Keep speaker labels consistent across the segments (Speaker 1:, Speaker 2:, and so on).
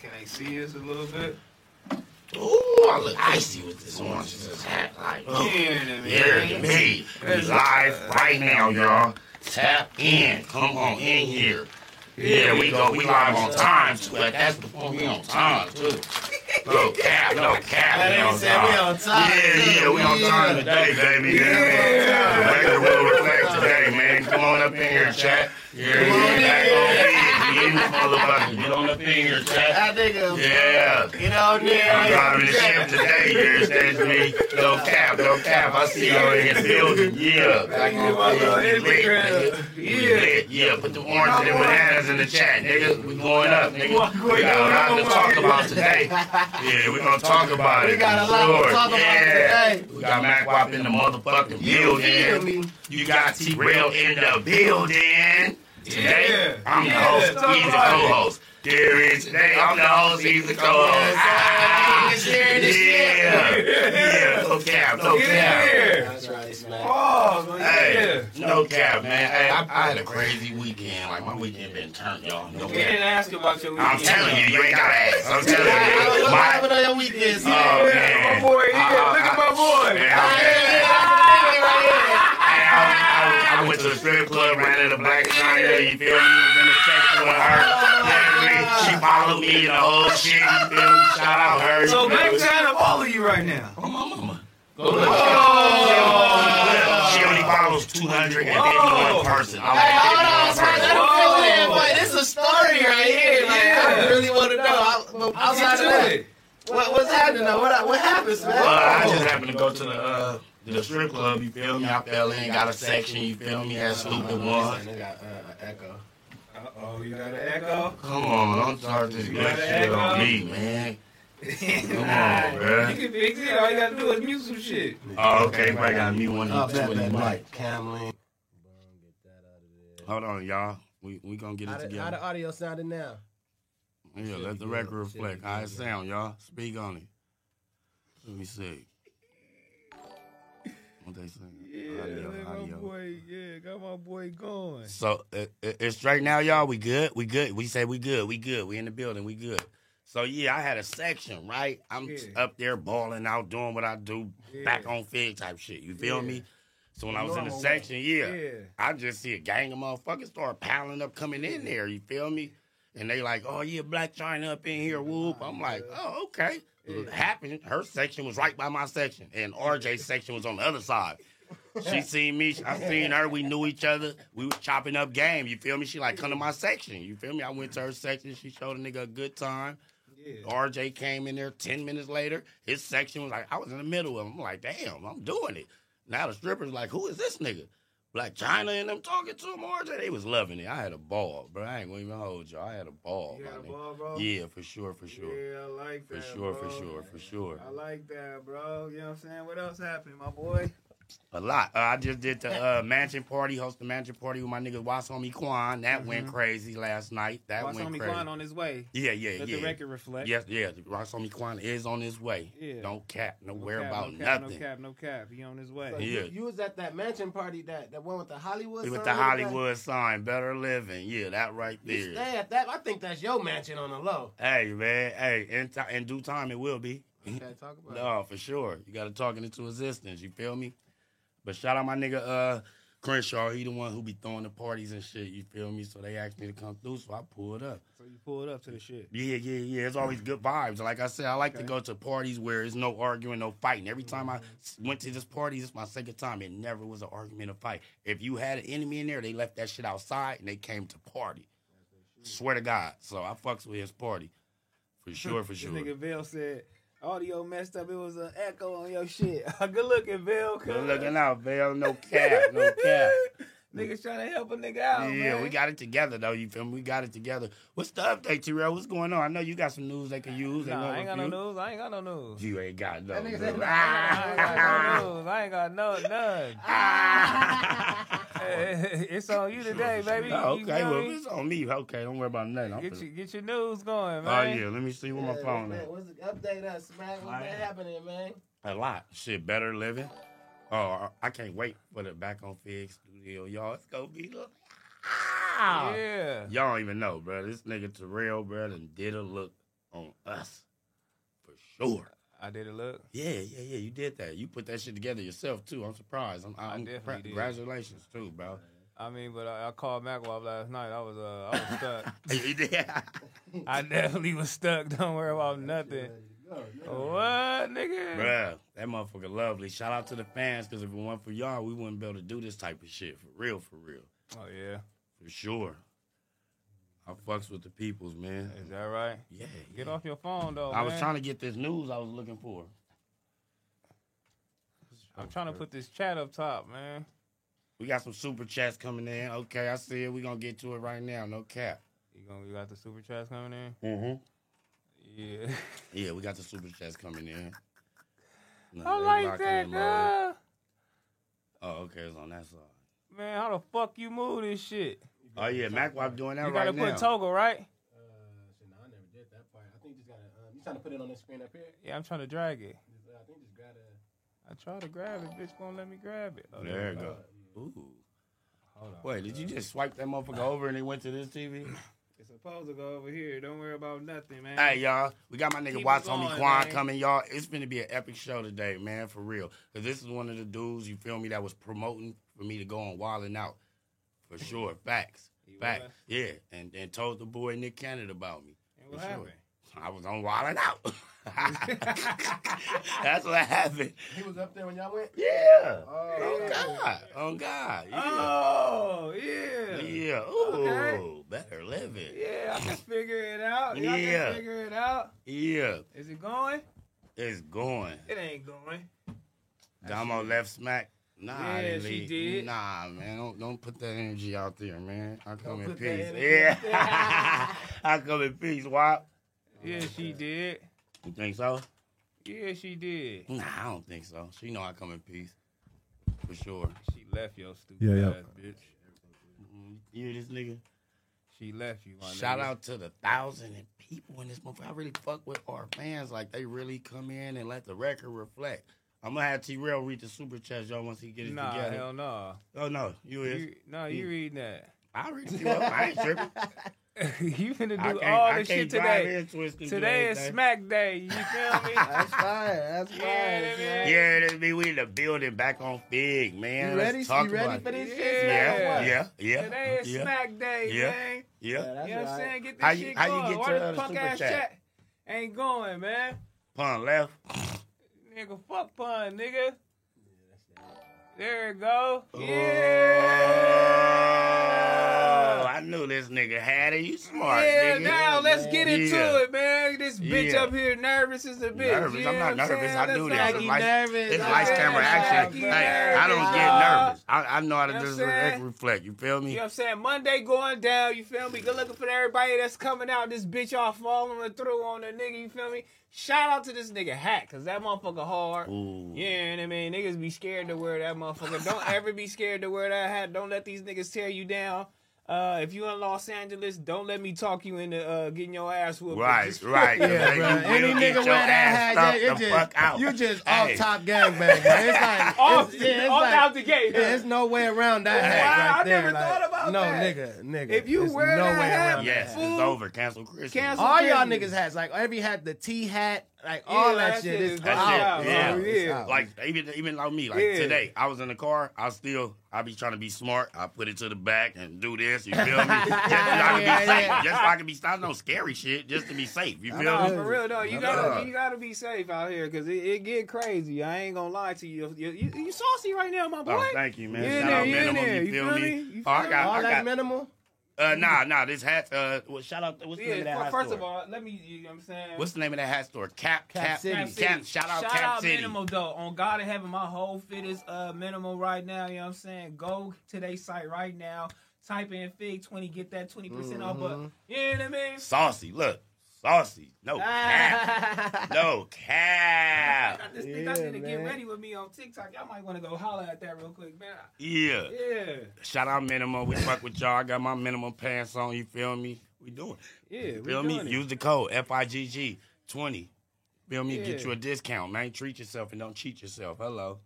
Speaker 1: Can they see us a little bit?
Speaker 2: Ooh, I look icy with this orange in this hat. Like, look,
Speaker 1: Yeah,
Speaker 2: here to me. We live right now, y'all. Tap in. Come on in here. Yeah, we go. We live on time, too. Like, that's before we on time, too. No cap, no cap. We on
Speaker 3: said we
Speaker 2: time.
Speaker 3: on time.
Speaker 2: Yeah, yeah, we on time today, baby. Yeah, man. Regular will reflect today, man. Come on up in here, chat. Yeah, yeah, back on me. Get on up in here, chat.
Speaker 3: That nigga,
Speaker 2: Yeah.
Speaker 3: you know,
Speaker 2: I'm
Speaker 3: nigga.
Speaker 2: driving the ship today, There's there's me. No cap, no cap. I see you in the building. Yeah. Like, oh, it's lit, nigga. We lit. Yeah, put the orange and the bananas in the chat, nigga. We going up, nigga. We got a lot to talk about today. Yeah, we gonna talk about it.
Speaker 3: We got a lot to
Speaker 2: Sure.
Speaker 3: talk about
Speaker 2: yeah.
Speaker 3: today.
Speaker 2: We got Mac Wop in the motherfucking
Speaker 3: You feel
Speaker 2: building.
Speaker 3: me?
Speaker 2: You got T Rail in the building. Today, I'm the host.
Speaker 1: Yeah, talk
Speaker 2: He's the
Speaker 1: about it.
Speaker 2: co host. There is today. I'm the host. He's the co host. Ah,
Speaker 3: This year, this
Speaker 2: yeah.
Speaker 3: year.
Speaker 2: Yeah. No cap. No cap.
Speaker 1: yeah.
Speaker 3: That's right, man.
Speaker 1: Oh,
Speaker 2: Hey,
Speaker 1: yeah.
Speaker 2: no cap, man. Hey, I, I had a crazy weekend. Like, my weekend been turned, y'all. No
Speaker 1: We
Speaker 2: cap.
Speaker 1: didn't ask about your weekend.
Speaker 2: I'm telling you, you ain't got to ask. I'm telling you.
Speaker 3: What
Speaker 2: My,
Speaker 3: happened on your weekend?
Speaker 2: oh, man.
Speaker 1: My boy, yeah,
Speaker 2: Uh,
Speaker 1: look at
Speaker 2: I-
Speaker 1: my boy.
Speaker 2: man, I'm-
Speaker 3: Right
Speaker 2: Hey, I, I, I went to the strip club, ran into Black China, you feel me? Was in the section with her. Yeah, I mean, she followed me and the whole shit, you feel me? Shout out her. you
Speaker 1: So
Speaker 2: feel
Speaker 1: Black
Speaker 2: me?
Speaker 1: China follow you right now.
Speaker 2: Oh, my mama. Go look. She only follows 251 person. I'm like,
Speaker 3: Hold on, sorry, let him
Speaker 1: Whoa.
Speaker 3: finish that, boy. This is a story right here. Like, I
Speaker 1: Yeah.
Speaker 3: really want to know. I, but outside of that, what, what's happening? Though? What, what happens, man?
Speaker 2: Well, I just happened to go to the uh, the strip club, you feel me? I fell in, got a section, you feel me? Had stupid one.
Speaker 3: They got, uh, echo.
Speaker 1: Uh-oh, you got an echo?
Speaker 2: Come on, don't start this good shit on me, man. Come on,
Speaker 1: You
Speaker 2: bruh.
Speaker 1: can fix it. All you gotta do is mute some shit.
Speaker 2: Oh, okay, everybody got me one
Speaker 3: Oh,
Speaker 2: and two
Speaker 3: bad,
Speaker 2: in the
Speaker 3: bad,
Speaker 2: mic.
Speaker 3: mic. Camlin.
Speaker 2: Hold on, y'all. We we gonna get it together.
Speaker 3: audio sounding now?
Speaker 2: Yeah, let the record reflect. How it sound, y'all? Speak on it. Let me see. What they saying? Audio, audio.
Speaker 1: yeah, got my boy going.
Speaker 2: So uh, uh, it's straight now, y'all. We good. We good. We say we good. We good. We in the building. We good. So yeah, I had a section, right? I'm
Speaker 1: Yeah.
Speaker 2: up there balling out, doing what I do, back
Speaker 1: Yeah.
Speaker 2: on fig type shit. You feel
Speaker 1: Yeah.
Speaker 2: me? So when I was in the
Speaker 3: Normal
Speaker 2: section, yeah,
Speaker 1: Yeah.
Speaker 2: I just see a gang of motherfuckers start piling up, coming in there. You feel me? And they like, oh yeah, Black China up in here, whoop. I'm like, oh okay. It happened. Her section was right by my section, and RJ's section was on the other side. She seen me. I seen her. We knew each other. We was chopping up game. You feel me? She like come to my section. You feel me? I went to her section. She showed a nigga a good time.
Speaker 1: Yeah.
Speaker 2: RJ came in there ten minutes later. His section was like I was in the middle of. Him. I'm like, damn, I'm doing it. Now the strippers like, who is this nigga? Black China and them talking to him. RJ, they was loving it. I had a ball, bro. I ain't gonna even hold you. I had a ball.
Speaker 1: You
Speaker 2: Oh, my
Speaker 1: got a
Speaker 2: nigga.
Speaker 1: ball, bro?
Speaker 2: Yeah, for sure, for sure,
Speaker 1: Yeah, I like
Speaker 2: for
Speaker 1: that.
Speaker 2: sure, for
Speaker 1: bro.
Speaker 2: sure, for sure.
Speaker 1: I like that, bro. You know what I'm saying? What else happened, my boy?
Speaker 2: A lot. Uh, I just did the uh, mansion party, hosted the mansion party with my nigga Wasomi Kwan. That went crazy last night. That
Speaker 1: Watch
Speaker 2: went
Speaker 1: Homie
Speaker 2: crazy.
Speaker 1: Quan Mm-hmm. on his way.
Speaker 2: yeah, yeah,
Speaker 1: Let
Speaker 2: yeah.
Speaker 1: the record reflect.
Speaker 2: Yes, yeah. Wasomi Kwan is on his way.
Speaker 1: Yeah.
Speaker 2: Don't cap. No,
Speaker 1: No
Speaker 2: worry
Speaker 1: cap,
Speaker 2: about
Speaker 1: no cap,
Speaker 2: nothing.
Speaker 1: No cap, no cap. He on his way.
Speaker 3: So
Speaker 2: Yeah.
Speaker 3: You, you was at that mansion party, that, that one with the Hollywood
Speaker 2: With
Speaker 3: sign
Speaker 2: the
Speaker 3: and everything?
Speaker 2: Hollywood sign, better living. Yeah, that right
Speaker 3: You
Speaker 2: there.
Speaker 3: stay at that. I think that's your mansion on the low.
Speaker 2: Hey man, hey, in, ti in due time it will be.
Speaker 3: Okay, talk about it.
Speaker 2: No, for sure. You got to talk it into existence. You feel me? But shout out my nigga uh, Crenshaw. He the one who be throwing the parties and shit. You feel me? So they asked me to come through, so I pulled up.
Speaker 1: So you pulled up to the shit.
Speaker 2: Yeah, yeah, yeah. It's always good vibes. Like I said, I like to go to parties where it's no arguing, no fighting. Every time
Speaker 1: Mm-hmm.
Speaker 2: I s- went to this party, this is my second time. It never was an argument or fight. If you had an enemy in there, they left that shit outside and they came to party. Swear to God. So I fucks with his party. For sure, for sure.
Speaker 1: This nigga Bill said, audio messed up. It was an echo on your shit. Good looking, Bill.
Speaker 2: Good looking out, Val. No cap, no cap.
Speaker 1: Niggas trying to help a nigga out. Oh,
Speaker 2: yeah,
Speaker 1: man.
Speaker 2: we got it together though. You feel me? We got it together. What's the update, Terrell? What's going on? I know you got some news they can use. They
Speaker 1: Nah,
Speaker 2: know
Speaker 1: I ain't
Speaker 2: a
Speaker 1: got no
Speaker 2: few.
Speaker 1: news. I ain't got no news.
Speaker 2: You ain't got no.
Speaker 3: nigga
Speaker 2: news.
Speaker 3: said,
Speaker 1: I ain't got no news. I ain't got no none. Hey, it's on you today, baby.
Speaker 2: Oh,
Speaker 1: You
Speaker 2: okay,
Speaker 1: feel
Speaker 2: well
Speaker 1: me?
Speaker 2: it's on me. Okay, don't worry about nothing. I'm
Speaker 1: Get
Speaker 2: finna-
Speaker 1: your get your news going,
Speaker 2: Oh
Speaker 1: man.
Speaker 2: yeah, let me see where my phone
Speaker 3: man,
Speaker 2: at.
Speaker 3: What's the update us, man? What's been happening, man?
Speaker 2: A lot. Shit, better living. Oh, I- I can't wait for the back on Fig Studio, y'all. It's gonna be. the- Ah!
Speaker 1: Yeah.
Speaker 2: Y'all don't even know, bro. This nigga Terrell, bro, done did a look on us for sure.
Speaker 1: I did a look.
Speaker 2: Yeah, yeah, yeah. You did that. You put that shit together yourself too. I'm surprised. I'm, I'm
Speaker 1: definitely
Speaker 2: pra-
Speaker 1: did.
Speaker 2: congratulations too, bro.
Speaker 1: I mean, but I, I called MacWab last night. I was uh, I was stuck.
Speaker 2: You did.
Speaker 1: I definitely was stuck. Don't worry about nothing.
Speaker 3: Uh,
Speaker 1: What, nigga?
Speaker 2: Bruh, that motherfucker lovely. Shout out to the fans, because if it weren't for y'all, we wouldn't be able to do this type of shit. For real, for real.
Speaker 1: Oh yeah,
Speaker 2: For sure. I fucks with the peoples, man.
Speaker 1: is that right?
Speaker 2: Yeah.
Speaker 1: Get
Speaker 2: yeah.
Speaker 1: off your phone though.
Speaker 2: I was
Speaker 1: man.
Speaker 2: trying to get this news I was looking for.
Speaker 1: I'm trying to put this chat up top, man.
Speaker 2: We got some super chats coming in. Okay, I see it. We're gonna get to it right now. No cap.
Speaker 1: You gonna you got the super chats coming in?
Speaker 2: Mm-hmm.
Speaker 1: Yeah.
Speaker 2: Yeah, we got the super chats coming in. No,
Speaker 1: I
Speaker 2: they
Speaker 1: like
Speaker 2: locking
Speaker 1: that,
Speaker 2: in mode.
Speaker 1: girl.
Speaker 2: Oh, okay, it's on that side.
Speaker 1: Man, how the fuck you move this shit?
Speaker 2: Oh yeah, Mac Wap doing that
Speaker 1: You
Speaker 2: right
Speaker 1: gotta put
Speaker 2: now.
Speaker 1: toggle, right?
Speaker 3: Uh, shit, nah, I never did that part. I think you just gotta. Um, you trying to put it on the screen up here?
Speaker 1: Yeah, I'm trying to drag it.
Speaker 3: Just, uh, I think just gotta.
Speaker 1: I try to grab it, bitch won't let me grab it. Oh, we
Speaker 2: there you
Speaker 1: go.
Speaker 2: go. Ooh.
Speaker 1: Hold on.
Speaker 2: Wait, did you just swipe that motherfucker over and it went to this TV?
Speaker 1: It's supposed to go over here. Don't worry about nothing, man.
Speaker 2: Hey y'all, we got my nigga
Speaker 1: Keep
Speaker 2: Watts
Speaker 1: it
Speaker 2: Homie
Speaker 1: going,
Speaker 2: Quan
Speaker 1: man.
Speaker 2: coming, y'all. It's gonna be an epic show today, man, for real. Cause this is one of the dudes, you feel me, that was promoting for me to go on Wildin' Out. For sure. Facts.
Speaker 1: He
Speaker 2: Facts.
Speaker 1: was?
Speaker 2: Yeah. And and told the boy Nick Cannon about me.
Speaker 1: And what
Speaker 2: For sure.
Speaker 1: happened?
Speaker 2: I was on Wildin' Out. That's what happened.
Speaker 3: He was up there when y'all went.
Speaker 2: Yeah.
Speaker 3: Oh,
Speaker 2: On
Speaker 3: yeah.
Speaker 2: God. On God. Yeah.
Speaker 1: Oh, yeah.
Speaker 2: Yeah. Ooh.
Speaker 1: Okay.
Speaker 2: Better living.
Speaker 1: Yeah, I can figure it out. Y'all
Speaker 2: Yeah.
Speaker 1: can figure it out.
Speaker 2: Yeah.
Speaker 1: Is it going?
Speaker 2: It's going.
Speaker 1: It ain't going.
Speaker 2: Damo left smack. Nah, I
Speaker 1: Yeah,
Speaker 2: didn't
Speaker 1: she
Speaker 2: leave.
Speaker 1: did.
Speaker 2: Nah, man, don't don't put that energy out there, man. I come in
Speaker 3: put that
Speaker 2: peace.
Speaker 3: energy
Speaker 2: Yeah, I come in peace. Wop.
Speaker 1: Yeah, she did.
Speaker 2: You think so?
Speaker 1: Yeah, she did.
Speaker 2: Nah, I don't think so. She know I come in peace, for sure.
Speaker 1: She left your stupid
Speaker 4: Yeah, yeah.
Speaker 1: ass, bitch. Mm-hmm.
Speaker 2: Mm, You hear this nigga?
Speaker 1: She left you. My
Speaker 2: Shout
Speaker 1: nigga.
Speaker 2: out to the thousand and people in this motherfucker. I really fuck with our fans. Like they really come in and let the record reflect. I'm gonna have T Rail read the super chats, y'all, once he get it
Speaker 1: Nah,
Speaker 2: together.
Speaker 1: hell no.
Speaker 2: Oh no, you is.
Speaker 1: You, no, you
Speaker 2: Yeah.
Speaker 1: reading that.
Speaker 2: I read you up. I ain't tripping.
Speaker 1: you finna
Speaker 2: I
Speaker 1: do
Speaker 2: can't-
Speaker 1: all
Speaker 2: I
Speaker 1: this shit
Speaker 2: can't drive
Speaker 1: today.
Speaker 2: in, twist and do
Speaker 1: Today is
Speaker 2: everything.
Speaker 1: Smack Day. You feel me?
Speaker 3: That's fine. That's fine.
Speaker 1: Yeah, man.
Speaker 3: man.
Speaker 2: Yeah, that's me. We in the building back on Big, man.
Speaker 3: You
Speaker 2: Let's
Speaker 3: ready?
Speaker 2: talk
Speaker 3: You ready
Speaker 2: about
Speaker 3: for
Speaker 2: it.
Speaker 3: this
Speaker 1: Yeah.
Speaker 3: shit? man?
Speaker 2: Yeah,
Speaker 3: What?
Speaker 2: yeah, yeah.
Speaker 1: Today is
Speaker 2: yeah,
Speaker 1: Smack Day,
Speaker 2: Yeah.
Speaker 1: man.
Speaker 3: Yeah,
Speaker 2: Yeah.
Speaker 3: that's
Speaker 1: You know what
Speaker 3: right.
Speaker 1: I'm saying? Get this
Speaker 2: How you-
Speaker 1: shit
Speaker 2: how you
Speaker 1: going.
Speaker 2: get
Speaker 1: Why
Speaker 2: to, uh,
Speaker 1: this
Speaker 2: the
Speaker 1: punk
Speaker 2: super
Speaker 1: ass
Speaker 2: chat?
Speaker 1: chat ain't going, man?
Speaker 2: Pun left.
Speaker 1: Nigga, fuck pun, nigga. There it go.
Speaker 2: Oh,
Speaker 1: Yeah.
Speaker 2: I knew this nigga had it. You smart,
Speaker 1: yeah,
Speaker 2: Oh, nigga.
Speaker 1: now let's get into
Speaker 2: Yeah.
Speaker 1: it, man. This bitch
Speaker 2: Yeah.
Speaker 1: up here nervous as a bitch.
Speaker 2: Nervous.
Speaker 1: You
Speaker 2: I'm
Speaker 1: know
Speaker 2: not
Speaker 1: what
Speaker 2: nervous.
Speaker 1: saying?
Speaker 2: I
Speaker 1: Let's
Speaker 2: do this.
Speaker 1: not
Speaker 2: It's
Speaker 1: get
Speaker 2: like-
Speaker 3: nervous.
Speaker 2: It's lights, camera, action.
Speaker 1: Yeah.
Speaker 2: Hey, I don't
Speaker 1: Yeah.
Speaker 2: get nervous. I, I know how to
Speaker 1: You know
Speaker 2: just
Speaker 1: what I'm saying?
Speaker 2: reflect. You feel
Speaker 1: You
Speaker 2: me?
Speaker 1: know what I'm saying? Monday going down, you feel me? Good looking for everybody that's coming out. This bitch all following through on the nigga, you feel me? Shout out to this nigga Hack, cause that motherfucker hard.
Speaker 2: Ooh.
Speaker 1: Yeah, and I mean, niggas be scared to wear that motherfucker. Don't ever be scared to wear that hat. Don't let these niggas tear you down. Uh, if you in Los Angeles, don't let me talk you into uh, getting your ass whooped.
Speaker 2: Right, right.
Speaker 3: Yeah,
Speaker 2: You
Speaker 3: bro.
Speaker 2: will
Speaker 3: Any
Speaker 2: get
Speaker 3: nigga
Speaker 2: your
Speaker 3: wear that
Speaker 2: ass
Speaker 3: hat, yeah,
Speaker 2: stomped
Speaker 3: it
Speaker 2: the
Speaker 3: just,
Speaker 2: fuck out.
Speaker 3: you just
Speaker 2: Hey.
Speaker 3: off top gangbang, man. It's like,
Speaker 1: Off,
Speaker 3: it's, yeah, it's
Speaker 1: off
Speaker 3: like,
Speaker 1: out the gate.
Speaker 3: yeah, there's no way around that hat
Speaker 1: Wow,
Speaker 3: right
Speaker 1: I
Speaker 3: there.
Speaker 1: never
Speaker 3: like,
Speaker 1: thought about
Speaker 3: no,
Speaker 1: that.
Speaker 3: nigga, nigga.
Speaker 1: If you
Speaker 3: there's
Speaker 1: wear
Speaker 3: no
Speaker 1: that
Speaker 3: way
Speaker 1: hat,
Speaker 3: around
Speaker 2: Yes,
Speaker 3: that. hat.
Speaker 1: Fool.
Speaker 2: it's over. Cancel Christmas.
Speaker 1: Cancel
Speaker 3: All y'all
Speaker 1: Christmas.
Speaker 3: niggas hats, like every hat, the T hat, like all
Speaker 1: Yeah,
Speaker 3: that shit is
Speaker 1: gone
Speaker 2: out,
Speaker 3: out.
Speaker 2: yeah.
Speaker 3: bro. It's out.
Speaker 2: Like even even like me, like
Speaker 1: Yeah.
Speaker 2: today, I was in the car. I still I be trying to be smart. I put it to the back and do this. You feel me? just so I can be
Speaker 3: Yeah,
Speaker 2: safe.
Speaker 3: yeah.
Speaker 2: Just so I can be. I know scary shit. Just to be safe. You feel
Speaker 1: No,
Speaker 2: me?
Speaker 1: for real though, you
Speaker 2: Yeah.
Speaker 1: gotta you gotta be safe out here because it, it get crazy. I ain't gonna lie to you. You, you, you saucy right now, my boy.
Speaker 2: Oh, thank you, man.
Speaker 1: You in
Speaker 2: Shout
Speaker 1: there,
Speaker 2: out
Speaker 1: you in
Speaker 2: minimum.
Speaker 1: there.
Speaker 2: You
Speaker 1: You
Speaker 2: feel
Speaker 1: feel
Speaker 2: me?
Speaker 1: me? You
Speaker 2: Oh, I
Speaker 1: feel
Speaker 2: got
Speaker 3: all
Speaker 2: I
Speaker 3: that
Speaker 2: got
Speaker 3: minimal.
Speaker 2: Uh, nah, nah. This hat. Uh, well, shout out. What's the name of that
Speaker 1: Yeah,
Speaker 2: hat
Speaker 1: fir- first
Speaker 2: store?
Speaker 1: of all, let me. You know what I'm saying?
Speaker 2: what's the name of that hat store? Cap. Cap. Cap.
Speaker 3: City.
Speaker 2: Cap, shout out.
Speaker 1: Shout
Speaker 2: Cap
Speaker 1: out
Speaker 2: City.
Speaker 1: Minimal though. On God in heaven, my whole fit is uh minimal right now. You know what I'm saying? Go to their site right now. Type in Fig 20, get that 20% percent off. But
Speaker 2: Mm-hmm.
Speaker 1: you know what I mean?
Speaker 2: Saucy. Look. Saucy. No cap. No
Speaker 1: I
Speaker 2: cap.
Speaker 1: got this thing. I
Speaker 3: Yeah,
Speaker 1: need to get
Speaker 3: man.
Speaker 1: ready with me on TikTok. Y'all might want to go holler at that real quick, man.
Speaker 2: Yeah.
Speaker 1: Yeah,
Speaker 2: Shout out minimum. We fuck with y'all. I got my minimum pants on. You feel me? We doing. it.
Speaker 1: yeah. we
Speaker 2: Feel
Speaker 1: doing
Speaker 2: me?
Speaker 1: it.
Speaker 2: Use the code FIGG twenty. Feel me? Get
Speaker 1: Yeah.
Speaker 2: you a discount, man. Treat yourself and don't cheat yourself. Hello,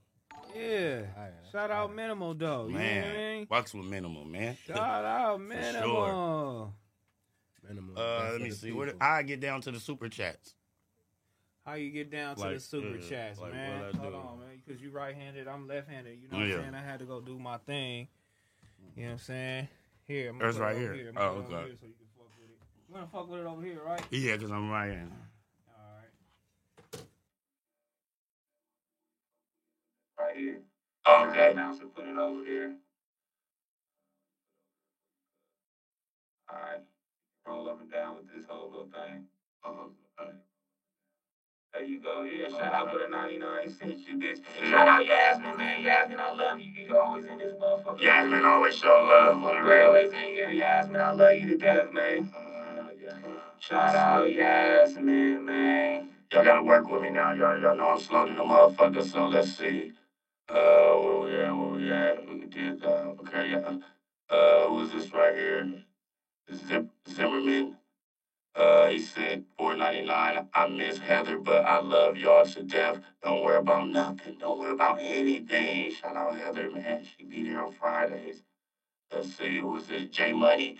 Speaker 1: Yeah. Shout out Minimal though. You know what I
Speaker 2: man.
Speaker 1: mean?
Speaker 2: Fucks with minimum, man.
Speaker 1: Shout out Minimal.
Speaker 3: Minimum.
Speaker 2: Uh,
Speaker 3: That's
Speaker 2: let me
Speaker 3: for the
Speaker 2: see. What
Speaker 3: people.
Speaker 2: I get down to the super chats.
Speaker 1: How you get down to
Speaker 2: Like,
Speaker 1: the super
Speaker 2: yeah,
Speaker 1: chats,
Speaker 2: like,
Speaker 1: man?
Speaker 2: what I
Speaker 1: Hold
Speaker 2: do.
Speaker 1: on, man, because you right-handed, I'm left-handed. You know what
Speaker 2: Yeah.
Speaker 1: I'm saying? I had to go do my thing. You know what I'm saying? Here, I'm
Speaker 2: That's
Speaker 1: put it
Speaker 2: right
Speaker 1: over
Speaker 2: here.
Speaker 1: I'm gonna
Speaker 2: Oh,
Speaker 1: put it over
Speaker 2: okay.
Speaker 1: here so you can fuck with it. You wanna fuck with it over here, right?
Speaker 2: Yeah, cause I'm right in.
Speaker 1: All right.
Speaker 4: right here. Okay. Now so put it over there. Alright. Roll up and down with this whole little thing. Uh-huh. There you go, yeah. Shout out for the 99 cents you bitch. Shout out Yasmin, man. Yasmin, I love you. You always in this motherfucker. Yasmin always show love for the railways in here. Yasmin, I love you to death, man. Shout out Yasmin, man. Y'all gotta work with me now. Y'all, y'all know I'm slow to the motherfucker, so let's see. Uh, where we at? Where we at? We did that. Okay, yeah. Uh, who's this right here? Zip, Zimmerman. Uh, he said four ninety nine. I miss Heather, but I love y'all to death. Don't worry about nothing. Don't worry about anything. Shout out Heather, man. She be there on Fridays. Let's see, who's this? J Money,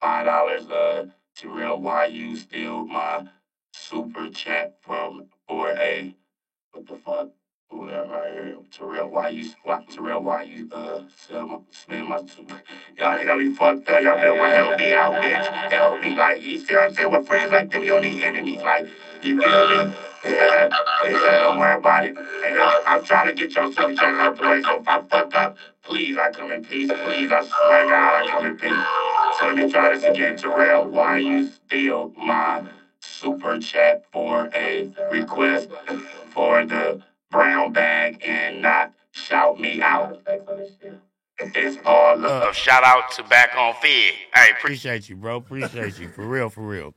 Speaker 4: five dollars. Uh, Terrell, why you steal my super chat from four A? What the fuck? Who that right here? Terrell, why you why, Terrell, why you uh sell my, spend my super? Y'all nigga be fucked up. Y'all better help me out, bitch. Help me, like you see what I'm saying? With friends like them, you don't need enemies. Like you feel me? Yeah, yeah, don't worry about it. And I, I'm trying to get your stuff done out the way. So if I fuck up, please, I come in peace. Please, I swear to God, I come in peace. So let me try this again, Terrell. Why you steal my super chat for a request for the brown bag and not shout me out? It's all love. Uh, Shout out to Back on Feed. Hey, pre-
Speaker 2: Appreciate you, bro. Appreciate you for real, for real.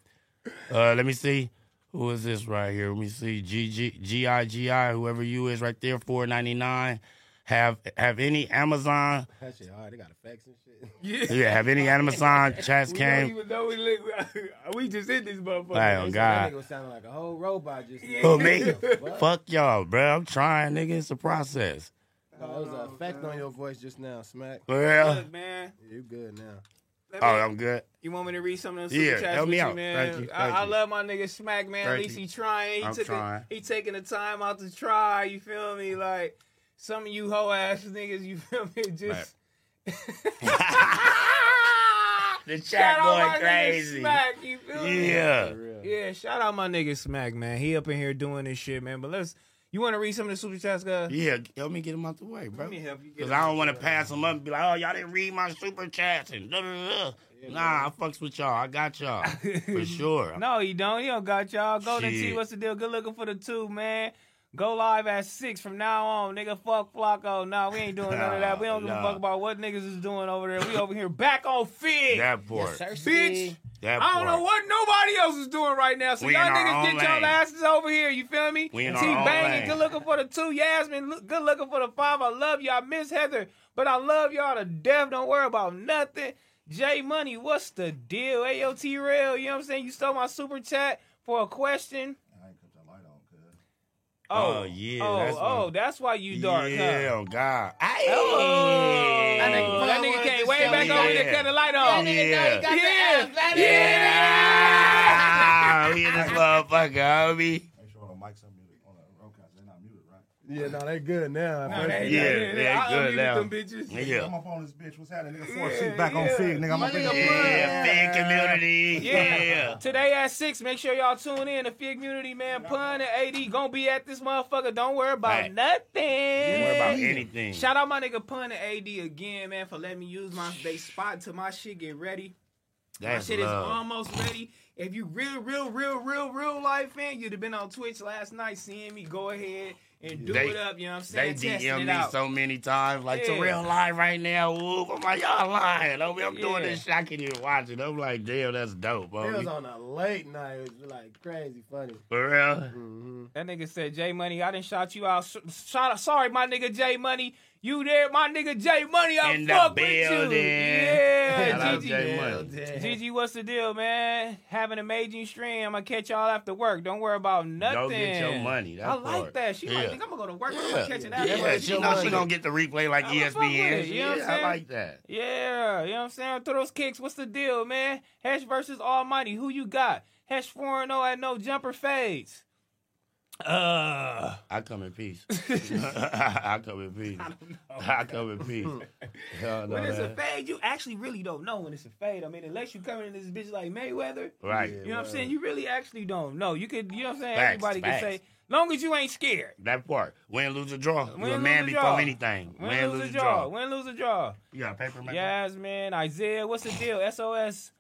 Speaker 2: Uh, let me see. Who is this right here? Let me see. G G G I G I. Whoever you is right there. Four ninety nine. Have have any Amazon?
Speaker 3: That shit hard. They got effects and
Speaker 2: Oh,
Speaker 3: shit.
Speaker 1: Yeah.
Speaker 2: Yeah, have any Amazon chats
Speaker 1: We don't
Speaker 2: came?
Speaker 1: even know we live. We just in this motherfucker.
Speaker 3: That
Speaker 2: Damn, God. Oh,
Speaker 3: nigga was sounding like a whole robot just.
Speaker 1: Yeah.
Speaker 2: Who me?
Speaker 3: What?
Speaker 2: Fuck y'all, bro. I'm trying, nigga. It's a process.
Speaker 3: No, there was an effect on your voice just now, Smack.
Speaker 2: Well,
Speaker 1: Look, man.
Speaker 3: You good now?
Speaker 1: Let
Speaker 2: oh,
Speaker 1: me-
Speaker 2: I'm good.
Speaker 1: You want me to read some of them super
Speaker 2: Yeah,
Speaker 1: chats
Speaker 2: help
Speaker 1: with
Speaker 2: me
Speaker 1: you,
Speaker 2: out.
Speaker 1: man?
Speaker 2: Thank you,
Speaker 1: I,
Speaker 2: thank
Speaker 1: I
Speaker 2: you.
Speaker 1: love my nigga Smack, man.
Speaker 2: Thank
Speaker 1: At least
Speaker 2: you.
Speaker 1: he trying. He
Speaker 2: I'm
Speaker 1: took
Speaker 2: trying.
Speaker 1: A, he taking the time out to try. You feel me? Like some of you hoe ass niggas, you feel me? Just
Speaker 2: The chat
Speaker 1: shout out
Speaker 2: going
Speaker 1: my
Speaker 2: crazy.
Speaker 1: nigga Smack. You feel me?
Speaker 2: Yeah.
Speaker 3: For real.
Speaker 1: Yeah, shout out my nigga Smack, man. He up in here doing this shit, man. But let's. You want to read some of the super chats, guys?
Speaker 2: Yeah, help me get them out the way, bro.
Speaker 1: Let me help you get
Speaker 2: Because
Speaker 1: them
Speaker 2: I
Speaker 1: out
Speaker 2: don't want to
Speaker 1: the way.
Speaker 2: pass them up and be like, oh, y'all didn't read my super chats and da da da. Nah, I fucks with y'all. I got y'all. For sure.
Speaker 1: No, you don't. You don't got y'all. Golden T,
Speaker 2: Shit.
Speaker 1: what's the deal? Good looking for the two, man. Go live at six from now on, nigga. Fuck Flocko. Nah, we ain't doing none of that. We don't give
Speaker 2: Nah.
Speaker 1: a fuck about what niggas is doing over there. We over here back on fig,
Speaker 2: That part.
Speaker 1: bitch.
Speaker 2: that part.
Speaker 1: I don't know what nobody else is doing right now. So
Speaker 2: We
Speaker 1: y'all
Speaker 2: in our
Speaker 1: niggas
Speaker 2: own
Speaker 1: get
Speaker 2: lane.
Speaker 1: your asses over here. You feel me?
Speaker 2: We in
Speaker 1: T
Speaker 2: our own lane.
Speaker 1: banging. Good looking for the two. Yasmin, look, good looking for the five. I love y'all. Miss Heather, but I love y'all to death. Don't worry about nothing. J Money, what's the deal? AOT Rail, you know what I'm saying? You stole my super chat for a question.
Speaker 2: Oh, yeah,
Speaker 1: Oh,
Speaker 2: that's
Speaker 1: oh,
Speaker 2: one.
Speaker 1: that's why you dark,
Speaker 2: Yeah,
Speaker 1: huh?
Speaker 2: oh, God. Ay.
Speaker 1: Oh, that nigga,
Speaker 3: fuck with
Speaker 1: came
Speaker 3: the
Speaker 1: way back
Speaker 2: show,
Speaker 1: over there,
Speaker 2: yeah.
Speaker 1: cut the light on.
Speaker 2: nigga know he got
Speaker 1: the Yeah. athletic.
Speaker 2: Yeah. we in this motherfucker, homie.
Speaker 5: Make sure the mic's unmuted on the roadcast. They're not muted, right?
Speaker 3: Yeah, no, they good now.
Speaker 1: Nah, they-
Speaker 2: Yeah,
Speaker 1: they- they-
Speaker 2: they
Speaker 1: I
Speaker 2: good
Speaker 1: unmuted
Speaker 2: now.
Speaker 1: them bitches.
Speaker 2: Yeah.
Speaker 5: I'm up on this bitch. What's happening? Nigga, four
Speaker 1: Yeah,
Speaker 5: seat back on
Speaker 1: yeah.
Speaker 5: fig. Nigga, I'm up in
Speaker 3: My
Speaker 5: the
Speaker 3: nigga
Speaker 2: Yeah, fan community.
Speaker 1: Yeah.
Speaker 2: Yeah.
Speaker 1: Today at six, make sure y'all tune in. The Fig Community, man. Pun and AD gonna be at this motherfucker. Don't worry about
Speaker 2: Right.
Speaker 1: nothing.
Speaker 2: Don't worry about anything.
Speaker 1: Shout out my nigga Pun and AD again, man, for letting me use my they spot till my shit get ready.
Speaker 2: That's
Speaker 1: my shit
Speaker 2: love.
Speaker 1: is almost ready. If you real, real, real, real, real life fan, you'd have been on Twitch last night seeing me go ahead and do
Speaker 2: They-
Speaker 1: it up. You know what I'm
Speaker 2: They
Speaker 1: saying? Testing
Speaker 2: DM
Speaker 1: it
Speaker 2: me
Speaker 1: out.
Speaker 2: so many times, like
Speaker 1: Yeah.
Speaker 2: to real live right now. Whoop. I'm like, y'all lying. I'm, I'm
Speaker 1: Yeah.
Speaker 2: doing this shit. I can even watch it. I'm like, damn, that's dope,
Speaker 6: It was
Speaker 2: homie.
Speaker 6: on a late night. It was like crazy funny.
Speaker 2: For real.
Speaker 6: Mm-hmm.
Speaker 1: that nigga said, J Money, I didn't shout you out. Sh- Shout out, sorry, my nigga J Money. You there, my nigga J Money? I
Speaker 2: In the
Speaker 1: fuck with you.
Speaker 2: building. Shout
Speaker 1: Yeah,
Speaker 2: out
Speaker 1: Gigi.
Speaker 2: J Money.
Speaker 1: Gigi, what's the deal, man? Have an amazing stream. I'm gonna catch y'all after work. Don't worry about nothing.
Speaker 2: Go get your money. That
Speaker 1: I like
Speaker 2: part.
Speaker 1: that. She
Speaker 2: Yeah.
Speaker 1: might think I'm gonna go to work. I'm
Speaker 2: Yeah.
Speaker 1: gonna catch it after.
Speaker 2: Yeah,
Speaker 1: work.
Speaker 2: she know she
Speaker 1: might-
Speaker 2: gonna get the replay like E
Speaker 1: I'ma fuck with it,
Speaker 2: ESPN.
Speaker 1: you know what I'm
Speaker 2: Yeah, I
Speaker 1: saying?
Speaker 2: like that.
Speaker 1: Yeah, you know what I'm saying? Throw those kicks. What's the deal, man? Hesh versus Almighty. Who you got? Hesh 4 0 at no jumper fades. Uh,
Speaker 2: I come in peace. I come in peace. I come in peace. Hell no,
Speaker 1: when it's a
Speaker 2: man.
Speaker 1: fade, you actually really don't know when it's a fade. I mean, unless you coming in this bitch like Mayweather,
Speaker 2: Right.
Speaker 1: you know what I'm saying? You really actually don't know. You could, you know what I'm saying?
Speaker 2: Facts,
Speaker 1: Everybody
Speaker 2: facts.
Speaker 1: can say, long as you ain't scared.
Speaker 2: That part. Win, lose, or draw.
Speaker 1: Win,
Speaker 2: you a
Speaker 1: lose,
Speaker 2: man
Speaker 1: or
Speaker 2: before
Speaker 1: draw.
Speaker 2: anything.
Speaker 1: Win,
Speaker 2: man,
Speaker 1: lose, a
Speaker 2: lose, or
Speaker 1: draw.
Speaker 2: draw.
Speaker 1: Win, lose, a draw.
Speaker 2: You got a paper, man?
Speaker 1: Yasmin, Isaiah, what's the deal? SOS.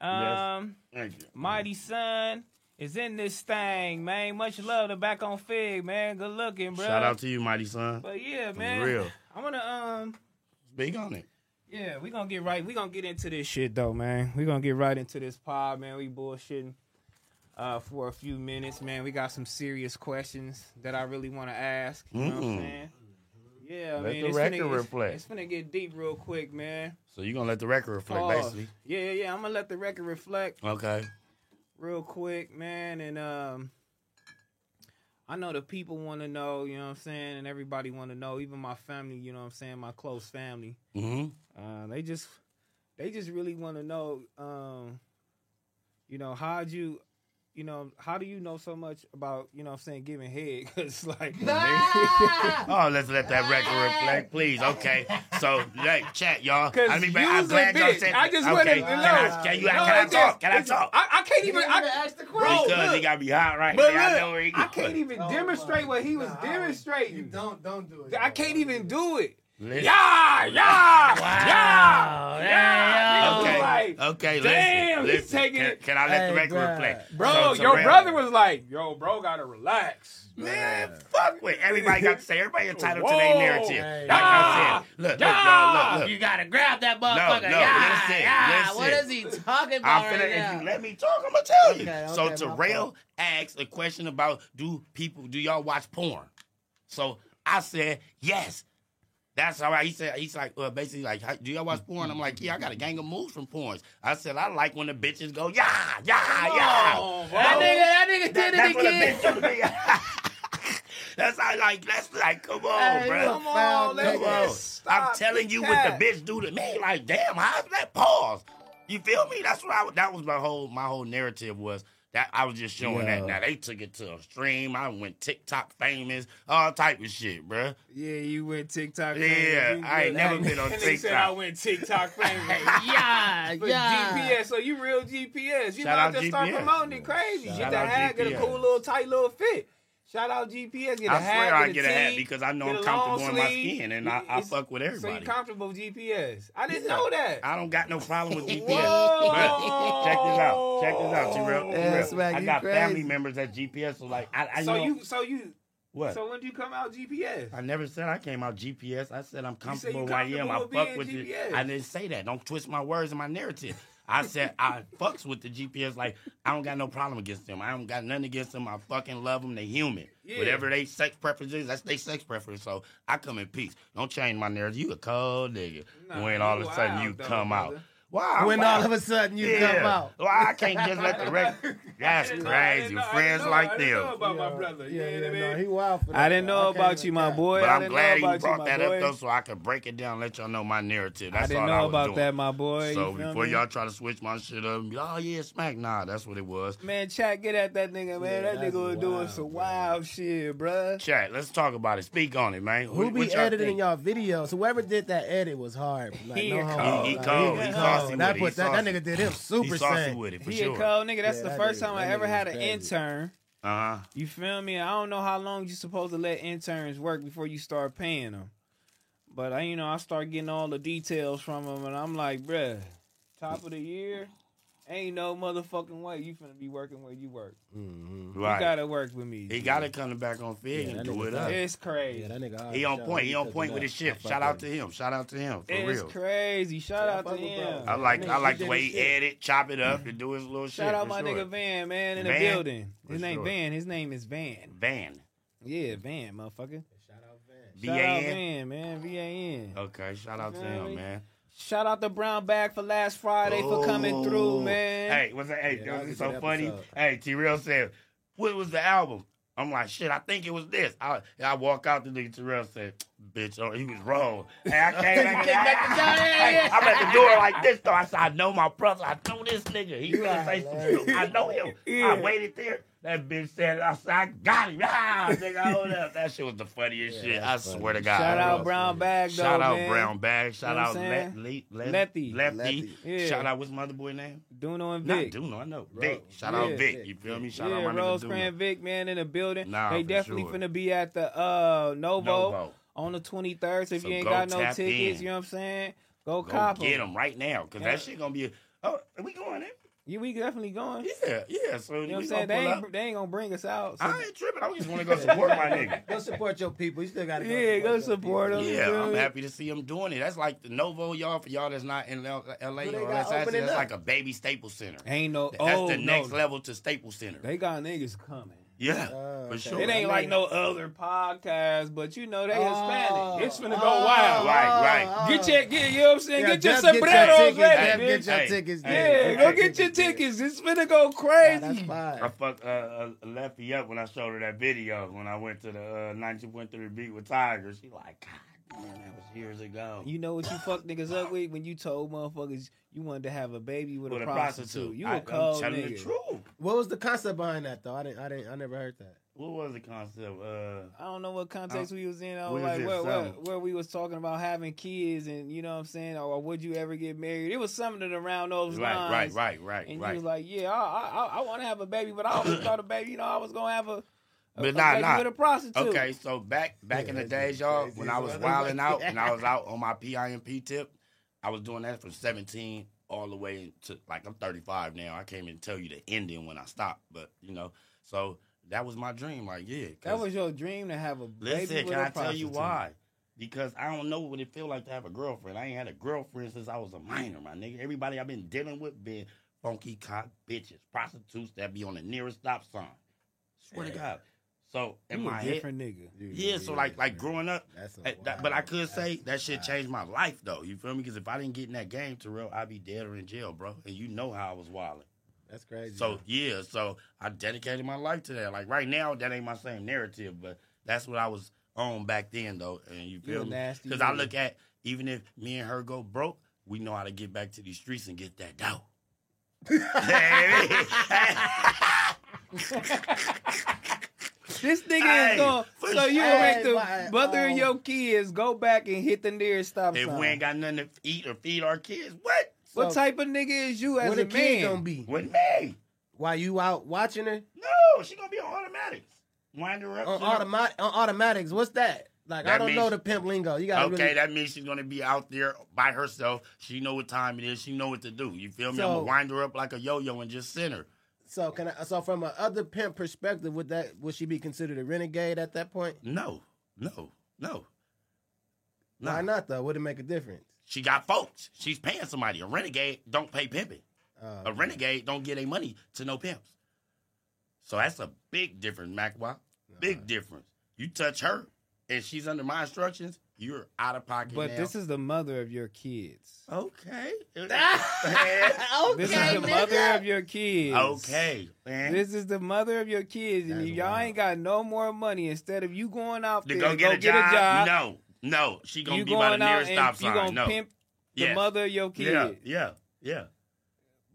Speaker 1: Um.
Speaker 2: Thank you.
Speaker 1: Mighty Sun is in this thing, man. Much love to back on Fig, man. Good looking, bro.
Speaker 2: Shout out to you, Mighty Son.
Speaker 1: But yeah,
Speaker 2: For
Speaker 1: man.
Speaker 2: real.
Speaker 1: I wanna um
Speaker 2: Speak on it.
Speaker 1: yeah, we gonna get right. We gonna get into this shit though, man. We gonna get right into this pod, man. We bullshitting uh for a few minutes, man. We got some serious questions that I really wanna ask. You know what I'm
Speaker 2: Mm-mm.
Speaker 1: saying? Yeah, I
Speaker 2: Mm-hmm. Let
Speaker 1: mean,
Speaker 2: the
Speaker 1: it's
Speaker 2: record
Speaker 1: finna,
Speaker 2: reflect.
Speaker 1: It's, it's gonna get deep real quick, man.
Speaker 2: So you're gonna let the record reflect,
Speaker 1: Pause.
Speaker 2: basically.
Speaker 1: Yeah, yeah, yeah. I'm gonna let the record reflect.
Speaker 2: Okay.
Speaker 1: real quick, man, and um I know the people want to know, you know what I'm saying, and everybody want to know, even my family, you know what I'm saying, my close family.
Speaker 2: Mm-hmm.
Speaker 1: Uh they just they just really want to know um you know, how'd you you know, how do you know so much about, you know what I'm saying, giving head? Cuz like Ah.
Speaker 2: Oh, let's let that record reflect, please. Okay. So, like, chat, y'all.
Speaker 1: 'Cause
Speaker 2: I mean, but
Speaker 1: you's
Speaker 2: I'm
Speaker 1: a
Speaker 2: glad y'all
Speaker 1: bitch.
Speaker 2: said
Speaker 1: I
Speaker 2: that.
Speaker 1: just
Speaker 2: okay.
Speaker 1: wanna
Speaker 2: Can
Speaker 1: know.
Speaker 2: I, can you,
Speaker 1: No,
Speaker 2: can I
Speaker 1: it's
Speaker 2: talk?
Speaker 1: just-
Speaker 2: Can I
Speaker 1: it's-
Speaker 2: talk?
Speaker 1: I, I can't even I,
Speaker 6: ask the
Speaker 1: Bro,
Speaker 2: because
Speaker 1: look.
Speaker 2: he got me hot right
Speaker 1: but
Speaker 2: there. I know
Speaker 1: look,
Speaker 2: where he
Speaker 1: I
Speaker 2: going.
Speaker 1: can't even
Speaker 6: Oh,
Speaker 1: demonstrate
Speaker 6: my
Speaker 1: what he was
Speaker 6: God. You
Speaker 1: demonstrating.
Speaker 6: don't don't do it.
Speaker 1: I can't even do it.
Speaker 2: Listen.
Speaker 1: Yeah, yeah,
Speaker 2: Wow.
Speaker 1: yeah, yeah.
Speaker 2: Okay.
Speaker 1: Okay.
Speaker 2: okay.
Speaker 1: damn,
Speaker 2: listen,
Speaker 1: he's
Speaker 2: listen.
Speaker 1: taking
Speaker 2: can,
Speaker 1: it-
Speaker 2: Can I let the
Speaker 6: Hey,
Speaker 2: record
Speaker 6: bruh.
Speaker 2: reflect?
Speaker 1: Bro,
Speaker 2: So,
Speaker 1: your
Speaker 2: Terrell-
Speaker 1: brother was like, "Yo, bro, gotta relax."
Speaker 2: Man, fuck with everybody. Got to say everybody entitled to their
Speaker 1: Whoa.
Speaker 2: narrative.
Speaker 6: Hey.
Speaker 2: Like I said, look, look, y'all, look, look.
Speaker 7: You gotta grab that
Speaker 2: no,
Speaker 7: motherfucker.
Speaker 2: no,
Speaker 7: yeah,
Speaker 2: listen,
Speaker 7: yeah.
Speaker 2: listen.
Speaker 7: What is he talking about
Speaker 2: I'm
Speaker 7: right
Speaker 2: finna,
Speaker 7: now?
Speaker 2: if you let me talk, I'm gonna tell you.
Speaker 6: Okay,
Speaker 2: so
Speaker 6: okay, my
Speaker 2: Terrell asked a question about do people do y'all watch porn? So I said yes. That's all right. He said he's like well, basically like "How- do y'all watch porn? I'm like yeah, I got a gang of moves from porns. I said I like when the bitches go yeah yeah yeah.
Speaker 7: that nigga, that nigga
Speaker 2: That-
Speaker 7: did it again.
Speaker 2: that's what a bitch should be. that's how, like that's like come on,
Speaker 7: Hey,
Speaker 2: bro.
Speaker 7: come on,
Speaker 2: Come
Speaker 7: let's
Speaker 2: on. I'm
Speaker 1: stop
Speaker 2: telling you
Speaker 1: that.
Speaker 2: what the bitch do to me. Like damn, how's that pause? You feel me? That's what I. That was my whole my whole narrative was. That I was just showing that. Now they took it to a stream. I went TikTok famous, all type of shit, bruh.
Speaker 1: Yeah, you went TikTok.
Speaker 2: Yeah,
Speaker 1: famous. You
Speaker 2: I ain't
Speaker 1: good.
Speaker 2: never been on
Speaker 1: And they said I
Speaker 2: TikTok.
Speaker 1: went TikTok famous.
Speaker 6: Ah,
Speaker 7: Yeah,
Speaker 1: But
Speaker 7: yeah.
Speaker 1: GPS, so you real GPS. You
Speaker 2: Shout
Speaker 1: about
Speaker 2: out
Speaker 1: to start
Speaker 2: GPS.
Speaker 1: promoting it crazy. get
Speaker 2: out
Speaker 1: the hat, get a
Speaker 2: GPS.
Speaker 1: cool little tight little fit. Shout out GPS. Get a
Speaker 2: I
Speaker 1: hat,
Speaker 2: swear I
Speaker 1: get
Speaker 2: get a hat
Speaker 1: tee,
Speaker 2: because I know
Speaker 1: get
Speaker 2: I'm
Speaker 1: a
Speaker 2: comfortable
Speaker 1: long
Speaker 2: in my
Speaker 1: sleeve.
Speaker 2: skin and I, I
Speaker 1: It's-
Speaker 2: fuck with
Speaker 1: So you
Speaker 2: everybody.
Speaker 1: comfortable with GPS? I didn't know that.
Speaker 2: I don't got no problem with GPS.
Speaker 1: Whoa.
Speaker 2: But check this out. Check this out, T-Real.
Speaker 6: Yeah,
Speaker 2: T-Real.
Speaker 6: Swag,
Speaker 2: I
Speaker 6: you
Speaker 2: got
Speaker 6: crazy.
Speaker 2: family members at GPS, so like I, I
Speaker 1: so
Speaker 2: know
Speaker 1: you, so you,
Speaker 2: what.
Speaker 1: so when do you come out GPS?
Speaker 2: I never said I came out GPS. I said I'm
Speaker 1: said you
Speaker 2: comfortable where I am. I
Speaker 1: comfortable
Speaker 2: fuck
Speaker 1: being
Speaker 2: with it.
Speaker 1: GPS.
Speaker 2: I didn't say that. Don't twist my words in my narrative. I said I fucks with the GPS. Like I don't got no problem against them. I don't got nothing against them. I fucking love them. They human.
Speaker 1: Yeah.
Speaker 2: Whatever they sex preference is, that's their sex preference. So I come in peace. Don't change my narrative. You a cold nigga.
Speaker 1: Nah,
Speaker 2: when all
Speaker 1: you
Speaker 2: of a sudden
Speaker 1: wild
Speaker 2: you
Speaker 1: though,
Speaker 2: come out.
Speaker 1: brother.
Speaker 2: Wow.
Speaker 6: When all of a sudden you come out.
Speaker 2: Well, I can't just let the record. That's
Speaker 1: I didn't know- I didn't
Speaker 2: crazy.
Speaker 1: know- I didn't
Speaker 2: Friends
Speaker 1: know- I
Speaker 2: like
Speaker 1: didn't know
Speaker 2: them.
Speaker 1: about my brother. You
Speaker 6: Yeah,
Speaker 1: know
Speaker 6: yeah,
Speaker 1: what I
Speaker 6: no,
Speaker 1: mean?
Speaker 6: he wild for that.
Speaker 1: I didn't
Speaker 6: though.
Speaker 1: know
Speaker 6: can't
Speaker 1: about
Speaker 6: even
Speaker 1: you, my
Speaker 6: cap.
Speaker 1: boy.
Speaker 2: But
Speaker 1: I
Speaker 2: I'm
Speaker 1: didn't
Speaker 2: glad
Speaker 1: know
Speaker 2: you
Speaker 1: about
Speaker 2: brought
Speaker 1: my
Speaker 2: that
Speaker 1: boy.
Speaker 2: up though, so I could break it down, and let y'all know my narrative. That's
Speaker 1: I didn't
Speaker 2: all
Speaker 1: know
Speaker 2: I was
Speaker 1: about
Speaker 2: doing.
Speaker 1: that, my boy.
Speaker 2: So
Speaker 1: You feel
Speaker 2: before
Speaker 1: me?
Speaker 2: y'all try to switch my shit up, and be like, oh yeah, smack. Nah, that's what it was.
Speaker 1: man, chat, get at that nigga, man.
Speaker 6: Yeah,
Speaker 1: that nigga
Speaker 6: that's
Speaker 1: was doing
Speaker 6: wild,
Speaker 1: some
Speaker 6: man.
Speaker 1: wild shit, bruh.
Speaker 2: Chat, let's talk about it. Speak on it, man.
Speaker 6: Who
Speaker 2: What-
Speaker 6: be
Speaker 2: what y'all
Speaker 6: editing
Speaker 2: think?
Speaker 6: y'all videos? Whoever did that edit was hard. Like,
Speaker 1: He
Speaker 6: no
Speaker 1: a
Speaker 6: homo.
Speaker 1: cold.
Speaker 2: He- he
Speaker 6: Like,
Speaker 2: cold.
Speaker 6: was
Speaker 1: He
Speaker 2: saucy
Speaker 6: That,
Speaker 2: with it. He
Speaker 6: put that, that
Speaker 2: saucy.
Speaker 6: nigga did him
Speaker 2: He
Speaker 6: super
Speaker 2: saucy
Speaker 6: sad.
Speaker 2: with it for
Speaker 1: He a
Speaker 2: sure. Uh
Speaker 1: cold nigga. That's
Speaker 6: Yeah,
Speaker 1: the
Speaker 6: that
Speaker 1: first
Speaker 6: nigga-
Speaker 1: time I
Speaker 6: that
Speaker 1: ever
Speaker 6: nigga
Speaker 1: had
Speaker 6: was
Speaker 1: an
Speaker 6: crazy.
Speaker 1: intern.
Speaker 2: huh.
Speaker 1: You feel me? I don't know how long you supposed to let interns work before you start paying them. But I, you know, I start getting all the details from them, and I'm like, bruh, top of the year, Ain't no motherfucking way you finna be working where you work. You
Speaker 2: Right.
Speaker 1: gotta work with me.
Speaker 2: He got to come back on Fig
Speaker 6: Yeah,
Speaker 2: and
Speaker 6: that
Speaker 2: do
Speaker 6: nigga
Speaker 2: it
Speaker 6: done.
Speaker 2: up.
Speaker 1: It's crazy.
Speaker 6: Yeah, that nigga. hard
Speaker 2: He
Speaker 6: as
Speaker 2: on
Speaker 6: hell.
Speaker 2: point.
Speaker 6: He
Speaker 2: He on
Speaker 6: cooking
Speaker 2: point with
Speaker 6: up.
Speaker 2: his
Speaker 6: I
Speaker 2: shit.
Speaker 6: fuck
Speaker 2: Shout out
Speaker 6: with
Speaker 2: to
Speaker 6: him.
Speaker 2: him. Shout out to him for
Speaker 1: it's
Speaker 2: real.
Speaker 1: crazy. Shout
Speaker 6: Yeah, I
Speaker 1: out to
Speaker 6: fuck with
Speaker 1: him.
Speaker 6: bro.
Speaker 2: I like
Speaker 6: Nigga,
Speaker 2: I like
Speaker 6: he
Speaker 2: the
Speaker 6: did
Speaker 2: way
Speaker 6: his
Speaker 2: he
Speaker 6: shit.
Speaker 2: edit, chop it up, and do his little shit.
Speaker 1: Shout out
Speaker 2: for
Speaker 1: my
Speaker 2: sure.
Speaker 1: nigga Van, man, in the
Speaker 2: Van?
Speaker 1: building.
Speaker 2: For
Speaker 1: His name
Speaker 2: sure.
Speaker 1: Van. His name is Van.
Speaker 2: Van.
Speaker 1: Yeah, Van, motherfucker.
Speaker 6: Shout out Van.
Speaker 2: V A
Speaker 1: Shout out
Speaker 2: N.
Speaker 1: Van, man. V A N.
Speaker 2: Okay, shout out to
Speaker 1: feel me?
Speaker 2: him, man.
Speaker 1: Shout out to Brown Bag for last Friday for coming through,
Speaker 2: Ooh.
Speaker 1: man.
Speaker 2: Oh. Hey, what's that? Hey,
Speaker 6: Yeah,
Speaker 2: that
Speaker 6: that
Speaker 2: was
Speaker 6: was a
Speaker 2: so
Speaker 6: good
Speaker 2: funny.
Speaker 6: episode.
Speaker 2: Hey, T Real said, What was the album? I'm like, shit, I think it was this. I, I walk out the nigga Terrell said, bitch, oh, he was wrong. Hey, I came back,
Speaker 7: Came back to town, yeah,
Speaker 2: Hey,
Speaker 7: yeah.
Speaker 2: I'm at the door like this though. I said, I know my brother. I know this nigga. He gonna say
Speaker 6: Right,
Speaker 2: some
Speaker 6: man.
Speaker 2: shit. I know him. I waited there. That bitch said, it. I said, I got him. Ah, nigga, hold up. That shit was the funniest
Speaker 6: Yeah,
Speaker 2: shit. I
Speaker 6: that's
Speaker 2: swear to
Speaker 6: funny.
Speaker 2: God.
Speaker 1: Shout
Speaker 2: I
Speaker 1: out
Speaker 2: was-
Speaker 1: Brown Bag, though,
Speaker 2: Shout out
Speaker 1: man.
Speaker 2: Brown Bag. Shout
Speaker 1: know what
Speaker 2: out
Speaker 1: I'm
Speaker 2: Let,
Speaker 1: saying?
Speaker 2: Le- Le-
Speaker 1: Lefty.
Speaker 2: Lefty.
Speaker 1: Yeah.
Speaker 2: Shout out what's my other boy name?
Speaker 1: Duno and
Speaker 2: Not
Speaker 1: Vic.
Speaker 2: Duno, I know.
Speaker 6: Bro.
Speaker 2: Vic. Shout
Speaker 1: Yeah.
Speaker 2: out Vic. You feel me? Shout
Speaker 1: yeah,
Speaker 2: out my nigga
Speaker 1: Rosecrans
Speaker 2: Duno.
Speaker 1: Vic, man, in the building.
Speaker 2: Nah,
Speaker 1: they
Speaker 2: for
Speaker 1: definitely
Speaker 2: sure.
Speaker 1: finna be at the uh Novo,
Speaker 2: Novo.
Speaker 1: on the 23rd. So if
Speaker 2: So
Speaker 1: you ain't
Speaker 2: go
Speaker 1: got no
Speaker 2: tap
Speaker 1: tickets,
Speaker 2: in.
Speaker 1: you know what I'm saying? Go,
Speaker 2: Go
Speaker 1: cop 'em.
Speaker 2: get him right now, cause
Speaker 1: Yeah.
Speaker 2: that shit gonna be. A, oh, are we going in?
Speaker 1: Yeah, we definitely going.
Speaker 2: Yeah, yeah. So
Speaker 1: You know what I'm
Speaker 2: we
Speaker 1: saying? They
Speaker 2: gonna pull up.
Speaker 1: ain't, they ain't gonna bring us out. So
Speaker 2: I ain't tripping. I just want to go support my nigga.
Speaker 6: Go support your people. You still got to go.
Speaker 1: Yeah, go support
Speaker 6: your
Speaker 1: them.
Speaker 6: people.
Speaker 2: Yeah, I'm
Speaker 1: dude.
Speaker 2: happy to see him doing it. That's like the Novo, y'all. For y'all that's not in L- LA
Speaker 6: Who they
Speaker 2: or
Speaker 6: got
Speaker 2: that's, that's
Speaker 6: opening up?
Speaker 2: like a baby Staples Center.
Speaker 1: Ain't no.
Speaker 2: That's
Speaker 1: oh
Speaker 2: the next
Speaker 1: no,
Speaker 2: level to Staples Center.
Speaker 1: they got niggas coming.
Speaker 2: yeah,
Speaker 6: Oh,
Speaker 2: for
Speaker 6: okay.
Speaker 2: sure.
Speaker 1: It ain't like no other podcast, but you know they
Speaker 6: Oh.
Speaker 1: Hispanic. It's finna go
Speaker 6: Oh,
Speaker 1: wild.
Speaker 2: Right, right.
Speaker 6: oh.
Speaker 1: Get your, get, you know what I'm saying?
Speaker 6: Yeah,
Speaker 1: get your
Speaker 6: just your
Speaker 1: sombreros
Speaker 6: tickets,
Speaker 1: ready, bitch.
Speaker 6: Jeff, Get your
Speaker 2: Hey,
Speaker 6: tickets.
Speaker 1: Yeah,
Speaker 2: hey,
Speaker 1: go
Speaker 2: hey,
Speaker 1: get your tickets. It's finna go crazy.
Speaker 6: Nah, that's
Speaker 2: I
Speaker 6: fine.
Speaker 2: fucked uh, uh, Lefty up when I showed her that video when I went to the uh, 92.3 beat with Tiger. She like, God, man, that was years ago.
Speaker 1: You know what you fuck niggas up with when you told motherfuckers you wanted to have a baby with,
Speaker 2: with
Speaker 1: a, prostitute. You a
Speaker 2: I,
Speaker 1: cold
Speaker 2: I'm telling
Speaker 1: nigga.
Speaker 2: the truth.
Speaker 6: What was the concept behind that though? I didn't. I didn't. I never heard that.
Speaker 2: What was the concept? Uh,
Speaker 1: I don't know what context we was in. I
Speaker 2: we
Speaker 1: was
Speaker 2: was
Speaker 1: like
Speaker 2: in
Speaker 1: where, where,
Speaker 2: something.
Speaker 1: where we was talking about having kids and you know what I'm saying, or would you ever get married? It was something around those
Speaker 2: right,
Speaker 1: lines.
Speaker 2: right, right, right,
Speaker 1: And
Speaker 2: right.
Speaker 1: you was like, yeah, I I, I want to have a baby, but I always thought a baby, you know, I was gonna have a, a, a
Speaker 2: But nah,
Speaker 1: baby
Speaker 2: nah.
Speaker 1: with a prostitute.
Speaker 2: Okay, so back back in the
Speaker 6: Yeah, that's
Speaker 2: days, y'all,
Speaker 6: crazy.
Speaker 2: when I was wilding out and I was out on my PIMP tip, I was doing that from 17 all the way to like I'm 35 now. I can't even tell you the ending when I stopped, but you know, so that was my dream. Like, yeah, 'cause-
Speaker 1: that was your dream to have a baby
Speaker 2: Listen,
Speaker 1: with
Speaker 2: can
Speaker 1: a
Speaker 2: I tell you
Speaker 1: prostitute.
Speaker 2: why? Because I don't know what it feel like to have a girlfriend. I ain't had a girlfriend since I was a minor, my nigga. Everybody I've been dealing with been funky cock bitches, prostitutes that be on the nearest stop sign. Swear to God. So in
Speaker 1: You
Speaker 2: my
Speaker 1: a
Speaker 2: head,
Speaker 1: different nigga.
Speaker 2: yeah. So like like growing up,
Speaker 6: That's a
Speaker 2: eh, that- but I could say that shit changed my life though. You feel me? Because if I didn't get in that game, Terrell, I'd be dead or in jail, bro. And you know how I was wilding.
Speaker 6: That's crazy.
Speaker 2: So yeah, so I dedicated my life to that. Like right now, that ain't my same narrative, but that's what I was on back then, though. And you
Speaker 1: You a
Speaker 2: feel me?
Speaker 1: nasty
Speaker 2: Because I
Speaker 1: nigga.
Speaker 2: look at even if me and her go broke, we know how to get back to these streets and get that dough.
Speaker 1: This nigga
Speaker 2: Hey,
Speaker 1: is going.
Speaker 2: for
Speaker 1: So you
Speaker 6: sure.
Speaker 1: make the
Speaker 6: Hey,
Speaker 1: mother and
Speaker 6: um,
Speaker 1: your kids go back and hit the nearest stop
Speaker 2: if
Speaker 1: sign.
Speaker 2: we ain't got nothing to eat or feed our kids, what?
Speaker 1: what
Speaker 6: So,
Speaker 1: type of nigga is you as
Speaker 6: what
Speaker 1: a
Speaker 6: the kid gonna
Speaker 1: man?
Speaker 6: be
Speaker 2: With me?
Speaker 6: while you out watching her
Speaker 2: No, she gonna be on automatics. Wind her up.
Speaker 6: on
Speaker 2: shut her-
Speaker 6: automatic on automatics? What's that? Like I
Speaker 2: That
Speaker 6: don't
Speaker 2: means-
Speaker 6: know the pimp lingo. You gotta
Speaker 2: Okay,
Speaker 6: really.
Speaker 2: that means she's gonna be out there by herself. She know what time it is. She know what to do. You feel me? I'm
Speaker 6: So-
Speaker 2: gonna wind her up like a yo-yo and just send her.
Speaker 6: so can I? So from a other pimp perspective, would that would she be considered a renegade at that point?
Speaker 2: No, no, no. No.
Speaker 6: Why not though? Would it make a difference?
Speaker 2: She got folks. She's paying somebody. A renegade don't pay pimping.
Speaker 6: Uh,
Speaker 2: A renegade don't get their money to no pimps. So that's a big difference, Macwa. Big difference. You touch her and she's under my instructions, you're out of pocket.
Speaker 1: But
Speaker 2: now.
Speaker 1: this is the mother of your kids.
Speaker 2: okay.
Speaker 1: This is the
Speaker 6: Okay, nigga.
Speaker 1: mother of your kids.
Speaker 2: okay, man.
Speaker 1: This is the mother of your kids, and
Speaker 6: That's
Speaker 1: if y'all
Speaker 6: wild.
Speaker 1: ain't got no more money, instead of you going out
Speaker 2: to
Speaker 1: there
Speaker 2: go
Speaker 1: to
Speaker 2: get,
Speaker 1: go
Speaker 2: a, job?
Speaker 1: a job,
Speaker 2: No, no. She gonna
Speaker 1: you
Speaker 2: be by the
Speaker 1: going out
Speaker 2: nearest stop
Speaker 1: and you
Speaker 2: sign.
Speaker 1: gonna
Speaker 2: no.
Speaker 1: pimp the
Speaker 2: Yes.
Speaker 1: mother of your kid.
Speaker 2: Yeah, yeah, yeah.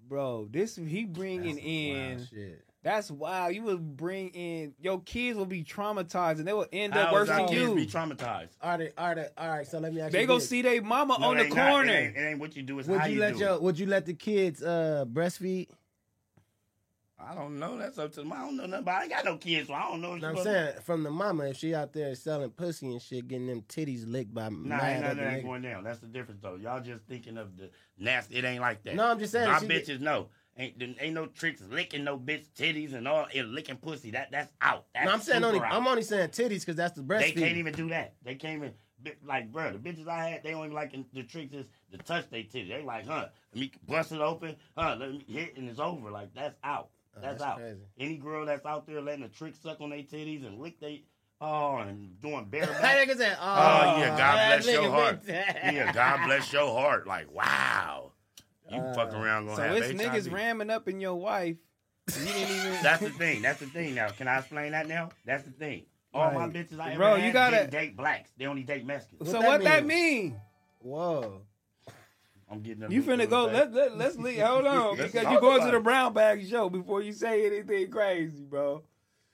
Speaker 1: Bro, this he bringing
Speaker 6: That's some
Speaker 1: in.
Speaker 6: wild shit.
Speaker 1: That's wild. You would bring in your kids will be traumatized and they will end up
Speaker 2: How
Speaker 1: worse
Speaker 2: is our
Speaker 1: than
Speaker 2: kids
Speaker 1: you.
Speaker 2: Be traumatized.
Speaker 6: All right, all right, all right. So let me ask
Speaker 1: they
Speaker 6: you
Speaker 1: go
Speaker 6: this.
Speaker 1: see their mama
Speaker 2: No,
Speaker 1: on
Speaker 2: it
Speaker 1: the
Speaker 2: ain't not.
Speaker 1: corner.
Speaker 2: It ain't, it ain't what you do. It's
Speaker 6: Would
Speaker 2: how
Speaker 6: you,
Speaker 2: you,
Speaker 6: let
Speaker 2: do
Speaker 6: your
Speaker 2: it.
Speaker 6: Would you let the kids uh, breastfeed?
Speaker 2: I don't know. That's up to them. I don't know nothing. But I ain't got no kids, so I don't know. What
Speaker 6: You know
Speaker 2: you
Speaker 6: what I'm
Speaker 2: gonna-
Speaker 6: saying from the mama, if she out there selling pussy and shit, getting them titties licked
Speaker 2: Nah,
Speaker 6: by mad
Speaker 2: ain't nothing
Speaker 6: other
Speaker 2: that ain't
Speaker 6: niggas.
Speaker 2: going down. That's the difference, though. Y'all just thinking of the nasty. It ain't like that.
Speaker 6: No, I'm just saying
Speaker 2: My
Speaker 6: she
Speaker 2: bitches
Speaker 6: get-
Speaker 2: know. Ain't, there ain't no tricks licking no bitch titties and all and licking pussy. That that's out. That's
Speaker 6: No, I'm saying
Speaker 2: super
Speaker 6: only.
Speaker 2: out.
Speaker 6: I'm only saying titties because that's the
Speaker 2: They
Speaker 6: breastfeeding.
Speaker 2: can't even do that. They can't even bi- like, bro. The bitches I had, they don't even like the tricks is to touch they titty. They like, huh? Let me bust it open, huh? Let me hit, and it's over. Like that's out.
Speaker 6: Oh,
Speaker 2: That's,
Speaker 6: that's
Speaker 2: out.
Speaker 6: crazy.
Speaker 2: Any girl that's out there letting a trick suck on their titties and lick they, oh, and doing
Speaker 6: that
Speaker 2: bareback.
Speaker 6: nigga said, "Oh,
Speaker 2: Oh, yeah, God
Speaker 6: that
Speaker 2: bless your
Speaker 6: nigga
Speaker 2: heart."
Speaker 6: been-
Speaker 2: yeah, God bless your heart. Like, wow, you fucking around gonna
Speaker 1: Uh, So
Speaker 2: have
Speaker 1: it's
Speaker 2: HIV.
Speaker 1: niggas ramming up in your wife. and You didn't even.
Speaker 2: That's the thing. That's the thing. Now, can I explain that? Now, that's the thing. All my bitches I ever
Speaker 1: Bro,
Speaker 2: had
Speaker 1: you gotta-
Speaker 2: didn't date blacks. They only date Mexicans.
Speaker 1: so
Speaker 6: that
Speaker 1: what that
Speaker 6: mean?
Speaker 1: mean?
Speaker 6: Whoa.
Speaker 2: I'm getting.
Speaker 1: You finna go?
Speaker 2: let.
Speaker 1: Let, let let's leave. Hold on,
Speaker 2: Let's
Speaker 1: because
Speaker 2: talk
Speaker 1: you going to
Speaker 2: about
Speaker 1: the
Speaker 2: it.
Speaker 1: brown bag show before you say anything crazy, bro.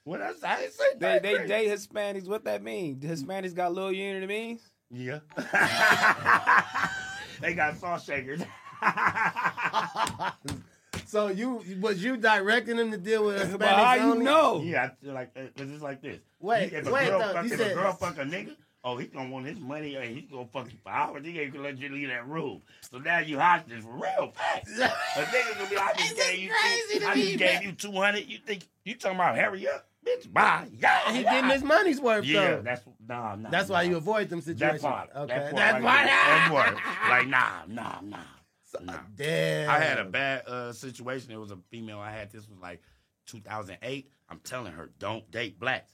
Speaker 2: What I, I didn't say
Speaker 1: They
Speaker 2: that.
Speaker 1: they date Hispanics. What that mean? The Hispanics got little unit means.
Speaker 2: Yeah. they got saw shakers.
Speaker 6: So you was you directing him to deal with Hispanics
Speaker 1: But how you
Speaker 6: only?
Speaker 1: know?
Speaker 2: yeah, I feel like because it's like this.
Speaker 6: Wait,
Speaker 2: if
Speaker 6: wait,
Speaker 2: a girl
Speaker 6: though,
Speaker 2: fuck,
Speaker 6: you
Speaker 2: if
Speaker 6: said-
Speaker 2: a girl fuck a nigga, oh, he's gonna want his money and he's gonna fuck you for hours. He ain't gonna let you leave that room. So now you hostage for real facts. a nigga gonna be like, I just
Speaker 6: This is
Speaker 2: gave you,
Speaker 6: crazy
Speaker 2: two,
Speaker 6: to
Speaker 2: I
Speaker 6: me,
Speaker 2: just
Speaker 6: man.
Speaker 2: gave you two hundred. You think you talking about hurry up, bitch? Bye. Yeah,
Speaker 6: He
Speaker 2: yeah.
Speaker 6: getting his money's worth
Speaker 2: Yeah,
Speaker 6: though.
Speaker 2: that's nah, nah.
Speaker 6: That's why
Speaker 2: nah.
Speaker 6: you avoid them
Speaker 2: That
Speaker 6: situations.
Speaker 2: part.
Speaker 6: Okay.
Speaker 2: That part.
Speaker 6: That's
Speaker 2: right
Speaker 6: why.
Speaker 2: there. That part. Like, nah, nah, nah. nah.
Speaker 6: Damn.
Speaker 2: I had a bad uh, situation. It was a female I had. This was like 2008. I'm telling her, don't date blacks.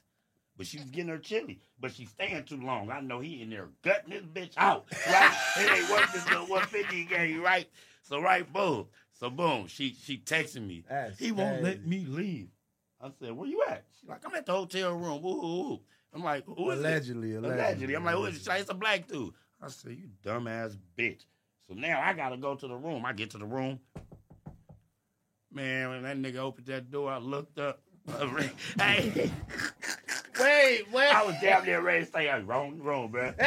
Speaker 2: But she was getting her chili. But she's staying too long. I know he in there gutting this bitch out. Right? it ain't worth this little 150 he gave you, right? So, right, boom. So, boom. She she texted me.
Speaker 6: That's
Speaker 2: he won't
Speaker 6: crazy.
Speaker 2: let me leave. I said, where you at? She's like, I'm at the hotel room. Ooh, ooh, ooh. I'm like, who is this?
Speaker 6: Allegedly, allegedly.
Speaker 2: Allegedly. I'm like, who is it? She's like, it's a black dude. I said, you dumbass bitch. So now I gotta go to the room. I get to the room. Man, when that nigga opened that door, I looked up. hey,
Speaker 6: Wait, wait.
Speaker 2: I was damn near ready to say, hey, wrong, wrong, bro.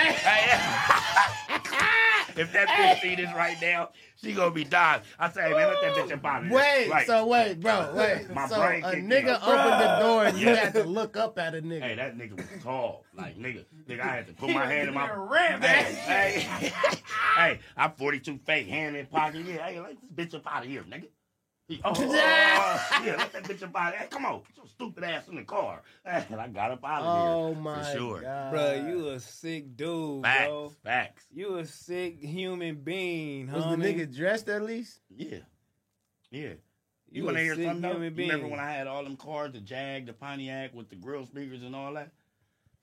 Speaker 2: Hey. if that bitch see this right now, she gonna be dying. I say, hey, man, let that bitch up out of here.
Speaker 6: Wait,
Speaker 2: Right.
Speaker 6: so wait, bro, wait.
Speaker 2: My
Speaker 6: so
Speaker 2: brain
Speaker 6: a
Speaker 2: kicked in.
Speaker 6: nigga opened the door and you
Speaker 2: Yeah.
Speaker 6: had to look up at a nigga.
Speaker 2: Hey, that nigga was tall. Like, nigga, nigga, I had to put my hand in my.
Speaker 1: Ram
Speaker 2: Hey, hey, hey, I'm 42 fake, hand in pocket. Yeah, hey, let this bitch up out of here, nigga. He- Oh, oh, oh, oh, yeah, let that bitch up out of here. Come on, put your stupid ass in the car. And I got up out of
Speaker 6: oh
Speaker 2: here.
Speaker 6: my
Speaker 2: for sure.
Speaker 6: god,
Speaker 1: bro. You a sick dude,
Speaker 2: Facts,
Speaker 1: bro.
Speaker 2: facts.
Speaker 1: You a sick human being,
Speaker 6: was
Speaker 1: homie.
Speaker 6: the nigga dressed at least?
Speaker 2: Yeah, yeah. You,
Speaker 1: You,
Speaker 2: want
Speaker 1: a
Speaker 2: to hear
Speaker 1: sick
Speaker 2: something? though?
Speaker 1: human
Speaker 2: You
Speaker 1: being.
Speaker 2: remember when I had all them cars, the Jag, the Pontiac with the grill speakers and all that?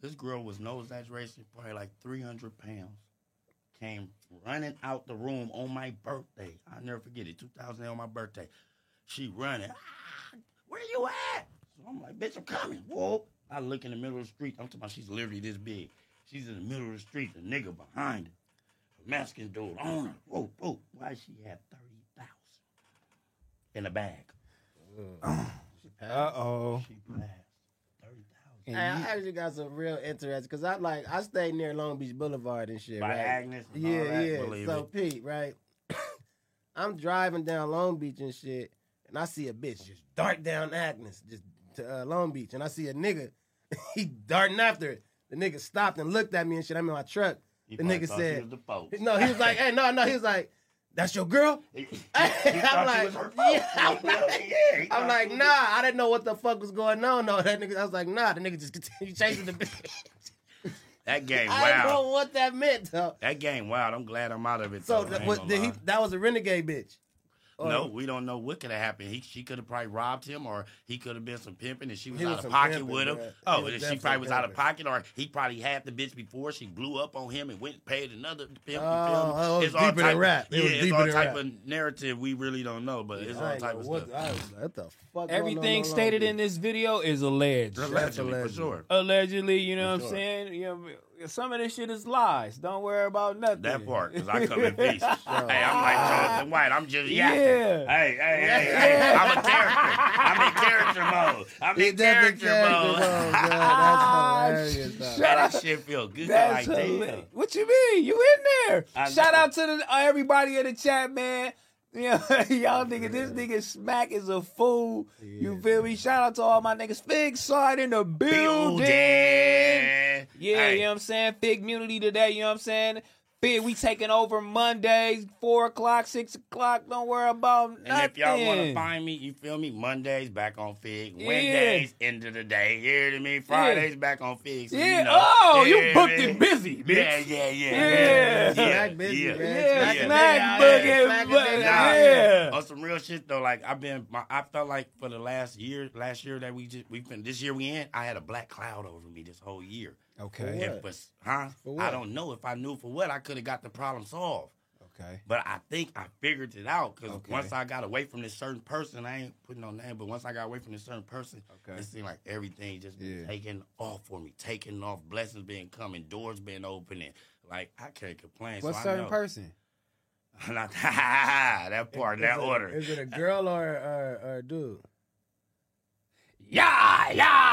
Speaker 2: This girl was no exaggeration, probably like 300 pounds. Came running out the room on my birthday. I'll never forget it. 2008 on my birthday. She running. "Ah, where you at? So I'm like, bitch, I'm coming. Whoa. I look in the middle of the street. I'm talking about she's literally this big. She's in the middle of the street. The nigga behind her. Mexican dude on her. Whoa, whoa. Why she had 30,000 in a bag?
Speaker 1: Uh oh.
Speaker 2: She passed. 30,000.
Speaker 6: Hey, I actually got some real interest because I like I stayed near Long Beach Boulevard and shit.
Speaker 2: By
Speaker 6: right?
Speaker 2: Agnes. And
Speaker 6: yeah,
Speaker 2: all that,
Speaker 6: yeah.
Speaker 2: Believe
Speaker 6: so
Speaker 2: it.
Speaker 6: Pete, right? I'm driving down Long Beach and shit, and I see a bitch just dart down Agnes, just to uh, Long Beach, and I see a nigga, he darting after it. The nigga stopped and looked at me and shit. I'm in my truck.
Speaker 2: He
Speaker 6: the
Speaker 2: probably
Speaker 6: nigga
Speaker 2: thought she
Speaker 6: said-
Speaker 2: was the Pope.
Speaker 6: No, he was like, "Hey, no, no." He was like, "That's your girl."
Speaker 2: He- he
Speaker 6: I'm
Speaker 2: thought
Speaker 6: like-
Speaker 2: she was her Pope.
Speaker 6: yeah, I'm like-
Speaker 2: yeah, he
Speaker 6: I'm
Speaker 2: thought
Speaker 6: like,
Speaker 2: she was-
Speaker 6: nah, I didn't know what the fuck was going on. No, that nigga, I was like, nah, the nigga just continued chasing the bitch.
Speaker 2: That game
Speaker 6: I didn't know
Speaker 2: wild.
Speaker 6: what that meant, though.
Speaker 2: That game wild. I'm glad I'm out of it.
Speaker 6: So
Speaker 2: though. I
Speaker 6: that
Speaker 2: ain't
Speaker 6: was
Speaker 2: gonna
Speaker 6: did he?
Speaker 2: lie.
Speaker 6: That was a renegade bitch. Or-
Speaker 2: No, we don't know what could have happened. He, she could have probably robbed him, or he could have been some pimping, and she was,
Speaker 6: He was
Speaker 2: out
Speaker 6: some
Speaker 2: of pocket
Speaker 6: pimping,
Speaker 2: with him.
Speaker 6: yeah. He
Speaker 2: Oh,
Speaker 6: was
Speaker 2: and she
Speaker 6: definitely
Speaker 2: probably was out of
Speaker 6: pimping.
Speaker 2: pocket, or he probably had the bitch before she blew up on him and went and paid another pimp. you feel
Speaker 6: Oh,
Speaker 2: me?
Speaker 6: it was
Speaker 2: It's all
Speaker 6: deeper than
Speaker 2: type-
Speaker 6: rap. It
Speaker 2: yeah,
Speaker 6: was
Speaker 2: it's
Speaker 6: deeper
Speaker 2: all
Speaker 6: than
Speaker 2: type
Speaker 6: rap.
Speaker 2: of narrative we really don't know, but it's
Speaker 6: I
Speaker 2: all
Speaker 6: ain't
Speaker 2: type
Speaker 6: know
Speaker 2: of
Speaker 6: what,
Speaker 2: stuff.
Speaker 6: I was like, what the fuck? going on
Speaker 1: Everything
Speaker 6: on
Speaker 1: stated
Speaker 6: Long
Speaker 1: in
Speaker 6: Beach?
Speaker 1: this video is alleged.
Speaker 2: Allegedly, for
Speaker 6: allegedly.
Speaker 2: sure.
Speaker 1: Allegedly, you know what
Speaker 6: Sure.
Speaker 1: I'm saying? You know, some of this shit is lies. Don't worry about nothing.
Speaker 2: That part, because I come in peace. hey, I'm like Jonathan White. I'm just
Speaker 1: Yeah.
Speaker 2: yeah. Hey, hey, hey, hey. I'm a character. I'm in character mode. I'm
Speaker 6: He
Speaker 2: in
Speaker 6: definitely
Speaker 2: character
Speaker 6: character mode,
Speaker 2: mode.
Speaker 6: bro.
Speaker 1: Ah,
Speaker 6: That's hilarious.
Speaker 1: shut
Speaker 6: dog.
Speaker 2: Man, that shit feel good
Speaker 1: That's
Speaker 2: like
Speaker 1: hila-
Speaker 2: that.
Speaker 1: What you mean? You in there?
Speaker 2: I
Speaker 1: Shout
Speaker 2: know.
Speaker 1: out to the, uh, everybody in the chat, man. Yeah, y'all nigga, this nigga Smack is a fool. You feel me? Shout out to all my niggas. Fig side in the building.
Speaker 2: Building.
Speaker 1: Yeah, you know what I'm saying? Fig Munity today, you know what I'm saying? Big, we taking over Mondays, four o'clock, six o'clock. Don't worry about nothing.
Speaker 2: And if y'all want to find me, you feel me? Mondays back on Fig.
Speaker 1: Yeah.
Speaker 2: Wednesdays end of the day. You hear me? Fridays back on Fig. So
Speaker 1: yeah.
Speaker 2: You know,
Speaker 1: oh,
Speaker 2: You
Speaker 1: you
Speaker 2: hear
Speaker 1: booked
Speaker 2: me?
Speaker 1: and busy, bitch.
Speaker 2: Yeah, yeah, yeah.
Speaker 1: Yeah.
Speaker 2: Yeah, yeah.
Speaker 6: Smack busy,
Speaker 2: yeah.
Speaker 6: man.
Speaker 1: Yeah,
Speaker 6: Smack
Speaker 2: yeah.
Speaker 1: snack
Speaker 6: Yeah, yeah,
Speaker 1: boogie,
Speaker 6: smack it
Speaker 1: but-
Speaker 6: down.
Speaker 1: yeah.
Speaker 2: On some real shit though, like I've been, my, I felt like for the last year, last year that we just we been this year we in, I had a black cloud over me this whole year.
Speaker 6: For
Speaker 2: If
Speaker 6: what?
Speaker 2: was, huh?
Speaker 6: For what?
Speaker 2: I don't know if I knew for what I could have got the problem solved.
Speaker 3: Okay.
Speaker 2: But I think I figured it out because
Speaker 3: Okay.
Speaker 2: once I got away from this certain person, I ain't putting no name, but once I got away from this certain person,
Speaker 3: Okay.
Speaker 2: it seemed like everything just been
Speaker 3: Yeah.
Speaker 2: taking off for me, taking off, blessings being coming, doors being opening. Like I can't complain.
Speaker 3: What
Speaker 2: so I
Speaker 3: certain
Speaker 2: know.
Speaker 3: person?
Speaker 2: Not- that part, that
Speaker 6: Is it-
Speaker 2: order.
Speaker 6: Is it a girl or or, or a dude?
Speaker 2: yeah, yeah.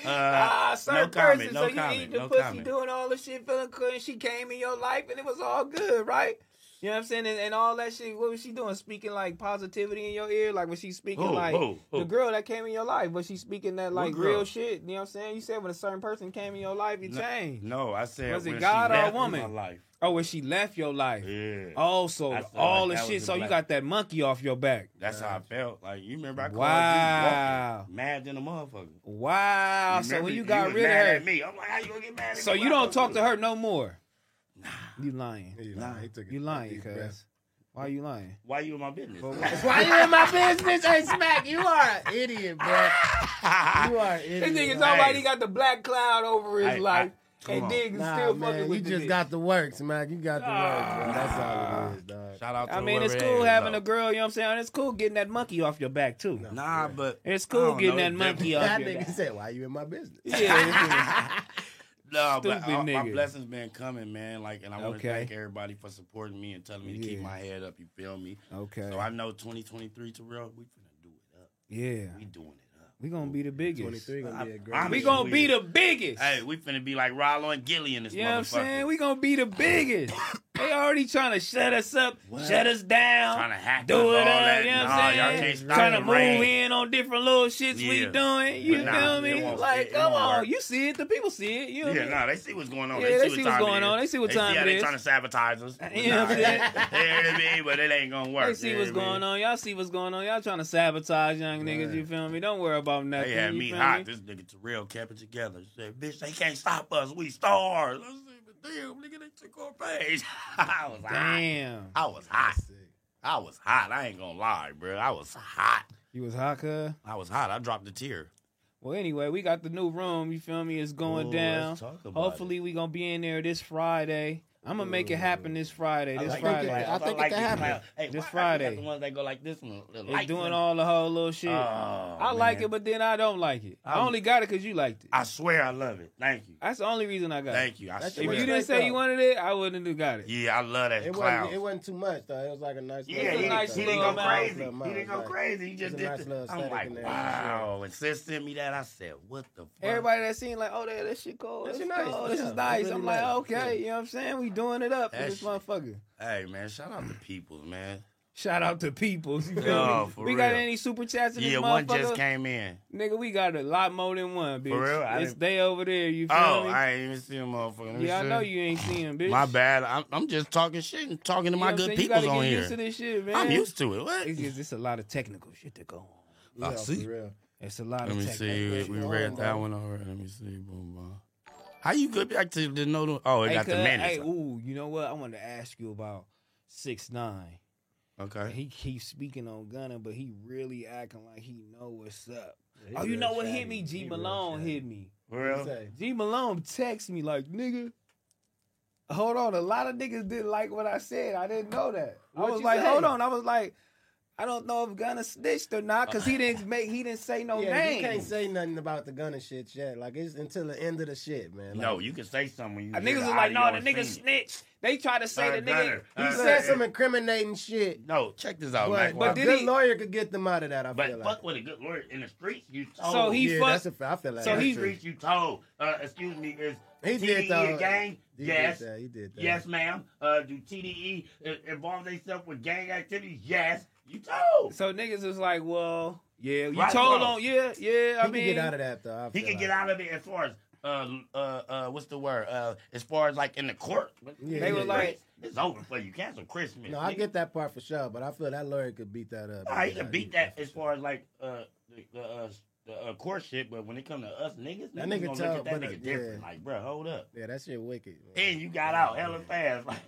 Speaker 1: Ah, certain
Speaker 2: Uh, no comment,
Speaker 1: person.
Speaker 2: no
Speaker 1: so you
Speaker 2: comment,
Speaker 1: eating the
Speaker 2: no
Speaker 1: pussy,
Speaker 2: comment.
Speaker 1: doing all this shit, feeling good, and she came in your life, and it was all good, right? You know what I'm saying? And, and all that shit. What was she doing? Speaking like positivity in your ear? Like was she speaking
Speaker 2: Who,
Speaker 1: like
Speaker 2: who, who?
Speaker 1: the girl that came in your life? Was she speaking that
Speaker 2: What
Speaker 1: like
Speaker 2: girl?
Speaker 1: real shit? You know what I'm saying? You said when a certain person came in your life, it changed.
Speaker 2: No, I said
Speaker 1: Was it
Speaker 2: when she
Speaker 1: God or a
Speaker 2: left
Speaker 1: woman?
Speaker 2: My life.
Speaker 1: Oh, when she left your life.
Speaker 2: Yeah.
Speaker 1: Oh, so
Speaker 2: I feel
Speaker 1: all
Speaker 2: like
Speaker 1: the
Speaker 2: that
Speaker 1: shit.
Speaker 2: was a
Speaker 1: So you
Speaker 2: black-
Speaker 1: got that monkey off your back.
Speaker 2: That's how I felt. Like you remember, I called
Speaker 1: Wow.
Speaker 2: you walking, mad than a motherfucker.
Speaker 1: Wow. so
Speaker 2: remember
Speaker 1: when you
Speaker 2: you
Speaker 1: got
Speaker 2: was
Speaker 1: rid
Speaker 2: mad
Speaker 1: of
Speaker 2: at
Speaker 1: her,
Speaker 2: me, I'm like, how you gonna get mad? at
Speaker 1: so
Speaker 2: me?
Speaker 1: you don't talk to
Speaker 2: Motherfucker.
Speaker 1: her no more. You lying.
Speaker 6: He lying. He took a
Speaker 1: You lying,
Speaker 6: deep breath.
Speaker 1: cuz. Why you lying?
Speaker 2: Why you in my business?
Speaker 6: Why you in my business? Hey, Smack, you are an idiot, bro. You are an
Speaker 1: This
Speaker 6: idiot.
Speaker 1: nigga's
Speaker 6: bro.
Speaker 1: already got the black cloud over his
Speaker 2: Hey,
Speaker 1: life,
Speaker 2: I- come
Speaker 1: and
Speaker 2: on.
Speaker 1: niggas
Speaker 6: Nah,
Speaker 1: still
Speaker 6: man,
Speaker 1: fucking
Speaker 6: you
Speaker 1: with the
Speaker 6: just
Speaker 1: bitch.
Speaker 6: got the work, Smack. You got the work,
Speaker 2: Ah.
Speaker 6: bro. That's all it is, dog.
Speaker 2: Shout out. To
Speaker 1: I mean, it's
Speaker 2: whoever
Speaker 1: cool
Speaker 2: it is,
Speaker 1: having
Speaker 2: though.
Speaker 1: a girl. You know what I'm saying? It's cool getting that monkey off your back too.
Speaker 2: Nah, but
Speaker 1: It's
Speaker 2: I
Speaker 1: cool
Speaker 2: don't
Speaker 1: getting
Speaker 2: know,
Speaker 1: that
Speaker 2: it's
Speaker 1: monkey off
Speaker 6: That
Speaker 1: your
Speaker 6: nigga
Speaker 1: back.
Speaker 6: said, "Why you in my business?"
Speaker 1: Yeah.
Speaker 2: No, but
Speaker 1: Stupid
Speaker 2: all, my
Speaker 1: nigga.
Speaker 2: blessings been coming, man. Like, and I want to
Speaker 1: Okay.
Speaker 2: thank everybody for supporting me and telling me to keep
Speaker 1: Yeah.
Speaker 2: my head up. You feel me?
Speaker 1: okay.
Speaker 2: So I know 2023 to real, we finna do it up.
Speaker 1: Yeah.
Speaker 2: We doing it up.
Speaker 1: We gonna be the biggest.
Speaker 6: 23 gonna be a great.
Speaker 2: I'm-
Speaker 1: We
Speaker 2: It's
Speaker 1: gonna
Speaker 2: weird.
Speaker 1: be the biggest.
Speaker 2: Hey, we finna be like Rollo and Gilly in this
Speaker 1: You know what I'm
Speaker 2: motherfucker.
Speaker 1: saying? We gonna be the biggest. they already trying to shut us up, shut us down,
Speaker 2: Trying to hack us,
Speaker 1: do
Speaker 2: all
Speaker 1: it up.
Speaker 2: that.
Speaker 1: You know what
Speaker 2: Nah,
Speaker 1: I'm
Speaker 2: y'all
Speaker 1: saying?
Speaker 2: can't stop
Speaker 1: Trying to
Speaker 2: the
Speaker 1: move
Speaker 2: rain.
Speaker 1: in on different little shits we
Speaker 2: Yeah.
Speaker 1: doing. You
Speaker 2: But nah,
Speaker 1: feel
Speaker 2: it
Speaker 1: me?
Speaker 2: won't-
Speaker 1: Like,
Speaker 2: it- it
Speaker 1: come
Speaker 2: won't
Speaker 1: on,
Speaker 2: work.
Speaker 1: you see it. The people see it. You know
Speaker 2: Yeah,
Speaker 1: what
Speaker 2: nah, they see what's going on.
Speaker 1: Yeah, they see what's
Speaker 2: time it
Speaker 1: going
Speaker 2: is.
Speaker 1: on. They see what time
Speaker 2: how
Speaker 1: it
Speaker 2: they
Speaker 1: is.
Speaker 2: trying to sabotage us.
Speaker 1: You know what I'm saying?
Speaker 2: You know what I mean? But it ain't gonna work.
Speaker 1: They see
Speaker 2: You know
Speaker 1: what's
Speaker 2: what I mean?
Speaker 1: going on. Y'all see what's going on. Y'all trying to sabotage young niggas. You feel me? Don't worry about nothing.
Speaker 2: They had
Speaker 1: you
Speaker 2: me
Speaker 1: feel
Speaker 2: hot. This nigga Terrell kept it together. He said, bitch, they can't stop us. We stars. I said, but damn, nigga, they took our page. I was hot.
Speaker 1: Damn.
Speaker 2: I was hot. I was hot. I ain't gonna lie, bro. I was hot.
Speaker 1: You was hot, cuz?
Speaker 2: I was hot. I dropped a tear.
Speaker 1: Well, anyway, we got the new room. You feel me? It's going
Speaker 2: Ooh,
Speaker 1: down.
Speaker 2: let's talk about
Speaker 1: Hopefully, we gonna be in there this Friday. I'm gonna make it happen this Friday. This Friday,
Speaker 6: it- I think it can
Speaker 2: this
Speaker 6: happen.
Speaker 2: cloud. Hey,
Speaker 1: This
Speaker 2: why I think
Speaker 1: Friday.
Speaker 2: that's The ones that go like this one. the
Speaker 1: it's
Speaker 2: lights
Speaker 1: doing
Speaker 2: and-
Speaker 1: all the whole little shit.
Speaker 2: Oh,
Speaker 1: I like
Speaker 2: man.
Speaker 1: it, but then I don't like it. i
Speaker 2: I'm-
Speaker 1: only got it because you liked it.
Speaker 2: I swear I love it. Thank you.
Speaker 1: That's the only reason I got
Speaker 2: Thank you. I
Speaker 6: That's
Speaker 1: it.
Speaker 2: swear.
Speaker 1: If
Speaker 6: Well,
Speaker 1: you didn't
Speaker 6: straight
Speaker 1: say you
Speaker 6: up.
Speaker 1: wanted it, I wouldn't have got it.
Speaker 2: yeah, I love that
Speaker 6: It
Speaker 2: cloud.
Speaker 6: wasn't, it wasn't too much though. It was like a nice.
Speaker 2: Yeah,
Speaker 6: little
Speaker 2: he,
Speaker 1: a
Speaker 6: thing,
Speaker 1: nice
Speaker 6: though.
Speaker 2: he didn't go
Speaker 1: little amount.
Speaker 2: crazy.
Speaker 6: Little
Speaker 2: He didn't go
Speaker 6: amouth, like-
Speaker 2: crazy. He just
Speaker 6: a
Speaker 2: did.
Speaker 6: nice
Speaker 2: the,
Speaker 6: little
Speaker 2: I'm
Speaker 6: stack
Speaker 2: like,
Speaker 6: in there.
Speaker 2: wow. When sis sent me that, I said, what the fuck?
Speaker 1: Everybody that seen like, oh, that, that shit cold.
Speaker 6: That
Speaker 1: This,
Speaker 6: shit nice.
Speaker 1: cold. this
Speaker 6: Yeah,
Speaker 1: is
Speaker 6: that's
Speaker 1: nice.
Speaker 6: really
Speaker 1: I'm like,
Speaker 6: nice.
Speaker 1: okay, you know what I'm saying? We doing it up for
Speaker 2: That
Speaker 1: this
Speaker 2: shit-
Speaker 1: motherfucker.
Speaker 2: Hey man, shout out to people, man.
Speaker 1: Shout out to people. You feel
Speaker 2: No,
Speaker 1: me?
Speaker 2: Oh, for
Speaker 1: we got
Speaker 2: real.
Speaker 1: any super chats in
Speaker 2: Yeah,
Speaker 1: this motherfucker?
Speaker 2: one just came in.
Speaker 1: Nigga, we got a lot more than one, bitch.
Speaker 2: real? I
Speaker 1: It's
Speaker 2: didn't-
Speaker 1: they over there. You feel
Speaker 2: Oh,
Speaker 1: me?
Speaker 2: I ain't even see a motherfucker. Let me
Speaker 1: yeah, I
Speaker 2: see.
Speaker 1: know you ain't seeing bitch.
Speaker 2: My bad. I'm, I'm just talking shit and talking to my
Speaker 1: You know what
Speaker 2: good
Speaker 1: I'm saying?
Speaker 2: peoples
Speaker 1: you gotta
Speaker 2: on
Speaker 1: get
Speaker 2: here.
Speaker 1: Used to this shit, man.
Speaker 2: I'm used to it. What?
Speaker 1: It's just it's a lot of technical shit to go on.
Speaker 6: Yeah,
Speaker 2: I see.
Speaker 6: For real.
Speaker 1: It's a lot
Speaker 2: Let
Speaker 1: of
Speaker 2: me
Speaker 1: technical.
Speaker 2: see.
Speaker 1: shit.
Speaker 2: We
Speaker 6: Oh,
Speaker 2: read that
Speaker 6: okay.
Speaker 2: one already. Let me see. Boom, boom. How you go back to the no? Oh, it
Speaker 1: Hey,
Speaker 2: got the
Speaker 1: cuz,
Speaker 2: minutes.
Speaker 1: Hey, ooh, you know what? I wanted to ask you about six nine.
Speaker 2: okay.
Speaker 1: He keeps speaking on Gunna, but he really acting like he know what's up.
Speaker 6: he
Speaker 1: oh, you
Speaker 6: real
Speaker 1: know what hit
Speaker 6: shady.
Speaker 1: me?
Speaker 6: He
Speaker 1: G
Speaker 6: real
Speaker 1: Malone
Speaker 6: shady.
Speaker 1: hit me.
Speaker 2: For real?
Speaker 6: Say,
Speaker 1: G Malone text me like, nigga, hold on. A lot of niggas didn't like what I said. I didn't know that. I
Speaker 6: What'd
Speaker 1: was
Speaker 6: you
Speaker 1: like,
Speaker 6: say?
Speaker 1: hold on. I was like, I don't know if Gunna snitched or
Speaker 2: Uh,
Speaker 1: not because he didn't make he didn't say no
Speaker 6: yeah,
Speaker 1: name.
Speaker 6: you can't say nothing about the gunner shit yet. Like it's until the end of the shit, man. Like,
Speaker 2: No, you can say something. When you
Speaker 1: Uh,
Speaker 2: hear
Speaker 1: niggas
Speaker 2: the
Speaker 1: was like, no,
Speaker 2: audio
Speaker 1: the
Speaker 2: and
Speaker 1: nigga
Speaker 2: seen it.
Speaker 1: snitched. They tried to say
Speaker 2: Alright,
Speaker 1: the nigga.
Speaker 2: Gunner.
Speaker 1: He said
Speaker 2: Alright,
Speaker 6: said
Speaker 2: Gunner.
Speaker 1: some.
Speaker 6: some incriminating shit,
Speaker 2: No, check this out,
Speaker 6: but,
Speaker 2: Oh, Mac.
Speaker 6: but
Speaker 2: But,
Speaker 6: a
Speaker 1: did
Speaker 6: good
Speaker 1: he-
Speaker 6: lawyer could get them out of that. I feel like.
Speaker 2: fuck with a good lawyer in the streets. You told.
Speaker 1: So he
Speaker 6: yeah,
Speaker 1: fucked.
Speaker 6: that's a fact. I feel like
Speaker 1: so
Speaker 2: in
Speaker 6: that's
Speaker 2: the
Speaker 1: he-
Speaker 6: true.
Speaker 2: streets. You told. Uh, excuse me, is
Speaker 6: He
Speaker 2: TDE
Speaker 6: did though.
Speaker 2: a gang?
Speaker 6: He
Speaker 2: yes.
Speaker 6: did that. He did that.
Speaker 2: Yes, ma'am. Uh, do TDE i- involve themselves with gang activities? Yes. You told.
Speaker 1: So niggas was like, well, yeah, you
Speaker 2: Right,
Speaker 1: told
Speaker 2: wrong.
Speaker 1: on, yeah, yeah.
Speaker 6: He
Speaker 1: I
Speaker 6: could
Speaker 1: mean,
Speaker 6: get out of that though. I
Speaker 2: He
Speaker 6: feel
Speaker 2: can
Speaker 6: like.
Speaker 2: get out of it as far as uh uh uh what's the word uh as far as like in the court.
Speaker 6: Yeah,
Speaker 1: They
Speaker 6: yeah.
Speaker 1: were like-
Speaker 2: it's over for you. Cancel Christmas.
Speaker 6: No, I
Speaker 2: nigga.
Speaker 6: get that part for sure, but I feel that lawyer could beat that up.
Speaker 2: Nah, he can
Speaker 6: Like,
Speaker 2: beat that as far as like uh the, the uh the uh, court shit, but when it come to us niggas,
Speaker 6: That
Speaker 2: niggas
Speaker 6: nigga
Speaker 2: gonna look
Speaker 6: tough,
Speaker 2: at that
Speaker 6: but, uh,
Speaker 2: nigga different.
Speaker 6: yeah.
Speaker 2: Like, bro, hold up.
Speaker 6: Yeah, that shit wicked. man.
Speaker 2: And you got out hella fast. Like,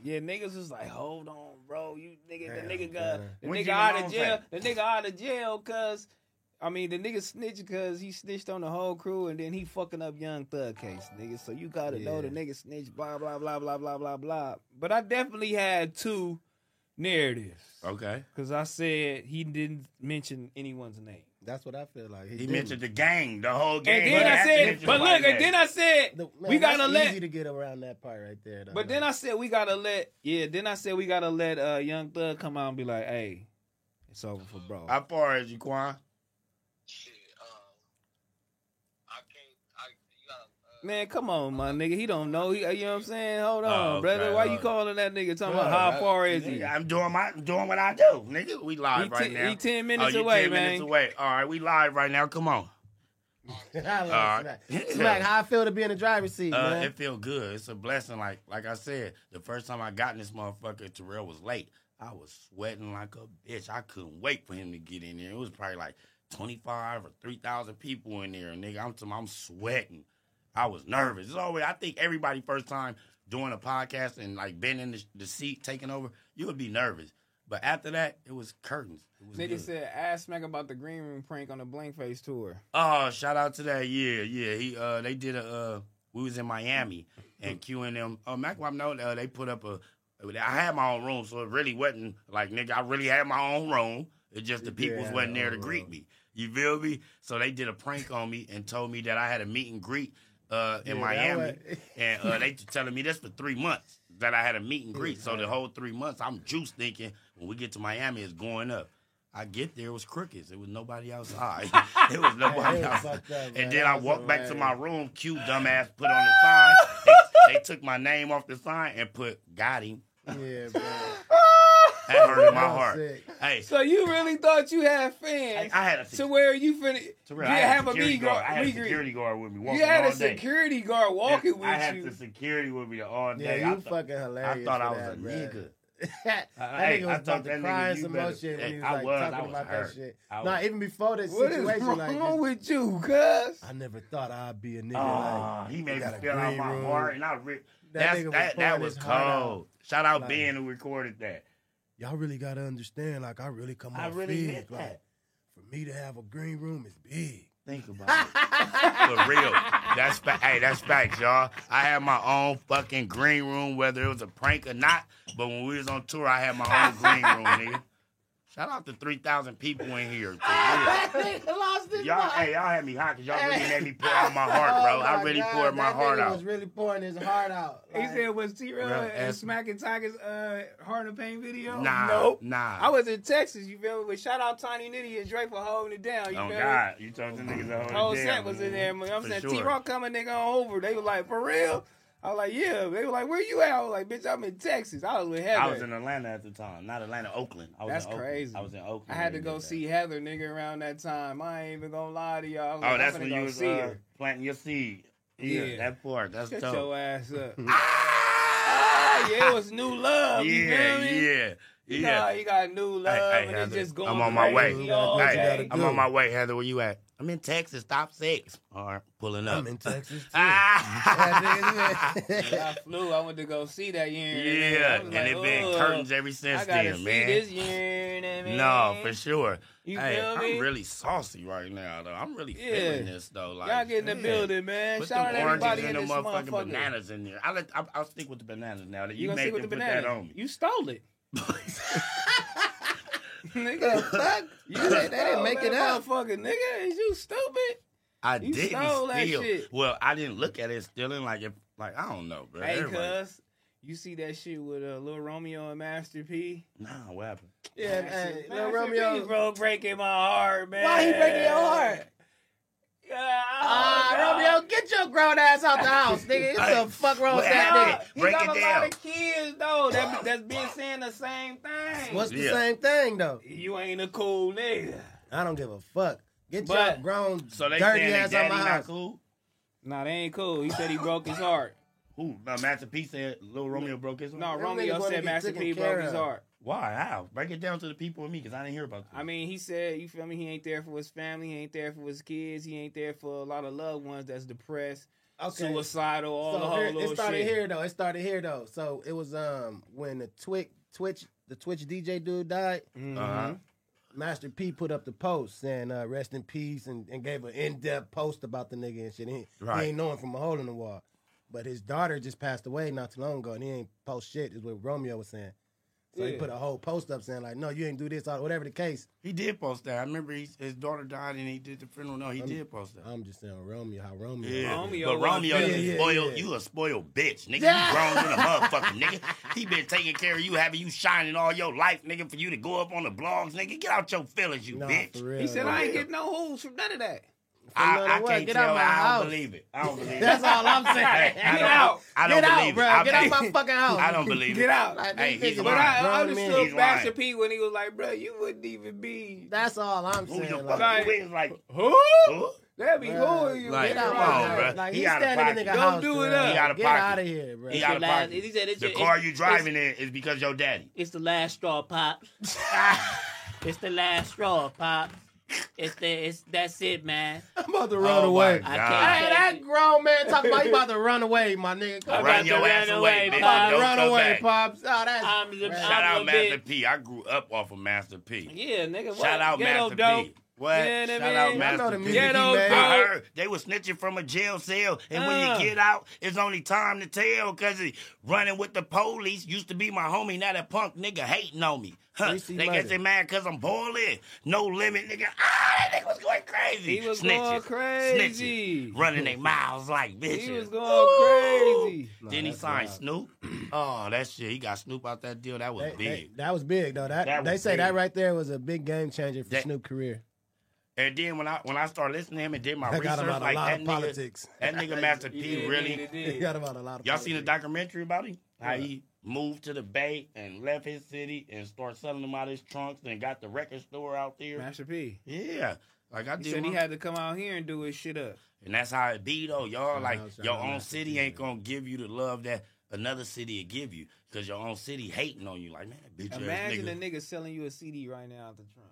Speaker 1: yeah, niggas was like, hold on, bro, you nigga,
Speaker 6: Damn,
Speaker 1: the nigga got
Speaker 6: Gunna.
Speaker 1: the
Speaker 2: When'd
Speaker 1: nigga
Speaker 2: you
Speaker 1: out
Speaker 2: get
Speaker 1: of
Speaker 2: on
Speaker 1: jail, the nigga out of jail, cause. I mean, the nigga snitched because he snitched on the whole crew, and then he fucking up Young Thug case, nigga. So you gotta know the
Speaker 6: Yeah.
Speaker 1: nigga snitched, blah blah blah blah blah blah blah. But I definitely had two narratives
Speaker 2: okay.
Speaker 1: because I said he didn't mention anyone's name.
Speaker 6: That's what I feel like.
Speaker 2: He
Speaker 6: didn't.
Speaker 2: mentioned the gang, the whole gang.
Speaker 1: And then I
Speaker 2: He
Speaker 1: said,
Speaker 2: mentioned
Speaker 1: but
Speaker 2: white
Speaker 1: look, and
Speaker 2: man.
Speaker 1: then I said
Speaker 6: The- man,
Speaker 1: we gotta
Speaker 6: that's
Speaker 1: let.
Speaker 6: Easy to get around that part right there. Though.
Speaker 1: but then I said we gotta let. Yeah, then I said we gotta let uh, Young Thug come out and be like, hey, it's over for bro.
Speaker 2: how far is you, Quan?
Speaker 4: Shit, um, I can't. I you gotta. Uh,
Speaker 1: Man, come on, my nigga. He don't know. He, uh, you know what I'm saying? Hold
Speaker 2: Oh,
Speaker 1: on,
Speaker 2: okay,
Speaker 1: brother. Why you
Speaker 2: hold
Speaker 1: calling that nigga? Talking
Speaker 6: Bro,
Speaker 1: about how
Speaker 6: I-
Speaker 1: far is he?
Speaker 2: Nigga, I'm doing my, I'm doing what I do, nigga. We live
Speaker 1: He,
Speaker 2: right
Speaker 1: ten-
Speaker 2: now.
Speaker 1: he ten minutes
Speaker 2: oh, you
Speaker 1: away,
Speaker 2: ten
Speaker 1: man.
Speaker 2: minutes away. All right, we live right now. Come on.
Speaker 6: I love
Speaker 2: All right.
Speaker 6: smack. Smack, how I feel to be in the driver's seat,
Speaker 2: Uh,
Speaker 6: man.
Speaker 2: it feel good. It's a blessing. Like like I said, the first time I got in this motherfucker, Terrell was late. I was sweating like a bitch. I couldn't wait for him to get in there. It was probably like twenty five or three thousand people in there, nigga. I'm t- I'm sweating. I was nervous. It's always I think everybody first time doing a podcast and like been in the, the seat taking over, you would be nervous. But after that, it was curtains. It was
Speaker 1: Nigga
Speaker 2: good.
Speaker 1: said, ask Smack about the green room prank on the Blank Face tour.
Speaker 2: Oh, shout out to that. Yeah, yeah. He uh they did a uh we was in Miami and Q and them uh Mac I know uh, they put up a I had my own room, so it really wasn't like nigga, I really had my own room. It just the
Speaker 6: You did
Speaker 2: peoples
Speaker 6: have
Speaker 2: wasn't
Speaker 6: your
Speaker 2: there to
Speaker 6: own
Speaker 2: greet
Speaker 6: room.
Speaker 2: me. You feel me? So they did a prank on me and told me that I had a meet and greet uh in
Speaker 6: Yeah, that
Speaker 2: Miami.
Speaker 6: was-
Speaker 2: And uh, they telling me this for three months that I had a meet and greet. So the whole three months, I'm juice thinking when we get to Miami, it's going up. I get there, it was crickets. It was nobody outside. it was nobody
Speaker 6: Hey, that was
Speaker 2: outside.
Speaker 6: fucked up, man.
Speaker 2: and
Speaker 6: That
Speaker 2: then I
Speaker 6: was
Speaker 2: walked back to my
Speaker 6: hilarious.
Speaker 2: room. Q dumbass put on the sign. They, they took my name off the sign and put "Got him."
Speaker 6: yeah, bro.
Speaker 2: That hurted my
Speaker 6: That's
Speaker 2: heart.
Speaker 6: sick.
Speaker 2: Hey,
Speaker 1: So you really thought you had
Speaker 2: I,
Speaker 1: fans
Speaker 2: I had a,
Speaker 1: to
Speaker 2: sec-
Speaker 1: where you finna
Speaker 2: to
Speaker 1: you
Speaker 2: real, I had
Speaker 1: have
Speaker 2: a
Speaker 1: a
Speaker 2: security
Speaker 1: meet
Speaker 2: guard. I had a
Speaker 1: meet greet.
Speaker 2: security guard with me.
Speaker 1: You
Speaker 2: walking
Speaker 1: had
Speaker 2: all
Speaker 1: a
Speaker 2: day.
Speaker 1: security guard walking
Speaker 2: I
Speaker 1: with
Speaker 2: had
Speaker 1: you.
Speaker 2: the security with me all
Speaker 6: Yeah,
Speaker 2: day.
Speaker 6: you
Speaker 2: I thought-
Speaker 6: fucking hilarious.
Speaker 2: I thought
Speaker 6: for
Speaker 2: I was
Speaker 6: that,
Speaker 2: a
Speaker 6: bro.
Speaker 2: nigga.
Speaker 6: that
Speaker 2: Hey,
Speaker 6: nigga
Speaker 2: I
Speaker 6: was
Speaker 2: thought
Speaker 6: about
Speaker 2: that
Speaker 6: to
Speaker 2: nigga,
Speaker 6: cry and
Speaker 2: you
Speaker 6: some
Speaker 2: better-
Speaker 6: more shit when
Speaker 2: Hey,
Speaker 6: he was
Speaker 2: I
Speaker 6: like
Speaker 2: was, I
Speaker 6: talking
Speaker 2: was
Speaker 6: about
Speaker 2: hurt.
Speaker 6: that shit.
Speaker 2: I
Speaker 6: Nah,
Speaker 2: was-
Speaker 6: even before this
Speaker 1: What is
Speaker 6: situation,
Speaker 1: wrong
Speaker 6: like just-
Speaker 1: with you, cuz?
Speaker 6: I never thought I'd be a nigga.
Speaker 2: Oh,
Speaker 6: like,
Speaker 2: he
Speaker 6: you
Speaker 2: made me
Speaker 6: got a
Speaker 2: feel out
Speaker 6: green
Speaker 2: my
Speaker 6: room.
Speaker 2: heart, and I re-
Speaker 6: That
Speaker 2: that
Speaker 6: nigga was
Speaker 2: that, that
Speaker 6: pouring
Speaker 2: was
Speaker 6: his heart out.
Speaker 2: cold. Shout out
Speaker 6: Like-
Speaker 2: Ben who recorded that.
Speaker 6: Y'all really gotta understand. Like I really come
Speaker 2: I
Speaker 6: off
Speaker 2: really
Speaker 6: big.
Speaker 2: meant
Speaker 6: Like
Speaker 2: that.
Speaker 6: for me to have a green room is big.
Speaker 2: Think about it. For real, that's fa- hey, that's facts, y'all. I had my own fucking green room, whether it was a prank or not. But when we was on tour, I had my own green room, nigga. Shout out to three thousand people in here. For real.
Speaker 7: nigga lost his
Speaker 2: Y'all,
Speaker 7: mind.
Speaker 2: hey, y'all had me hot because y'all really made me pour out my heart, bro.
Speaker 6: Oh
Speaker 2: I really
Speaker 6: God,
Speaker 2: poured my
Speaker 6: that
Speaker 2: heart
Speaker 6: nigga
Speaker 2: out.
Speaker 6: Was really pouring his heart out.
Speaker 1: He
Speaker 6: Like,
Speaker 1: said, was T Rail
Speaker 2: Bro,
Speaker 1: and
Speaker 2: ask-
Speaker 1: Smack and Tiger's uh, Heart of Pain video?
Speaker 2: Nah,
Speaker 1: Nope.
Speaker 2: nah.
Speaker 1: I was in Texas, you feel me? But shout out Tiny Nitty and Drake for holding it down. You
Speaker 2: Oh
Speaker 1: feel me?
Speaker 2: God, you told the niggas the
Speaker 1: The
Speaker 2: whole
Speaker 1: whole
Speaker 2: damn-
Speaker 1: set was in there. man. I'm
Speaker 2: For
Speaker 1: saying
Speaker 2: sure.
Speaker 1: T Rock coming nigga on over. They were like, for real? I was like, yeah. They were like, where you at? I was like, bitch, I'm in Texas. I was with Heather.
Speaker 2: I was in Atlanta at the time, not Atlanta, Oakland. I was
Speaker 1: That's
Speaker 2: in Oakland.
Speaker 1: crazy.
Speaker 2: I was in Oakland.
Speaker 1: I had to
Speaker 2: when
Speaker 1: go
Speaker 2: we did
Speaker 1: see Heather nigga around that time. I ain't even gonna lie to y'all. I was
Speaker 2: that. Oh,
Speaker 1: like,
Speaker 2: that's
Speaker 1: I'm
Speaker 2: when
Speaker 1: finna
Speaker 2: you
Speaker 1: go
Speaker 2: was
Speaker 1: see
Speaker 2: uh,
Speaker 1: her.
Speaker 2: planting your seed. Yeah,
Speaker 1: Yeah.
Speaker 2: that part. That's
Speaker 1: Shut
Speaker 2: dope.
Speaker 1: your ass up.
Speaker 2: Ah!
Speaker 1: Ah, yeah, it was new love. you
Speaker 2: yeah,
Speaker 1: feel me?
Speaker 2: yeah,
Speaker 1: You know,
Speaker 2: yeah.
Speaker 1: you got new love,
Speaker 2: hey,
Speaker 1: and
Speaker 2: Heather,
Speaker 1: it's just going.
Speaker 2: I'm on my way.
Speaker 1: crazy
Speaker 6: Hey,
Speaker 1: all
Speaker 6: what you
Speaker 1: day.
Speaker 6: gotta
Speaker 2: I'm
Speaker 6: do?
Speaker 2: on my way, Heather. Where you at? I'm in Texas. Stop six. All right, pulling up.
Speaker 6: I'm in Texas. Too.
Speaker 2: Ah!
Speaker 6: That nigga's
Speaker 1: I flew. I went to go see that year.
Speaker 2: yeah, and
Speaker 1: like,
Speaker 2: it been
Speaker 1: "Ugh,
Speaker 2: curtains ever since
Speaker 1: I gotta
Speaker 2: then,
Speaker 1: see
Speaker 2: man.
Speaker 1: this year. You know what I mean?
Speaker 2: No, for sure.
Speaker 1: You
Speaker 2: hey,
Speaker 1: feel me?
Speaker 2: I'm really saucy right now, though. I'm really
Speaker 1: Yeah.
Speaker 2: feeling this, though. Like,
Speaker 1: Y'all get in the
Speaker 2: man.
Speaker 1: building, man.
Speaker 2: Put
Speaker 1: Shout out
Speaker 2: them oranges
Speaker 1: everybody in
Speaker 2: and the
Speaker 1: this
Speaker 2: motherfucking
Speaker 1: motherfucker.
Speaker 2: bananas in there. I let, I, I'll stick with the bananas now. That
Speaker 1: You
Speaker 2: you,
Speaker 1: gonna
Speaker 2: made
Speaker 1: stick
Speaker 2: them
Speaker 1: with the
Speaker 2: put
Speaker 1: banana?
Speaker 2: that on me.
Speaker 1: You stole it. nigga.
Speaker 3: fuck?
Speaker 1: You
Speaker 3: They didn't make
Speaker 6: Oh,
Speaker 3: it up.
Speaker 1: Fucking nigga, is you stupid?
Speaker 2: I
Speaker 1: You
Speaker 2: didn't
Speaker 1: stole that
Speaker 2: steal.
Speaker 1: shit.
Speaker 2: Well, I didn't look at it stealing. Like if, like I don't know, bro.
Speaker 1: Hey,
Speaker 2: Everybody-
Speaker 1: cuz, you see that shit with uh, Lil Romeo and Master P?
Speaker 2: Nah, what happened?
Speaker 6: Yeah,
Speaker 1: Master,
Speaker 6: hey, Lil
Speaker 1: Master
Speaker 6: Romeo-
Speaker 1: P, bro, breaking my heart, man.
Speaker 7: Why he breaking your heart?
Speaker 1: Yeah,
Speaker 7: Ah,
Speaker 1: Oh,
Speaker 7: Romeo, get your grown ass out the house, nigga. What the fuck wrong with
Speaker 2: Hey,
Speaker 7: that
Speaker 2: hey, break
Speaker 1: he
Speaker 2: it
Speaker 1: got a
Speaker 2: down.
Speaker 1: lot of kids though that that's been saying the same thing.
Speaker 6: What's the
Speaker 2: Yeah.
Speaker 6: same thing though?
Speaker 1: you ain't a cool nigga.
Speaker 6: I don't give a fuck. Get
Speaker 1: But-
Speaker 6: your grown
Speaker 2: So they
Speaker 6: dirty
Speaker 2: saying
Speaker 6: ass
Speaker 2: that
Speaker 6: out
Speaker 2: daddy
Speaker 6: my
Speaker 2: not
Speaker 6: house.
Speaker 2: cool.
Speaker 1: Nah, they ain't cool. He said he broke his heart.
Speaker 2: Who? No, Master P said Little Romeo broke his.
Speaker 1: No,
Speaker 2: heart?
Speaker 6: Them niggas
Speaker 1: Romeo
Speaker 6: wanna
Speaker 1: said
Speaker 6: get
Speaker 1: Master
Speaker 6: taken
Speaker 1: P
Speaker 6: care
Speaker 1: broke his
Speaker 6: of.
Speaker 1: heart.
Speaker 2: Why? How? Break it down to the people and me, cause I didn't hear about this.
Speaker 1: I mean, he said, you feel me? He ain't there for his family. He ain't there for his kids. He ain't there for a lot of loved ones that's depressed,
Speaker 6: Okay.
Speaker 1: suicidal, all the
Speaker 6: so
Speaker 1: whole
Speaker 6: here,
Speaker 1: little
Speaker 6: it started
Speaker 1: shit.
Speaker 6: here though. It started here though. So it was um when the Twitch Twitch the Twitch DJ dude died.
Speaker 1: Mhm.
Speaker 2: Uh-huh.
Speaker 6: Master P put up the post saying uh, rest in peace and, and gave an in depth post about the nigga and shit. He,
Speaker 2: Right.
Speaker 6: he ain't know him from a hole in the wall. But his daughter just passed away not too long ago and he ain't post shit, is what Romeo was saying. So he
Speaker 1: Yeah.
Speaker 6: put a whole post up saying, like, no, you ain't do this, or whatever the case.
Speaker 2: He did post that. I remember he, his daughter died and he did the funeral. No, he did post that.
Speaker 6: I'm just saying Romeo, how Romeo.
Speaker 2: Yeah.
Speaker 1: Romeo
Speaker 2: but
Speaker 1: was-
Speaker 2: Romeo,
Speaker 6: Yeah,
Speaker 2: you
Speaker 6: yeah,
Speaker 2: spoiled.
Speaker 6: yeah.
Speaker 2: You a spoiled bitch, nigga. You grown than a motherfucker, nigga. He been taking care of you, having you shining all your life, nigga. For you to go up on the blogs, nigga. Get out your feelings, you
Speaker 6: Nah,
Speaker 2: bitch.
Speaker 6: for real.
Speaker 1: He said, I ain't
Speaker 2: Yeah.
Speaker 1: getting no hoes from none of that.
Speaker 2: I,
Speaker 6: From
Speaker 2: I
Speaker 6: none of what?
Speaker 2: can't
Speaker 6: Get
Speaker 2: tell.
Speaker 6: out my
Speaker 2: I
Speaker 6: house.
Speaker 2: don't believe it. I don't believe it.
Speaker 7: That's all I'm saying.
Speaker 2: Hey, I
Speaker 1: Get
Speaker 2: don't-
Speaker 1: out.
Speaker 2: I don't
Speaker 7: Get out,
Speaker 2: believe it.
Speaker 7: bro.
Speaker 2: I
Speaker 7: Get out
Speaker 2: think-
Speaker 7: my fucking house.
Speaker 2: I don't believe it.
Speaker 1: Get out.
Speaker 7: Like,
Speaker 2: Hey,
Speaker 7: these
Speaker 2: he's
Speaker 7: niggas-
Speaker 1: But I
Speaker 6: Grown men.
Speaker 1: understood
Speaker 2: He's
Speaker 1: Master
Speaker 2: lying.
Speaker 1: P when he was like, bro, you wouldn't even be.
Speaker 6: That's all I'm
Speaker 2: Who
Speaker 6: saying.
Speaker 2: the
Speaker 6: like-
Speaker 2: fuck wins? Like,
Speaker 1: Who?
Speaker 2: huh?
Speaker 1: That'd be
Speaker 6: Bruh,
Speaker 1: who you
Speaker 2: like,
Speaker 1: like,
Speaker 2: come
Speaker 6: my
Speaker 2: on,
Speaker 6: house.
Speaker 2: bruh.
Speaker 6: Like,
Speaker 2: He
Speaker 6: he's
Speaker 2: outta
Speaker 6: standing in
Speaker 2: pocket.
Speaker 6: nigga
Speaker 1: Don't
Speaker 6: house.
Speaker 1: do
Speaker 6: to
Speaker 1: it
Speaker 6: his-
Speaker 1: up.
Speaker 2: He outta
Speaker 6: Get
Speaker 2: pocket.
Speaker 6: out of here, bro.
Speaker 2: He out of
Speaker 7: last,
Speaker 2: pocket.
Speaker 7: he said it's
Speaker 2: The
Speaker 7: your,
Speaker 2: car
Speaker 7: it's,
Speaker 2: you driving in is because your daddy.
Speaker 7: It's the last straw, pop. it's the last straw, pop. It's the it's that's it, man.
Speaker 6: I'm about to
Speaker 2: Oh,
Speaker 6: run
Speaker 2: my
Speaker 6: away.
Speaker 2: God.
Speaker 7: I
Speaker 6: Hey,
Speaker 7: can't.
Speaker 6: that grown man talking about he about to run away, my nigga. Come
Speaker 7: I'm
Speaker 6: on.
Speaker 7: about
Speaker 2: Run
Speaker 7: to
Speaker 2: your ass
Speaker 7: run
Speaker 2: away,
Speaker 7: away, Pop.
Speaker 2: bitch.
Speaker 6: About to
Speaker 2: Don't
Speaker 6: run
Speaker 2: come
Speaker 6: away,
Speaker 2: back.
Speaker 6: pops. Oh, that's
Speaker 7: I'm the,
Speaker 6: Shout
Speaker 7: I'm
Speaker 2: Shout out
Speaker 7: the
Speaker 2: Master
Speaker 7: bitch.
Speaker 2: P. I grew up off of Master P.
Speaker 1: Yeah, nigga. What?
Speaker 2: Shout out
Speaker 1: Ghetto
Speaker 2: Master
Speaker 1: dope.
Speaker 2: P. What?
Speaker 1: Yeah, that
Speaker 2: Shout
Speaker 1: man.
Speaker 2: out
Speaker 1: I
Speaker 2: Master
Speaker 6: know the
Speaker 2: P.
Speaker 6: music
Speaker 1: Ghetto
Speaker 6: he made.
Speaker 2: I
Speaker 1: dope.
Speaker 2: heard they were snitching from a jail cell, and
Speaker 1: Uh.
Speaker 2: when you get out, it's only time to tell. Cause he running with the police used to be my homie, now that punk nigga hating on me. Huh?
Speaker 6: Reese
Speaker 2: They
Speaker 6: Murder.
Speaker 2: got they mad cause I'm boiling, no limit, nigga. Ah, that nigga was going crazy.
Speaker 1: He was going
Speaker 2: Snitches.
Speaker 1: crazy.
Speaker 2: Snitches. running their mouths like bitches.
Speaker 1: He was
Speaker 2: Ooh.
Speaker 1: going crazy.
Speaker 2: Then he
Speaker 6: that's
Speaker 2: signed
Speaker 6: wild.
Speaker 2: Snoop. Oh, that shit. He got Snoop out that deal. That was
Speaker 6: That,
Speaker 2: big.
Speaker 6: that- that was big though. That,
Speaker 2: That
Speaker 6: they
Speaker 2: was
Speaker 6: say
Speaker 2: big.
Speaker 6: that right there was a big game changer for
Speaker 2: That-
Speaker 6: Snoop career.
Speaker 2: And then when I when I started listening to him and did my
Speaker 6: That
Speaker 2: research,
Speaker 6: got him out
Speaker 2: like
Speaker 6: a lot
Speaker 2: that
Speaker 6: of
Speaker 2: nigga,
Speaker 6: politics.
Speaker 2: that nigga Master P really.
Speaker 6: That got him out a lot of.
Speaker 2: Y'all seen the
Speaker 6: politics.
Speaker 2: documentary about him? How he moved to the Bay and left his city and started selling them out his trunks and got the record store out there.
Speaker 1: Master P.
Speaker 2: Yeah, like I
Speaker 1: He
Speaker 2: did.
Speaker 1: said he
Speaker 2: my-
Speaker 1: had to come out here and do his shit up.
Speaker 2: and that's how it be though, y'all.
Speaker 6: Shout
Speaker 2: Like
Speaker 6: out, shout
Speaker 2: your
Speaker 6: out
Speaker 2: own
Speaker 6: Master
Speaker 2: city
Speaker 6: P,
Speaker 2: ain't
Speaker 6: man.
Speaker 2: gonna give you the love that another city will give you because your own city hating on you. Like man, that bitch ass
Speaker 1: Imagine
Speaker 2: nigga.
Speaker 1: a nigga selling you a CD right now out the trunk.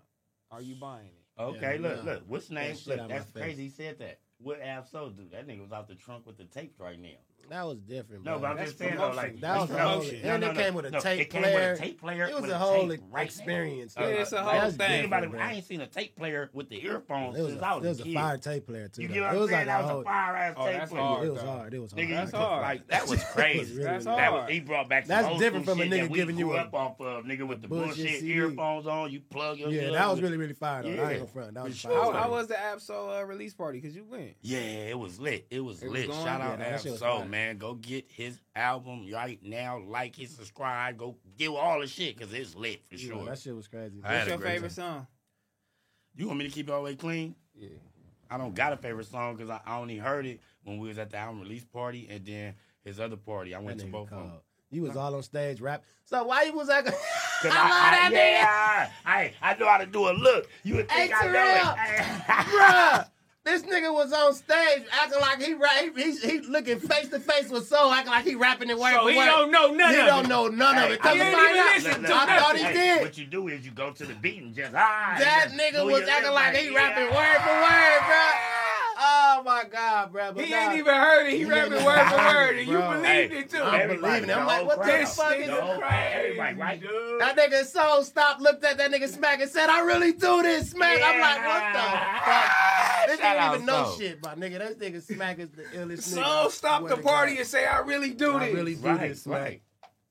Speaker 1: Are you buying it?
Speaker 2: Okay,
Speaker 6: Yeah,
Speaker 2: look,
Speaker 6: nah.
Speaker 2: look. What's name?
Speaker 6: shit out
Speaker 2: Look,
Speaker 6: my
Speaker 2: that's
Speaker 6: face.
Speaker 2: crazy. He said that. What Ab Soul do? That nigga was out the trunk with the tapes right now.
Speaker 6: That was different.
Speaker 2: No, but I'm
Speaker 1: that's
Speaker 2: just saying though,
Speaker 1: promotion.
Speaker 2: like
Speaker 6: That was
Speaker 2: no,
Speaker 6: a whole-
Speaker 2: no,
Speaker 6: and
Speaker 2: no,
Speaker 6: it
Speaker 2: no,
Speaker 6: came with a
Speaker 2: no.
Speaker 6: tape
Speaker 2: It came with
Speaker 6: player.
Speaker 2: a tape player.
Speaker 6: It was
Speaker 2: with
Speaker 6: a whole
Speaker 2: tape right now.
Speaker 6: experience.
Speaker 1: Yeah, it's a
Speaker 2: Uh,
Speaker 1: whole
Speaker 2: that's
Speaker 1: thing.
Speaker 2: Think about it.
Speaker 6: different,
Speaker 2: I ain't seen a tape player with the earphones
Speaker 6: It was
Speaker 2: since
Speaker 6: a,
Speaker 2: I
Speaker 6: it
Speaker 2: was,
Speaker 6: was
Speaker 2: a
Speaker 6: a
Speaker 2: kid.
Speaker 6: fire tape player too.
Speaker 2: You
Speaker 6: though.
Speaker 2: get what
Speaker 6: it
Speaker 2: I'm
Speaker 6: was
Speaker 2: saying?
Speaker 6: like
Speaker 2: That
Speaker 6: a
Speaker 2: was
Speaker 6: whole.
Speaker 2: a fire ass
Speaker 1: Oh,
Speaker 2: tape
Speaker 1: that's
Speaker 2: player.
Speaker 1: hard.
Speaker 6: It was
Speaker 1: though.
Speaker 6: hard. It was hard.
Speaker 2: Nigga,
Speaker 6: I
Speaker 1: That's
Speaker 6: can't-
Speaker 1: hard.
Speaker 2: Like that was
Speaker 6: It was
Speaker 2: crazy.
Speaker 6: really
Speaker 1: That's
Speaker 6: hard.
Speaker 2: That
Speaker 1: hard.
Speaker 2: was, he brought back. Some
Speaker 6: That's
Speaker 2: old
Speaker 6: different
Speaker 2: school
Speaker 6: from a
Speaker 2: shit
Speaker 6: nigga
Speaker 2: that we
Speaker 6: giving you
Speaker 2: grew
Speaker 6: a
Speaker 2: up off of nigga with the
Speaker 6: bullshit
Speaker 2: bullshit,
Speaker 6: CD.
Speaker 2: earphones on. You plug your
Speaker 6: Yeah,
Speaker 2: shit
Speaker 6: that
Speaker 2: up
Speaker 6: was
Speaker 2: with-
Speaker 6: really really fire. Though. I
Speaker 2: Yeah.
Speaker 6: ain't gonna front. That was
Speaker 2: For
Speaker 6: fire.
Speaker 1: How,
Speaker 2: sure.
Speaker 1: how was the Absol uh, release party? Because you went.
Speaker 2: Yeah, it was lit. It was
Speaker 1: It was
Speaker 2: lit.
Speaker 1: going?
Speaker 2: Shout
Speaker 6: Yeah,
Speaker 2: out
Speaker 6: that
Speaker 2: to
Speaker 6: shit was
Speaker 2: Soul,
Speaker 6: fire.
Speaker 2: man. Go get his album right now. Like it, subscribe. Go get all the shit because it's lit for
Speaker 6: Yeah,
Speaker 2: sure.
Speaker 6: That shit was crazy.
Speaker 2: I had
Speaker 1: What's
Speaker 2: a
Speaker 1: your
Speaker 2: great
Speaker 1: favorite
Speaker 2: time.
Speaker 1: song?
Speaker 2: You want me to keep it all the way clean?
Speaker 1: Yeah.
Speaker 2: I don't got a favorite song because I I only heard it when we was at the album release party and then his other party. I went
Speaker 6: That
Speaker 2: to
Speaker 6: nigga
Speaker 2: both of them.
Speaker 6: called. You was all on stage rap. So why you was like,
Speaker 2: Cause
Speaker 7: I love that
Speaker 2: yeah, I, I, I know how to do a look. You would think
Speaker 6: Hey,
Speaker 2: I know it.
Speaker 6: bruh, this nigga was on stage acting like he rap. He, he, he looking face to face with Soul, acting like he rapping it word
Speaker 1: So
Speaker 6: for
Speaker 1: he
Speaker 6: word.
Speaker 1: don't know none
Speaker 6: He
Speaker 1: of
Speaker 6: don't
Speaker 1: it.
Speaker 6: know none of
Speaker 2: Hey,
Speaker 6: it. Come
Speaker 1: I
Speaker 6: to
Speaker 1: didn't
Speaker 6: find
Speaker 1: even
Speaker 6: out,
Speaker 1: listen to
Speaker 6: I thought he
Speaker 1: nothing.
Speaker 2: Hey,
Speaker 6: did.
Speaker 2: What you do is you go to the beat and just ah.
Speaker 6: That
Speaker 2: just do
Speaker 6: nigga
Speaker 2: your
Speaker 6: was
Speaker 2: lip
Speaker 6: acting like he rapping word for word, bruh. Oh my god, bruh. but
Speaker 1: He
Speaker 6: nah.
Speaker 1: ain't even heard it. He
Speaker 6: He
Speaker 1: rapping
Speaker 6: ain't
Speaker 1: word for
Speaker 6: even heard
Speaker 1: word,
Speaker 6: it,
Speaker 1: and you
Speaker 6: bro.
Speaker 1: believed
Speaker 2: Hey,
Speaker 1: it too.
Speaker 6: I'm
Speaker 2: Everybody,
Speaker 6: believing it. I'm
Speaker 2: the
Speaker 6: like,
Speaker 2: whole
Speaker 6: what the
Speaker 2: crowd.
Speaker 6: fuck is
Speaker 2: The whole
Speaker 6: this?
Speaker 2: crowd, Everybody, right?
Speaker 6: That nigga Soul stopped, looked at that nigga Smack, and said, "I really do this, Smack." I'm like, what the fuck? They
Speaker 2: Shout
Speaker 6: didn't
Speaker 2: out
Speaker 6: even know
Speaker 2: Soul.
Speaker 6: shit, my nigga. That nigga Smack is the illest nigga. I
Speaker 1: So stop
Speaker 6: swear
Speaker 1: the
Speaker 6: to
Speaker 1: party
Speaker 6: God.
Speaker 1: and say, I really do
Speaker 6: I
Speaker 1: this.
Speaker 6: really do
Speaker 2: Right,
Speaker 6: this, Smack.
Speaker 2: right.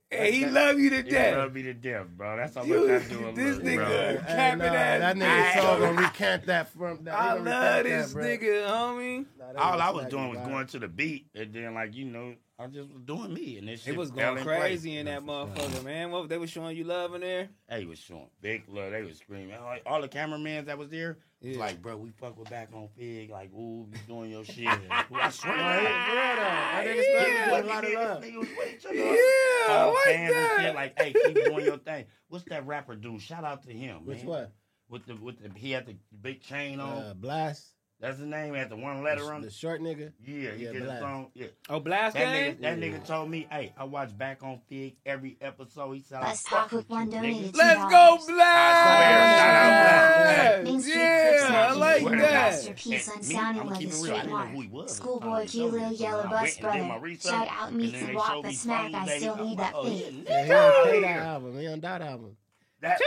Speaker 1: Hey, he love you to
Speaker 2: He
Speaker 1: death.
Speaker 2: love me to death, bro. That's how much
Speaker 1: You-
Speaker 2: I do.
Speaker 1: this nigga,
Speaker 2: bro.
Speaker 6: Hey,
Speaker 1: capping
Speaker 6: nah, that
Speaker 1: ass.
Speaker 6: nigga
Speaker 2: Hey.
Speaker 6: so gonna recant that from. Nah, he
Speaker 1: I
Speaker 6: gonna
Speaker 1: love
Speaker 6: recant
Speaker 1: this
Speaker 6: that, bruh.
Speaker 1: nigga, homie.
Speaker 6: Nah, that
Speaker 2: All I was
Speaker 6: smack
Speaker 2: doing
Speaker 6: you,
Speaker 2: was
Speaker 6: bruh.
Speaker 2: going to the beat, and then like you know, I just was doing me, and this shit
Speaker 1: It was
Speaker 2: fell
Speaker 1: going
Speaker 2: in
Speaker 1: crazy in
Speaker 5: That's
Speaker 1: that
Speaker 5: what's
Speaker 1: motherfucker, man. What they were showing you love in there?
Speaker 2: Place. They was showing big love. They was screaming. All, all the cameramen that was there was
Speaker 1: Yeah.
Speaker 2: like, bro, we fuck with back on Fig. Like, ooh, you doing your shit. I swear,
Speaker 6: Nah, he- yeah, though. That nigga
Speaker 1: Yeah.
Speaker 6: smack you with a
Speaker 2: What
Speaker 6: lot of love.
Speaker 2: nigga was with each other.
Speaker 1: Yeah,
Speaker 2: All the
Speaker 1: what
Speaker 2: fans and
Speaker 1: the?
Speaker 2: shit like, hey, keep doing your thing. What's that rapper do? Shout out to him,
Speaker 6: Which
Speaker 2: man.
Speaker 6: one?
Speaker 2: With the with the he had the big chain on.
Speaker 6: Uh, Blast.
Speaker 2: That's the name. He had the one
Speaker 6: The,
Speaker 2: letter on.
Speaker 6: the short nigga.
Speaker 2: yeah, he
Speaker 6: yeah,
Speaker 2: did a
Speaker 6: Blast.
Speaker 2: song. Yeah.
Speaker 1: oh, blast
Speaker 2: That
Speaker 1: game.
Speaker 2: nigga, that nigga told me, hey, I watch back on Fig every episode. He said, I
Speaker 8: Bus
Speaker 2: fuck
Speaker 8: Talk with
Speaker 2: with you,
Speaker 8: one
Speaker 2: nigga.
Speaker 8: donated
Speaker 1: Let's go, blast.
Speaker 2: I
Speaker 8: swear, shout out
Speaker 1: Yeah,
Speaker 8: Blast. Main Street Clips
Speaker 1: I
Speaker 8: Magazine.
Speaker 1: like
Speaker 2: Swear to
Speaker 1: that.
Speaker 8: God. Masterpiece on
Speaker 2: And me,
Speaker 8: sounding
Speaker 2: I'm
Speaker 8: like a
Speaker 2: keeping it real.
Speaker 8: straight
Speaker 2: I didn't know
Speaker 8: mark.
Speaker 2: who he was.
Speaker 8: Schoolboy
Speaker 2: I didn't know
Speaker 8: Q,
Speaker 2: who
Speaker 8: Lil
Speaker 2: he was.
Speaker 8: Yellow
Speaker 2: I
Speaker 8: Bus
Speaker 2: went and did my
Speaker 8: Brother.
Speaker 2: research,
Speaker 8: Shout out
Speaker 2: and
Speaker 8: me
Speaker 2: then
Speaker 8: for
Speaker 2: they
Speaker 8: Walk
Speaker 2: showed
Speaker 8: the
Speaker 2: me
Speaker 8: Smack,
Speaker 2: Funny
Speaker 8: I
Speaker 2: Lady.
Speaker 8: still
Speaker 2: I'm
Speaker 8: need
Speaker 2: like,
Speaker 8: that
Speaker 2: oh,
Speaker 8: thing.
Speaker 2: yeah, nigga.
Speaker 6: Yeah, he
Speaker 2: That-
Speaker 6: on play that album. He on that album.
Speaker 2: that-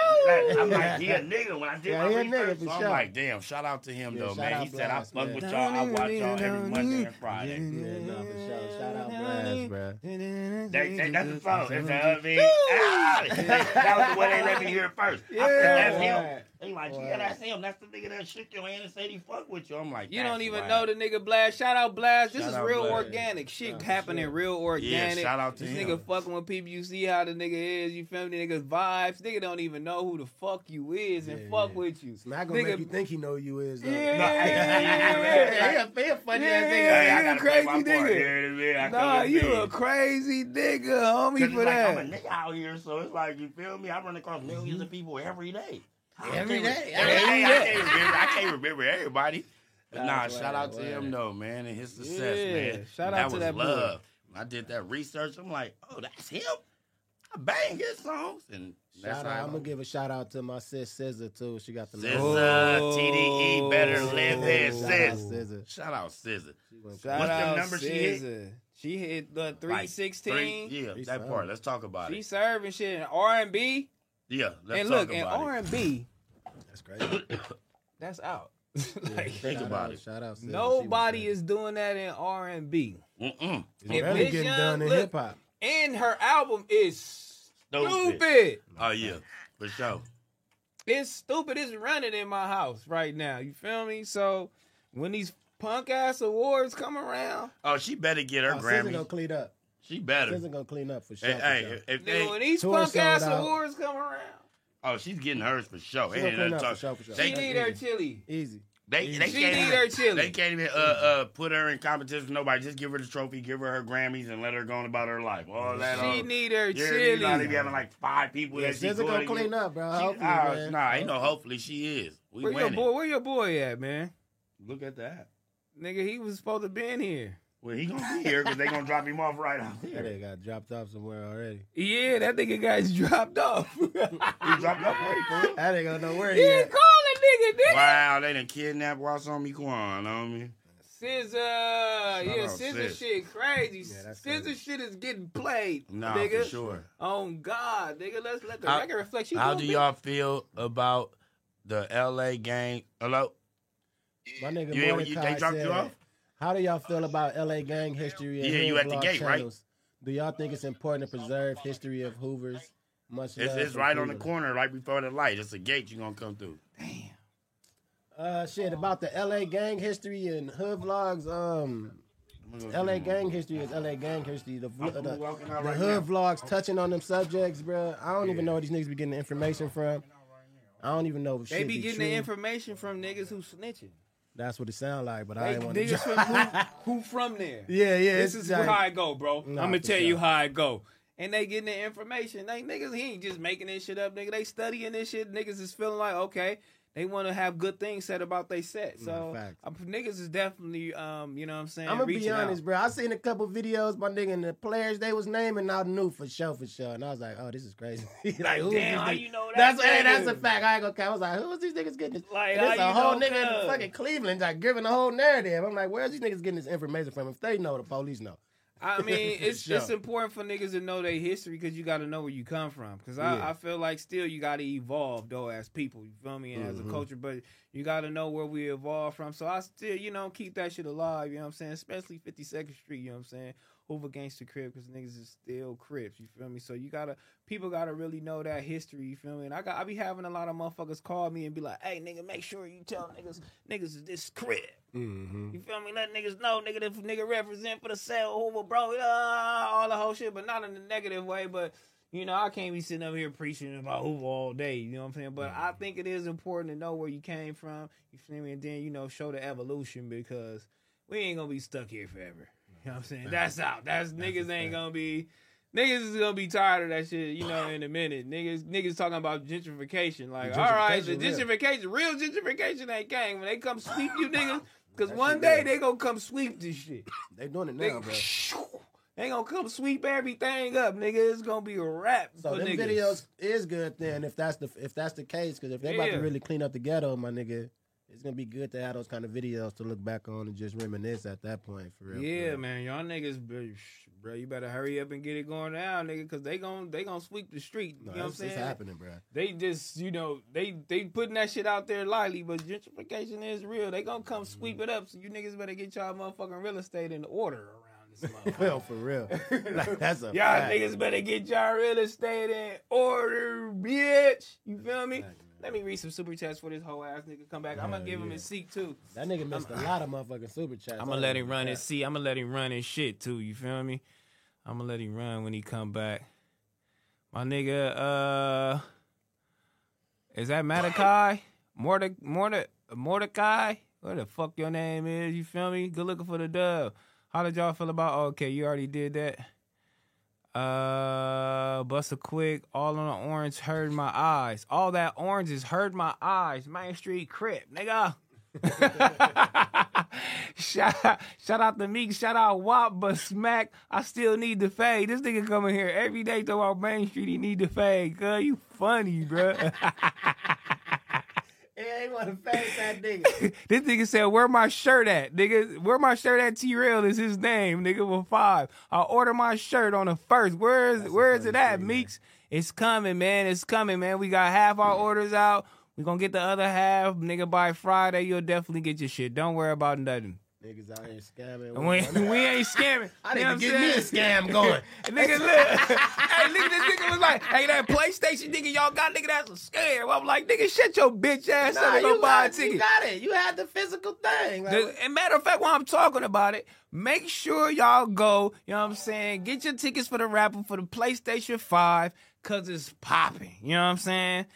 Speaker 2: I'm like, he a nigga. When I did
Speaker 6: Yeah,
Speaker 2: my
Speaker 6: he a
Speaker 2: research,
Speaker 6: nigga for
Speaker 2: so I'm
Speaker 6: sure.
Speaker 2: like, damn, shout out to him,
Speaker 6: Yeah,
Speaker 2: though,
Speaker 6: shout
Speaker 2: man.
Speaker 6: out
Speaker 2: He said, I
Speaker 6: Blast,
Speaker 2: fuck
Speaker 6: man.
Speaker 2: with y'all. I watch y'all every Monday and Friday.
Speaker 6: Yeah, no, for sure. Shout out Blast, bruh.
Speaker 2: They, they, that's the phone. That's the oven. Ah, that was the way they let me hear it first. I said, that's him.
Speaker 6: Alright.
Speaker 2: They like, yeah, that's him. That's the nigga that shook your hand and said he fuck with you. I'm like,
Speaker 1: You don't
Speaker 2: that's
Speaker 1: even
Speaker 2: wild.
Speaker 1: know the nigga Blast. Shout out Blast. This
Speaker 2: Shout
Speaker 1: is
Speaker 2: out
Speaker 1: real
Speaker 2: Blast.
Speaker 1: organic. Shit
Speaker 6: Yeah, for
Speaker 1: happening
Speaker 6: sure.
Speaker 1: real organic.
Speaker 2: Yeah, shout out to
Speaker 1: this
Speaker 2: him.
Speaker 1: nigga fucking with people. You see how the nigga is. You feel me? Niggas vibes. Nigga don't even know who the fuck you is and
Speaker 6: Yeah,
Speaker 1: fuck
Speaker 6: yeah.
Speaker 1: with you.
Speaker 6: Not gonna
Speaker 1: Nigga-
Speaker 6: make you think he know who you is. Though.
Speaker 1: Yeah, yeah,
Speaker 6: Nah.
Speaker 1: yeah, yeah.
Speaker 6: He a- he a funny
Speaker 1: Yeah,
Speaker 6: ass
Speaker 1: yeah,
Speaker 6: nigga.
Speaker 2: Hey, I
Speaker 1: you
Speaker 2: gotta
Speaker 1: a
Speaker 2: play my
Speaker 1: crazy
Speaker 2: part.
Speaker 1: nigga.
Speaker 2: You know what I mean? I
Speaker 1: Nah,
Speaker 2: come
Speaker 1: you
Speaker 2: in.
Speaker 1: a crazy nigga, homie,
Speaker 2: Cause
Speaker 1: for
Speaker 2: it's like,
Speaker 1: that.
Speaker 2: I'm a nigga out here, so it's like you feel me. I run across 1000000s
Speaker 1: Mm-hmm.
Speaker 2: of people every day. I
Speaker 6: Every
Speaker 2: can't-
Speaker 6: day.
Speaker 2: every
Speaker 6: Every
Speaker 2: day. I can't remember. I can't remember everybody. But
Speaker 6: Nah,
Speaker 2: nah,
Speaker 6: word,
Speaker 2: shout out to
Speaker 6: word.
Speaker 2: him though, man, and his success,
Speaker 1: Yeah,
Speaker 2: man.
Speaker 1: shout
Speaker 2: that
Speaker 1: out to
Speaker 2: was
Speaker 1: that boy.
Speaker 2: love. When I did that research. I'm like, oh, that's him. I bang his songs, and that's
Speaker 6: Shout out.
Speaker 2: how I-
Speaker 6: I'm gonna give a shout out to my sis Scissor too. She got the
Speaker 2: SZA,
Speaker 6: Oh,
Speaker 2: TDE, E, better live than
Speaker 6: shout out
Speaker 2: SZA.
Speaker 6: SZA.
Speaker 2: Shout out SZA.
Speaker 6: She went
Speaker 1: Shout
Speaker 2: What's the
Speaker 1: out
Speaker 2: number she hit?
Speaker 1: SZA. she hit? the three
Speaker 2: Like,
Speaker 1: sixteen.
Speaker 2: three- yeah,
Speaker 6: Three
Speaker 2: that part.
Speaker 6: songs.
Speaker 2: Let's talk about
Speaker 1: She
Speaker 2: it.
Speaker 1: serving shit in R and B.
Speaker 2: Yeah, let's
Speaker 1: And
Speaker 2: talk
Speaker 1: look, in
Speaker 2: about
Speaker 1: R and B,
Speaker 6: That's crazy.
Speaker 1: that's out.
Speaker 6: Yeah,
Speaker 1: like
Speaker 2: think
Speaker 6: shout
Speaker 2: about
Speaker 6: out,
Speaker 2: it.
Speaker 6: Shout out. SZA. She was
Speaker 1: nobody
Speaker 6: crazy.
Speaker 1: is doing that in R and B.
Speaker 2: it. Mm-mm.
Speaker 6: It's
Speaker 1: if
Speaker 6: barely
Speaker 1: this
Speaker 6: getting
Speaker 1: young-
Speaker 6: done in
Speaker 1: look-
Speaker 6: hip hop.
Speaker 1: And her album is
Speaker 2: Stupid.
Speaker 1: stupid.
Speaker 2: Oh yeah, for sure.
Speaker 1: It's stupid. It's running in my house right now. You feel me? So when these punk ass awards come around,
Speaker 2: Oh, she better get her
Speaker 6: Oh, SZA gonna
Speaker 2: Grammy.
Speaker 6: clean up.
Speaker 2: She better.
Speaker 6: SZA gonna clean up for sure.
Speaker 2: Hey,
Speaker 6: for
Speaker 2: hey,
Speaker 6: sure.
Speaker 2: if, if
Speaker 1: nigga, when
Speaker 2: they,
Speaker 1: these
Speaker 6: Tour
Speaker 1: punk ass
Speaker 6: sold out.
Speaker 1: awards come around,
Speaker 2: oh, she's getting hers for sure.
Speaker 6: She
Speaker 2: Ain't
Speaker 6: gonna clean
Speaker 2: no
Speaker 6: up
Speaker 2: talk-
Speaker 6: for sure. For sure.
Speaker 2: They-
Speaker 1: she
Speaker 6: That's
Speaker 1: need her
Speaker 6: easy.
Speaker 1: chili.
Speaker 6: Easy.
Speaker 2: They, they
Speaker 1: She
Speaker 2: can't
Speaker 1: need
Speaker 2: even,
Speaker 1: her chili.
Speaker 2: They can't even uh, uh, put her in competition. with Nobody just give her the trophy, give her her Grammys, and let her go on about her life. All that.
Speaker 1: She
Speaker 2: old-
Speaker 1: need her
Speaker 2: yeah, you know, they
Speaker 1: chili.
Speaker 2: be having like five people
Speaker 6: Yeah,
Speaker 2: that she's
Speaker 6: SZA
Speaker 2: going
Speaker 6: gonna
Speaker 2: to
Speaker 6: clean up, bro.
Speaker 2: She,
Speaker 6: Hopefully,
Speaker 2: ah,
Speaker 6: man.
Speaker 2: nah, ain't no hopefully she is. We
Speaker 1: Where your
Speaker 2: winning.
Speaker 1: boy? Where your boy at, man?
Speaker 2: Look at that.
Speaker 1: Nigga, he was supposed to be in here.
Speaker 2: Well, he gonna be here because they gonna drop him off right out
Speaker 6: That
Speaker 2: here.
Speaker 6: nigga got dropped off somewhere already.
Speaker 1: Yeah, that nigga got dropped off. he calling
Speaker 2: He dropped up right for real.
Speaker 6: That nigga don't know where he
Speaker 1: nigga,
Speaker 6: at.
Speaker 1: nigga.
Speaker 2: Wow, they done kidnapped Wasomi Kwan on me.
Speaker 1: Scissor, yeah,
Speaker 2: out
Speaker 1: scissor
Speaker 2: Sis.
Speaker 1: shit crazy.
Speaker 6: Yeah, that's
Speaker 1: scissor
Speaker 6: crazy.
Speaker 1: shit is getting played,
Speaker 2: Nah,
Speaker 1: nigga.
Speaker 2: for sure.
Speaker 1: On God, nigga, let's let the
Speaker 2: How-
Speaker 1: record reflect. She
Speaker 2: How
Speaker 1: doing
Speaker 2: do
Speaker 1: big-
Speaker 2: y'all feel about the LA gang? Hello?
Speaker 6: My nigga
Speaker 2: You, you,
Speaker 6: Mordecai
Speaker 2: they dropped
Speaker 6: said,
Speaker 2: you off?
Speaker 6: How do y'all feel about LA gang history? And
Speaker 2: Yeah, you
Speaker 6: hood
Speaker 2: at the
Speaker 6: vlog
Speaker 2: gate, right?
Speaker 6: channels? Do y'all think it's important to preserve history of Hoovers? Much
Speaker 2: It's,
Speaker 6: love
Speaker 2: it's
Speaker 6: from
Speaker 2: right on the
Speaker 6: Cleveland.
Speaker 2: corner, right before the light. It's a gate you're going to come through.
Speaker 6: Uh, shit about the LA gang history and hood vlogs. Um, LA gang history is LA gang history. The, vlo- the,
Speaker 2: walking out
Speaker 6: the
Speaker 2: right
Speaker 6: hood vlogs touching on them subjects, bro. I don't even know where these niggas be getting the information from. I don't even know if
Speaker 1: They
Speaker 6: shit
Speaker 1: be getting
Speaker 6: true.
Speaker 1: the information from niggas who snitching.
Speaker 6: That's what it sound like, but I
Speaker 1: They,
Speaker 6: ain't want to.
Speaker 1: niggas from who, who from there?
Speaker 6: yeah, yeah.
Speaker 1: this
Speaker 6: it's
Speaker 1: is
Speaker 6: like-
Speaker 1: how it go, bro.
Speaker 6: Nah,
Speaker 1: I'm gonna
Speaker 6: for
Speaker 1: tell you
Speaker 6: sure.
Speaker 1: how it go. And they getting the information. They niggas, he ain't just making this shit up, nigga. They studying this shit. Niggas is feeling like okay, they want to have good things said about they set. So
Speaker 6: facts.
Speaker 1: I'm- niggas is definitely, um, you know what I'm saying.
Speaker 6: I'm gonna be
Speaker 1: reaching out.
Speaker 6: honest, bro. I seen a couple videos, my nigga, and the players they was naming, I knew for sure, for sure, and I was like, oh, this is crazy. like, who is
Speaker 1: Damn,
Speaker 6: this
Speaker 1: how
Speaker 6: nigga?
Speaker 1: you know that?
Speaker 6: That's hey, that's a
Speaker 1: nigga?
Speaker 6: fact. I ain't gonna count. I was like, who is these niggas getting this?
Speaker 1: Like,
Speaker 6: and it's
Speaker 1: how
Speaker 6: a
Speaker 1: you
Speaker 6: whole
Speaker 1: know,
Speaker 6: nigga in
Speaker 1: cuz?
Speaker 6: fucking Cleveland, like giving the whole narrative. I'm like, where's these niggas getting this information from? If they know, the police know.
Speaker 1: I mean, it's
Speaker 6: Sure.
Speaker 1: it's important for niggas to know their history because you got to know where you come from. Because I,
Speaker 6: Yeah.
Speaker 1: I feel like still you got to evolve though as people, you feel me, and
Speaker 6: Mm-hmm.
Speaker 1: as a culture. But you got to know where we evolved from. So I still, you know, keep that shit alive. You know what I'm saying? Especially 52nd Street. You know what I'm saying? over gangster crib because niggas is still cribs. You feel me? So you gotta people gotta really know that history. You feel me? And I got I be having a lot of motherfuckers call me and be like, "Hey, nigga, make sure you tell niggas niggas is this crib."
Speaker 6: Mm-hmm.
Speaker 1: You feel me? Let niggas know, nigga, if nigga represent for the sale, Hoover, bro, uh, all the whole shit, but not in a negative way. But you know, I can't be sitting up here preaching about Hoover all day. You know what I'm saying? But I think it is important to know where you came from. You feel me? And then you know, show the evolution because we ain't gonna be stuck here forever. You know what I'm saying? That's out. That's niggas ain't gonna be. Niggas is gonna be tired of that shit, you know, in a minute. Niggas, niggas talking about gentrification. Like, all right, the
Speaker 6: Gentrification real.
Speaker 1: gentrification, real gentrification ain't gang. When they come sweep you niggas, Cause one day they gonna come sweep this shit.
Speaker 6: They doing it
Speaker 1: They,
Speaker 6: now, bro.
Speaker 1: they gonna come sweep everything up, nigga. It's gonna be a wrap.
Speaker 6: So
Speaker 1: for
Speaker 6: them
Speaker 1: niggas.
Speaker 6: videos is good then if that's the if that's the case because if they about
Speaker 1: Yeah.
Speaker 6: to really clean up the ghetto, my nigga, it's gonna be good to have those kind of videos to look back on and just reminisce at that point for real.
Speaker 1: Yeah,
Speaker 6: for real.
Speaker 1: man, y'all niggas, bro, sh- bro, you better hurry up and get it going now, nigga, cause they gon' they gonna sweep the street.
Speaker 6: No,
Speaker 1: you know what I'm
Speaker 6: it's, it's
Speaker 1: saying?
Speaker 6: happening, bro.
Speaker 1: They just, you know, they they putting that shit out there lightly, but gentrification is real. They gonna come sweep it up, so you niggas better get y'all motherfucking real estate in order around this motherfucker.
Speaker 6: Well, for real, like, that's a
Speaker 1: Y'all
Speaker 6: fact.
Speaker 1: niggas better get y'all real estate in order, bitch. You feel me? Let me read some super chats for this whole ass nigga come back. I'm gonna give him his seat too.
Speaker 6: That nigga missed a lot of motherfucking super chats.
Speaker 1: I'm gonna let him run his seat. I'm gonna let him run his shit too. You feel me? I'm gonna let him run when he come back. My nigga, uh, is that Mordecai? Morde, Morde, Mordecai? What the fuck your name is? You feel me? Good looking for the dub. How did y'all feel about? oh, Okay, you already did that. Uh, bust a quick, all on the orange, hurt my eyes. All that orange is hurt my eyes. Main Street Crip, nigga. shout, shout out to Meek, shout out Wop, but Smack, I still need the fade. This nigga coming here every day throw out Main Street, he need the fade. Cuz you funny, bruh.
Speaker 6: Yeah, he want to face that nigga.
Speaker 1: this nigga said, "Where my shirt at, nigga? Where my shirt at? T Rail is his name, nigga. With five, I order my shirt on the first. Where is where is it at, Meeks? It's coming, man. It's coming, man. We got half our orders out. We gonna get the other half, nigga. By Friday, you'll definitely get your shit. Don't worry about nothing.
Speaker 6: Niggas out here scamming.
Speaker 1: And We, we ain't scamming.
Speaker 6: I
Speaker 1: You
Speaker 6: need
Speaker 1: know
Speaker 6: to
Speaker 1: what
Speaker 6: get
Speaker 1: I'm
Speaker 6: me a
Speaker 1: saying?
Speaker 6: scam going.
Speaker 1: Nigga, look. hey, nigga, this nigga was like, hey, that PlayStation nigga y'all got, nigga, that's a scam. I'm like, nigga, shut your bitch ass up
Speaker 6: Nah,
Speaker 1: and go
Speaker 6: you,
Speaker 1: buy a
Speaker 6: got, you
Speaker 1: ticket.
Speaker 6: got it. You had the physical thing. Like,
Speaker 1: The- and matter of fact, while I'm talking about it, make sure y'all go, you know what I'm saying? Get your tickets for the rapper for the PlayStation 5, cause it's popping. You know what I'm saying?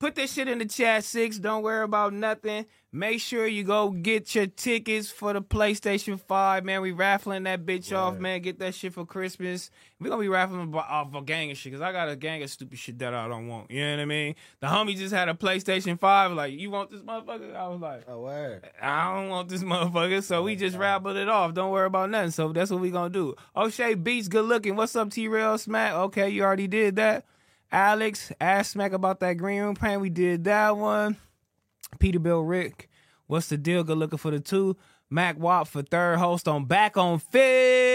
Speaker 1: Put this shit in the chat six. Don't worry about nothing. Make sure you go get your tickets for the PlayStation 5, man. We raffling that bitch off, man. Get that shit for Christmas. We're gonna be raffling b- off a gang of shit, cause I got a gang of stupid shit that I don't want. You know what I mean? The homie just had a PlayStation 5. Like, you want this motherfucker? I was like,
Speaker 6: oh, word.
Speaker 1: I don't want this motherfucker, so we just rabbled it off. Don't worry about nothing. So that's what we gonna do. O'Shea Beats, good looking. What's up, T Rail Smack? Okay, you already did that. Alex, ask Smack about that green room paint. We did that one. Peterbilt Rick, what's the deal? Good looking for the two. Mac Wop for third host on back on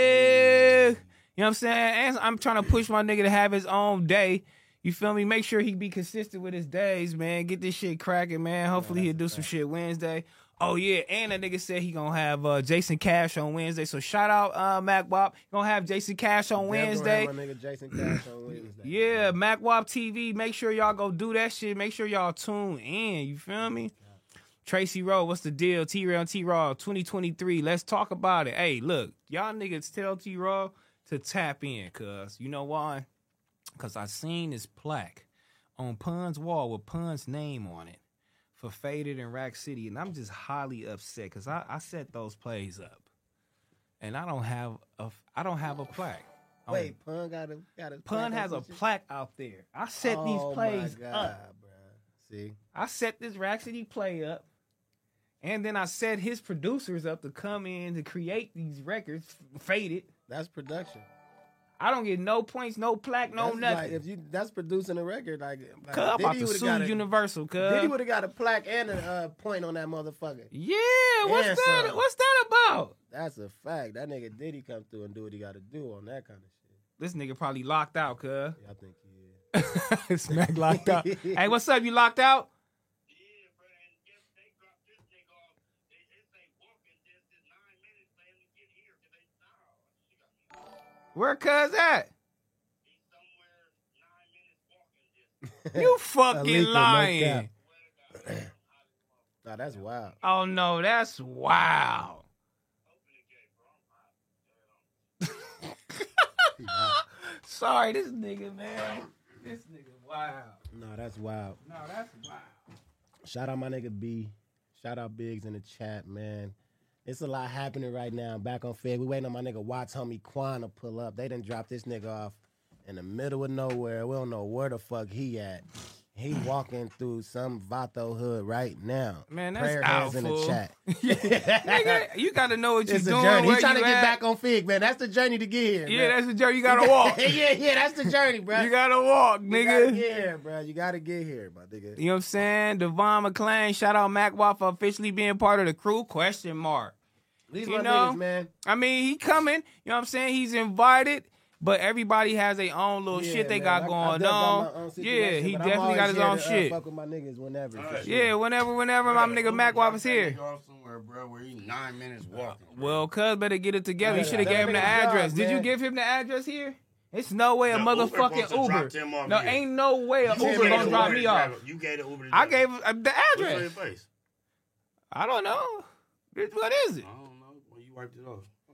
Speaker 1: fifth. You know what I'm saying? And I'm trying to push my nigga to have his own day. You feel me? Make sure he be consistent with his days, man. Get this shit cracking, man. Hopefully he'll do some shit Wednesday. Oh yeah, and that nigga said he gonna have uh, Jason Cash on Wednesday. So shout out uh, Mac Wop. Gonna have Jason Cash on Wednesday.
Speaker 6: My nigga Jason Cash on Wednesday.
Speaker 1: Yeah, MacWop TV. Make sure y'all go do that shit. Make sure y'all tune in. You feel me? Tracy Rowe, what's the deal? T Rail T Raw 2023. Let's talk about it. Hey, look, y'all niggas tell T Raw to tap in, cuz. You know why? Cause I seen this plaque on Pun's wall with Pun's name on it for Faded and Rack City. And I'm just highly upset because I, I set those plays up. And I don't have a I don't have a plaque. I'm-
Speaker 6: Wait, Pun got a got a
Speaker 1: Pun has a
Speaker 6: plaque.
Speaker 1: plaque out there. I set these plays
Speaker 6: Oh, my God,
Speaker 1: up.
Speaker 6: Bro. See,
Speaker 1: I set this Rhapsody play up, and then I set his producers up to come in to create these records, f- faded.
Speaker 6: that's production.
Speaker 1: I don't get no points, no plaque, no
Speaker 6: that's Like,
Speaker 1: nothing.
Speaker 6: if you that's producing a record, like, like
Speaker 1: Cuz I'm about
Speaker 6: Diddy
Speaker 1: to
Speaker 6: would've
Speaker 1: sue
Speaker 6: got a-
Speaker 1: Universal,
Speaker 6: Diddy
Speaker 1: cuz.
Speaker 6: would have got a plaque and a uh, point on that motherfucker.
Speaker 1: Yeah, what's
Speaker 6: Yeah,
Speaker 1: that?
Speaker 6: son.
Speaker 1: What's that about?
Speaker 6: That's a fact. That nigga Diddy come through and do what he got to do on that kind of shit.
Speaker 1: This nigga probably locked out, cuz.
Speaker 6: Yeah, I think he
Speaker 1: Smack locked out. hey, what's up? You locked out?
Speaker 4: Yeah, bro, and if they drop this nigga off, they, they say walking distance, nine minutes for him to get here. 'cause they, nah, she got me.
Speaker 1: Where cuz at? You fucking
Speaker 6: Illegal, no
Speaker 1: lying.
Speaker 6: cap. Nah, that's wild.
Speaker 1: Oh no, that's wow. Sorry, this nigga, man. This nigga, wow.
Speaker 6: Nah, that's wild.
Speaker 1: No, that's wow.
Speaker 6: Shout out my nigga B. Shout out Biggs in the chat, man. It's a lot happening right now. Back on Fed. We waiting on my nigga Watts homie Quan to pull up. They done dropped this nigga off in the middle of nowhere. We don't know where the fuck he at. He walking through some Vato hood right now.
Speaker 1: Man, that's
Speaker 6: Prayer
Speaker 1: out,
Speaker 6: hands in
Speaker 1: fool.
Speaker 6: the chat.
Speaker 1: Nigga, you gotta know what you're
Speaker 6: It's a
Speaker 1: doing.
Speaker 6: journey.
Speaker 1: where
Speaker 6: He's trying to
Speaker 1: you
Speaker 6: get
Speaker 1: at.
Speaker 6: back on Fig, man. That's the journey to get here.
Speaker 1: Yeah,
Speaker 6: man.
Speaker 1: that's the journey. You gotta walk.
Speaker 6: yeah, yeah, that's the journey, bro.
Speaker 1: You gotta walk,
Speaker 6: You gotta
Speaker 1: nigga.
Speaker 6: get here, bro. You gotta get here, my nigga.
Speaker 1: You know what I'm saying? Devon McClain, shout out Mac Watt for officially being part of the crew. Question mark.
Speaker 6: These
Speaker 1: You
Speaker 6: my
Speaker 1: know,
Speaker 6: niggas, man.
Speaker 1: I mean, he coming. You know what I'm saying? He's invited, but everybody has their own little
Speaker 6: Yeah,
Speaker 1: Oh, shit they
Speaker 6: man.
Speaker 1: got
Speaker 6: I- I
Speaker 1: going
Speaker 6: definitely got
Speaker 1: on.
Speaker 6: my own
Speaker 1: yeah,
Speaker 6: situation,
Speaker 1: he
Speaker 6: but I'm
Speaker 1: definitely got
Speaker 6: always
Speaker 1: his
Speaker 6: here
Speaker 1: own
Speaker 6: to, uh,
Speaker 1: shit.
Speaker 6: fuck with my niggas whenever. for
Speaker 2: Alright.
Speaker 6: sure.
Speaker 1: yeah, whenever, whenever my nigga Mac Wap is here.
Speaker 2: Off somewhere, bro, where he nine minutes walking. bro.
Speaker 1: Well, cuz better get it together. You
Speaker 6: Yeah,
Speaker 1: should have
Speaker 6: that
Speaker 1: gave him the
Speaker 6: nigga's job,
Speaker 1: address. Did you
Speaker 6: man.
Speaker 1: give him the address here? It's no way a
Speaker 2: No, Uber supposed to
Speaker 1: motherfucking
Speaker 2: drop
Speaker 1: Uber.
Speaker 2: them off
Speaker 1: no,
Speaker 2: here.
Speaker 1: ain't no way a
Speaker 2: You
Speaker 1: Uber
Speaker 2: gave
Speaker 1: gonna
Speaker 2: the
Speaker 1: drop
Speaker 2: Uber
Speaker 1: me
Speaker 2: to
Speaker 1: off.
Speaker 2: driver. You gave the Uber to
Speaker 1: I
Speaker 2: driver.
Speaker 1: gave him the
Speaker 2: What's on your
Speaker 1: address.
Speaker 2: face?
Speaker 1: I don't know. Bitch, what is it?
Speaker 2: I don't know. Well, you wiped it off. Oh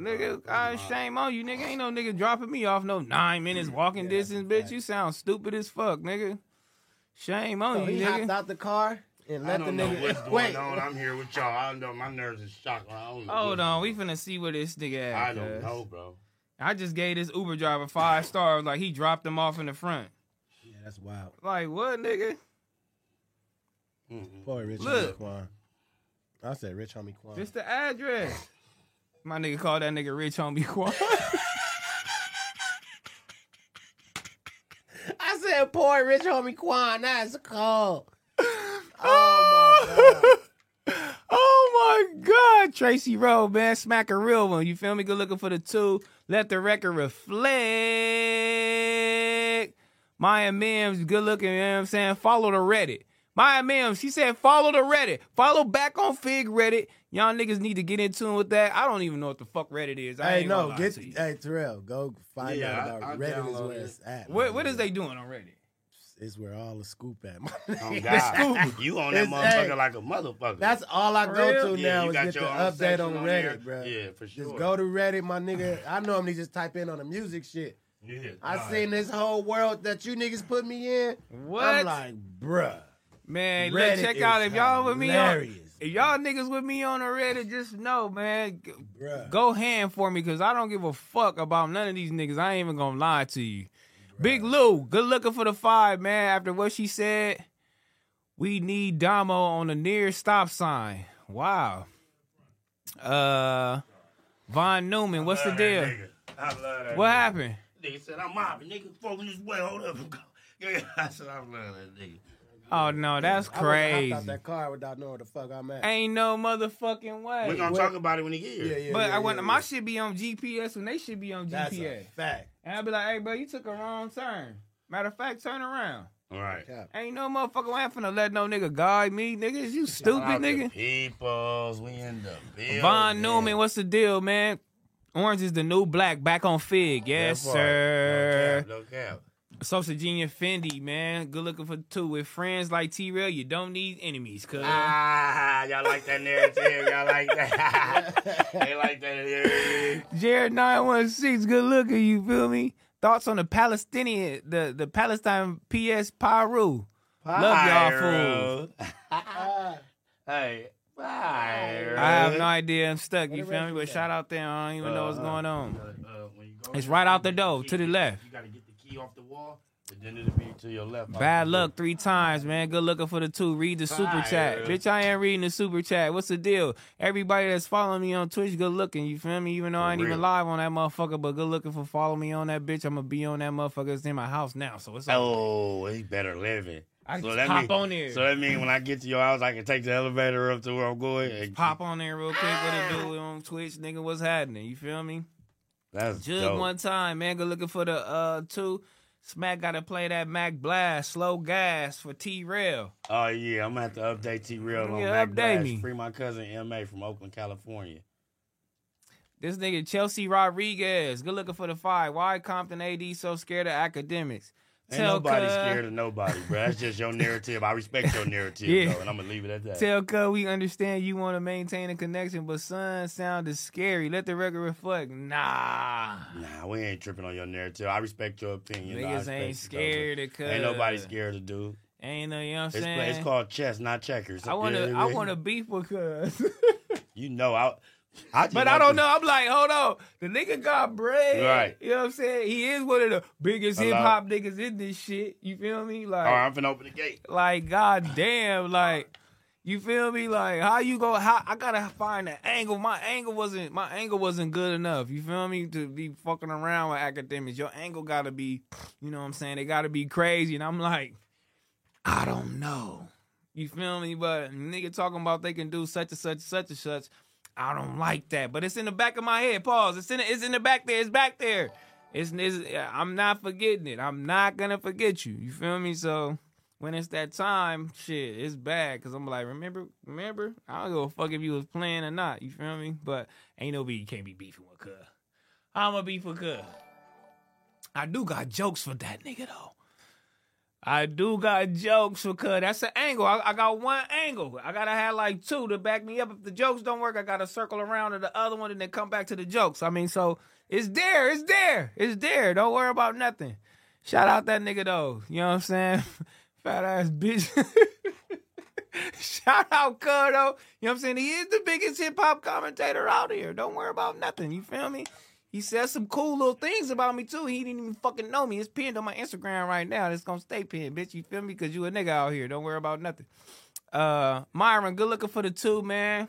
Speaker 2: my
Speaker 1: Nigga,
Speaker 2: God.
Speaker 1: I
Speaker 2: Come on.
Speaker 1: shame on you, nigga. Ain't no nigga dropping me off no nine minutes walking distance, bitch. You sound stupid as fuck, nigga. Shame on
Speaker 6: So
Speaker 1: you,
Speaker 6: he hopped
Speaker 1: nigga.
Speaker 6: out the car and
Speaker 2: I
Speaker 6: let the
Speaker 2: don't know
Speaker 6: nigga.
Speaker 2: what's going
Speaker 6: Wait,
Speaker 2: on. I'm here with y'all. I don't know. My nerves is shocked. I don't know.
Speaker 1: Hold
Speaker 2: what's
Speaker 1: on, we
Speaker 2: going
Speaker 1: finna see where this nigga at.
Speaker 2: on. I don't
Speaker 1: cuz.
Speaker 2: know, bro.
Speaker 1: I just gave this Uber driver five stars, like he dropped him off in the front.
Speaker 6: yeah, that's wild.
Speaker 1: Like what, nigga?
Speaker 2: Mm-mm.
Speaker 6: Poor Rich
Speaker 1: Look.
Speaker 6: homie Quan. I said Rich homie Quan.
Speaker 1: Just the address. My nigga called that nigga Rich Homie Quan.
Speaker 6: I said poor Rich homie Quan. That's cold. Oh my god.
Speaker 1: oh my God, Tracy Rowe, man, smack a real one. You feel me? Good looking for the two. Let the record reflect. Maya Mims, good looking. You know what I'm saying? Follow the Reddit. Maya Mims, she said, follow the Reddit. Follow back on Fig Reddit. Y'all niggas need to get in tune with that. I don't even know what the fuck Reddit is. I
Speaker 6: Hey,
Speaker 1: ain't
Speaker 6: no,
Speaker 1: get
Speaker 6: get hey Terrell, go find
Speaker 2: Yeah,
Speaker 6: out about
Speaker 2: I- I
Speaker 6: Reddit is
Speaker 2: downloaded
Speaker 6: where
Speaker 2: it.
Speaker 6: it's at.
Speaker 1: what,
Speaker 6: man.
Speaker 1: what is they doing on Reddit?
Speaker 6: It's where all the scoop at. my
Speaker 2: Oh,
Speaker 6: nigga.
Speaker 2: God. you on that
Speaker 6: It's- hey,
Speaker 2: motherfucker like a motherfucker.
Speaker 6: That's all I
Speaker 1: For
Speaker 6: go
Speaker 1: real?
Speaker 6: to
Speaker 2: yeah,
Speaker 6: now
Speaker 2: you
Speaker 6: is
Speaker 2: got
Speaker 6: get the
Speaker 2: your own
Speaker 6: update
Speaker 2: section
Speaker 6: on
Speaker 2: there.
Speaker 6: Reddit, bro.
Speaker 2: Yeah, for sure.
Speaker 6: Just go to Reddit, my nigga. I normally just type in on the music shit.
Speaker 2: Yeah,
Speaker 6: I
Speaker 2: nah.
Speaker 6: seen this whole world that you niggas put me in.
Speaker 1: What?
Speaker 6: I'm like, bruh.
Speaker 1: Man,
Speaker 6: Reddit
Speaker 1: look, check out
Speaker 6: is
Speaker 1: if y'all with me on
Speaker 6: hilarious,
Speaker 1: if y'all niggas with me on the Reddit, just know, man, g-
Speaker 6: Bruh.
Speaker 1: go hand for me because I don't give a fuck about none of these niggas. I ain't even gonna lie to you. Big Lou, good looking for the five, man. After what she said, we need Damo on the nearest stop sign. Wow. Uh, Von Newman, what's the
Speaker 2: Love that
Speaker 1: deal?
Speaker 2: nigga. I love that.
Speaker 1: What
Speaker 2: nigga.
Speaker 1: happened?
Speaker 2: Nigga said, I'm mobbing. Nigga, fucking this way. Hold up. Yeah, I said, I love that nigga.
Speaker 1: Oh no, that's
Speaker 6: I would've hopped out
Speaker 1: crazy.
Speaker 6: that car without knowing where the fuck I'm at.
Speaker 1: Ain't no motherfucking way.
Speaker 2: We're going to talk about it when he get here.
Speaker 6: yeah, yeah,
Speaker 1: But
Speaker 6: yeah,
Speaker 1: I want
Speaker 6: yeah,
Speaker 1: my
Speaker 6: yeah.
Speaker 1: shit be on GPS when they should be on
Speaker 6: That's
Speaker 1: GPS.
Speaker 6: a fact.
Speaker 1: And I'd be like, hey, bro, you took a wrong turn. Matter of fact, turn around.
Speaker 2: All right.
Speaker 6: Cap.
Speaker 1: Ain't no motherfucker I ain't finna let no nigga guide me, niggas. You
Speaker 2: Shout
Speaker 1: stupid
Speaker 2: out to
Speaker 1: nigga.
Speaker 2: Peoples, we in the building.
Speaker 1: Von Newman, what's the deal, man? Orange is the new black, back on Fig. Yes,
Speaker 2: That part.
Speaker 1: sir.
Speaker 2: No cap, no cap.
Speaker 1: Social Genius Fendi, man. Good looking for two. With friends like T Rail, you don't need enemies, cuz.
Speaker 2: Ah, y'all like that narrative? y'all like that? they like that. Yeah.
Speaker 1: Jared nine one six, good looking. You feel me? Thoughts on the Palestinian, the the Palestine PS Pyru. Love y'all fools.
Speaker 6: Ah,
Speaker 2: Hey, bye.
Speaker 1: I have no idea. I'm stuck. You
Speaker 6: What the
Speaker 1: feel
Speaker 6: rest
Speaker 1: me?
Speaker 6: you
Speaker 1: But
Speaker 6: got?
Speaker 1: shout out there. I don't even know what's
Speaker 2: Uh-huh.
Speaker 1: going on.
Speaker 2: idea.
Speaker 1: It's right out the door, to the left.
Speaker 2: You gotta get the key off the wall, and then it'll be to your left.
Speaker 1: Bad luck three times, man. Good looking for the two. Read the super chat.
Speaker 2: Fire.
Speaker 1: Bitch, I ain't reading the super chat. What's the deal? Everybody that's following me on Twitch, good looking. You feel me? Even though I ain't even
Speaker 2: real.
Speaker 1: live on that motherfucker, but good looking for follow me on that bitch. I'm gonna be on that motherfucker. It's in my house now. So it's all
Speaker 2: Oh, he better living.
Speaker 1: I
Speaker 2: So
Speaker 1: just
Speaker 2: that
Speaker 1: pop
Speaker 2: mean-
Speaker 1: on there.
Speaker 2: So that means when I get to your house, I can take the elevator up to where I'm going. And
Speaker 1: Pop on there real quick. What it do on Twitch, nigga? What's happening? You feel me?
Speaker 2: That's
Speaker 1: Just
Speaker 2: dope.
Speaker 1: one time, man. Good looking for the uh two. Smack gotta play that Mac Blast, slow gas for T Rail.
Speaker 2: Oh yeah, I'm gonna have to update T Real on
Speaker 1: Yeah,
Speaker 2: Mac
Speaker 1: update
Speaker 2: Blast.
Speaker 1: me.
Speaker 2: Free my cousin MA from Oakland, California.
Speaker 1: This nigga Chelsea Rodriguez, good looking for the five. Why Compton AD so scared of academics?
Speaker 2: Ain't nobody
Speaker 1: cuz-
Speaker 2: scared of nobody, bro. That's just your narrative. I respect your narrative,
Speaker 1: Yeah.
Speaker 2: though, and I'm gonna leave it at that.
Speaker 1: Tell Cub we understand you want to maintain a connection, but son sound is scary. Let the record reflect. Nah.
Speaker 2: nah, we ain't tripping on your narrative. I respect your opinion. though. I
Speaker 1: Niggas
Speaker 2: respect
Speaker 1: ain't
Speaker 2: it, though,
Speaker 1: scared
Speaker 2: but
Speaker 1: of cuz.
Speaker 2: Ain't nobody scared of dude.
Speaker 1: Ain't no, you know what I'm
Speaker 2: It's,
Speaker 1: saying?
Speaker 2: play- it's called chess, not checkers.
Speaker 1: I want
Speaker 2: Yeah,
Speaker 1: to
Speaker 2: yeah,
Speaker 1: I
Speaker 2: yeah.
Speaker 1: want to beef with cuz.
Speaker 2: You know, I. I just
Speaker 1: But
Speaker 2: like
Speaker 1: I don't
Speaker 2: to-
Speaker 1: know. I'm like, hold on. The nigga got bread.
Speaker 2: Right.
Speaker 1: You know what I'm saying? He is one of the biggest
Speaker 2: Hello?
Speaker 1: hip hop niggas in this shit. You feel me? Like
Speaker 2: All right, I'm finna open the gate.
Speaker 1: Like, goddamn, like, you feel me? Like, how you go? How I gotta find an angle. My angle wasn't my angle wasn't good enough. You feel me? To be fucking around with academics, your angle gotta be, you know what I'm saying? They gotta be crazy. And I'm like, I don't know. You feel me? But nigga talking about they can do such and such such and such. I don't like that. But it's in the back of my head. Pause. It's in the, it's in the back there. It's back there. It's, it's I'm not forgetting it. I'm not gonna forget you. You feel me? So when it's that time, shit, it's bad. Cause I'm like, remember, remember? I don't give a fuck if you was playing or not. You feel me? But ain't no be you can't be beefing with cuz. I'm going to beef with cuz. I do got jokes for that nigga though. I do got jokes for cuz. That's an angle. I, I got one angle. I gotta have like two to back me up. If the jokes don't work, I gotta circle around to the other one and then come back to the jokes. I mean, so it's there, it's there, it's there. Don't worry about nothing. Shout out that nigga though. You know what I'm saying? Fat ass bitch. Shout out Cud though. You know what I'm saying? He is the biggest hip hop commentator out here. Don't worry about nothing. You feel me? He said some cool little things about me too. He didn't even fucking know me. It's pinned on my Instagram right now. It's gonna stay pinned, bitch. You feel me? Cause you a nigga out here. Don't worry about nothing. Uh Myron, good looking for the two, man.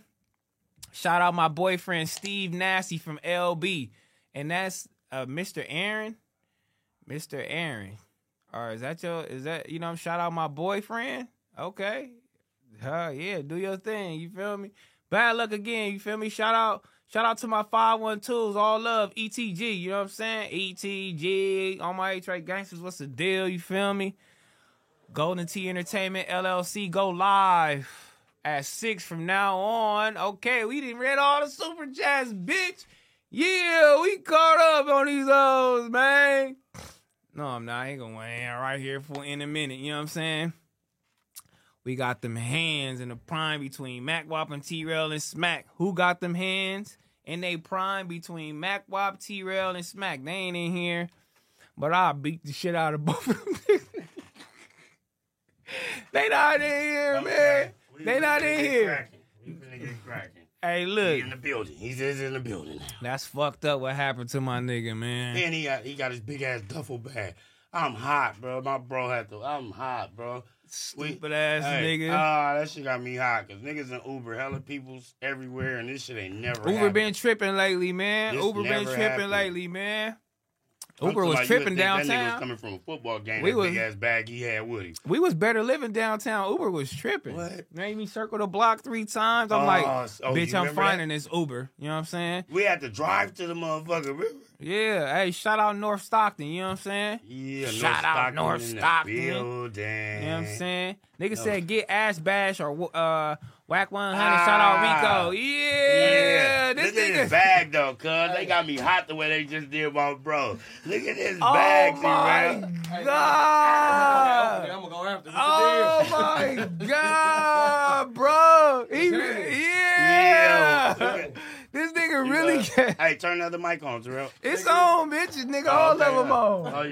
Speaker 1: Shout out my boyfriend Steve Nasty from LB. And that's uh Mr. Aaron. Mr. Aaron. Or is that your is that you know shout out my boyfriend? Okay. Huh, yeah, do your thing, you feel me? Bad luck again, you feel me? Shout out shout out to my 512s, all love, ETG, you know what I'm saying? ETG, all my H-Rate gangsters, what's the deal, you feel me? Golden T Entertainment LLC go live at six from now on. Okay, we didn't read all the super chats, bitch. Yeah, we caught up on these hoes, man. No, I'm not. I ain't gonna weigh in right here for in a minute. You know what I'm saying? We got them hands in the prime between Mac Wop and T Rail and Smack. Who got them hands in they prime between Mac Wop, T Rail, and Smack? They ain't in here, but I beat the shit out of both of them. they not in here, man. They not in here.
Speaker 2: We finna get cracking.
Speaker 1: Hey,
Speaker 2: He
Speaker 1: look,
Speaker 2: in the building. He's is in the building.
Speaker 1: that's fucked up. What happened to my nigga, man?
Speaker 2: And he got he got his big ass duffel bag. I'm hot, bro. My bro had to. I'm hot, bro.
Speaker 1: Stupid ass nigga.
Speaker 2: Ah, that shit got me hot because niggas in Uber, hella people's everywhere, and this shit ain't never.
Speaker 1: Uber
Speaker 2: happened.
Speaker 1: been tripping lately, man.
Speaker 2: This
Speaker 1: Uber been
Speaker 2: never
Speaker 1: tripping
Speaker 2: happened.
Speaker 1: lately, man.
Speaker 2: I'm
Speaker 1: Uber
Speaker 2: talking
Speaker 1: was
Speaker 2: about you would
Speaker 1: tripping
Speaker 2: think That nigga was
Speaker 1: downtown.
Speaker 2: coming from a football game.
Speaker 1: We
Speaker 2: that
Speaker 1: was-
Speaker 2: big ass bag he had with him.
Speaker 1: we was better living downtown. Uber was tripping.
Speaker 2: What?
Speaker 1: Made me circle the block three times. I'm
Speaker 2: Oh,
Speaker 1: like,
Speaker 2: so- oh,
Speaker 1: bitch,
Speaker 2: you
Speaker 1: I'm
Speaker 2: remember
Speaker 1: finding this Uber. You know what I'm saying?
Speaker 2: We had to drive to the motherfucker. River.
Speaker 1: Yeah. Hey, shout out North Stockton. You know what I'm saying?
Speaker 2: Yeah,
Speaker 1: Shout
Speaker 2: North
Speaker 1: out
Speaker 2: Stockton
Speaker 1: North
Speaker 2: in the
Speaker 1: Stockton.
Speaker 2: Building.
Speaker 1: You know what I'm saying? Nigga
Speaker 2: No.
Speaker 1: said get ass bash or uh whack 100. shout
Speaker 2: Ah.
Speaker 1: out Rico. Yeah. This
Speaker 2: Look at
Speaker 1: nigga.
Speaker 2: this bag though, cuz they got me hot the way they just did my bro. Look at this
Speaker 1: Oh
Speaker 2: bag, see,
Speaker 1: my
Speaker 2: man.
Speaker 1: God.
Speaker 3: I'm gonna go after.
Speaker 1: Oh my god, bro! He, yeah,
Speaker 2: Yeah.
Speaker 1: this nigga really.
Speaker 2: Yeah.
Speaker 1: Can,
Speaker 2: Hey, turn the other mic on, Terrell.
Speaker 1: it's on, bitches, nigga. All of
Speaker 2: okay,
Speaker 1: them
Speaker 2: uh, Oh
Speaker 1: on.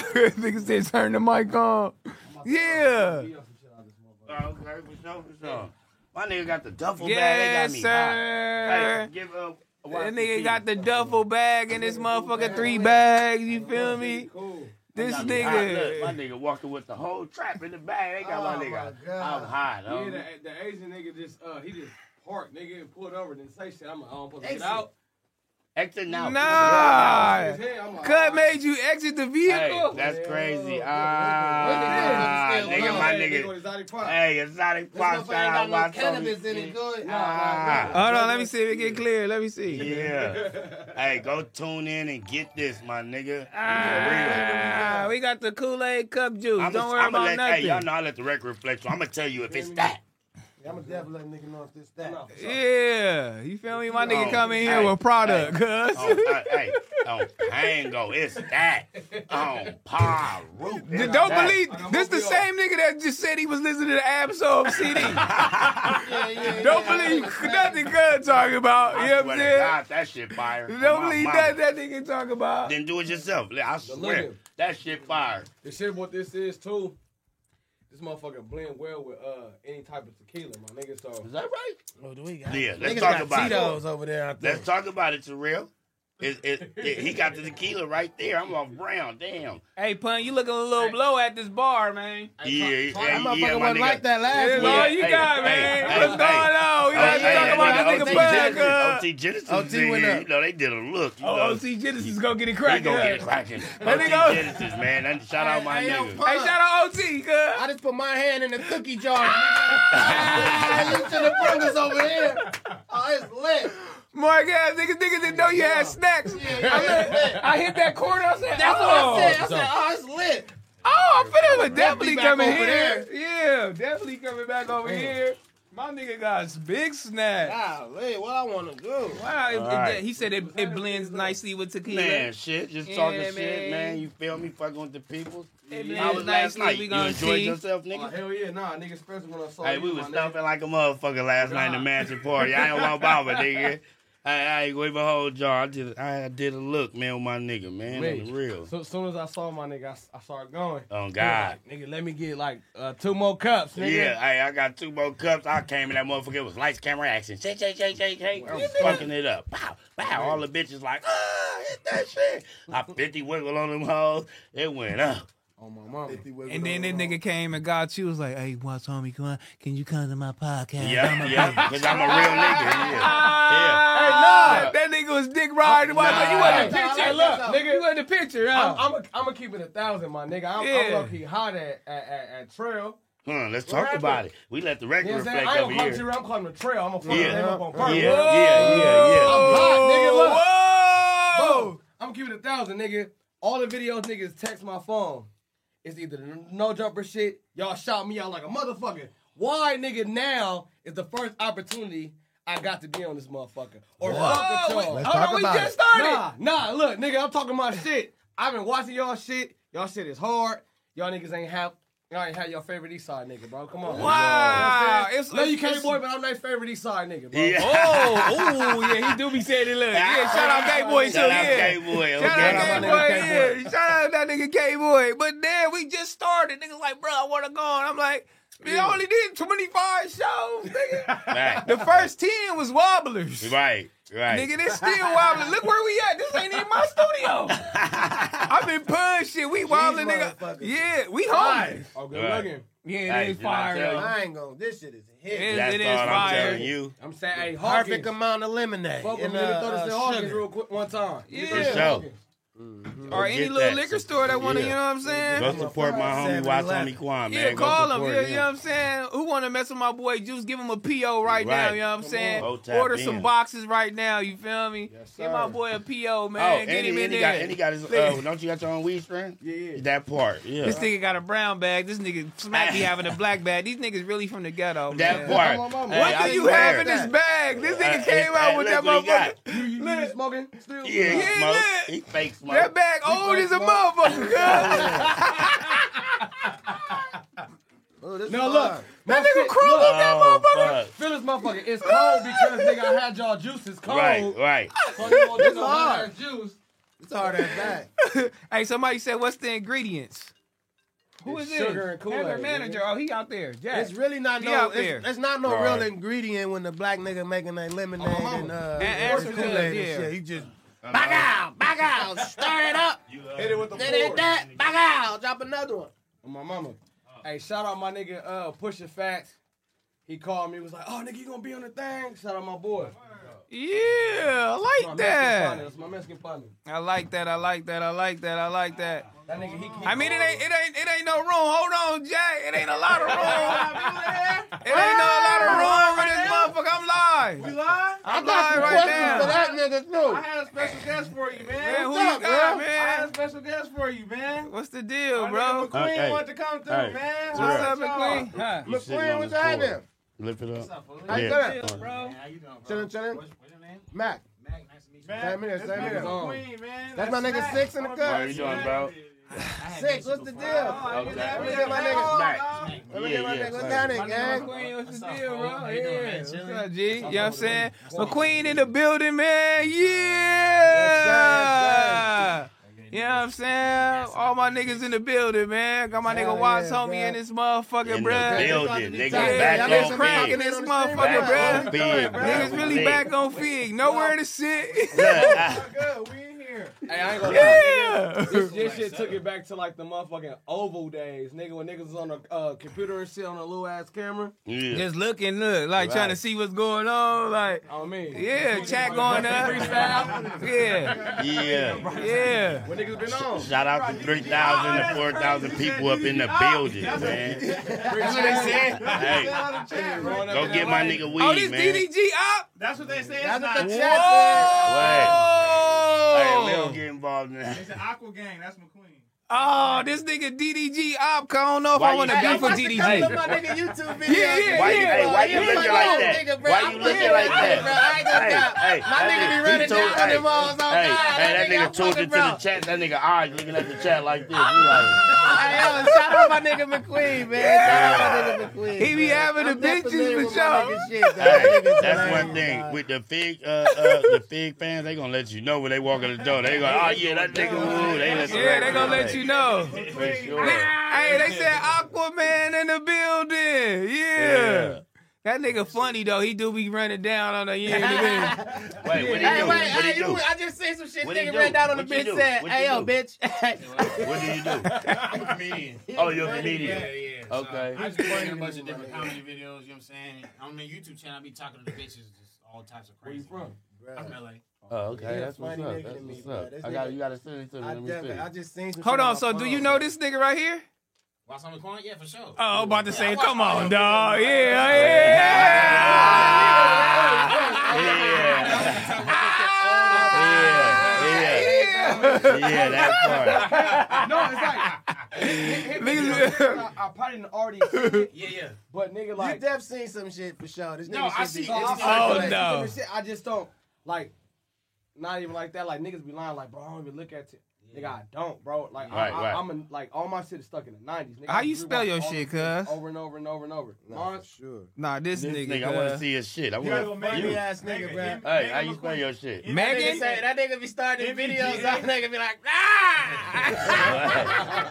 Speaker 2: Okay.
Speaker 1: Nigga said, turn the mic on. Yeah,
Speaker 2: Uh, okay, for sure, for sure. My nigga got the duffel bag.
Speaker 1: yes,
Speaker 2: They got me
Speaker 1: sir.
Speaker 2: hot. Hey, give up.
Speaker 1: That nigga got the duffel bag and his motherfucking three bags. You feel me? This
Speaker 2: my
Speaker 1: nigga.
Speaker 2: nigga walking with the whole trap in the bag. They got my
Speaker 3: Oh,
Speaker 2: nigga.
Speaker 3: my God.
Speaker 2: I'm hot.
Speaker 3: Yeah,
Speaker 2: homie.
Speaker 3: the, the Asian nigga just uh he just parked nigga and pulled over didn't say shit. I'm, I'm supposed to get out.
Speaker 2: Exit now.
Speaker 1: Nah,
Speaker 3: His head, I'm like,
Speaker 1: cut made you exit the
Speaker 2: Hey,
Speaker 1: vehicle.
Speaker 2: that's crazy.
Speaker 3: Ah,
Speaker 2: Ah, nigga, my
Speaker 3: Go to
Speaker 2: nigga.
Speaker 3: Exotic Park.
Speaker 2: Hey, exotic
Speaker 3: This
Speaker 2: fox.
Speaker 3: motherfucker
Speaker 2: Shout out
Speaker 3: ain't
Speaker 2: my
Speaker 3: got no cannabis
Speaker 2: son.
Speaker 3: in it. Good.
Speaker 2: Ah.
Speaker 1: Hold on, let me see if it get clear. Let me see.
Speaker 2: Yeah. hey, go tune in and get this, my nigga.
Speaker 1: Ah, we got the Kool Aid cup juice.
Speaker 2: I'm
Speaker 1: Don't worry about
Speaker 2: let,
Speaker 1: nothing.
Speaker 2: Hey, y'all know I let the record reflect. So I'm gonna tell you if it's that.
Speaker 6: I'm gonna definitely let nigga know if this that.
Speaker 1: Yeah, you feel me? My nigga
Speaker 2: Oh,
Speaker 1: come in here
Speaker 2: hey,
Speaker 1: with product,
Speaker 2: hey,
Speaker 1: cuz.
Speaker 2: on- uh, hey, on Pango, it's that. On Paru.
Speaker 1: D- Don't believe
Speaker 2: Oh,
Speaker 1: this the same nigga that just said he was listening to the Absol CD. Don't believe nothing good talking about. You know what I'm saying?
Speaker 2: God, that shit fire.
Speaker 1: Don't
Speaker 2: My
Speaker 1: believe
Speaker 2: mama.
Speaker 1: nothing that nigga talk about.
Speaker 2: Then do it yourself. I swear,
Speaker 9: Look.
Speaker 2: that shit fire.
Speaker 9: This shit, what this is too. This motherfucker blend well with uh any type of tequila, my nigga. So is
Speaker 2: that right?
Speaker 6: Oh, do we got?
Speaker 2: Yeah, let's
Speaker 6: Niggas
Speaker 2: talk
Speaker 6: got
Speaker 2: about it.
Speaker 6: Tito's over there. I think.
Speaker 2: Let's talk about it, Terrell. It, it, it, he got the tequila right there. I'm off brown. Damn.
Speaker 1: Hey, pun, you looking a little blow at this bar, man.
Speaker 2: Yeah, yeah,
Speaker 6: That
Speaker 2: yeah,
Speaker 6: motherfucker
Speaker 2: my
Speaker 6: wasn't
Speaker 2: nigga.
Speaker 6: like that last
Speaker 1: That's
Speaker 6: week.
Speaker 1: all you
Speaker 2: Hey,
Speaker 1: got,
Speaker 2: hey,
Speaker 1: man.
Speaker 2: hey,
Speaker 1: What's
Speaker 2: hey.
Speaker 1: going on? You
Speaker 2: Oh,
Speaker 1: got to
Speaker 2: hey,
Speaker 1: talk
Speaker 2: hey,
Speaker 1: about
Speaker 2: OT
Speaker 1: this nigga Pun,
Speaker 2: Genesis-
Speaker 1: cuz.
Speaker 2: OT Genesis,
Speaker 6: OT
Speaker 2: was in
Speaker 6: uh, went
Speaker 2: here.
Speaker 6: up.
Speaker 2: You know, they did a look. You
Speaker 1: Oh,
Speaker 2: know.
Speaker 1: OC Genesis gonna get it
Speaker 2: We
Speaker 1: cracking.
Speaker 2: gonna get it
Speaker 1: huh?
Speaker 2: cracking.
Speaker 1: That
Speaker 2: OT
Speaker 1: nigga-
Speaker 2: Genesis, man. That- Shout out my
Speaker 6: Hey, yo,
Speaker 2: nigga.
Speaker 6: Pun.
Speaker 1: Hey, shout out OT, cuz.
Speaker 6: I just put my hand in the cookie jar. I looked to the brothers over here. Oh, it's lit.
Speaker 1: Mark ass niggas, niggas didn't know you had snacks. I, look- I hit that corner, I said,
Speaker 6: That's
Speaker 1: oh,
Speaker 6: what I said. I said, oh, it's lit.
Speaker 1: oh, I'm finna would definitely
Speaker 6: back
Speaker 1: coming
Speaker 6: over
Speaker 1: here. Yeah, definitely coming back over here. My nigga got s- big snacks.
Speaker 6: Golly, what I want to do?
Speaker 1: Wow, it- it-
Speaker 2: right.
Speaker 1: he said it, it blends nicely with tequila.
Speaker 2: Man, shit, just
Speaker 1: Yeah,
Speaker 2: talking
Speaker 1: man.
Speaker 2: shit, man. You feel me? Fucking with the people.
Speaker 1: It
Speaker 2: I
Speaker 1: blends
Speaker 2: was last
Speaker 1: nicely.
Speaker 2: night.
Speaker 1: we
Speaker 2: You
Speaker 1: gonna
Speaker 2: enjoyed
Speaker 1: see.
Speaker 2: yourself,
Speaker 9: Oh,
Speaker 2: nigga?
Speaker 9: hell yeah, nah, nigga, especially when I saw
Speaker 2: Hey,
Speaker 9: you,
Speaker 2: we
Speaker 9: my
Speaker 2: was
Speaker 9: nigga.
Speaker 2: stomping like a motherfucker last night in the mansion party. I ain't want bother, nigga. I, I ain't gonna even hold y'all. I did, I did a look, man, with my nigga, man.
Speaker 9: Wait.
Speaker 2: On the real.
Speaker 9: So as soon as I saw my nigga, I, s- I started going.
Speaker 2: Oh, God.
Speaker 9: He was like, nigga, let me get like uh, two more cups, nigga.
Speaker 2: Yeah, hey, I got two more cups. I came in that motherfucker. It was lights, camera, action. Shake, shake, shake, shake, shake. I'm fucking it up. Wow, wow. All the bitches like, ah, hit that shit. I 50 wiggle on them hoes. It went up.
Speaker 9: Oh my mama.
Speaker 1: And then that nigga came and got you. Was like, "Hey, what's homie? Come on, can you come to my podcast?" Ah,
Speaker 2: Yeah, yeah. Because I'm a real nigga. Yeah.
Speaker 1: Hey, nah, that nigga was dick riding. Why
Speaker 2: Nah.
Speaker 1: you wasn't the
Speaker 9: Nah,
Speaker 1: picture?
Speaker 9: hey, look,
Speaker 1: nigga, you wasn't the picture, huh?
Speaker 9: I'm I'm gonna keep it a thousand, my nigga. I'm,
Speaker 1: Yeah.
Speaker 9: I'm low key hot at at, at, at trail.
Speaker 2: Yeah. Huh, let's talk
Speaker 9: happened?
Speaker 2: about it. We let the
Speaker 9: You
Speaker 2: record
Speaker 9: know what I'm saying?
Speaker 2: reflect
Speaker 9: I
Speaker 2: over
Speaker 9: don't call
Speaker 2: here.
Speaker 9: Jerry, I'm calling him a trail. I'm gonna fuck
Speaker 2: Yeah.
Speaker 9: him up on
Speaker 2: Yeah,
Speaker 9: purpose.
Speaker 2: yeah, yeah, yeah.
Speaker 1: Oh. Whoa!
Speaker 9: Bro, I'm gonna keep it a thousand, nigga. All the videos niggas text my phone. It's either the no jumper shit, y'all shot me out like a motherfucker. Why, nigga, now is the first opportunity I got to be on this motherfucker? Or fuck with y'all. Oh,
Speaker 1: Hold
Speaker 6: Oh, Let's talk
Speaker 1: on, we
Speaker 6: about
Speaker 1: just
Speaker 6: it.
Speaker 1: started.
Speaker 9: Nah, nah, look, nigga, I'm talking about shit. I've been watching y'all shit. Y'all shit is hard. Y'all niggas ain't have y'all ain't have your favorite East Side nigga, bro. Come
Speaker 1: Wow.
Speaker 9: on. You know what I'm
Speaker 1: It's-
Speaker 9: saying? no, you
Speaker 1: it's-
Speaker 9: can't boy, but I'm not favorite East Side nigga, bro.
Speaker 2: Yeah.
Speaker 1: Oh, ooh, yeah, he do be saying it. Look, yeah, shout out Gay Boy, too,
Speaker 2: Shout out
Speaker 1: yeah.
Speaker 2: K Boy.
Speaker 1: Shout out
Speaker 9: Shout
Speaker 1: Gay
Speaker 9: out
Speaker 1: Boy,
Speaker 9: my
Speaker 2: Okay.
Speaker 9: nigga K-Boy.
Speaker 1: yeah. Shout out that nigga Gay Boy. But then we just started. Niggas like, bro, I wanna go on. I'm like, we only did 25 shows, nigga.
Speaker 2: Right.
Speaker 1: the first 10 was wobblers.
Speaker 2: Right. Right.
Speaker 1: Nigga, this still wobbling. Look where we at. This ain't even my studio. I've been punch shit. We wobbling, nigga.
Speaker 6: motherfuckers.
Speaker 1: Yeah, we home.
Speaker 9: Oh, good
Speaker 2: Right.
Speaker 9: looking.
Speaker 1: Yeah,
Speaker 2: Hey,
Speaker 1: it is
Speaker 2: did I
Speaker 1: fire.
Speaker 2: tell
Speaker 1: though.
Speaker 2: you?
Speaker 6: I ain't gonna. This shit is hit.
Speaker 1: It-
Speaker 2: That's
Speaker 1: it is
Speaker 2: all I'm
Speaker 1: fire.
Speaker 2: telling you.
Speaker 9: I'm saying, hey, Hawkins.
Speaker 6: Perfect amount of lemonade.
Speaker 9: Fuck with
Speaker 6: and,
Speaker 9: me. Let me throw this in
Speaker 6: uh, uh,
Speaker 9: Hawkins
Speaker 6: sugar.
Speaker 9: real quick one time.
Speaker 1: Yeah.
Speaker 2: For sure.
Speaker 1: or
Speaker 2: Go
Speaker 1: any
Speaker 2: get
Speaker 1: little
Speaker 2: that.
Speaker 1: liquor store that want to,
Speaker 2: Yeah.
Speaker 1: you know what I'm saying?
Speaker 2: Go support my homie, watch homie Quan, man.
Speaker 1: yeah,
Speaker 2: Go
Speaker 1: call him.
Speaker 2: support
Speaker 1: Yeah, you know what I'm saying? Who want to mess with my boy Juice? Give him a PO right, now,
Speaker 2: Right.
Speaker 1: you know what I'm saying?
Speaker 2: on. Go tap
Speaker 1: Order
Speaker 2: in.
Speaker 1: some boxes right now, you feel me? Give my boy a PO,
Speaker 2: Oh,
Speaker 1: man.
Speaker 2: and,
Speaker 1: Get
Speaker 2: he,
Speaker 1: him in
Speaker 2: and, he
Speaker 1: there.
Speaker 2: got, and he got his. Oh, don't you got your own weed strand?
Speaker 9: Yeah, yeah.
Speaker 2: That part. Yeah.
Speaker 1: This nigga got a brown bag. This nigga smack be having a black bag. These niggas really from the ghetto. man.
Speaker 2: that part.
Speaker 9: Come on, mama.
Speaker 2: Hey,
Speaker 1: What
Speaker 2: I
Speaker 1: do you
Speaker 2: swear.
Speaker 1: have in this bag? This nigga
Speaker 2: Hey,
Speaker 1: came
Speaker 2: hey,
Speaker 1: out with that
Speaker 2: look what he
Speaker 1: motherfucker.
Speaker 2: got.
Speaker 9: You, you, you smoking still?
Speaker 2: Yeah, he
Speaker 1: Yeah,
Speaker 2: smoke.
Speaker 1: look.
Speaker 2: He fake smoke.
Speaker 1: That bag old as a motherfucker. cuz.
Speaker 6: Oh, this
Speaker 9: No,
Speaker 6: is
Speaker 9: look.
Speaker 6: hard.
Speaker 1: That nigga
Speaker 9: crawl.
Speaker 1: crawled up that
Speaker 2: Oh,
Speaker 1: motherfucker.
Speaker 2: fuck.
Speaker 9: Feel this motherfucker. It's cold because nigga, I had y'all juices cold.
Speaker 2: Right, right.
Speaker 9: So you gonna do no
Speaker 6: hard.
Speaker 9: hot ass juice.
Speaker 6: It's hard as that.
Speaker 1: Hey, somebody said, what's the ingredients? Who is
Speaker 9: It's
Speaker 1: it?
Speaker 9: sugar and Kool-Aid,
Speaker 1: Heather manager. Oh, he out there. Jack.
Speaker 6: It's really not
Speaker 1: He
Speaker 6: no.
Speaker 1: out
Speaker 6: It's,
Speaker 1: there.
Speaker 6: it's not no
Speaker 2: Right.
Speaker 6: real ingredient when the black nigga making that lemonade
Speaker 9: Oh,
Speaker 6: and uh,
Speaker 1: And
Speaker 6: or
Speaker 1: extra
Speaker 6: Kool-Aid
Speaker 1: good,
Speaker 6: and
Speaker 1: yeah.
Speaker 6: shit. He just
Speaker 2: Back out, back
Speaker 6: out, stir it up.
Speaker 9: Hit it with the
Speaker 6: That ain't
Speaker 9: fork.
Speaker 6: that. Back out, drop another one.
Speaker 9: My mama. Hey, shout out my nigga uh Pusha Facts. He called me, was like, oh nigga, you gonna be on the thing? Shout out my boy.
Speaker 1: yeah, I
Speaker 9: My
Speaker 1: like
Speaker 9: Mexican partner.
Speaker 1: that.
Speaker 9: That's my Mexican partner.
Speaker 1: I like that. I like that. I like that. I like that.
Speaker 9: That nigga, he, he
Speaker 1: I mean, it ain't, it ain't, it ain't no room. Hold on, Jack. It ain't a lot of room. it ain't no lot of room for this motherfucker. I'm live. You live? I'm live right now.
Speaker 6: for that nigga too.
Speaker 9: had a special guest for you,
Speaker 1: Man, who you got, man?
Speaker 9: special guest for you, man.
Speaker 1: What's the deal,
Speaker 9: Bro,
Speaker 1: bro?
Speaker 9: McQueen
Speaker 2: Hey.
Speaker 9: wanted to come through,
Speaker 2: Hey.
Speaker 9: man.
Speaker 2: What's
Speaker 1: What's
Speaker 9: Holla
Speaker 1: up,
Speaker 9: at y'all.
Speaker 1: McQueen? Huh?
Speaker 2: You sitting on
Speaker 6: what's
Speaker 2: this
Speaker 6: happening?
Speaker 2: corner. Lift it
Speaker 1: What's
Speaker 2: up.
Speaker 1: up, fool?
Speaker 6: How you
Speaker 2: Yeah.
Speaker 6: feeling?
Speaker 1: Bro.
Speaker 6: How you doing, bro?
Speaker 1: Chillin',
Speaker 6: Chilling,
Speaker 1: chillin'.
Speaker 6: chilling.
Speaker 1: What's your name?
Speaker 6: Mac.
Speaker 1: Mac, nice to meet you.
Speaker 6: Same here,
Speaker 1: That's
Speaker 6: same
Speaker 1: my
Speaker 6: here.
Speaker 1: nigga Queen, man.
Speaker 6: That's my
Speaker 1: That's
Speaker 6: nigga
Speaker 1: Mac.
Speaker 6: Six in the
Speaker 1: How
Speaker 6: cut.
Speaker 1: you doing, bro?
Speaker 6: Six, what's the deal?
Speaker 1: Oh,
Speaker 6: Let me get my nigga. Let me get my nigga. What's that nigga, gang?
Speaker 1: What's the deal, bro? Yeah. What's up, G? You know what I'm saying? McQueen in the building, man. Yeah. You know what I'm saying? All my niggas in the building, man. Got my nigga Watts homie in this motherfucker,
Speaker 2: In the
Speaker 1: bruh.
Speaker 2: building, nigga.
Speaker 1: Yeah,
Speaker 2: Back
Speaker 1: y'all
Speaker 2: on
Speaker 1: niggas cracking
Speaker 2: big.
Speaker 1: this
Speaker 2: Back
Speaker 1: motherfucker,
Speaker 2: on
Speaker 1: bruh.
Speaker 2: big, bruh.
Speaker 1: Niggas really
Speaker 2: Big.
Speaker 1: back on fig. Nowhere to sit.
Speaker 9: Hey, I ain't gonna
Speaker 1: Yeah.
Speaker 9: lie. nigga. This, this shit took it back to like the motherfucking oval days, nigga. When niggas was on a uh, computer and shit on a little ass camera.
Speaker 2: Yeah.
Speaker 1: Just looking, look, like trying to see what's going on, like.
Speaker 9: I mean,
Speaker 1: Yeah, chat going up. Yeah,
Speaker 2: Yeah.
Speaker 1: yeah.
Speaker 9: When niggas been on.
Speaker 2: Shout out to 3,000 to 4,000 people up in the building, man.
Speaker 9: That's what they said.
Speaker 2: Hey, go get my nigga
Speaker 1: Oh,
Speaker 2: weed,
Speaker 1: this
Speaker 2: man.
Speaker 1: DDG up?
Speaker 10: That's what they say.
Speaker 6: That's
Speaker 10: it's
Speaker 6: what
Speaker 10: not.
Speaker 6: the
Speaker 10: It's
Speaker 6: chat said.
Speaker 2: Hey, we
Speaker 1: Whoa!
Speaker 2: don't get involved in that.
Speaker 10: the Aqua Gang. That's McQueen.
Speaker 1: Oh, this nigga DDG up. I don't know if
Speaker 2: Why
Speaker 1: I
Speaker 2: you-
Speaker 1: want to
Speaker 2: Hey,
Speaker 1: be
Speaker 2: I
Speaker 1: for
Speaker 2: watched
Speaker 6: Look
Speaker 1: DDG.
Speaker 6: my nigga YouTube videos.
Speaker 1: Yeah, yeah,
Speaker 2: Why you,
Speaker 1: yeah.
Speaker 2: hey, why you
Speaker 6: You
Speaker 2: looking
Speaker 6: my
Speaker 2: like
Speaker 6: own
Speaker 2: that?
Speaker 6: nigga, bro.
Speaker 2: Why
Speaker 6: I'm
Speaker 2: you looking
Speaker 6: here,
Speaker 2: like
Speaker 6: bro.
Speaker 2: that?
Speaker 6: I ain't gonna cap.
Speaker 2: Hey, hey,
Speaker 6: My
Speaker 2: that
Speaker 6: nigga be
Speaker 2: he
Speaker 6: running
Speaker 2: tuned-
Speaker 6: down on them hoes all
Speaker 2: Hey,
Speaker 6: night.
Speaker 2: hey, that
Speaker 6: That nigga
Speaker 2: nigga tuned
Speaker 6: fucking
Speaker 2: into the
Speaker 6: broke.
Speaker 2: chat. That nigga eyes looking at the chat like this. He like,
Speaker 6: Hey, yo, shout out my nigga McQueen, man. Shout out my nigga McQueen.
Speaker 1: He be
Speaker 6: man.
Speaker 1: having the
Speaker 6: I'm definitely
Speaker 1: bitches
Speaker 6: with
Speaker 1: for
Speaker 6: my
Speaker 1: sure.
Speaker 6: nigga shit, dog.
Speaker 2: Hey,
Speaker 6: Niggas
Speaker 2: that's
Speaker 6: lying,
Speaker 2: one thing
Speaker 6: dog.
Speaker 2: with the fig, uh, uh, the fig fans. They gonna let you know when they walk in the door. They gonna, oh yeah, that nigga. Ooh, they listen
Speaker 1: Yeah,
Speaker 2: right
Speaker 1: they
Speaker 2: to
Speaker 1: gonna
Speaker 2: that.
Speaker 1: let you know.
Speaker 2: For sure.
Speaker 1: Hey, they said Aquaman in the building. Yeah.
Speaker 2: Yeah.
Speaker 1: That nigga funny though. He do be running down on the yeah. nigga.
Speaker 2: Wait, what he do?
Speaker 6: Hey, wait,
Speaker 2: What
Speaker 6: hey,
Speaker 2: he
Speaker 6: you,
Speaker 2: do?
Speaker 6: I just seen some shit.
Speaker 2: What he
Speaker 6: nigga
Speaker 2: do?
Speaker 6: ran down on the
Speaker 2: What you
Speaker 6: bitch
Speaker 2: do?
Speaker 6: said,
Speaker 2: What you
Speaker 6: hey, yo,
Speaker 2: do?
Speaker 6: bitch.
Speaker 2: What
Speaker 10: I'm
Speaker 2: do you do?
Speaker 10: a comedian.
Speaker 2: Oh, you're a comedian.
Speaker 10: yeah.
Speaker 2: Okay. Oh,
Speaker 11: I just play in a bunch of different comedy videos, you know what I'm saying? On the YouTube channel, I be talking to the bitches, just all types of crazy. Where you from? I'm LA.
Speaker 2: Oh, okay.
Speaker 6: He a
Speaker 2: That's what's
Speaker 6: funny
Speaker 2: up.
Speaker 6: nigga
Speaker 2: That's
Speaker 6: to me,
Speaker 2: what's
Speaker 6: bro.
Speaker 2: up.
Speaker 6: This
Speaker 2: I got
Speaker 6: nigga-
Speaker 2: you. Got to send it to me.
Speaker 6: I
Speaker 2: Let me
Speaker 6: definitely, I
Speaker 2: see.
Speaker 6: just seen some
Speaker 1: Hold
Speaker 6: shit
Speaker 1: on.
Speaker 6: my
Speaker 1: So do you
Speaker 6: phone.
Speaker 1: know this nigga right here?
Speaker 11: Watch on the corner? Yeah, for sure.
Speaker 1: Oh, I'm about to say, come on, dog. Yeah, yeah.
Speaker 2: Yeah. Yeah.
Speaker 1: Yeah.
Speaker 2: Yeah. Yeah. That part.
Speaker 9: Ah, No, it's like hit, hit,
Speaker 1: Niggas-
Speaker 9: I, I probably didn't already see it,
Speaker 11: Yeah, yeah.
Speaker 9: but nigga,
Speaker 6: You
Speaker 9: like
Speaker 6: def seen some shit for sure. This
Speaker 11: No,
Speaker 6: nigga
Speaker 11: I
Speaker 6: shit
Speaker 11: see
Speaker 6: be-
Speaker 11: it. It's
Speaker 1: Oh,
Speaker 9: like,
Speaker 1: no.
Speaker 9: different shit, I just don't like. Not even like that. Like niggas be lying. Like bro, I don't even look at it. Nigga, I don't, bro. Like
Speaker 2: Right,
Speaker 9: I,
Speaker 2: right.
Speaker 9: I, am a, like all my shit is stuck in the nineties.
Speaker 1: How you spell your shit, cuz?
Speaker 9: Over and over and over and over.
Speaker 6: Nah, for
Speaker 9: Lawrence,
Speaker 6: sure.
Speaker 1: Nah, this,
Speaker 2: This
Speaker 1: nigga.
Speaker 2: nigga, I want
Speaker 1: uh,
Speaker 2: to see his shit. I
Speaker 10: You're a
Speaker 2: want.
Speaker 10: funny
Speaker 2: Hey,
Speaker 10: ass nigga, bruh.
Speaker 2: how you spell your shit?
Speaker 1: Megan?
Speaker 6: Say, that nigga be starting
Speaker 10: MVG.
Speaker 6: videos. That nigga be like, ah!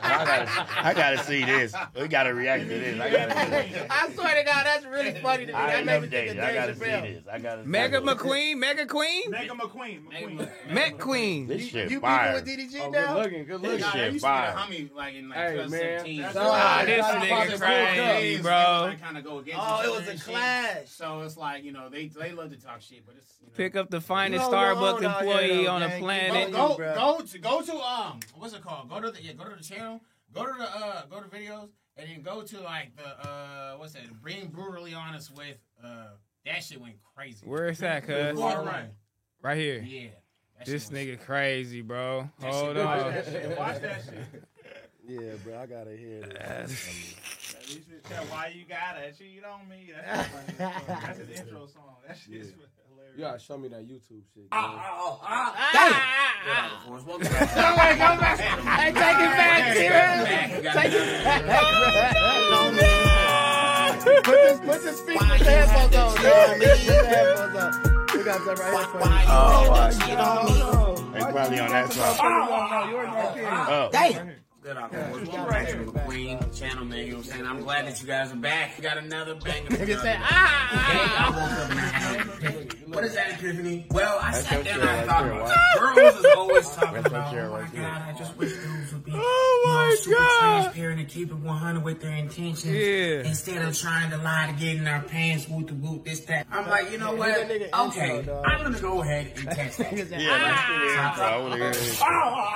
Speaker 2: I gotta, I gotta see this. We gotta react to this. I gotta. See this.
Speaker 6: I swear to God, that's really funny to me.
Speaker 2: I
Speaker 6: That
Speaker 2: ain't
Speaker 6: made me think of
Speaker 2: updated. I
Speaker 6: Dave
Speaker 2: gotta see
Speaker 6: Chappelle.
Speaker 2: this. I gotta. see
Speaker 1: Mega
Speaker 2: this.
Speaker 1: McQueen? Mega Queen?
Speaker 10: Mega McQueen. McQueen.
Speaker 1: Mac Queen.
Speaker 2: This
Speaker 6: You
Speaker 2: shit
Speaker 6: people
Speaker 2: fire.
Speaker 6: with DDG
Speaker 9: oh, good
Speaker 6: now?
Speaker 9: looking, good looking.
Speaker 2: This
Speaker 11: Nah,
Speaker 2: shit
Speaker 11: they used
Speaker 2: fire.
Speaker 11: to be the homie like in like
Speaker 9: Hey, man.
Speaker 11: 2017.
Speaker 9: That's
Speaker 11: So,
Speaker 9: all
Speaker 1: Ah,
Speaker 9: right.
Speaker 1: this
Speaker 9: That's
Speaker 1: nigga
Speaker 9: probably
Speaker 11: it's crazy,
Speaker 1: crazy, bro.
Speaker 11: Like, kind of go against
Speaker 6: Oh,
Speaker 11: each
Speaker 6: it
Speaker 11: other
Speaker 6: was
Speaker 11: and
Speaker 6: a
Speaker 11: shit.
Speaker 6: clash.
Speaker 11: So it's like you know they they love to talk shit, but it's you know,
Speaker 1: Pick up the finest
Speaker 6: You don't
Speaker 1: Starbucks
Speaker 6: know, dog,
Speaker 1: employee
Speaker 6: yeah,
Speaker 1: on the
Speaker 6: gang.
Speaker 11: Go,
Speaker 1: planet.
Speaker 6: Fuck
Speaker 11: go,
Speaker 6: Bro.
Speaker 11: go to go to um what's it called? Go to the yeah, go to the channel, go to the uh go to videos, and then go to like the uh what's that? Being brutally honest with uh that shit went crazy.
Speaker 1: Where it's at, cuz?
Speaker 11: Far right.
Speaker 1: Right here.
Speaker 11: Yeah. That
Speaker 1: This
Speaker 11: shit was-
Speaker 1: nigga crazy, bro.
Speaker 11: that shit-
Speaker 1: Hold
Speaker 11: watch
Speaker 1: on.
Speaker 11: that shit, Watch that shit.
Speaker 6: Yeah, bro, I gotta hear that.
Speaker 10: At least it's that Why you gotta cheat on me? That's, his fucking song. That's his intro song. That shit is hilarious.
Speaker 9: You gotta show me that YouTube shit.
Speaker 11: Ah,
Speaker 9: man.
Speaker 11: ah, ah, ah, ah. Forrest, welcome back.
Speaker 6: Hey, take it back, Tira.
Speaker 11: Back, you got it.
Speaker 6: Put this, put this speaker, put the headphones on. dog. Put the headphones on. We got something right here for you.
Speaker 11: Oh, my
Speaker 2: They probably on that song. Oh,
Speaker 11: Damn. Good out there. Welcome back to the Queen channel, man. You know what I'm saying? I'm glad that you guys are back. We got another banger. Nigga said, ah, I woke up and I had an epiphany. What is that epiphany? Well, I
Speaker 2: That's
Speaker 11: sat
Speaker 2: your
Speaker 11: there and
Speaker 2: chair
Speaker 11: I
Speaker 2: right
Speaker 11: thought
Speaker 2: there,
Speaker 11: about
Speaker 2: watch.
Speaker 11: it. Girls is always talking
Speaker 2: That's your
Speaker 11: about,
Speaker 2: chair
Speaker 11: oh my
Speaker 2: right there.
Speaker 11: God, I just wish dudes would be
Speaker 1: Oh,
Speaker 11: you know,
Speaker 1: my
Speaker 11: super
Speaker 1: God.
Speaker 11: transparent and keep it 100 with their intentions.
Speaker 1: Yeah.
Speaker 11: Instead of trying to lie to get in our pants, woot to woot, this, that. I'm like, you know what?
Speaker 6: Nigga, nigga, intro,
Speaker 11: Okay,
Speaker 6: dog.
Speaker 11: I'm going to go ahead and text that.
Speaker 6: ah,
Speaker 11: Oh,
Speaker 2: yeah, let's do the intro. I wanna hear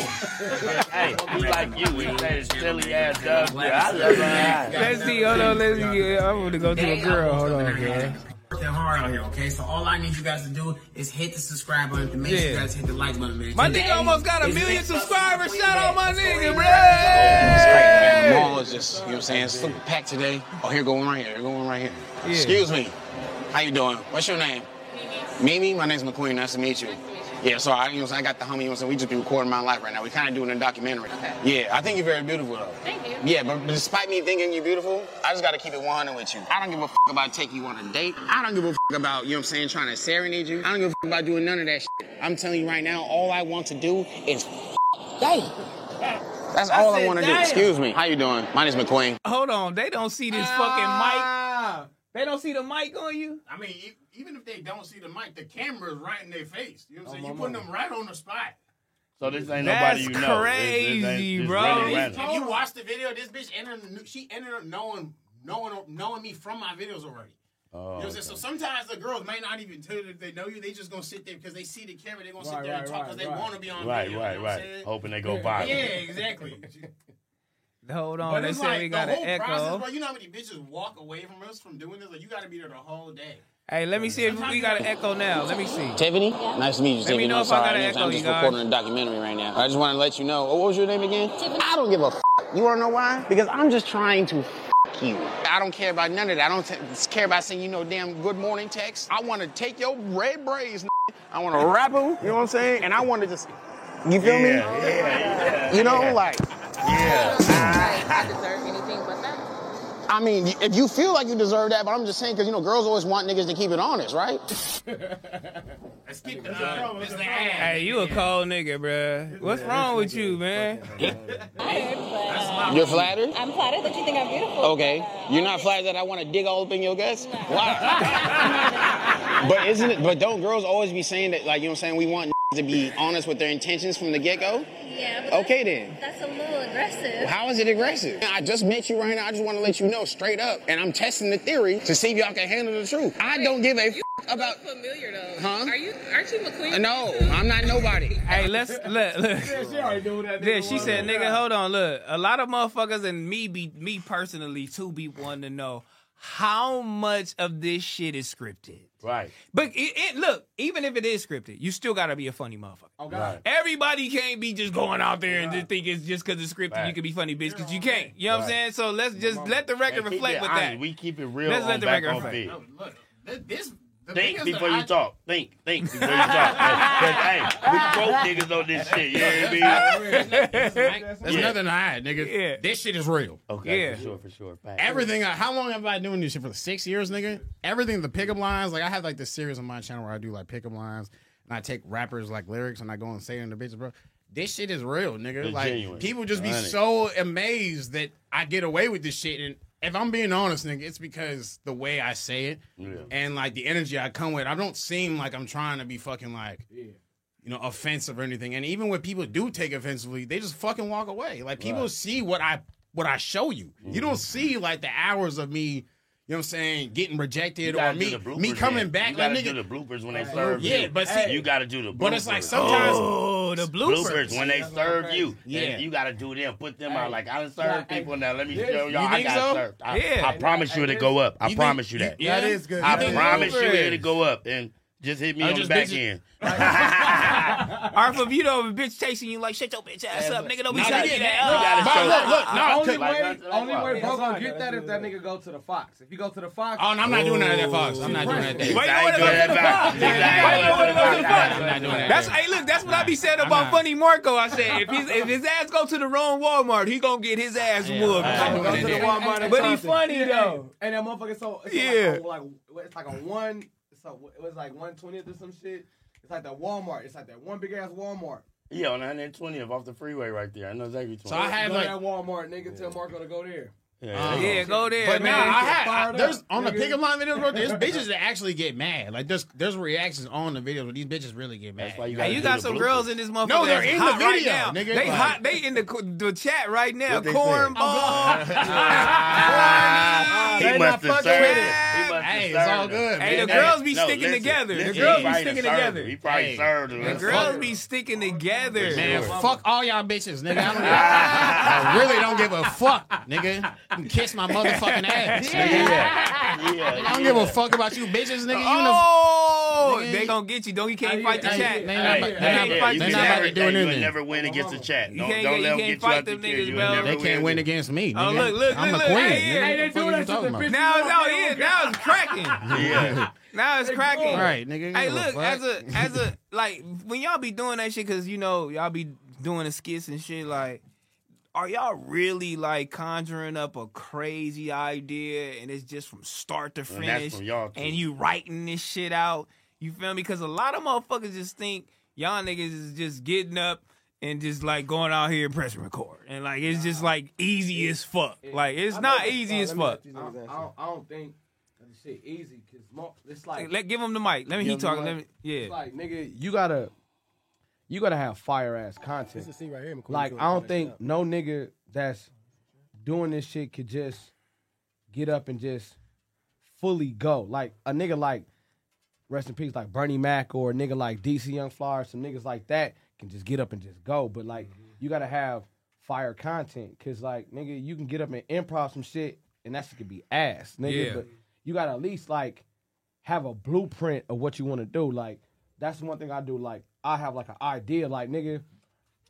Speaker 2: this. Hey, we like you. We say this silly ass dub. shit. I love her eyes.
Speaker 1: Let's see. Hold on. Let's see. I'm gonna go to a girl. Hold on, girl.
Speaker 11: nothing hard out here, okay? So all I need you guys to do is hit the subscribe button and make sure you
Speaker 1: Yeah.
Speaker 11: guys hit the like button, man.
Speaker 1: My
Speaker 11: Today
Speaker 1: nigga almost got a
Speaker 11: is
Speaker 1: million
Speaker 11: Big
Speaker 1: subscribers. Shout out my nigga, bro.
Speaker 11: It's great, man. The mall is just, you know what I'm saying? It's fucking packed today. Oh, here, going right here. Going right here.
Speaker 1: Yeah.
Speaker 11: Excuse me. How you doing? What's your name? Mimi. My name's McQueen. Nice to meet you. Yeah, so I, you know, so I got the homie. You know, what I'm saying? we just be recording my life right now. We kind of doing a documentary. Yeah, I think you're very beautiful though.
Speaker 12: Thank you.
Speaker 11: Yeah, but despite me thinking you're beautiful, I just gotta keep it 100 with you. I don't give a fuck about taking you on a date. I don't give a fuck about, you know what I'm saying, trying to serenade you. I don't give a fuck about doing none of that shit. I'm telling you right now, all I want to do is date. That's
Speaker 1: I
Speaker 11: all I,
Speaker 1: said,
Speaker 11: want to do.
Speaker 1: "Damn."
Speaker 11: Excuse me. How you doing? My name's McQueen.
Speaker 1: Hold on, they don't see this fucking mic. They don't see the mic on you.
Speaker 13: I mean, e- even if they don't see the mic, the camera is right in their face. You know what I'm
Speaker 1: Oh,
Speaker 13: saying? You
Speaker 1: my
Speaker 13: putting
Speaker 1: mama.
Speaker 13: them right on the spot.
Speaker 2: So this ain't
Speaker 1: That's
Speaker 2: nobody you know. This- this ain't-
Speaker 1: crazy,
Speaker 2: this
Speaker 1: bro.
Speaker 2: really
Speaker 13: If
Speaker 2: random.
Speaker 13: you watch the video, this bitch entered. She ended up knowing, knowing, knowing me from my videos already.
Speaker 2: Oh,
Speaker 13: you know what I'm saying? So sometimes the girls may not even tell you if they know you. They just gonna sit there because they see the camera. They gonna sit
Speaker 2: Right,
Speaker 13: there and
Speaker 2: right,
Speaker 13: talk
Speaker 2: right,
Speaker 13: because
Speaker 2: right.
Speaker 13: they want to be on
Speaker 2: Right,
Speaker 13: video.
Speaker 2: right,
Speaker 13: you know what I'm
Speaker 2: right.
Speaker 13: saying?
Speaker 2: Hoping they go viral.
Speaker 13: Yeah, exactly.
Speaker 1: Hold on,
Speaker 13: But
Speaker 1: Oh, they
Speaker 13: it's
Speaker 1: said
Speaker 13: like
Speaker 1: we
Speaker 13: the
Speaker 1: got
Speaker 13: whole
Speaker 1: an echo.
Speaker 13: Process, bro, you know how many bitches walk away from us from doing this? Like you got to be there the whole day.
Speaker 1: Hey, let me see if we got an echo now. Let me see.
Speaker 11: Tiffany, nice to meet you.
Speaker 1: Let
Speaker 11: Tiffany.
Speaker 1: me know
Speaker 11: I'm
Speaker 1: if I got
Speaker 11: sorry.
Speaker 1: an
Speaker 11: I'm-
Speaker 1: echo,
Speaker 11: I'm just
Speaker 1: you guys.
Speaker 11: recording a documentary right now. I just want to let you know. Oh, what was your name again? I don't give a. F- you want to know why? Because I'm just trying to. F- you. I don't care about none of that. I don't t- care about sending you no damn good morning text. I want to take your red braids. n- I want to wrap 'em, You know what I'm saying? And I want to just. You feel me?
Speaker 2: Yeah, yeah,
Speaker 11: You know,
Speaker 2: yeah.
Speaker 11: like.
Speaker 2: Yeah.
Speaker 12: I deserve anything but that.
Speaker 11: I mean, if you feel like you deserve that, but I'm just saying because you know girls always want niggas to keep it honest, right?
Speaker 13: Let's keep the uh, Mr. Ass.
Speaker 1: Hey, you a cold nigga, bruh. What's wrong with you, man?
Speaker 11: You're flattered.
Speaker 14: I'm flattered that you think I'm beautiful. Uh,
Speaker 11: Okay. You're not flattered that I want to dig all up in your guts? Why? but isn't it but don't girls always be saying that like you know what I'm saying we want to be honest with their intentions from the get-go?
Speaker 14: Yeah. But
Speaker 11: Okay then.
Speaker 14: That's a little aggressive.
Speaker 11: How is it aggressive? I just met you right now. I just want to let you know straight up. And I'm testing the theory to see if y'all can handle the truth. I don't give a f- about
Speaker 12: familiar though.
Speaker 11: Huh?
Speaker 12: Are you? Aren't you McQueen?
Speaker 11: No, I'm not nobody.
Speaker 1: Hey, let's look. look.
Speaker 12: she already knew that
Speaker 1: Yeah,
Speaker 12: nigga
Speaker 1: she
Speaker 12: was.
Speaker 1: said, "Nigga, hold on, look. A lot of motherfuckers and me be me personally too be wanting to know how much of this shit is scripted."
Speaker 2: Right.
Speaker 1: But it, it, look, even if it is scripted, you still gotta be a funny motherfucker.
Speaker 2: Oh, God.
Speaker 1: Everybody can't be just going out there and just think it's just because it's scripted you can be funny, bitch, because you can't. You know what I'm
Speaker 2: Right.
Speaker 1: saying? So let's just let the record
Speaker 2: And keep
Speaker 1: reflect
Speaker 2: it
Speaker 1: with
Speaker 2: honest.
Speaker 1: that.
Speaker 2: We keep it real
Speaker 1: Let's
Speaker 2: on
Speaker 1: let the
Speaker 2: back
Speaker 1: record
Speaker 2: on
Speaker 1: reflect.
Speaker 2: feed.
Speaker 13: This the
Speaker 2: Think
Speaker 13: videos
Speaker 2: before
Speaker 13: that
Speaker 2: you
Speaker 13: I-
Speaker 2: talk. Think, think before you talk. Because, hey, we broke niggas on this shit. You know what I mean?
Speaker 13: There's nothing to hide, nigga. This shit is real.
Speaker 2: Okay,
Speaker 13: Yeah.
Speaker 2: for sure, for sure. Fact.
Speaker 13: Everything. I- How long have I been doing this shit for? Like, Six years, nigga. Everything. The pickup lines. Like I have like this series on my channel where I do like pickup lines, and I take rappers like lyrics and I go and say them to bitches, bro. This shit is real, nigga.
Speaker 2: It's
Speaker 13: like
Speaker 2: genuine.
Speaker 13: people just be
Speaker 2: Honey.
Speaker 13: so amazed that I get away with this shit. And if I'm being honest, nigga, it's because the way I say it and like the energy I come with. I don't seem like I'm trying to be fucking like you know, offensive or anything. And even when people do take offensively, they just fucking walk away. Like people
Speaker 2: Right. Mm-hmm.
Speaker 13: see what I what I show you. You don't see like the hours of me. You know what I'm saying? Getting
Speaker 2: You
Speaker 13: rejected or
Speaker 2: gotta do
Speaker 13: me
Speaker 2: the
Speaker 13: me
Speaker 2: bloopers
Speaker 13: coming
Speaker 2: then.
Speaker 13: back
Speaker 2: You
Speaker 13: like
Speaker 2: gotta
Speaker 13: nigga.
Speaker 2: do the bloopers when they serve you.
Speaker 13: Yeah, but see-
Speaker 2: you gotta do the bloopers.
Speaker 13: But it's like sometimes-
Speaker 1: Oh, the bloopers.
Speaker 2: when they
Speaker 1: That's
Speaker 2: serve
Speaker 1: crazy.
Speaker 2: you.
Speaker 1: Yeah.
Speaker 2: Yeah, you gotta do them. Put them
Speaker 1: Hey.
Speaker 2: out. Like I done
Speaker 1: Nah,
Speaker 2: served
Speaker 1: hey,
Speaker 2: people now. Let me
Speaker 1: this-
Speaker 2: show
Speaker 1: you
Speaker 2: y'all. I
Speaker 1: think
Speaker 2: got
Speaker 1: so?
Speaker 2: served. I,
Speaker 1: Yeah.
Speaker 2: I promise you
Speaker 1: Hey,
Speaker 2: it'll
Speaker 1: hey,
Speaker 2: go up. I
Speaker 1: you think-
Speaker 2: promise you that.
Speaker 1: you- That yeah? is good. You
Speaker 2: I
Speaker 1: think
Speaker 2: promise you
Speaker 1: bloopers?
Speaker 2: it'll go up. And just hit me
Speaker 1: I
Speaker 2: on the
Speaker 1: just
Speaker 2: back
Speaker 1: bitch-
Speaker 2: end.
Speaker 1: Arf, if you don't have a bitch chasing you like, shut your bitch ass up, nigga, don't be
Speaker 2: Nah,
Speaker 1: trying to
Speaker 2: nigga,
Speaker 1: get that
Speaker 2: you
Speaker 1: up.
Speaker 2: gotta show-
Speaker 1: But look, look,
Speaker 2: Nah,
Speaker 1: no,
Speaker 9: only
Speaker 2: take- like,
Speaker 9: way,
Speaker 2: that's what I
Speaker 9: only
Speaker 2: want. Yeah,
Speaker 9: way bro
Speaker 2: that's
Speaker 9: gonna
Speaker 2: all
Speaker 9: get
Speaker 2: I
Speaker 9: that
Speaker 2: gotta
Speaker 9: is that nigga go to the Fox. If you go to the Fox,
Speaker 13: Oh, no, I'm not doing none of that Fox. I'm not doing that.
Speaker 9: Impressive.
Speaker 13: Why you Exactly.
Speaker 1: Why you
Speaker 13: Yeah,
Speaker 1: wanna
Speaker 13: nah.
Speaker 1: go to the
Speaker 13: Nah,
Speaker 1: fuck?
Speaker 13: I'm not doing that.
Speaker 1: That's hey, look, that's what I be saying about Funny Marco. I said if his if his ass go to the wrong Walmart, he gonna get his ass whooped.
Speaker 9: Go to the Walmart and
Speaker 1: But he
Speaker 9: Thompson.
Speaker 1: funny
Speaker 9: Yeah,
Speaker 1: though.
Speaker 9: And and that motherfucker so it's
Speaker 1: Yeah.
Speaker 9: like, a- like it's like a one. So it was like one twentieth or some shit. It's like that Walmart. It's like that one big ass Walmart.
Speaker 2: Yeah, on 120th off the freeway right there. I know exactly.
Speaker 9: So I have like that Walmart nigga tell Marco to go there.
Speaker 2: Yeah,
Speaker 1: yeah, go there.
Speaker 13: But
Speaker 1: man.
Speaker 13: now I had
Speaker 1: Fired
Speaker 13: I, there's
Speaker 1: up,
Speaker 13: on the
Speaker 1: nigga.
Speaker 13: pickup line videos, bro. There's bitches that actually get mad. Like there's there's reactions on the videos where these bitches really get mad. That's why
Speaker 1: you Hey, you got some girls in this motherfucker.
Speaker 13: No, they're
Speaker 1: that's
Speaker 13: in the
Speaker 1: hot
Speaker 13: video.
Speaker 1: right now.
Speaker 13: Nigga,
Speaker 1: They
Speaker 13: Like-
Speaker 1: hot. They in the co- the chat right now.
Speaker 13: What they
Speaker 1: Cornball.
Speaker 13: saying?
Speaker 1: Corny.
Speaker 2: He must have served. He must
Speaker 11: Hey, it's all good.
Speaker 1: Hey,
Speaker 11: man.
Speaker 1: the girls be sticking together. the girls be sticking together.
Speaker 11: He probably
Speaker 1: Hey,
Speaker 11: served
Speaker 1: The girls be sticking together.
Speaker 11: Man, fuck all y'all bitches, nigga. I, don't give, I really don't give a fuck, nigga. You can kiss my motherfucking ass. nigga. I don't give a fuck about you bitches, nigga. You
Speaker 1: Oh, they gonna get you. Don't you can't fight the
Speaker 11: hey,
Speaker 1: chat.
Speaker 11: they
Speaker 1: You
Speaker 11: Hey, hey,
Speaker 1: can't
Speaker 11: yeah,
Speaker 1: fight
Speaker 11: you
Speaker 1: the
Speaker 11: can
Speaker 1: chat.
Speaker 11: never- They doing
Speaker 2: Hey,
Speaker 11: it.
Speaker 2: you'll never win against the chat. Don't,
Speaker 1: can't-
Speaker 2: don't
Speaker 1: you
Speaker 2: let
Speaker 1: can't
Speaker 2: them get you
Speaker 1: fight
Speaker 2: out the
Speaker 1: them
Speaker 2: cage.
Speaker 1: niggas,
Speaker 2: You'll
Speaker 1: bro.
Speaker 2: never
Speaker 11: They can't win against me.
Speaker 1: Oh,
Speaker 11: nigga.
Speaker 1: look, look,
Speaker 11: I'm
Speaker 1: look,
Speaker 11: a
Speaker 1: look.
Speaker 11: queen.
Speaker 1: Hey, yeah.
Speaker 11: nigga. What the fuck you talking about?
Speaker 1: Now it's out here. Now it's cracking.
Speaker 11: Yeah.
Speaker 1: Now it's cracking.
Speaker 11: All right, nigga,
Speaker 1: Hey,
Speaker 11: give a
Speaker 1: look,
Speaker 11: fuck.
Speaker 1: as a as a like when y'all be doing that shit, cause you know y'all be doing the skits and shit. Like, are y'all really like conjuring up a crazy idea and it's just from start to
Speaker 2: And that's
Speaker 1: finish,
Speaker 2: from y'all, too.
Speaker 1: and you writing this shit out? You feel me? Cause a lot of motherfuckers just think y'all niggas is just getting up. And just like going out here and pressing record, and like it's just like easy as fuck. Like it's
Speaker 9: I
Speaker 1: not
Speaker 9: know-
Speaker 1: easy
Speaker 9: Nah,
Speaker 1: as
Speaker 9: let me
Speaker 1: fuck.
Speaker 9: let you know that. I don't- I don't think that the shit easy because it's like
Speaker 1: Let give him the mic. Let me
Speaker 9: Yeah,
Speaker 1: he talk.
Speaker 9: like-
Speaker 1: Let me yeah.
Speaker 9: it's like nigga, you gotta you gotta have fire ass content.
Speaker 6: This is right here, McCoy.
Speaker 9: Like
Speaker 6: Doing
Speaker 9: I don't
Speaker 6: fire
Speaker 9: think
Speaker 6: stuff.
Speaker 9: no nigga that's doing this shit could just get up and just fully go. Like a nigga like rest in peace, like Bernie Mac or a nigga like DC Young Flyer, some niggas like that can just get up and just go. But like
Speaker 1: Mm-hmm.
Speaker 9: you gotta have fire content, cause like nigga, you can get up and improv some shit, and that shit could be ass, nigga.
Speaker 1: Yeah.
Speaker 9: But you gotta at least like have a blueprint of what you want to do. Like that's one thing I do. Like I have like an idea. Like nigga,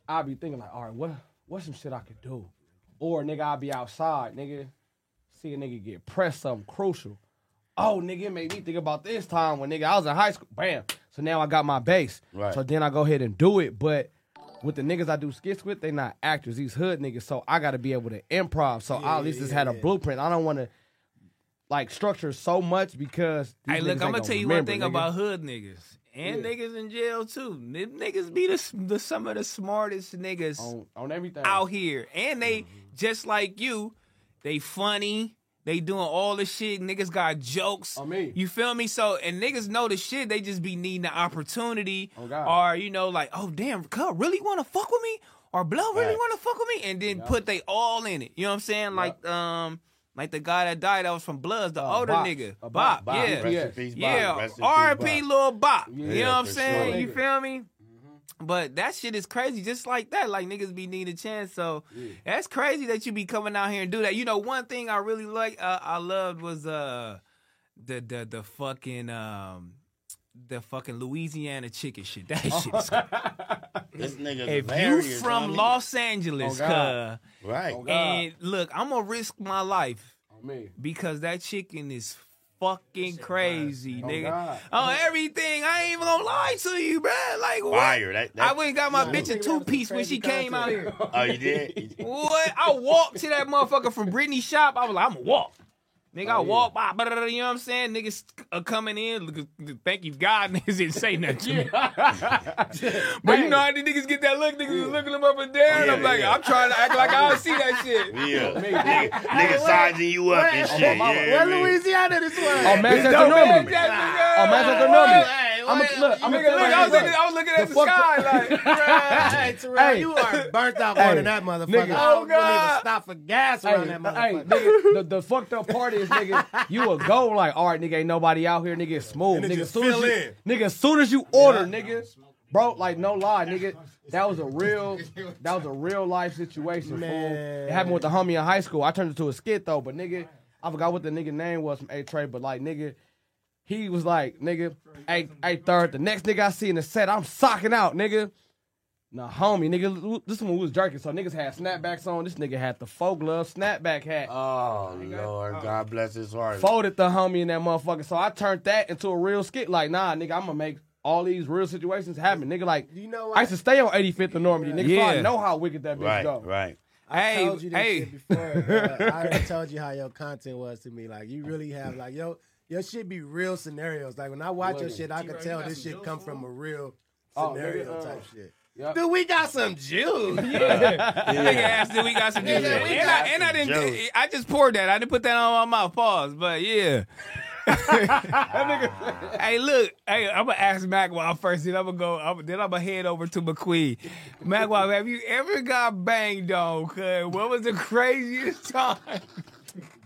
Speaker 9: I be thinking like, all right, what what's some shit I could do? Or nigga, I be outside, nigga, see a nigga get pressed something crucial. Oh nigga, it made me think about this time when nigga I was in high school. Bam. So now I got my base.
Speaker 2: Right.
Speaker 9: So then I go ahead and do it, but. With the niggas I do skits with, they not actors. These hood niggas, so I gotta be able to improv. So I at least just had a blueprint. I don't want to like structure so much because. these
Speaker 1: Hey, look,
Speaker 9: niggas
Speaker 1: I'm
Speaker 9: ain't
Speaker 1: gonna tell you one
Speaker 9: remember,
Speaker 1: thing
Speaker 9: nigga.
Speaker 1: about hood niggas and niggas in jail too. Them niggas be the, the some of the smartest niggas
Speaker 9: on, everything
Speaker 1: out here, and they just like you. They funny. They doing all the shit. Niggas got jokes. On
Speaker 9: me.
Speaker 1: You feel me? So and niggas know the shit. They just be needing the opportunity, or you know, like, oh damn, Cub really want to fuck with me, or Blow really
Speaker 15: Facts.
Speaker 1: want to fuck with me, and then put they all in it. You know what I'm saying? Like um. Like the guy that died, that was from Bloods, the older
Speaker 9: Bops.
Speaker 1: nigga,
Speaker 9: Uh,
Speaker 1: Bop,
Speaker 9: Bop. Bop.
Speaker 1: yeah,
Speaker 9: Rest in peace, Bop.
Speaker 1: yeah,
Speaker 9: Rest in peace,
Speaker 1: R.I.P.
Speaker 9: Bop.
Speaker 1: Lil Bop. you
Speaker 9: Yeah,
Speaker 1: know what I'm
Speaker 9: for
Speaker 1: saying?
Speaker 9: sure.
Speaker 1: You feel me?
Speaker 2: Mm-hmm.
Speaker 1: But that shit is crazy, just like that. Like niggas be needing a chance, so that's crazy that you be coming out here and do that. You know, one thing I really like, uh, I loved was uh the the the fucking um the fucking Louisiana chicken shit. That
Speaker 2: Oh,
Speaker 1: shit is
Speaker 2: This nigga
Speaker 1: if you
Speaker 2: hilarious,
Speaker 1: from
Speaker 2: homie.
Speaker 1: Los Angeles,
Speaker 2: Oh, God.
Speaker 1: cuh,
Speaker 2: Right. Oh, God.
Speaker 1: and look, I'm gonna risk my life
Speaker 9: me.
Speaker 1: because that chicken is fucking crazy,
Speaker 2: Oh,
Speaker 1: nigga.
Speaker 2: God.
Speaker 1: On everything, I ain't even gonna lie to you, bruh. Like what?
Speaker 2: Fire. That- that-
Speaker 1: I went and got my bitch a two piece when she came out here.
Speaker 2: Oh, you did?
Speaker 1: What? I walked to that motherfucker from Britney's shop. I was like, I'm gonna walk. Nigga,
Speaker 2: Oh,
Speaker 1: I walk by, blah, blah, blah, you know what I'm saying? Niggas are coming in. look- Thank you, God. Niggas didn't say nothing to me. but you know how the niggas get that look? Niggas is looking them up and down.
Speaker 2: Oh,
Speaker 1: I'm like, I'm trying to act like I don't see that shit.
Speaker 2: Yeah.
Speaker 1: Me,
Speaker 2: nigga nigga sizing you up and
Speaker 1: what-
Speaker 6: Oh,
Speaker 2: shit.
Speaker 1: what-
Speaker 2: yeah,
Speaker 1: what
Speaker 2: man.
Speaker 1: Louisiana this was?
Speaker 9: Oh, Manchester
Speaker 1: Don't
Speaker 9: Norman.
Speaker 1: Manchester,
Speaker 9: Oh, Manchester Norman. I'm a, look, I'm
Speaker 1: Nigga, look, I was looking, I was looking at the, sky like, bruh,
Speaker 9: Hey.
Speaker 6: you are burnt out
Speaker 9: Hey,
Speaker 6: more than that motherfucker.
Speaker 9: nigga.
Speaker 6: I don't
Speaker 9: Oh,
Speaker 6: believe
Speaker 9: God.
Speaker 6: a stop for gas
Speaker 9: Hey,
Speaker 6: around that
Speaker 9: hey,
Speaker 6: motherfucker.
Speaker 9: nigga, the, the fucked up part is, nigga, you will go like, all right, nigga, ain't nobody out here, nigga, it's smooth,
Speaker 6: And it
Speaker 9: nigga.
Speaker 6: just
Speaker 9: Soon as
Speaker 6: fill
Speaker 9: you,
Speaker 6: in.
Speaker 9: nigga, as soon as you order, nigga, bro, like, no lie, nigga, that was a real, that was a real life situation, fool. It happened with the homie in high school. I turned it to a skit though, but nigga, I forgot what the nigga name was from A Trey, but like, nigga, he was like, nigga, hey, hey, third, the next nigga I see in the set, I'm socking out, nigga. Nah, homie, nigga, this one was jerking, so niggas had snapbacks on. This nigga had the faux glove, snapback hat.
Speaker 2: Oh, Lord. God bless his heart.
Speaker 9: Folded the homie in that motherfucker. So I turned that into a real skit. Like, nah, nigga, I'm gonna make all these real situations happen. Nigga, like, you know I used to stay on 85th and Normandy, nigga, so
Speaker 1: Yeah.
Speaker 9: I know how wicked that bitch go.
Speaker 2: right.
Speaker 6: I
Speaker 1: Hey,
Speaker 6: told you this
Speaker 1: hey.
Speaker 6: shit before. uh, I already told you how your content was to me. Like you really have like yo, your shit be real scenarios. Like when I watch your
Speaker 9: Word.
Speaker 6: shit, I
Speaker 9: T-Roy,
Speaker 6: can
Speaker 9: you
Speaker 6: tell
Speaker 9: got
Speaker 6: this
Speaker 9: some
Speaker 6: shit come from a real
Speaker 9: Oh, nigga,
Speaker 6: scenario
Speaker 9: uh,
Speaker 6: type shit.
Speaker 9: Yep.
Speaker 6: Dude, we got some juice.
Speaker 1: Nigga asked if we got some
Speaker 6: Nigga,
Speaker 1: juice.
Speaker 6: we
Speaker 1: And,
Speaker 6: got
Speaker 1: I, and I
Speaker 6: some
Speaker 1: didn't.
Speaker 6: juice.
Speaker 1: I just poured that. I didn't put that on my mouth. Pause. But yeah. hey, look. Hey, I'm gonna ask Magwell first. Then I'm gonna go. I'm, then I'm gonna head over to McQueen. Magwell, have you ever got banged on? Cause what was the craziest time?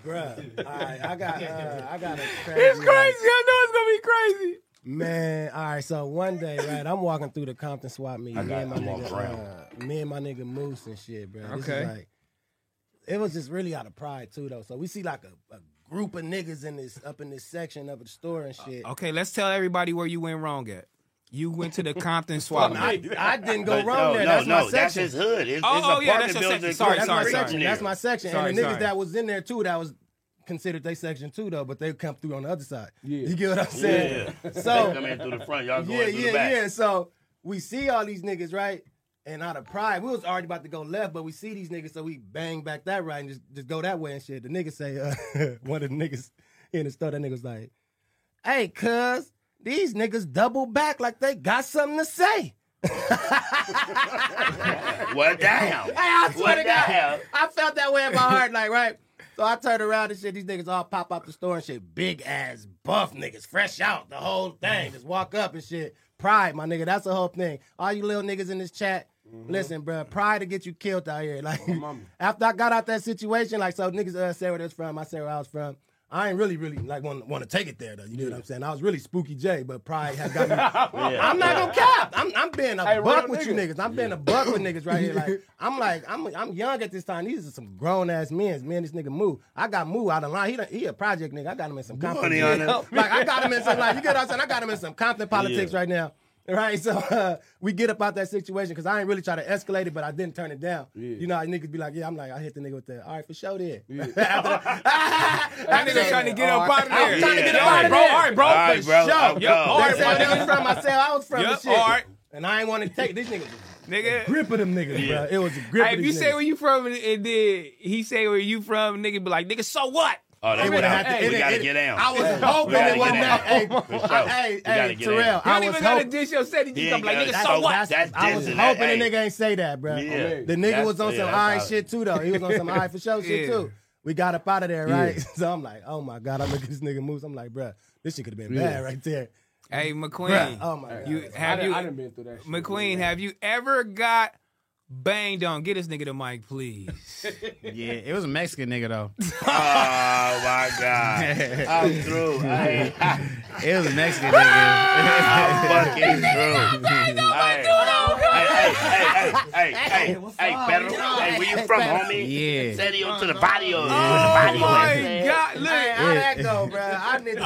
Speaker 6: Bruh. All right, I got, uh, I got a crazy.
Speaker 1: It's crazy.
Speaker 6: one.
Speaker 1: I know it's gonna be crazy.
Speaker 6: Man, all right. So one day, right, I'm walking through the Compton swap meet.
Speaker 1: I
Speaker 6: me
Speaker 1: got-
Speaker 6: and my
Speaker 1: I'm
Speaker 6: nigga,
Speaker 1: walking around.
Speaker 6: uh, me and my nigga Moose and shit, bro. This is
Speaker 1: Okay.
Speaker 6: like, it was just really out of pride too, though. So we see like a, a group of niggas in this up in this section up at the store and shit.
Speaker 1: Okay, let's tell everybody where you went wrong at. You went to the Compton swap.
Speaker 6: Fuck, I-
Speaker 1: meet.
Speaker 6: I didn't go But wrong no, there. no, That's my no, that's section. his hood. It's-
Speaker 1: oh,
Speaker 6: it's
Speaker 1: oh, yeah, that's
Speaker 6: apartment
Speaker 1: your section.
Speaker 6: building
Speaker 1: Sorry,
Speaker 6: across the
Speaker 1: sorry,
Speaker 6: street.
Speaker 1: sorry.
Speaker 6: Section, That's my section.
Speaker 1: Sorry,
Speaker 6: and the niggas
Speaker 1: sorry.
Speaker 6: that was in there too, that was considered they section too though, but they come through on the other side. You get what I'm saying?
Speaker 2: Yeah.
Speaker 6: So
Speaker 2: They come in through the front, y'all go
Speaker 6: yeah,
Speaker 2: in through
Speaker 6: yeah,
Speaker 2: the back.
Speaker 6: yeah. So we see all these niggas right, and out of pride, we was already about to go left, but we see these niggas, so we bang back that right and just just go that way and shit. The niggas say, uh, one of the niggas in the store, that niggas like, "Hey, cuz." These niggas double back like they got something to say.
Speaker 2: What damn?
Speaker 6: Hey, I swear
Speaker 2: What
Speaker 6: to
Speaker 2: the
Speaker 6: God,
Speaker 2: hell?
Speaker 6: I felt that way in my heart, like right. So I turned around and shit. These niggas all pop out the store and shit. Big ass buff niggas, fresh out the whole
Speaker 2: Mm.
Speaker 6: thing. Just walk up and shit. Pride, my nigga. That's the whole thing. All you little niggas in this chat,
Speaker 2: Mm-hmm.
Speaker 6: listen, bro. Pride to get you killed out here. Like after I got out that situation, like so niggas uh, said where that's from. I said where I was from. I ain't really, really like want want to take it there though. You know what I'm saying? I was really spooky J, but pride had got me.
Speaker 1: Yeah.
Speaker 6: I'm not gonna cap. I'm, I'm being a
Speaker 1: Hey,
Speaker 6: buck
Speaker 1: real
Speaker 6: with you
Speaker 1: nigga.
Speaker 6: niggas. I'm being a buck with niggas right here. Like I'm like I'm I'm young at this time. These are some grown ass men. Man, this nigga move. I got move out of line. He done, he a project nigga. I got him in some Compton.
Speaker 2: Money on him.
Speaker 6: Like I got him in some like you get what I'm saying. I got him in some Compton politics right now. Right, so uh, we get up out that situation because I ain't really try to escalate it, but I didn't turn it down. You know, how niggas be like, "Yeah, I'm like, I hit the nigga with the all right for sure." Then
Speaker 1: That nigga trying to get
Speaker 6: Oh,
Speaker 1: up out of there.
Speaker 6: I'm trying to get
Speaker 1: Yeah.
Speaker 6: up out of
Speaker 1: All
Speaker 6: there.
Speaker 1: right, bro. All right, bro.
Speaker 6: For
Speaker 1: I'm Yep.
Speaker 6: sure.
Speaker 1: gone. All right,
Speaker 6: They said
Speaker 1: bro.
Speaker 6: they was from myself. I was from
Speaker 1: Yep,
Speaker 6: the shit.
Speaker 1: all right.
Speaker 6: And I ain't want to take these niggas.
Speaker 1: Nigga.
Speaker 6: Grip of them niggas, bro. It was a grip
Speaker 1: Hey,
Speaker 6: of
Speaker 1: if you
Speaker 6: these
Speaker 1: say
Speaker 6: niggas.
Speaker 1: where you from and, and then he say where you from, nigga be like, nigga, so what?
Speaker 2: Oh, they
Speaker 1: I mean,
Speaker 2: would've had to-
Speaker 1: hey,
Speaker 2: we
Speaker 1: it-
Speaker 2: gotta
Speaker 1: it-
Speaker 2: get down.
Speaker 1: I was
Speaker 2: Yeah.
Speaker 1: hoping
Speaker 2: We gotta
Speaker 1: it wasn't
Speaker 2: get
Speaker 1: that.
Speaker 2: down.
Speaker 1: Hey,
Speaker 2: For
Speaker 1: hey,
Speaker 2: sure.
Speaker 1: hey,
Speaker 2: We gotta get
Speaker 1: Terrell,
Speaker 2: down.
Speaker 1: You don't even gotta dish your set. You
Speaker 2: Yeah,
Speaker 1: just come like,
Speaker 2: gotta-
Speaker 1: nigga,
Speaker 2: that's-
Speaker 1: so
Speaker 2: that's-
Speaker 1: what?
Speaker 2: that's
Speaker 6: I was
Speaker 2: dissing. That-
Speaker 6: hoping
Speaker 2: hey.
Speaker 6: the nigga ain't say that, bro.
Speaker 2: Yeah.
Speaker 6: The nigga
Speaker 2: That's-
Speaker 6: was on
Speaker 2: yeah,
Speaker 6: some
Speaker 2: that's
Speaker 6: alright
Speaker 2: how-
Speaker 6: shit too, though. He was on some alright for show shit
Speaker 2: Yeah.
Speaker 6: too. We got up out of there, right?
Speaker 1: Yeah.
Speaker 6: So I'm like, oh my god, I look at this nigga moves. I'm like, bruh, this shit could have been
Speaker 1: Yeah.
Speaker 6: bad right there.
Speaker 1: Hey, McQueen.
Speaker 6: Bruh, oh my God.
Speaker 1: You,
Speaker 6: I
Speaker 1: have
Speaker 6: done-
Speaker 1: you,
Speaker 6: I done been through that shit.
Speaker 1: McQueen, have you ever got banged on? Get this nigga the mic, please.
Speaker 11: Yeah, it was a Mexican nigga though.
Speaker 2: Oh my God. I'm through. I ain't-
Speaker 11: It was a Mexican nigga.
Speaker 2: fucking through. Hey, hey, hey, hey, hey, hey, hey, better. Hey, where you from, homie?
Speaker 11: Yeah.
Speaker 2: Serio to the barrio.
Speaker 11: Oh,
Speaker 2: to the barrio.
Speaker 11: my
Speaker 2: eh?
Speaker 11: God, look.
Speaker 6: Hey, how that
Speaker 11: Yeah.
Speaker 6: go, bruh? I
Speaker 1: Oh,
Speaker 6: need to know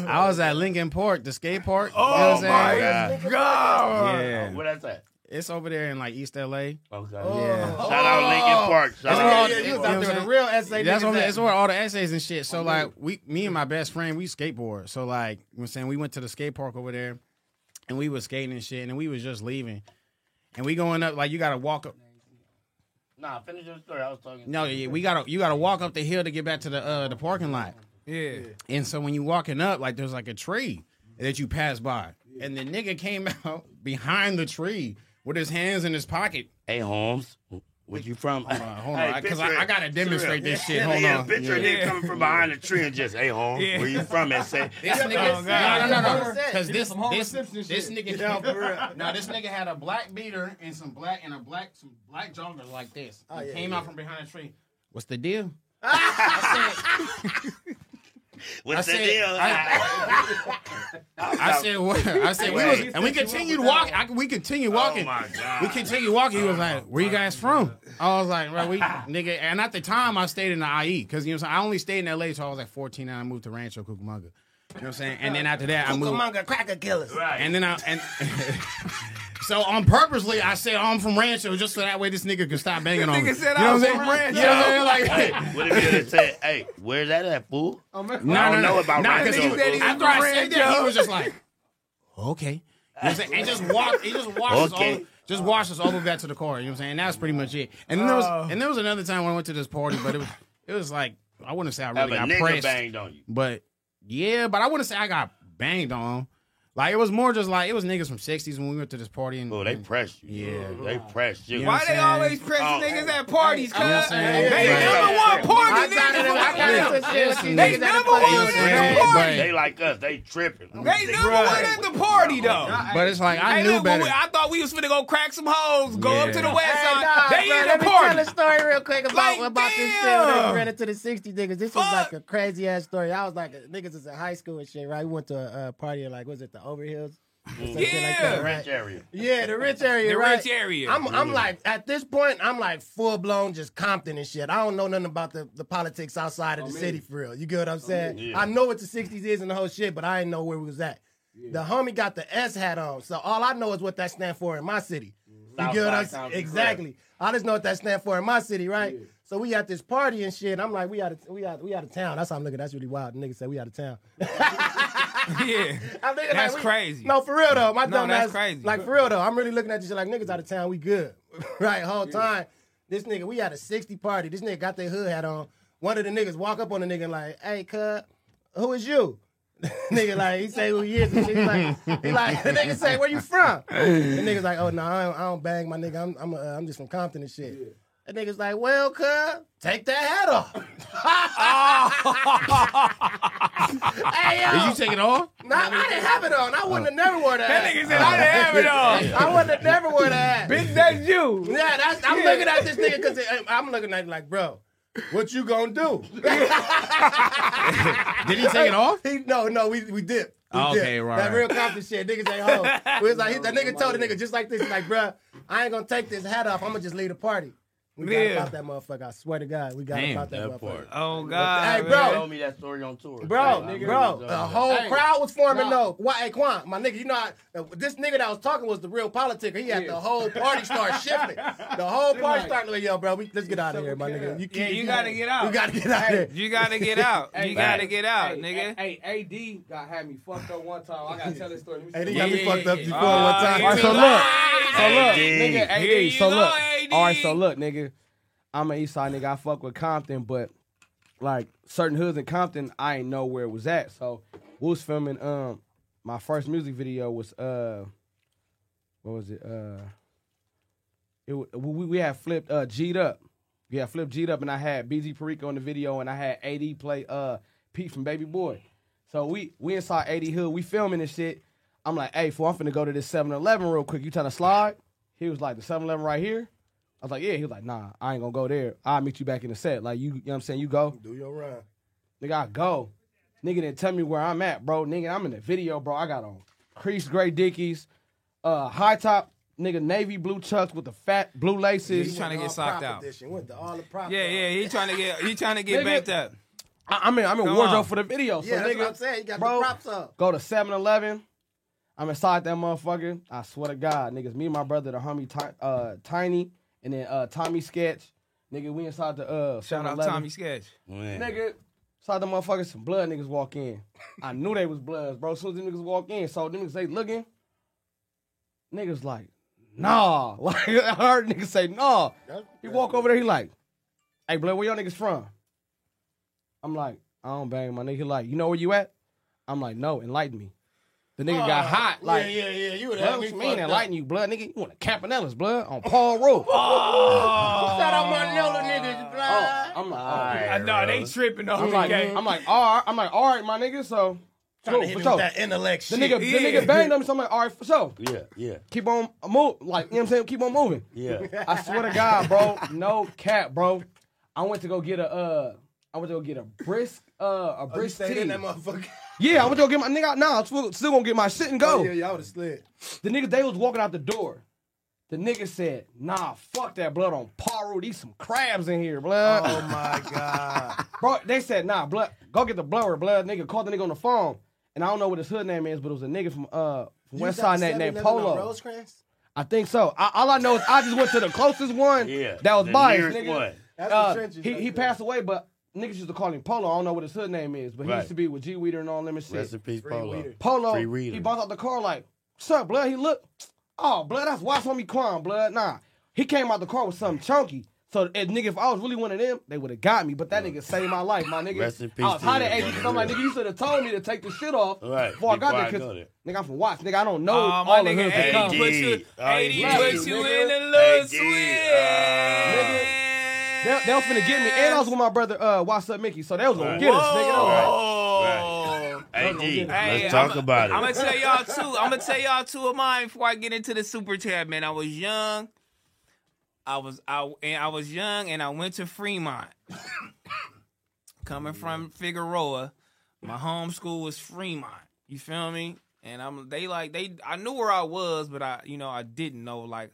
Speaker 6: that.
Speaker 11: I was at Lincoln Park, the skate park.
Speaker 6: Oh, my God.
Speaker 11: Yeah.
Speaker 2: Where that's at?
Speaker 11: It's over there in like East LA. Okay. Yeah.
Speaker 2: Shout out Lincoln Park. Shout
Speaker 11: That's
Speaker 2: out
Speaker 11: where all-
Speaker 2: Lincoln
Speaker 11: you
Speaker 2: Park.
Speaker 11: know what I'm
Speaker 2: Yeah,
Speaker 11: saying?
Speaker 2: real SA
Speaker 11: That's
Speaker 2: niggas
Speaker 11: where,
Speaker 2: at.
Speaker 11: that's where all the essays and shit. So like we, me and my best friend, we skateboard. So like, you know what I'm saying we went to the skate park over there, and we was skating and shit, and then we was just leaving, and we going up like you got to walk up.
Speaker 2: Nah, finish your story. I was talking.
Speaker 11: No, yeah, we gotta you gotta walk up the hill to get back to the uh the parking lot.
Speaker 1: Yeah.
Speaker 11: And so when you walking up, like there's like a tree that you pass by. And the nigga came out behind the tree with his hands in his pocket.
Speaker 2: Hey Holmes, where you from?
Speaker 11: Hold on, hold
Speaker 2: Hey,
Speaker 11: on. Because
Speaker 2: picture
Speaker 11: I, I
Speaker 2: it.
Speaker 11: gotta demonstrate this shit.
Speaker 2: Yeah,
Speaker 11: Hold
Speaker 2: yeah,
Speaker 11: on.
Speaker 2: Picture
Speaker 11: Yeah.
Speaker 2: a nigga coming from behind a tree and just, hey, home,
Speaker 11: Yeah.
Speaker 2: where you from? And say,
Speaker 11: This nigga, no, no, no, no, because this,
Speaker 2: Some Homer
Speaker 11: this,
Speaker 2: Simpson
Speaker 11: this
Speaker 2: shit.
Speaker 11: nigga,
Speaker 2: Yeah, for
Speaker 11: no,
Speaker 2: real.
Speaker 11: no, this nigga had a black beater and some black and a black, some black jogger like this.
Speaker 6: Oh,
Speaker 11: He
Speaker 6: yeah,
Speaker 11: came
Speaker 6: yeah.
Speaker 11: out from behind a tree. What's the deal?
Speaker 2: What's
Speaker 11: I
Speaker 2: the
Speaker 11: said-
Speaker 2: deal?
Speaker 11: I said, what? I said, we was, and we continued walking. I, we continued
Speaker 2: Oh,
Speaker 11: walking. We continued walking. He was like, "Where you guys from?" I was like, "Bro, we nigga." And at the time, I stayed in the IE because you know, what I'm saying? I only stayed in LA till I was like 14, and I moved to Rancho Cucamonga. You know what I'm saying? And then after that, I moved.
Speaker 6: Cucamonga cracker killers.
Speaker 11: And then I and so on purposely, I said "Oh, I'm from Rancho just so that way this nigga could stop banging on me.
Speaker 2: Nigga said
Speaker 11: you know
Speaker 2: I'm
Speaker 11: what I'm
Speaker 2: from
Speaker 11: saying?
Speaker 2: Rancho.
Speaker 11: You know what I'm saying?
Speaker 2: Hey,
Speaker 11: Like. Oh,
Speaker 2: what if you just said, hey, where's that at, fool?
Speaker 11: No,
Speaker 2: I don't know about
Speaker 11: no, 'cause
Speaker 2: Rancho.
Speaker 11: he was-
Speaker 2: fool.
Speaker 11: After I said that, he was just like, okay. You know what I'm saying? And just walked, he just washed us
Speaker 2: Okay.
Speaker 11: all, just washed us all the way back to the car. You know what I'm saying? And that's pretty much it. And then there
Speaker 2: Oh.
Speaker 11: was, and there was another time when I went to this party, but it was, it was like I wouldn't say I
Speaker 2: Have
Speaker 11: really
Speaker 2: a
Speaker 11: got
Speaker 2: nigga
Speaker 11: pressed,
Speaker 2: banged on you.
Speaker 11: but yeah, but I wouldn't say I got banged on. Like it was more just like it was niggas from sixties when we went to this party and
Speaker 16: Oh, they pressed you.
Speaker 11: Yeah,
Speaker 16: they pressed you.
Speaker 11: know
Speaker 1: Why
Speaker 11: what I'm
Speaker 1: they
Speaker 11: saying?
Speaker 1: always pressing niggas at parties, cuz?
Speaker 11: You know what I'm saying?
Speaker 1: They
Speaker 11: Yeah.
Speaker 1: number one
Speaker 16: I
Speaker 1: party
Speaker 16: got it, I got
Speaker 1: niggas.
Speaker 16: it.
Speaker 1: They
Speaker 16: Listen,
Speaker 1: number
Speaker 16: niggas at the
Speaker 1: one
Speaker 16: party.
Speaker 1: at the
Speaker 16: They-
Speaker 1: party.
Speaker 16: They like us. They tripping.
Speaker 1: They number one at the party though.
Speaker 11: But it's like, I
Speaker 1: Hey,
Speaker 11: knew
Speaker 1: look, when
Speaker 11: better.
Speaker 1: We, I thought we was finna go crack some hoes, go up to the
Speaker 11: Yeah.
Speaker 1: west
Speaker 11: Hey,
Speaker 1: side.
Speaker 11: nah,
Speaker 1: they
Speaker 11: bro,
Speaker 1: in
Speaker 11: let
Speaker 1: the
Speaker 11: me
Speaker 1: party.
Speaker 11: tell a
Speaker 1: story
Speaker 6: real quick about about this shit when we ran into the 60 niggas. This was like a crazy ass story. I was like, niggas is in high school and shit, right? We went to a uh, party at like, was it the Overhills? Or some shit like that, right?
Speaker 16: area.
Speaker 6: Yeah, the rich area.
Speaker 1: The
Speaker 6: right?
Speaker 1: rich area.
Speaker 6: I'm, I'm
Speaker 1: Yeah.
Speaker 6: like, at this point, I'm like full blown just Compton and shit. I don't know nothing about the, the politics outside
Speaker 8: Oh,
Speaker 6: of the city for real. You get what I'm saying?
Speaker 8: yeah.
Speaker 6: I know what the 60s is and the whole shit, but I didn't know where we was at. The homie got the S hat on, so all I know is what that stand for in my city. You get what I'm
Speaker 8: Southside Compton
Speaker 6: saying?
Speaker 8: Club.
Speaker 6: Exactly. I just know what that stand for in my city, right? So we at this party and shit. I'm like, we out of we out we out of town. That's how I'm looking. That's really wild. The nigga said we out of town.
Speaker 1: yeah,
Speaker 6: I'm thinking
Speaker 1: that's
Speaker 6: like, we-
Speaker 1: crazy.
Speaker 6: No, for real though. My
Speaker 1: No,
Speaker 6: dumb
Speaker 1: that's
Speaker 6: ass,
Speaker 1: crazy.
Speaker 6: Like for real though. I'm really looking at this shit like niggas out of town. We good, right? Whole time. This nigga, we had a 60 party. This nigga got their hood hat on. One of the niggas walk up on the nigga and like, hey, cuz, who is you? nigga like he say who he is and shit. He like, he like the nigga say where you from? The nigga's like oh no I, don't, I don't bang my nigga I'm I'm, uh, I'm just from Compton and shit. The nigga's like well cuz take that hat off. hey yo
Speaker 11: Did you take it off?
Speaker 6: Nah, I didn't have it on. I wouldn't have never wore that.
Speaker 1: That nigga said, "I didn't have it on."
Speaker 6: I wouldn't have never wore that.
Speaker 1: Bitch, that's you.
Speaker 6: Yeah, that's, I'm
Speaker 1: Yeah.
Speaker 6: looking at this nigga because I'm looking at it like, bro, what you gonna do?
Speaker 11: Did he take it off?
Speaker 6: He, no, no, we we dipped. We
Speaker 11: Oh,
Speaker 6: dipped.
Speaker 11: okay, right,
Speaker 6: That
Speaker 11: right.
Speaker 6: real confident shit. Niggas ain't home. We was like, he, that nigga told the nigga just like this, like, bro, I ain't gonna take this hat off. I'm gonna just leave the party. We got
Speaker 1: Yeah.
Speaker 6: about that motherfucker. I swear to God, we got
Speaker 16: Damn,
Speaker 6: about that,
Speaker 16: that
Speaker 6: motherfucker.
Speaker 1: Oh
Speaker 6: Hey,
Speaker 1: God,
Speaker 6: bro.
Speaker 16: They
Speaker 1: man.
Speaker 16: told me that story on tour.
Speaker 6: Bro,
Speaker 16: Like,
Speaker 6: bro,
Speaker 16: I- uh,
Speaker 6: the whole
Speaker 8: Hey,
Speaker 6: crowd was
Speaker 8: nah.
Speaker 6: forming though. Why, hey, Quan, my nigga, you know, I, uh, this nigga that was talking was the real politicker. He had the whole party start shifting. The whole party
Speaker 8: like-
Speaker 6: start like, yo, bro, we, let's get out of here, my nigga. You,
Speaker 1: Yeah, you gotta get out.
Speaker 6: You gotta get out of here.
Speaker 1: You gotta get out.
Speaker 8: Hey,
Speaker 1: You gotta
Speaker 8: hey,
Speaker 1: get out,
Speaker 8: hey,
Speaker 1: nigga.
Speaker 8: Hey, hey, AD got had me fucked up one time. I gotta tell this story. Let me see.
Speaker 6: Hey, they got me fucked up before
Speaker 8: yeah.
Speaker 6: one
Speaker 8: Ah,
Speaker 6: time.
Speaker 8: here we
Speaker 9: Nigga,
Speaker 8: Nigga,
Speaker 9: AD, so
Speaker 8: you
Speaker 9: look.
Speaker 8: know,
Speaker 9: All right, so look, nigga. I'm an east side nigga. I fuck with Compton, but like certain hoods in Compton, I ain't know where it was at. So we was filming um my first music video was uh what was it? Uh it wa- we, we had flipped uh G'd up. Yeah, flipped G'd up and I had BG Perico in the video and I had AD play uh Pete from Baby Boy. So we we inside AD Hood, we filming this shit. I'm like, hey, fool, I'm finna go to this 7-Eleven real quick. You trying to slide? He was like, the 7-Eleven right here? I was like, yeah. He was like, nah, I ain't gonna go there. I'll meet you back in the set. Like, you, you know what I'm saying? You go.
Speaker 6: Do your run.
Speaker 9: Nigga, I go. Nigga didn't tell me where I'm at, bro. Nigga, I'm in the video, bro. I got on creased gray dickies, uh, high top, nigga, navy blue chucks with the fat blue laces.
Speaker 1: He's trying to get socked out.
Speaker 6: Went to all the prop
Speaker 1: Yeah, yeah. He trying to get. He trying to get
Speaker 9: Nigga,
Speaker 1: banked up.
Speaker 9: I, I'm in, I'm in
Speaker 1: Come
Speaker 9: wardrobe
Speaker 1: on.
Speaker 9: for the video. So
Speaker 6: Yeah, that's
Speaker 9: nigga,
Speaker 6: what I'm saying. You got the
Speaker 9: bro,
Speaker 6: props up.
Speaker 9: Go to 7 Eleven. I'm inside that motherfucker. I swear to God, niggas, me and my brother, the homie Ti- uh, Tiny, and then uh, Tommy Sketch. Nigga, we inside the uh,
Speaker 1: Shout out
Speaker 9: 7-Eleven.
Speaker 1: Tommy Sketch.
Speaker 9: Nigga, saw the motherfuckers, some blood niggas walk in. I knew they was bloods, bro. As soon as them niggas walk in, so them niggas they looking. Niggas like, nah. Like I heard niggas say, nah. He walk over there, he like, hey blood, where your niggas from? I'm like, I don't bang my nigga. He like, you know where you at? I'm like, no, enlighten me. The nigga got
Speaker 6: Oh,
Speaker 9: hot.
Speaker 6: yeah,
Speaker 9: Like,
Speaker 6: yeah, yeah, you would
Speaker 9: blood,
Speaker 6: have me
Speaker 9: what you mean
Speaker 6: fucked up.
Speaker 9: enlighten you, blood nigga? You want a Campanella's blood on Paul Rowe.
Speaker 6: Shout out my Nello niggas, blood.
Speaker 9: I'm like,
Speaker 1: I know they tripping over
Speaker 9: I'm
Speaker 1: the
Speaker 9: like,
Speaker 1: game.
Speaker 9: I'm like, all right, I'm like, all right, my nigga. So,
Speaker 6: Trying to
Speaker 9: cool,
Speaker 6: hit
Speaker 9: for
Speaker 6: him
Speaker 9: sure.
Speaker 6: with that intellect
Speaker 9: The
Speaker 6: shit.
Speaker 9: nigga, the
Speaker 6: Yeah.
Speaker 9: nigga banged him. So I'm like, all right, for sure.
Speaker 16: Yeah, yeah.
Speaker 9: Keep on move, like you know what I'm saying. Keep on moving.
Speaker 16: Yeah.
Speaker 9: I swear to God, bro, no cap, bro. I went to go get a, uh, I went to go get a brisk, uh, a
Speaker 6: Oh, you
Speaker 9: brisk
Speaker 6: stayed
Speaker 9: tea.
Speaker 6: in that motherfucker.
Speaker 9: Yeah, I went to go get my nigga. Nah, I'm still, still gonna get my shit and go.
Speaker 6: Oh, yeah, y'all would have slid.
Speaker 9: The nigga, they was walking out the door. The nigga said, "Nah, fuck that blood on Paru. These some crabs in here, blood."
Speaker 6: Oh my god,
Speaker 9: bro. They said, "Nah, blood. Go get the blower, blood." Nigga called the nigga on the phone, and I don't know what his hood name is, but it was a nigga from uh from
Speaker 6: You was
Speaker 9: West
Speaker 6: at
Speaker 9: Side
Speaker 6: the
Speaker 9: named, named
Speaker 6: 7-Eleven on
Speaker 9: Polo.
Speaker 6: Rosecrans?
Speaker 9: I think so. I, all I know is I just went to the closest one
Speaker 16: Yeah,
Speaker 9: that was
Speaker 16: the
Speaker 9: by us,
Speaker 16: nearest
Speaker 9: nigga.
Speaker 16: one.
Speaker 6: That's
Speaker 9: Uh,
Speaker 6: the trenches
Speaker 9: he
Speaker 6: right
Speaker 9: he passed away, but niggas used to call him Polo. I don't know what his hood name is, but he
Speaker 16: Right.
Speaker 9: used to be with G Weeder and all them
Speaker 1: Oh.
Speaker 9: and shit.
Speaker 16: Rest in peace, Free Polo. Weeder.
Speaker 9: Polo.
Speaker 16: Free Weeder.
Speaker 9: He bounced out the car like, "What's up, blood?" He looked, "Oh, blood, that's why on me, Quan, blood." Nah, he came out the car with something chunky. So if nigga, if I was really one of them, they would have got me. But that nigga saved my life, my nigga.
Speaker 17: Rest in peace
Speaker 9: I was
Speaker 17: to
Speaker 9: hot
Speaker 17: you,
Speaker 9: at 80
Speaker 17: brother.
Speaker 9: I'm like, nigga, you should have told me to take this shit off
Speaker 17: Right,
Speaker 9: before I
Speaker 17: before I
Speaker 9: got there.
Speaker 17: go
Speaker 9: Cause
Speaker 17: there.
Speaker 9: nigga, I'm from Watts. Nigga, Um, I don't know
Speaker 17: Oh,
Speaker 1: Um,
Speaker 17: my
Speaker 9: all the
Speaker 17: nigga,
Speaker 9: hoods.
Speaker 17: AD,
Speaker 9: that come.
Speaker 17: put you- AD,
Speaker 9: Love
Speaker 17: put
Speaker 1: you
Speaker 9: nigga.
Speaker 1: in a little
Speaker 9: AD, Nigga, they, they was finna get me, and I was with my brother, uh, What's Up Mickey, so they was gonna
Speaker 1: Right.
Speaker 9: get us, nigga.
Speaker 1: Whoa.
Speaker 2: AD,
Speaker 1: Hey,
Speaker 2: let's talk
Speaker 1: I'ma-
Speaker 2: about it.
Speaker 1: I'm gonna tell y'all two. I'm gonna tell y'all two of mine before I get into the super tab, man. I was young. I was I and I was young and I went to Fremont. Coming from Figueroa, my home school was Fremont. You feel me? And I'm they like they I knew where I was, but I you know I didn't know like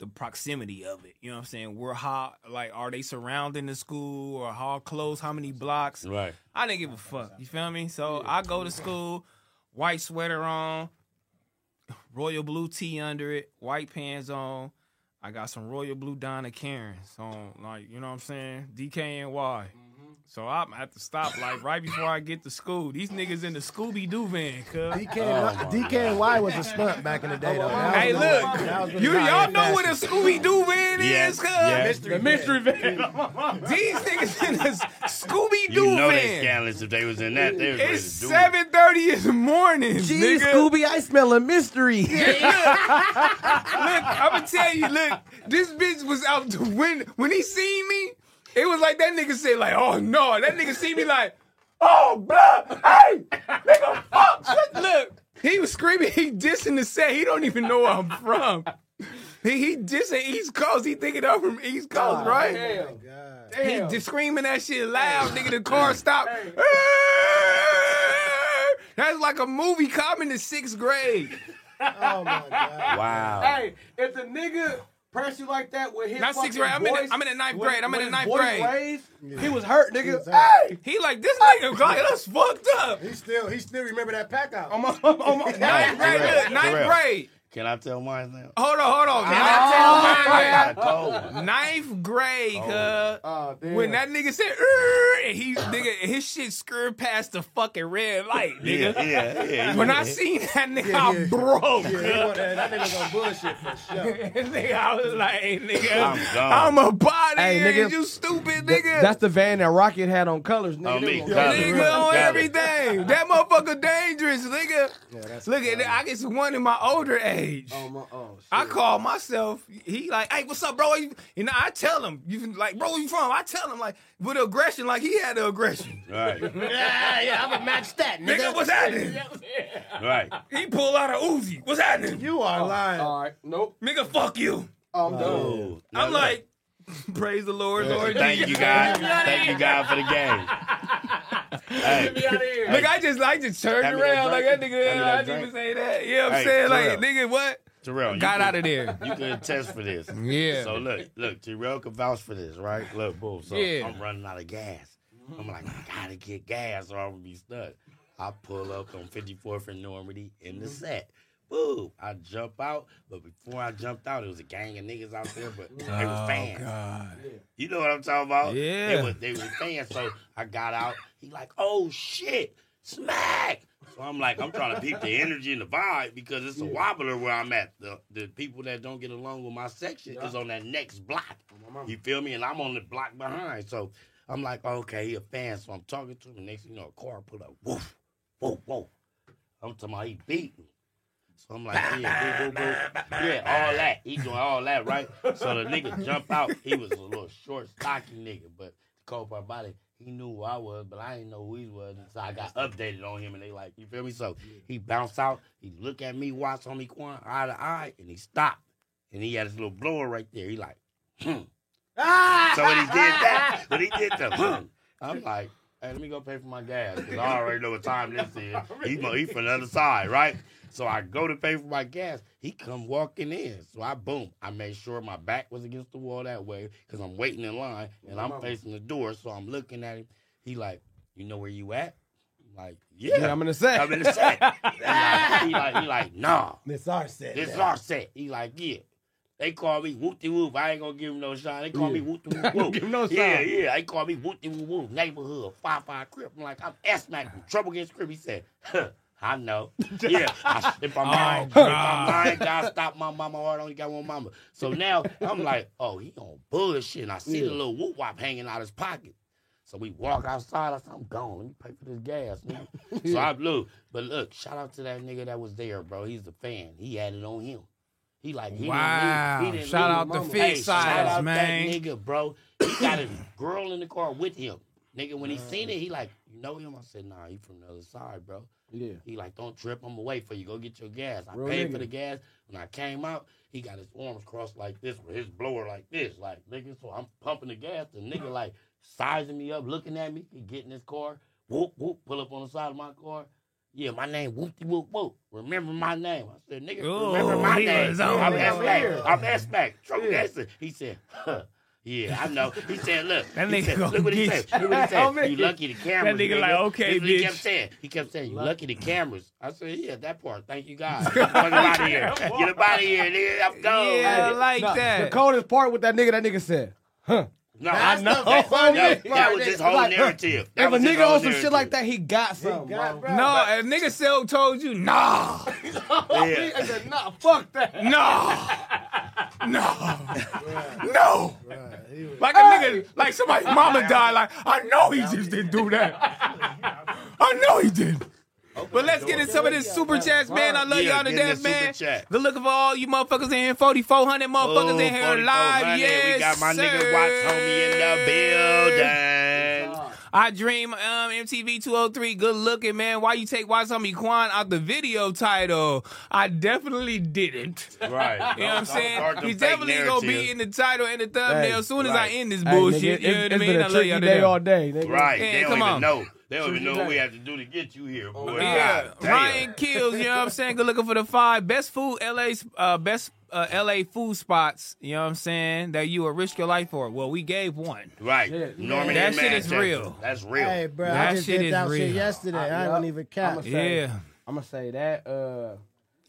Speaker 1: the proximity of it. You know what I'm saying? Where how like are they surrounding the school or how close, how many blocks?
Speaker 17: Right.
Speaker 1: I didn't give a fuck. You feel me? So I go to school, white sweater on, royal blue tee under it, white pants on. I got some royal blue Donna Karens on, like you know what I'm saying, DKNY.
Speaker 6: Mm-hmm.
Speaker 1: So I'm at the stoplight right before I get to school. These niggas in the Scooby Doo van, cuz.
Speaker 6: DKNY was a stunt back in the day, though. That
Speaker 1: Oh Hey,
Speaker 6: was
Speaker 1: look,
Speaker 6: when- that was when
Speaker 1: you
Speaker 6: Kanye
Speaker 1: y'all know what a
Speaker 6: fasted.
Speaker 1: Scooby Doo van
Speaker 6: Yes,
Speaker 1: is, cuz.
Speaker 6: yes. The mystery
Speaker 1: van. These niggas in this Scooby Doo
Speaker 2: You know they
Speaker 1: van.
Speaker 2: scandalous if they was in that. They was ready
Speaker 1: It's
Speaker 2: to do it.
Speaker 1: seven thirty in the morning,
Speaker 6: Gee,
Speaker 1: nigga.
Speaker 6: Scooby, I smell a mystery.
Speaker 1: Look, I'm gonna tell you. Look, this bitch was out the window when he seen me. It was like that nigga said, like, oh no, that nigga see me like, oh bro, hey, nigga, fuck. Look, he was screaming, he dissing the set. He don't even know where I'm from. He, he dissing East Coast. He thinking I'm from East Coast, right? He just screaming that shit loud, nigga. The car stopped. That's like a movie cop in the sixth grade.
Speaker 18: Oh my god.
Speaker 1: Wow.
Speaker 18: Hey, if the nigga press you like that with his
Speaker 1: Not sixth
Speaker 18: fucking
Speaker 1: grade. I'm in the-
Speaker 18: voice-
Speaker 1: I'm in the ninth
Speaker 18: with-
Speaker 1: grade. I'm in
Speaker 18: with
Speaker 1: the
Speaker 18: his
Speaker 1: ninth
Speaker 18: voice
Speaker 1: grade.
Speaker 18: raised, He was hurt, nigga. Hey!
Speaker 1: He like this nigga got us fucked up.
Speaker 18: He still he still remember that pack out.
Speaker 9: On my, on my,
Speaker 18: ninth grade,
Speaker 17: Correct,
Speaker 18: look, ninth
Speaker 17: correct.
Speaker 1: grade.
Speaker 17: Can I tell mine now?
Speaker 1: Hold on, hold on. Can
Speaker 17: I
Speaker 1: I
Speaker 17: told
Speaker 1: tell
Speaker 17: you. I
Speaker 1: you, man? Ninth grade, cuz.
Speaker 6: oh, Ah,
Speaker 9: damn.
Speaker 1: when that nigga said, "Urgh," and he, nigga, his shit skirted past the fucking red light, nigga.
Speaker 2: Yeah, yeah, yeah,
Speaker 1: When
Speaker 2: yeah.
Speaker 1: I seen that nigga,
Speaker 2: Yeah,
Speaker 1: I
Speaker 2: yeah.
Speaker 1: broke.
Speaker 2: Yeah,
Speaker 1: cuz.
Speaker 2: he was-
Speaker 18: that nigga gonna bullshit for sure.
Speaker 1: nigga, I was like, hey,
Speaker 2: I'm
Speaker 1: nigga, I'm,
Speaker 2: gone.
Speaker 1: a body
Speaker 9: Hey,
Speaker 1: here,
Speaker 9: nigga.
Speaker 1: you stupid
Speaker 9: Th-
Speaker 1: nigga.
Speaker 9: That's the van that Rocket had on colors, nigga.
Speaker 2: On
Speaker 9: They
Speaker 2: Oh, me,
Speaker 9: was-
Speaker 2: colors.
Speaker 1: nigga on
Speaker 2: Got it.
Speaker 1: everything. That motherfucker dangerous, nigga. Look at that. I get one in my older age.
Speaker 9: Oh,
Speaker 1: I call myself. He like, hey, what's up, bro? You, you know, I tell him. You like, bro, where you from? I tell him like with aggression, like he had the aggression.
Speaker 2: Right.
Speaker 1: yeah, yeah, I'm a match that, nigga. what's happening?
Speaker 2: Right.
Speaker 1: He pull out a Uzi. What's happening? You are
Speaker 2: Oh,
Speaker 1: lying.
Speaker 9: All right, nope.
Speaker 1: Nigga, fuck you.
Speaker 9: I'm
Speaker 2: done.
Speaker 1: I'm like, praise the Lord, Lord.
Speaker 2: Thank you,
Speaker 1: Jesus.
Speaker 2: God. Thank you, God, for the game. Hey.
Speaker 1: Nigga, I just, I just turned
Speaker 2: Have me that
Speaker 1: around like that
Speaker 2: drink.
Speaker 1: nigga.
Speaker 2: Have me
Speaker 1: I
Speaker 2: that
Speaker 1: didn't
Speaker 2: drink.
Speaker 1: even say that. You know what I'm
Speaker 2: Hey,
Speaker 1: saying?
Speaker 2: Terrell.
Speaker 1: Like, nigga, what?
Speaker 2: Terrell, you
Speaker 1: got
Speaker 2: could-
Speaker 1: out of there.
Speaker 2: You could attest for this.
Speaker 1: Yeah.
Speaker 2: So look, look, Terrell could vouch for this, right? Look, boom. So
Speaker 1: Yeah.
Speaker 2: I'm running out of gas. I'm like, I gotta get gas or I'm gonna be stuck. I pull up on 54th and Normandy in
Speaker 1: Mm-hmm.
Speaker 2: the set. Boom. I jump out, but before I jumped out, it was a gang of niggas out there, but they
Speaker 1: Oh,
Speaker 2: were fans. You know what I'm talking about?
Speaker 1: Yeah.
Speaker 2: They was they was fans. So I got out. He like, oh shit, smack. So I'm like, I'm trying to peep the energy and the vibe because it's a wobbler where I'm at. The the people that don't get along with my section is on that next block. You feel me? And I'm on the block behind. So I'm like, okay, he a fan. So I'm talking to him. Next thing you know, a car pull up. Woof, woof, woof. I'm talking about he beat me. So I'm like, yeah, boo, boo, boo. yeah, all that. He doing all that, right? So the nigga jump out. He was a little short, stocky nigga, but the cold part about it, he knew who I was, but I didn't know who he was. So I got updated on him, and they like, you feel me? So he bounced out. He look at me, watch on me, Quan, eye to eye, and he stopped. And he had his little blower right there. He like, hmm. So when he did that, when he did the, hmm, I'm like, hey, let me go pay for my gas because I already know what time this is. He, mo- he from the other side, right? So I go to pay for my gas. He come walking in. So I boom. I made sure my back was against the wall that way because I'm waiting in line and I'm facing the door. So I'm looking at him. He like, you know where you at? I'm Like, yeah,
Speaker 9: Yeah, I'm in the set.
Speaker 2: I'm in the set. He like- he like, he like, nah.
Speaker 6: Miss R said.
Speaker 2: This is
Speaker 6: that.
Speaker 2: our set. He like, yeah. They call me whoopty whoop. I ain't gonna give him no shine. They call me whoopty whoop. whoop.
Speaker 9: give 'em no
Speaker 2: Yeah,
Speaker 9: shine.
Speaker 2: yeah. They call me whoopty whoop whoop. Neighborhood five five crip. I'm like, I'm S Mac. Trouble against crip. He said, huh, I know. Yeah. I- if I'm
Speaker 19: Oh,
Speaker 2: lying, if I'm
Speaker 19: God.
Speaker 2: lying, God stop my mama heart. I only got one mama. So now I'm like, oh, he on bullshit. And I see
Speaker 19: Yeah.
Speaker 2: the little whoop wop hanging out his pocket. So we walk outside. I said, I'm gone. Let me pay for this gas. nigga. so I blew. But look, shout out to that nigga that was there, bro. He's the fan. He had it on him. He like he didn't
Speaker 20: Wow.
Speaker 2: leave- he didn't
Speaker 20: Shout
Speaker 2: leave
Speaker 20: out
Speaker 2: the
Speaker 20: to
Speaker 2: mama.
Speaker 20: Fig
Speaker 2: Hey, shout
Speaker 20: Size,
Speaker 2: out
Speaker 20: man.
Speaker 2: That nigga, bro. He got his girl in the car with him. Nigga, when he seen it, he like, you know him? I said, nah, he from the other side, bro.
Speaker 9: Yeah.
Speaker 2: He like, don't trip. I'm away for you. Go get your gas. I
Speaker 9: Real
Speaker 2: paid for
Speaker 9: nigga.
Speaker 2: the gas. When I came out, he got his arms crossed like this with his blower like this. Like, nigga, so I'm pumping the gas. The nigga like sizing me up, looking at me. He get in his car. Whoop, whoop, pull up on the side of my car. Yeah, my name whoopty whoop whoop. Remember my name. I said, nigga,
Speaker 19: Ooh,
Speaker 2: remember my
Speaker 19: he
Speaker 2: name.
Speaker 19: was on
Speaker 2: I'm
Speaker 19: it.
Speaker 2: S-Mac. I'm S-Mac. Trouble Gangster. He said, huh. Yeah, I know. He said, look.
Speaker 19: That
Speaker 2: he
Speaker 19: nigga
Speaker 2: said,
Speaker 19: gonna
Speaker 2: look what he
Speaker 19: get
Speaker 2: said. Look what he
Speaker 19: you.
Speaker 2: said. You lucky the
Speaker 19: That
Speaker 2: cameras.
Speaker 19: nigga like, okay,
Speaker 2: That's what He
Speaker 19: bitch.
Speaker 2: kept saying. He kept saying, you lucky the cameras. I said, yeah, that part. Thank you, God. Get up out of here. Get up out of here. nigga. I'm gone.
Speaker 9: Hey, nah, The coldest part with that nigga, that nigga said, huh?
Speaker 2: No,
Speaker 9: I know.
Speaker 2: That's the-
Speaker 9: Funny.
Speaker 2: that- that was his whole
Speaker 9: Like, huh.
Speaker 2: narrative. That
Speaker 9: if
Speaker 2: was
Speaker 9: a
Speaker 2: his
Speaker 9: nigga
Speaker 2: whole
Speaker 9: on some shit like that, he got something. bro.
Speaker 1: No, a nigga self told you, nah.
Speaker 9: I said, nah, fuck that.
Speaker 1: No. No. No. Like a nigga, like somebody's mama died. Like, I know he just didn't do that. I know he didn't. But let's get in some of this super chats, man. I love
Speaker 19: Yeah,
Speaker 1: y'all to
Speaker 19: get
Speaker 1: death,
Speaker 19: in the super
Speaker 1: man.
Speaker 19: chat.
Speaker 1: Good looking for all you motherfuckers in here. 4,400 motherfuckers in
Speaker 19: Oh,
Speaker 1: here
Speaker 19: 4,400.
Speaker 1: live. Yes,
Speaker 19: We got my
Speaker 1: sir.
Speaker 19: nigga Watts homie in the building.
Speaker 1: I dream um MTV 203 good looking man. Why you take Watts homie Quan out the video title? I definitely didn't.
Speaker 19: Right.
Speaker 1: You know what I'm
Speaker 19: Don't- don't
Speaker 1: saying?
Speaker 19: start the
Speaker 1: He's
Speaker 19: fake
Speaker 1: definitely gonna be
Speaker 19: narrative.
Speaker 1: in the title and the thumbnail
Speaker 19: Hey,
Speaker 1: as soon as
Speaker 19: right.
Speaker 1: I end this
Speaker 19: Hey,
Speaker 1: bullshit.
Speaker 19: nigga,
Speaker 1: you know
Speaker 19: it-
Speaker 1: what I
Speaker 19: it's
Speaker 1: mean?
Speaker 19: been a
Speaker 1: I love y'all to
Speaker 19: tricky day
Speaker 1: death.
Speaker 9: all day, nigga.
Speaker 2: Right.
Speaker 1: Yeah,
Speaker 2: they don't
Speaker 1: come
Speaker 2: even
Speaker 1: on.
Speaker 2: know. They don't even
Speaker 1: Tricky
Speaker 2: know what we
Speaker 1: day.
Speaker 2: have to do to get you here, boy.
Speaker 1: Oh, Yeah,
Speaker 2: God damn.
Speaker 1: Ryan Kills. You know what I'm saying? Good looking for the five best food LA uh, best uh, LA food spots. You know what I'm saying? That you will risk your life for. Well, we gave one.
Speaker 2: Right. Norman
Speaker 1: that
Speaker 2: and
Speaker 1: shit is
Speaker 2: Manchester.
Speaker 1: real.
Speaker 2: That's real.
Speaker 6: Hey, bro,
Speaker 1: That
Speaker 6: I just
Speaker 1: shit
Speaker 6: did
Speaker 1: is
Speaker 6: that
Speaker 1: real.
Speaker 6: shit yesterday. I, ain't gonna even cap.
Speaker 9: I'ma say,
Speaker 1: Yeah.
Speaker 9: I'm gonna say that. Uh,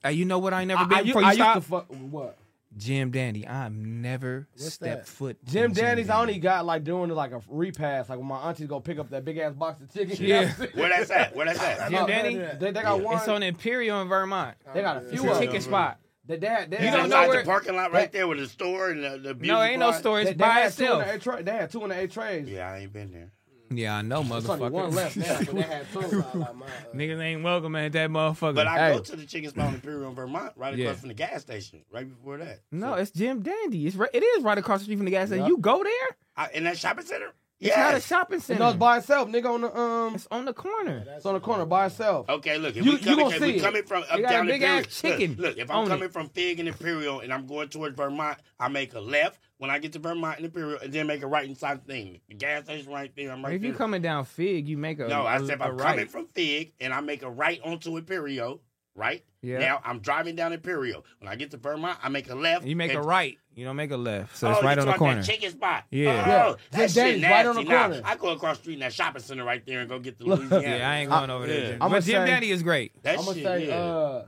Speaker 1: Hey, you know what? I ain't never
Speaker 9: I,
Speaker 1: been
Speaker 9: I,
Speaker 1: before
Speaker 9: I
Speaker 1: you
Speaker 9: used
Speaker 1: stop.
Speaker 9: to fuck what?
Speaker 1: Jim Dandy. I'm never
Speaker 9: What's
Speaker 1: stepped
Speaker 9: that?
Speaker 1: foot. in
Speaker 9: Jim Dandy's. I
Speaker 1: Dandy.
Speaker 9: only got like doing like a repass, like when my aunties go pick up that big ass box of chicken.
Speaker 1: Yeah.
Speaker 2: Where that's at? Where that's at?
Speaker 1: Jim Dandy.
Speaker 9: They, they got one.
Speaker 1: It's on Imperial in Vermont.
Speaker 9: They got a
Speaker 1: It's
Speaker 9: few
Speaker 1: a
Speaker 9: of
Speaker 1: chicken
Speaker 9: them.
Speaker 1: spot.
Speaker 9: They, they, they
Speaker 1: You
Speaker 9: had-
Speaker 1: don't know
Speaker 2: Inside
Speaker 1: where-
Speaker 2: the parking lot right there with the store and the, the beauty
Speaker 1: ain't no
Speaker 2: part.
Speaker 1: store. It's
Speaker 9: They, they
Speaker 1: by
Speaker 9: had two in
Speaker 1: itself.
Speaker 9: the eight tra- they had two in the eight trays.
Speaker 2: Yeah, I ain't been there.
Speaker 1: Yeah, I know,
Speaker 9: There's only
Speaker 1: motherfucker.
Speaker 9: one left now, but they had two.
Speaker 1: Niggas ain't welcome at that motherfucker.
Speaker 2: But I
Speaker 1: Hey.
Speaker 2: go to the chicken spot in Imperial in Vermont, right across
Speaker 1: Yeah.
Speaker 2: from the gas station, right before that.
Speaker 1: No, it's Jim Dandy. It's right, it is right across the street from the gas station. You go there?
Speaker 2: I, in that shopping center?
Speaker 1: It's not a shopping
Speaker 9: You
Speaker 1: center.
Speaker 9: know, it's by itself, nigga. On the um,
Speaker 1: it's on the corner.
Speaker 9: It's on the corner by itself.
Speaker 2: Okay, look, if
Speaker 9: You-
Speaker 2: we
Speaker 9: you
Speaker 2: coming,
Speaker 9: gonna
Speaker 2: if
Speaker 9: see
Speaker 2: we
Speaker 9: it.
Speaker 2: coming from up
Speaker 9: They got a
Speaker 2: down
Speaker 9: big ass
Speaker 2: Imperial, look,
Speaker 9: chicken
Speaker 2: Look, if
Speaker 9: on
Speaker 2: I'm
Speaker 9: it.
Speaker 2: coming from Fig and Imperial and I'm going towards Vermont, I make a left when I get to Vermont and Imperial, and then make a right inside thing. The gas station right there. I'm right
Speaker 1: if
Speaker 2: there.
Speaker 1: you coming down Fig, you make a
Speaker 2: no, I
Speaker 1: I
Speaker 2: said if
Speaker 1: a
Speaker 2: I'm coming
Speaker 1: right.
Speaker 2: from Fig and I make a right onto Imperial, right?
Speaker 1: Yeah.
Speaker 2: Now I'm driving down Imperial. When I get to Vermont, I make a left.
Speaker 1: You make
Speaker 2: and-
Speaker 1: a right. You don't make a left. So
Speaker 2: oh,
Speaker 1: it's right
Speaker 2: you
Speaker 1: on the
Speaker 2: talking
Speaker 1: corner.
Speaker 2: about That chicken spot.
Speaker 1: Yeah.
Speaker 2: Oh,
Speaker 1: Yeah.
Speaker 2: that
Speaker 1: That
Speaker 2: shit
Speaker 1: is
Speaker 2: nasty.
Speaker 1: right on the
Speaker 2: Nah,
Speaker 1: corner.
Speaker 2: I go across the street in that shopping center right there and go get the
Speaker 1: Look.
Speaker 2: Louisiana.
Speaker 1: Yeah, I ain't going over there, Jim.
Speaker 2: Yeah.
Speaker 1: But Jim Dandy is great.
Speaker 2: That
Speaker 9: I'ma
Speaker 2: shit,
Speaker 9: say,
Speaker 2: yeah.
Speaker 9: uh,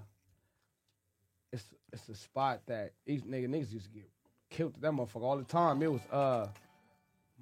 Speaker 9: it's it's a spot that each nigga niggas used to get killed to that motherfucker all the time. It was uh,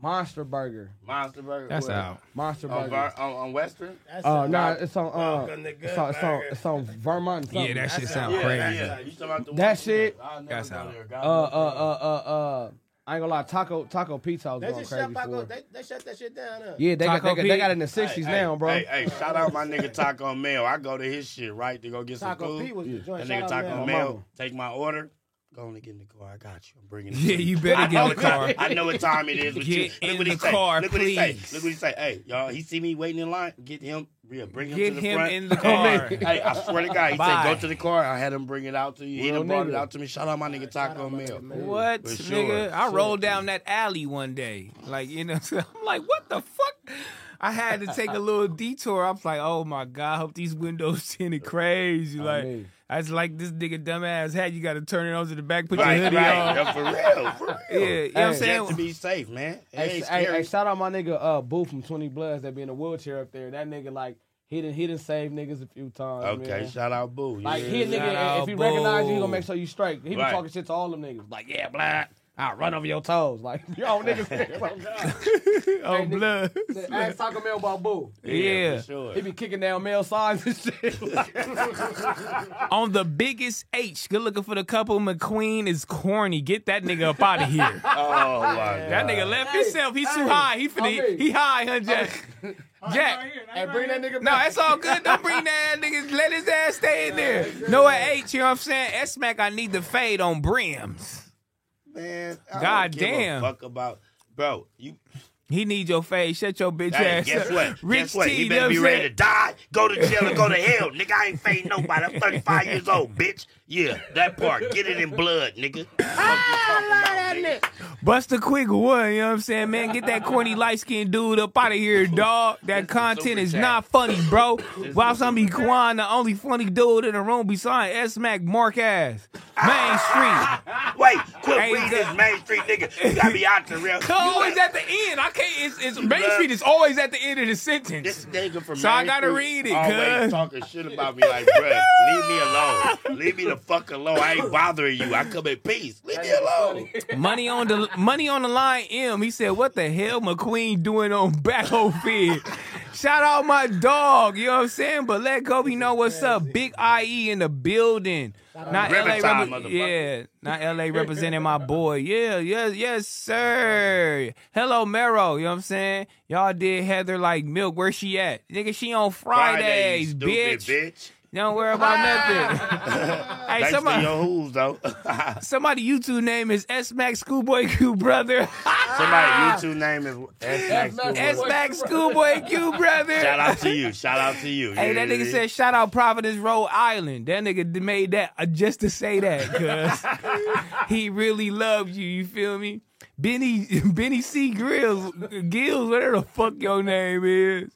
Speaker 9: Monster Burger.
Speaker 2: Monster Burger.
Speaker 9: That's
Speaker 2: Where?
Speaker 9: out. Monster
Speaker 2: on,
Speaker 9: Burger.
Speaker 2: Var- on, on Western.
Speaker 9: Oh no, it's on uh, it's on, it's on it's on Vermont.
Speaker 1: Yeah, that shit sound
Speaker 9: yeah,
Speaker 1: crazy.
Speaker 2: Yeah, you talking about the
Speaker 9: That shit.
Speaker 2: I never
Speaker 1: That's
Speaker 2: go
Speaker 1: out.
Speaker 2: there. God
Speaker 9: Uh, uh, uh, uh, uh. I ain't gonna lie, taco taco pizza. I was
Speaker 6: They
Speaker 9: going
Speaker 6: just
Speaker 9: crazy
Speaker 6: shut
Speaker 9: for.
Speaker 6: Paco. They, they shut that shit down. Huh?
Speaker 9: Yeah, they got, they,
Speaker 2: Taco
Speaker 9: got, they
Speaker 2: Pete.
Speaker 9: got it in the sixties
Speaker 2: Hey,
Speaker 9: now, bro.
Speaker 2: Hey, hey, shout out my nigga Taco Mel. I go to his shit, right, to go get
Speaker 6: Taco
Speaker 2: some food.
Speaker 6: Pete was the joint.
Speaker 2: That nigga
Speaker 6: Shout out
Speaker 2: Taco Mel,
Speaker 6: Mel. My mama.
Speaker 2: take my order. Go on and get in the car. I got you. I'm bringing it.
Speaker 1: Yeah,
Speaker 2: to
Speaker 1: you better get
Speaker 2: I
Speaker 1: in
Speaker 2: know
Speaker 1: the
Speaker 2: what
Speaker 1: car.
Speaker 2: time- I know what time it is. With
Speaker 1: Get
Speaker 2: you. Look
Speaker 1: in
Speaker 2: what he
Speaker 1: the
Speaker 2: say.
Speaker 1: car,
Speaker 2: Look what he say.
Speaker 1: please.
Speaker 2: Look what he say. Hey, y'all, he see me waiting in line. Get him. Yeah, bring him
Speaker 1: Get
Speaker 2: to the
Speaker 1: him
Speaker 2: front.
Speaker 1: in the car.
Speaker 2: hey, I swear to God, he
Speaker 1: Bye.
Speaker 2: said go to the car. I had him bring it out to you. He
Speaker 1: Real
Speaker 2: done brought it
Speaker 1: nigga.
Speaker 2: out to me. Shout out my nigga Taco Mel.
Speaker 1: What,
Speaker 2: For sure.
Speaker 1: nigga? I rolled down that alley one day. Like, you know, so I'm like, what the fuck? I had to take a little detour. I was like, oh my God, I hope these windows tinted crazy. Like,
Speaker 19: mean.
Speaker 1: I was like, this nigga dumbass hat, you got to turn it on to the back, put
Speaker 2: Right,
Speaker 1: your hoodie
Speaker 2: right.
Speaker 1: on.
Speaker 2: Yeah, for real, for real.
Speaker 1: Yeah, you know what I'm
Speaker 2: Hey,
Speaker 1: saying?
Speaker 2: just to be safe, man. It
Speaker 9: Hey,
Speaker 2: ain't
Speaker 9: hey,
Speaker 2: scary.
Speaker 9: hey, shout out my nigga uh Boo from Twenty Bloods that be in a wheelchair up there. That nigga like he didn't he didn't save niggas a few times.
Speaker 2: Okay,
Speaker 9: man.
Speaker 2: shout out Boo.
Speaker 9: Like
Speaker 2: Yeah.
Speaker 9: he a nigga,
Speaker 2: Shout
Speaker 9: if
Speaker 2: out
Speaker 9: he recognize you, he
Speaker 2: Boo.
Speaker 9: gonna make sure you straight. He be
Speaker 2: Right.
Speaker 9: talking shit to all them niggas. Like yeah,
Speaker 2: black.
Speaker 9: I'll run over your toes. Like, y'all niggas.
Speaker 1: Oh, blood.
Speaker 9: That Ask Taco Bell about Boo.
Speaker 1: Yeah, for Yeah. sure.
Speaker 9: He be kicking down male signs and shit.
Speaker 1: On the biggest H, good looking for the couple. McQueen is corny. Get that nigga up out of here.
Speaker 2: Oh my
Speaker 1: That nigga left himself. He's too high. He finna. He high, huh, Jack? Jack.
Speaker 6: And bring that nigga
Speaker 1: No, that's all good. Don't bring that nigga. Let his ass stay in there. No at H. You know what I'm saying? S Mac. I need the fade on brims.
Speaker 2: man. I don't
Speaker 1: God
Speaker 2: give a
Speaker 1: damn.
Speaker 2: Fuck about, bro. You
Speaker 1: He need your fade. Shut your bitch
Speaker 2: Hey,
Speaker 1: ass
Speaker 2: guess
Speaker 1: up.
Speaker 2: what?
Speaker 1: Rich
Speaker 2: guess what?
Speaker 1: T.
Speaker 2: He
Speaker 1: you
Speaker 2: better
Speaker 1: know
Speaker 2: be
Speaker 1: what I'm
Speaker 2: ready to die, go to jail, and go to hell. nigga, I ain't fading nobody. I'm 35 years old, bitch. Yeah, that part. Get it in blood, nigga.
Speaker 1: Ah, Buster Quick one, you know what I'm saying, man? Get that corny light skinned dude up out of here, dog. That content is not funny, bro. While some be Quan, the only funny dude in the room beside S Mac Mark ass. Mainstream.
Speaker 2: Wait, quit reading this Main Street nigga. You gotta be out the real.
Speaker 1: Cause always at the end. I can't it's, it's Main Street is always at the end of the sentence.
Speaker 2: This nigga from
Speaker 1: So I gotta read it,
Speaker 2: Always
Speaker 1: cuz.
Speaker 2: talking shit about me like, bruh, leave me alone. Leave me the fuck alone. I ain't bothering you. I come in peace. Leave me alone.
Speaker 1: Money on the money on the line. M. He said, "What the hell, McQueen doing on battlefield?" Shout out my dog. You know what I'm saying? But let Kobe know what's up. Big IE in the building. Not LA.
Speaker 2: Ribbon time,
Speaker 1: repre- yeah,
Speaker 2: motherfucker.
Speaker 1: not LA representing my boy. Yeah, yes, yes, sir. Hello, Mero. You know what I'm saying? Y'all did Heather like milk. Where she at? Nigga, she on
Speaker 2: Friday, you
Speaker 1: Fridays,
Speaker 2: stupid
Speaker 1: bitch.
Speaker 2: bitch.
Speaker 1: Don't worry about nothing. hey,
Speaker 2: Thanks
Speaker 1: somebody.
Speaker 2: to your hooves, though.
Speaker 1: Somebody YouTube name is S Max Schoolboy Q brother. Ah.
Speaker 2: Somebody YouTube name is S Max.
Speaker 1: S Max Schoolboy Q brother.
Speaker 2: Shout out to you. Shout out to you.
Speaker 1: Hey, that nigga said shout out Providence Rhode Island. That nigga d- made that uh, just to say that, cuz he really loved you. You feel me? Benny Benny C Grills Gills, whatever the fuck your name is.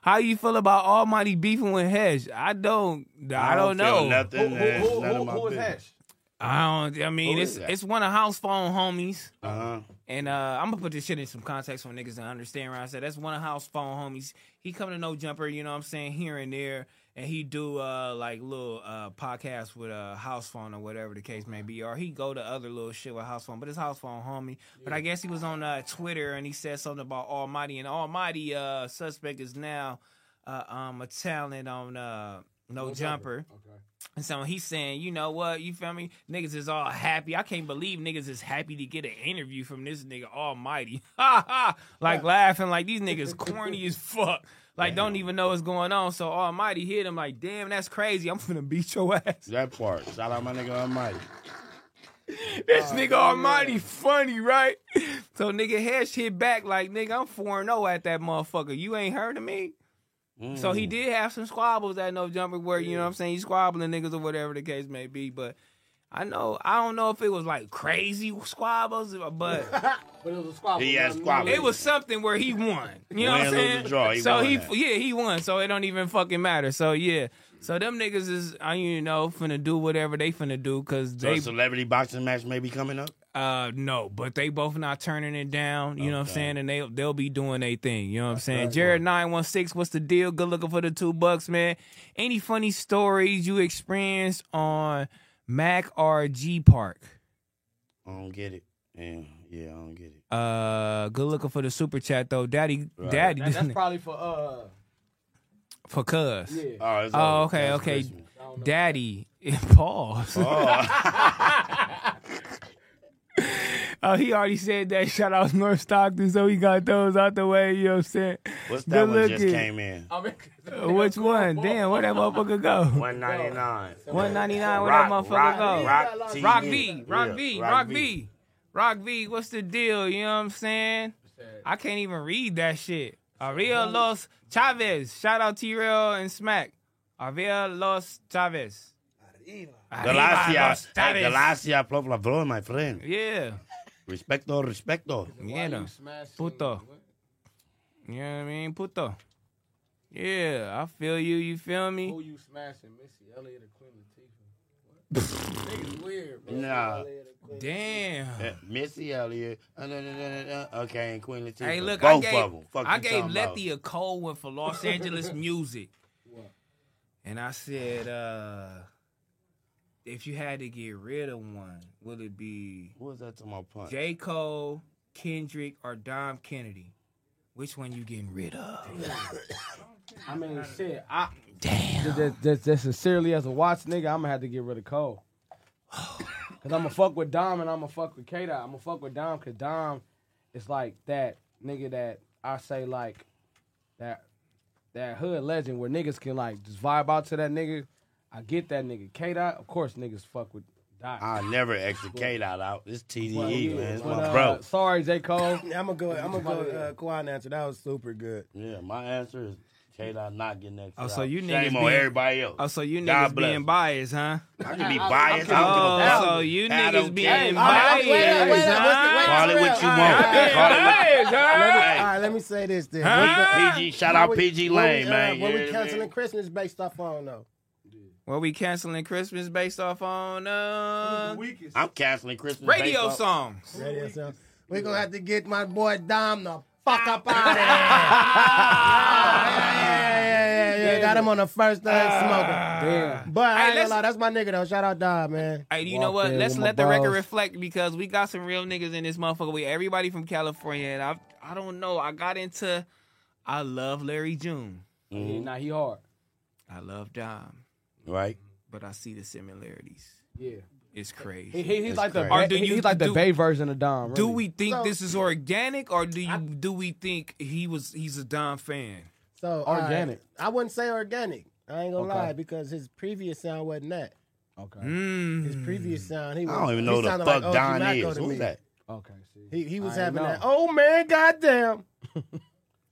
Speaker 1: How you feel about Almighty beefing with Hesh? I don't. I, don't, know.
Speaker 2: feel Nothing. man. It's none of my business.
Speaker 1: I don't. I mean,
Speaker 2: Who
Speaker 1: it's
Speaker 2: is that?
Speaker 1: it's one of house phone homies.
Speaker 2: Uh-huh.
Speaker 1: And uh, I'm gonna put this shit in some context for niggas to understand. Right, I said that's one of house phone homies. He come to No Jumper, you know what I'm saying, here and there, and he do uh like little uh podcasts with uh house phone or whatever the case may be, or he go to other little shit with house phone, but it's house phone homie. But I guess he was on uh Twitter and he said something about Almighty, and Almighty uh suspect is now uh um a talent on uh No,
Speaker 9: No
Speaker 1: Jumper.
Speaker 9: Jumper.
Speaker 1: And so he's saying, you know what, you feel me? Niggas is all happy. I can't believe niggas is happy to get an interview from this nigga almighty. Ha ha. Like laughing, like these niggas corny as fuck. Like don't even know what's going on. So almighty hit him like, damn, that's crazy. I'm finna beat your ass.
Speaker 2: That part. Shout out my nigga Almighty.
Speaker 1: This
Speaker 2: Oh,
Speaker 1: nigga almighty funny, right? So nigga Hesh hit back like, nigga, I'm 4-0 at that motherfucker. You ain't heard of me? So
Speaker 2: Mm.
Speaker 1: he did have some squabbles at no jumper where you know what I'm saying he's squabbling niggas or whatever the case may be. But I know I don't know if it was like crazy squabbles, uh, but
Speaker 6: But it was a squabble.
Speaker 2: He had squabbles.
Speaker 1: it was something where he won. You know what
Speaker 2: Win,
Speaker 1: I'm
Speaker 2: lose,
Speaker 1: saying?
Speaker 2: or draw, he
Speaker 1: so
Speaker 2: won
Speaker 1: he
Speaker 2: that.
Speaker 1: yeah he won. So it don't even fucking matter. So yeah. So them niggas is I you know finna do whatever they finna do because
Speaker 2: So a
Speaker 1: they
Speaker 2: celebrity boxing match may be coming up.
Speaker 1: uh no, but they both not turning it down. You know what I'm saying? And they they'll be doing their thing. You know what I'm saying? Jared nine one six, what's the deal? Good looking for the two bucks, man. Any funny stories you experienced on Mac or G Park?
Speaker 2: I don't get it. Yeah, yeah, I don't get it.
Speaker 1: Uh, good looking for the super chat though, Daddy. Daddy,
Speaker 6: That- that's probably for uh.
Speaker 1: for Cuz.
Speaker 6: Yeah.
Speaker 2: Oh, it's
Speaker 1: Oh,
Speaker 2: over.
Speaker 1: okay,
Speaker 2: That's
Speaker 1: okay.
Speaker 2: Christmas.
Speaker 1: Daddy, pause. Oh, he already said that. Shout out North Stockton, so he got those out the way. You know what I'm saying?
Speaker 2: What's that
Speaker 1: Good
Speaker 2: one just
Speaker 1: looking.
Speaker 2: came in?
Speaker 1: Uh, Which one? Damn, where that motherfucker go?
Speaker 2: One ninety nine.
Speaker 1: 199, where
Speaker 2: Rock,
Speaker 1: that motherfucker
Speaker 2: rock,
Speaker 1: go?
Speaker 2: rock,
Speaker 1: rock
Speaker 2: TV.
Speaker 1: V, Rock
Speaker 2: Yeah,
Speaker 1: V,
Speaker 2: Rock
Speaker 1: Rock
Speaker 2: V.
Speaker 1: V. Rock V, what's the deal? You know what I'm saying? I can't even read that shit. Ariel Los Chavez. Shout out T-Rail and Smack. Ariel Los Chavez. Arriba
Speaker 2: Galacia,
Speaker 1: Los
Speaker 2: hey,
Speaker 1: Chavez.
Speaker 2: Galacia, por favor, my friend.
Speaker 1: Yeah.
Speaker 2: Respecto, respecto.
Speaker 1: Mierda. Puto. You know what I mean? Puto. Yeah, I feel you. You feel me?
Speaker 6: Who you smashing, Missy Elliott or Queen Latifah? What? Niggas weird, bro.
Speaker 2: Nah.
Speaker 1: Damn.
Speaker 2: Yeah, Missy Elliott. Uh, no, no, no, no, no. Okay, and Queen Latifah.
Speaker 1: Hey, look,
Speaker 2: Both
Speaker 1: I gave,
Speaker 2: of them. Fuck
Speaker 1: I
Speaker 2: you
Speaker 1: gave
Speaker 2: talking about?
Speaker 1: Letty a cold one for Los Angeles music. And I said, uh, If you had to get rid of one, would it be
Speaker 2: What was that to my punch?
Speaker 1: J. Cole, Kendrick, or Dom Kennedy? Which one you getting rid of?
Speaker 9: I mean, shit. I, Damn. Just, just, just sincerely as a watch nigga, I'm gonna have to get rid of Cole. Cause I'm gonna fuck with Dom and I'm gonna fuck with K Dot. I'm gonna fuck with Dom cause Dom is like that nigga that I say like that that hood legend where niggas can like just vibe out to that nigga. I get that nigga. K Dot, of course niggas fuck with Dot.
Speaker 2: I never extricate out out. This TDE
Speaker 9: But, yeah,
Speaker 2: man, it's
Speaker 9: but,
Speaker 2: my
Speaker 9: uh,
Speaker 2: bro.
Speaker 9: Sorry, J. Cole.
Speaker 6: I'm gonna go. I'm gonna go. Uh, Kwan answer. That was super good.
Speaker 2: Yeah, my answer is K Dot not getting that.
Speaker 1: Oh, so you niggas
Speaker 2: Shame on
Speaker 1: being-
Speaker 2: everybody else.
Speaker 1: Oh, so you niggas
Speaker 2: God bless
Speaker 1: being biased, huh?
Speaker 2: I can be biased. I don't give a
Speaker 1: Oh,
Speaker 2: fuck.
Speaker 1: so you
Speaker 2: I
Speaker 1: niggas
Speaker 2: don't care.
Speaker 1: being
Speaker 2: Hey,
Speaker 1: biased,
Speaker 2: wait up, wait up,
Speaker 1: huh?
Speaker 2: Call it what you want. Call it what-
Speaker 1: Hey,
Speaker 6: Let me,
Speaker 2: Hey.
Speaker 6: all right, let me say this then.
Speaker 2: Huh?
Speaker 6: What
Speaker 2: PG shout
Speaker 6: what
Speaker 2: out
Speaker 6: we-
Speaker 2: PG
Speaker 6: what we,
Speaker 2: Lane,
Speaker 6: uh,
Speaker 2: man.
Speaker 6: What
Speaker 2: Yeah,
Speaker 6: we
Speaker 2: man.
Speaker 6: cancelling Christmas based off on though?
Speaker 1: Were we canceling Christmas based off on uh
Speaker 2: I'm canceling Christmas
Speaker 1: radio
Speaker 2: based off-
Speaker 1: songs?
Speaker 6: Radio songs. We gonna have to get my boy Dom the fuck up out of here. yeah, yeah, yeah, yeah, yeah. Got him on the first thing
Speaker 9: Ah.
Speaker 6: smoker. But I ain't gonna lie, that's my nigga though. Shout out Dom, man.
Speaker 1: Hey, you know
Speaker 6: Walked
Speaker 1: what?
Speaker 6: in
Speaker 1: Let's
Speaker 6: with my
Speaker 1: let the record
Speaker 6: balls.
Speaker 1: reflect because we got some real niggas in this motherfucker. We everybody from California, and I I don't know. I got into I love Larry June.
Speaker 9: Yeah, nah, he hard.
Speaker 1: I love Dom,
Speaker 2: right?
Speaker 1: But I see the similarities.
Speaker 9: Yeah.
Speaker 1: It's crazy.
Speaker 9: He, he- he's like the
Speaker 1: Or
Speaker 9: ba-
Speaker 1: do
Speaker 9: he-
Speaker 1: you
Speaker 9: he's like the
Speaker 1: do-
Speaker 9: Bay version of Dom. Really.
Speaker 1: Do we think this is organic, or do you do we think he was he's a Dom fan?
Speaker 6: So all right.
Speaker 1: Organic.
Speaker 6: I wouldn't say organic. I ain't gonna
Speaker 1: Okay.
Speaker 6: lie because his previous sound wasn't that.
Speaker 9: Okay.
Speaker 6: His
Speaker 1: Hmm.
Speaker 6: previous sound, he
Speaker 2: I
Speaker 6: was.
Speaker 2: don't even
Speaker 6: he
Speaker 2: know who the
Speaker 6: sounded
Speaker 2: fuck
Speaker 6: like
Speaker 2: Don
Speaker 6: OG Macko
Speaker 2: is.
Speaker 6: to
Speaker 2: Who's
Speaker 6: me.
Speaker 2: that?
Speaker 9: Okay.
Speaker 6: He he was
Speaker 9: I
Speaker 6: having
Speaker 9: know.
Speaker 6: that. Oh man, goddamn.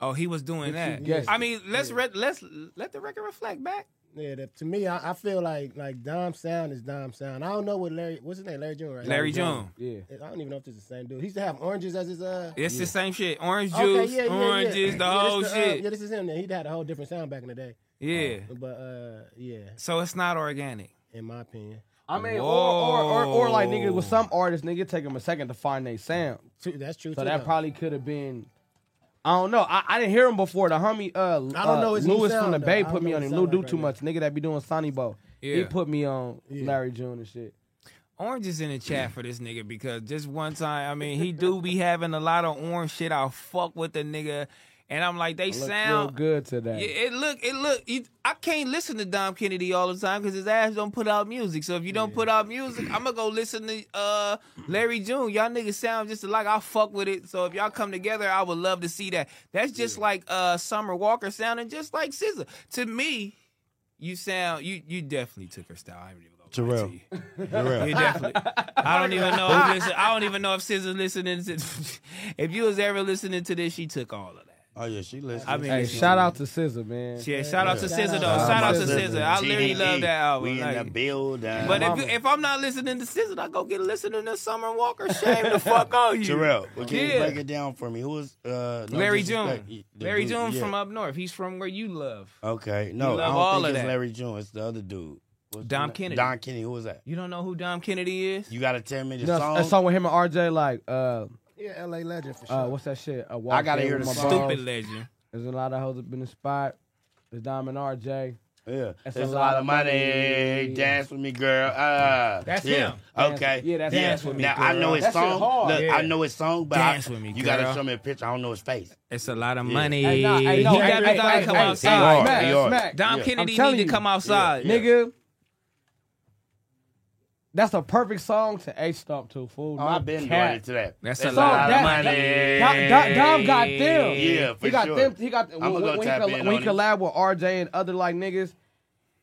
Speaker 1: Oh, he was doing
Speaker 6: Yes,
Speaker 1: that.
Speaker 6: you guessed
Speaker 1: I
Speaker 6: it.
Speaker 1: mean, let's re- let's let the record reflect back.
Speaker 6: Yeah, that, to me, I, I feel like like Dom sound is Dom sound. I don't know what Larry. What's his name? Larry June, right?
Speaker 1: Larry June.
Speaker 9: Yeah.
Speaker 6: I don't even know if this is the same dude. He used to have oranges as his uh.
Speaker 1: It's the same shit. Orange
Speaker 6: Okay,
Speaker 1: juice,
Speaker 6: yeah, yeah, yeah.
Speaker 1: oranges, the
Speaker 6: Yeah, this
Speaker 1: whole
Speaker 6: the, uh,
Speaker 1: shit.
Speaker 6: yeah, this is him. Then he had a whole different sound back in the day.
Speaker 1: yeah.
Speaker 6: But uh, yeah,
Speaker 1: So it's not organic.
Speaker 6: in my opinion.
Speaker 9: I mean, or, or, or, or like nigga with some artists, nigga take them a second to find their sound.
Speaker 6: That's true.
Speaker 9: So
Speaker 6: too,
Speaker 9: that
Speaker 6: though.
Speaker 9: probably could have been. I don't know. I, I didn't hear him before. The homie, uh,
Speaker 6: I don't
Speaker 9: uh,
Speaker 6: know his new
Speaker 9: Lewis from
Speaker 6: sound,
Speaker 9: the
Speaker 6: though. I
Speaker 9: Bay
Speaker 6: don't
Speaker 9: put me
Speaker 6: know
Speaker 9: on
Speaker 6: his
Speaker 9: him.
Speaker 6: sound
Speaker 9: Lou
Speaker 6: like
Speaker 9: do
Speaker 6: right
Speaker 9: too
Speaker 6: now.
Speaker 9: much. Nigga that be doing Sonny Bo. He
Speaker 1: Yeah.
Speaker 9: put me on Larry June and shit.
Speaker 1: Oranges in the chat for this nigga because just one time, I mean, he do be having a lot of orange shit. I fuck with the nigga, and I'm like, they
Speaker 9: Looks real
Speaker 1: sound
Speaker 9: good today.
Speaker 1: Yeah, it look, it look. It, I can't listen to Dom Kennedy all the time because his ass don't put out music. So if you don't put out music, I'm gonna go listen to uh Larry June. Y'all niggas sound just alike. I fuck with it. So if y'all come together, I would love to see that. That's just like uh Summer Walker sounding just like SZA. To me, you sound you you definitely took her style. I ain't even gonna lie to you.
Speaker 21: Terrell.
Speaker 1: You definitely. I don't even know. Who listen, I don't even know if SZA listening. To, if you was ever listening to this, she took all of that.
Speaker 2: Oh yeah, she listens.
Speaker 1: I mean,
Speaker 9: hey,
Speaker 1: it's-
Speaker 9: shout out to SZA, man.
Speaker 1: Yeah, shout out to SZA though. Shout out to SZA. I literally
Speaker 2: TDE.
Speaker 1: love that album.
Speaker 2: E We in the
Speaker 1: Like,
Speaker 2: building.
Speaker 1: but if, you, if I'm not listening to SZA, I go get listening to Summer Walker. Shame the fuck on you,
Speaker 2: Terrell, well, can you
Speaker 1: Yeah.
Speaker 2: break it down for me? Who is uh, no
Speaker 1: Larry
Speaker 2: disrespect,
Speaker 1: June.
Speaker 2: the
Speaker 1: Larry
Speaker 2: dude-
Speaker 1: June's
Speaker 2: yeah.
Speaker 1: from up north. He's from where you love.
Speaker 2: Okay,
Speaker 1: You
Speaker 2: no, I
Speaker 1: love
Speaker 2: don't
Speaker 1: all
Speaker 2: think
Speaker 1: of
Speaker 2: it's
Speaker 1: that.
Speaker 2: Larry June. It's the other dude. What's
Speaker 1: Dom
Speaker 2: his name?
Speaker 1: Kennedy.
Speaker 2: Dom Kennedy. Who was that?
Speaker 1: You don't know who Dom Kennedy is?
Speaker 2: You gotta tell me the
Speaker 9: You know,
Speaker 2: song.
Speaker 9: that song with him and RJ, like, uh,
Speaker 6: yeah, L.A. legend for sure.
Speaker 9: uh, what's that shit? A
Speaker 2: I gotta
Speaker 9: Day
Speaker 2: hear
Speaker 9: with
Speaker 2: the
Speaker 9: my
Speaker 2: song.
Speaker 9: Bros.
Speaker 2: Stupid
Speaker 1: legend.
Speaker 9: There's a lot of hoes up in the spot. There's Dom and RJ.
Speaker 2: Yeah,
Speaker 9: That's
Speaker 2: it's a lot of money. Dance with me, girl. Uh,
Speaker 9: That's
Speaker 2: yeah.
Speaker 9: him.
Speaker 2: Okay.
Speaker 9: Dance- yeah, that's Dance with me,
Speaker 2: Now I
Speaker 9: girl.
Speaker 2: know his
Speaker 9: That shit
Speaker 2: song.
Speaker 9: hard.
Speaker 2: Look,
Speaker 9: Yeah.
Speaker 2: I know his song, but I-
Speaker 1: Dance with me,
Speaker 2: you gotta
Speaker 1: girl.
Speaker 2: show me a picture. I don't know his face.
Speaker 1: It's a lot of
Speaker 2: Yeah.
Speaker 1: money.
Speaker 2: Hey, nah, hey,
Speaker 1: he
Speaker 2: no,
Speaker 1: got
Speaker 2: hey,
Speaker 1: to
Speaker 2: hey,
Speaker 1: come
Speaker 2: hey,
Speaker 1: outside.
Speaker 2: hey, Smack, smack.
Speaker 1: Dom
Speaker 2: Yeah.
Speaker 1: Kennedy
Speaker 9: I'm telling
Speaker 1: need to
Speaker 9: you.
Speaker 1: come outside.
Speaker 9: Nigga. That's a perfect song to H Stomp to, fool.
Speaker 2: Oh,
Speaker 9: No
Speaker 2: I've been
Speaker 9: cap.
Speaker 2: doing it to that.
Speaker 1: That's
Speaker 9: a lot of money. Dom- Dom- Dom got them.
Speaker 2: Yeah, for
Speaker 9: he got
Speaker 2: sure.
Speaker 9: them. He got
Speaker 2: I'm gonna
Speaker 9: when, when,
Speaker 2: go
Speaker 9: when he,
Speaker 2: tap
Speaker 9: coll-
Speaker 2: in
Speaker 9: when
Speaker 2: on
Speaker 9: he
Speaker 2: it.
Speaker 9: collab with RJ and other like niggas.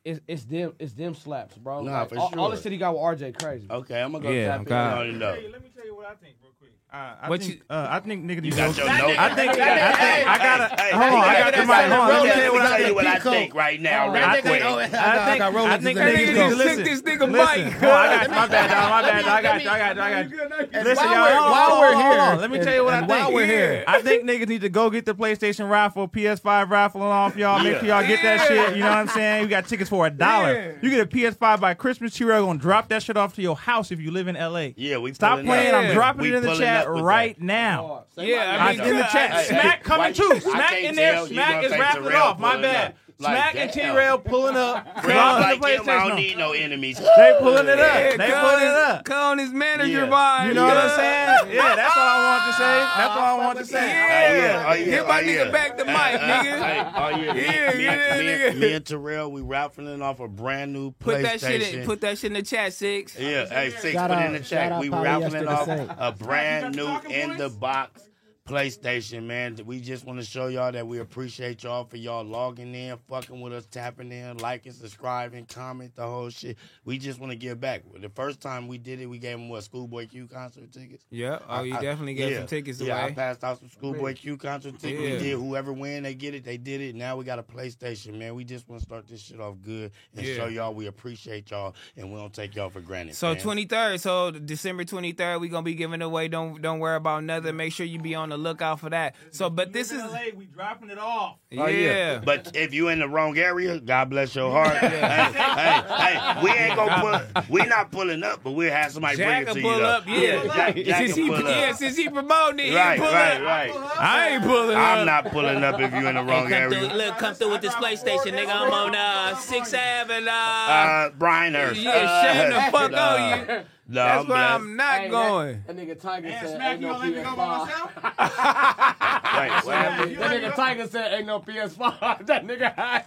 Speaker 9: It's, it's them. It's them slaps, bro.
Speaker 2: Nah,
Speaker 9: Like,
Speaker 2: for
Speaker 9: all, all
Speaker 2: sure. Oh.
Speaker 9: the shit he got with RJ crazy.
Speaker 2: Okay, I'm gonna go
Speaker 1: Yeah,
Speaker 2: tap in
Speaker 1: God.
Speaker 2: on it though.
Speaker 11: Let me tell you what I think real quick. Uh, I
Speaker 1: What
Speaker 11: think,
Speaker 1: you-
Speaker 11: uh, I think nigga,
Speaker 2: You got
Speaker 11: Devo-
Speaker 2: your notes.
Speaker 11: I think, I think,
Speaker 2: Hey,
Speaker 11: I
Speaker 2: hey,
Speaker 11: got.
Speaker 2: hey,
Speaker 11: Hold on,
Speaker 2: hey,
Speaker 11: I got
Speaker 2: hey,
Speaker 11: somebody.
Speaker 2: hey,
Speaker 11: Hold on, let me
Speaker 2: Rolex,
Speaker 11: tell you what
Speaker 2: let me
Speaker 11: I
Speaker 2: tell you
Speaker 11: think.
Speaker 2: what I think right now, real
Speaker 11: I
Speaker 2: quick.
Speaker 11: think, I think, I think niggas need to listen. Listen, Well, I got my bad, dog. My bad, dog. I got you. I got you. I got you.
Speaker 6: And
Speaker 11: Listen,
Speaker 6: while
Speaker 11: y'all.
Speaker 6: we're-
Speaker 11: hold on,
Speaker 6: while
Speaker 11: hold
Speaker 6: we're
Speaker 11: on, hold on.
Speaker 6: here-
Speaker 11: Let me tell you what I
Speaker 6: and
Speaker 11: think.
Speaker 6: while we're here-
Speaker 11: I think niggas need to go get the PlayStation raffle, PS5 raffle off, y'all. Make
Speaker 2: Yeah.
Speaker 11: sure y'all get that
Speaker 2: Yeah.
Speaker 11: shit. You know what I'm saying? You got tickets for a dollar.
Speaker 2: Yeah.
Speaker 11: You get a PS5 by Christmas. Chiro gonna drop that shit off to your house if you live in LA.
Speaker 2: Yeah, we
Speaker 11: Stop
Speaker 2: pulling
Speaker 11: playing.
Speaker 2: up.
Speaker 11: I'm dropping
Speaker 2: We
Speaker 11: it in the
Speaker 2: pulling
Speaker 11: chat
Speaker 2: up with
Speaker 11: right now.
Speaker 1: Yeah,
Speaker 11: I mean, in the
Speaker 2: Hey,
Speaker 11: chat.
Speaker 2: hey,
Speaker 11: Smack
Speaker 2: hey,
Speaker 11: coming
Speaker 2: why you-
Speaker 11: too.
Speaker 2: I
Speaker 11: Smack
Speaker 2: can't
Speaker 11: in there.
Speaker 2: tell you
Speaker 11: Smack
Speaker 2: gonna
Speaker 11: is
Speaker 2: take
Speaker 11: wrapping it
Speaker 2: Terrell
Speaker 11: off. My
Speaker 2: Oh, pulling
Speaker 11: bad.
Speaker 2: up.
Speaker 1: Smack and T Rail pulling up.
Speaker 2: Right,
Speaker 1: Call
Speaker 2: like,
Speaker 1: the
Speaker 2: damn,
Speaker 1: PlayStation
Speaker 2: I don't
Speaker 1: on.
Speaker 2: need no enemies.
Speaker 1: They pulling it up.
Speaker 2: Yeah,
Speaker 1: they
Speaker 2: come
Speaker 1: pulling it
Speaker 2: on.
Speaker 1: up. Calling his manager
Speaker 2: Yeah.
Speaker 1: vibes.
Speaker 2: You know what I'm
Speaker 1: saying? Yeah, that's all I want to say. That's all I want to say. Yeah.
Speaker 2: Oh, yeah,
Speaker 1: Get
Speaker 2: oh,
Speaker 1: my
Speaker 2: yeah.
Speaker 1: nigga back the mic, nigga.
Speaker 2: Hey, oh, yeah. Me-
Speaker 1: Yeah,
Speaker 2: me,
Speaker 1: get that
Speaker 2: me-
Speaker 1: nigga.
Speaker 2: me and Terrell, we raffling off a brand new PlayStation.
Speaker 1: Put that shit in. Put that shit in the chat, six.
Speaker 2: Yeah, hey, six,
Speaker 1: Shout
Speaker 2: put it
Speaker 1: out-
Speaker 2: in the
Speaker 1: shout
Speaker 2: chat.
Speaker 1: out
Speaker 2: We
Speaker 1: Papa
Speaker 2: raffling
Speaker 1: Yesterday
Speaker 2: off
Speaker 1: Saint.
Speaker 2: a brand new in the box PlayStation, man. We just want to show y'all that we appreciate y'all for y'all logging in, fucking with us, tapping in, liking, subscribing, comment, the whole shit. We just want to give back. The first time we did it, we gave them what Schoolboy Q concert tickets.
Speaker 1: Yeah. Oh, you
Speaker 2: I- I-
Speaker 1: definitely gave
Speaker 2: yeah.
Speaker 1: some tickets
Speaker 2: Yeah, I
Speaker 1: away.
Speaker 2: passed out some Schoolboy Q concert tickets.
Speaker 1: Yeah.
Speaker 2: We did whoever win, they get it. They did it. Now we got a PlayStation, man. We just want to start this shit off good and
Speaker 1: Yeah.
Speaker 2: show y'all we appreciate y'all and we don't take y'all for granted.
Speaker 1: So
Speaker 2: man.
Speaker 1: twenty third, so December twenty third, we gonna be giving away. Don't don't worry about nothing. Make sure you be on the lookout for that. So, but this is
Speaker 4: LA, we dropping it off.
Speaker 1: Oh, yeah. Yeah.
Speaker 2: But if you in the wrong area, God bless your heart. hey, hey, hey, we ain't gonna pull. We not pulling up, but we'll have somebody
Speaker 1: Jack
Speaker 2: bring it to
Speaker 1: can
Speaker 2: you.
Speaker 1: pull
Speaker 2: though.
Speaker 1: up, yeah.
Speaker 2: Jack, Jack
Speaker 1: since
Speaker 2: can
Speaker 1: he,
Speaker 2: pull up.
Speaker 1: yeah, since he promoting it,
Speaker 2: Right,
Speaker 1: he pull
Speaker 2: right,
Speaker 1: up.
Speaker 2: right.
Speaker 1: I ain't pulling up.
Speaker 2: I'm not pulling up if you in the wrong
Speaker 22: Hey, come
Speaker 2: area.
Speaker 22: through, look, come through with this PlayStation, nigga. I'm on uh, 6th Ave and, uh,
Speaker 2: Uh, Brian Hurst.
Speaker 22: Yeah,
Speaker 2: Uh,
Speaker 22: shame the fuck
Speaker 2: nah.
Speaker 22: on you.
Speaker 2: Nah,
Speaker 22: That's
Speaker 2: I'm
Speaker 22: where
Speaker 2: blessed.
Speaker 22: I'm not
Speaker 9: Hey, that-
Speaker 22: going.
Speaker 9: That, nigga Tiger said,
Speaker 4: Smack,
Speaker 9: ain't
Speaker 4: you
Speaker 9: no
Speaker 4: gonna let me go by
Speaker 9: PS5.
Speaker 4: myself?
Speaker 2: Wait, what happened?
Speaker 9: That nigga Tiger said, ain't no PS5. that nigga high.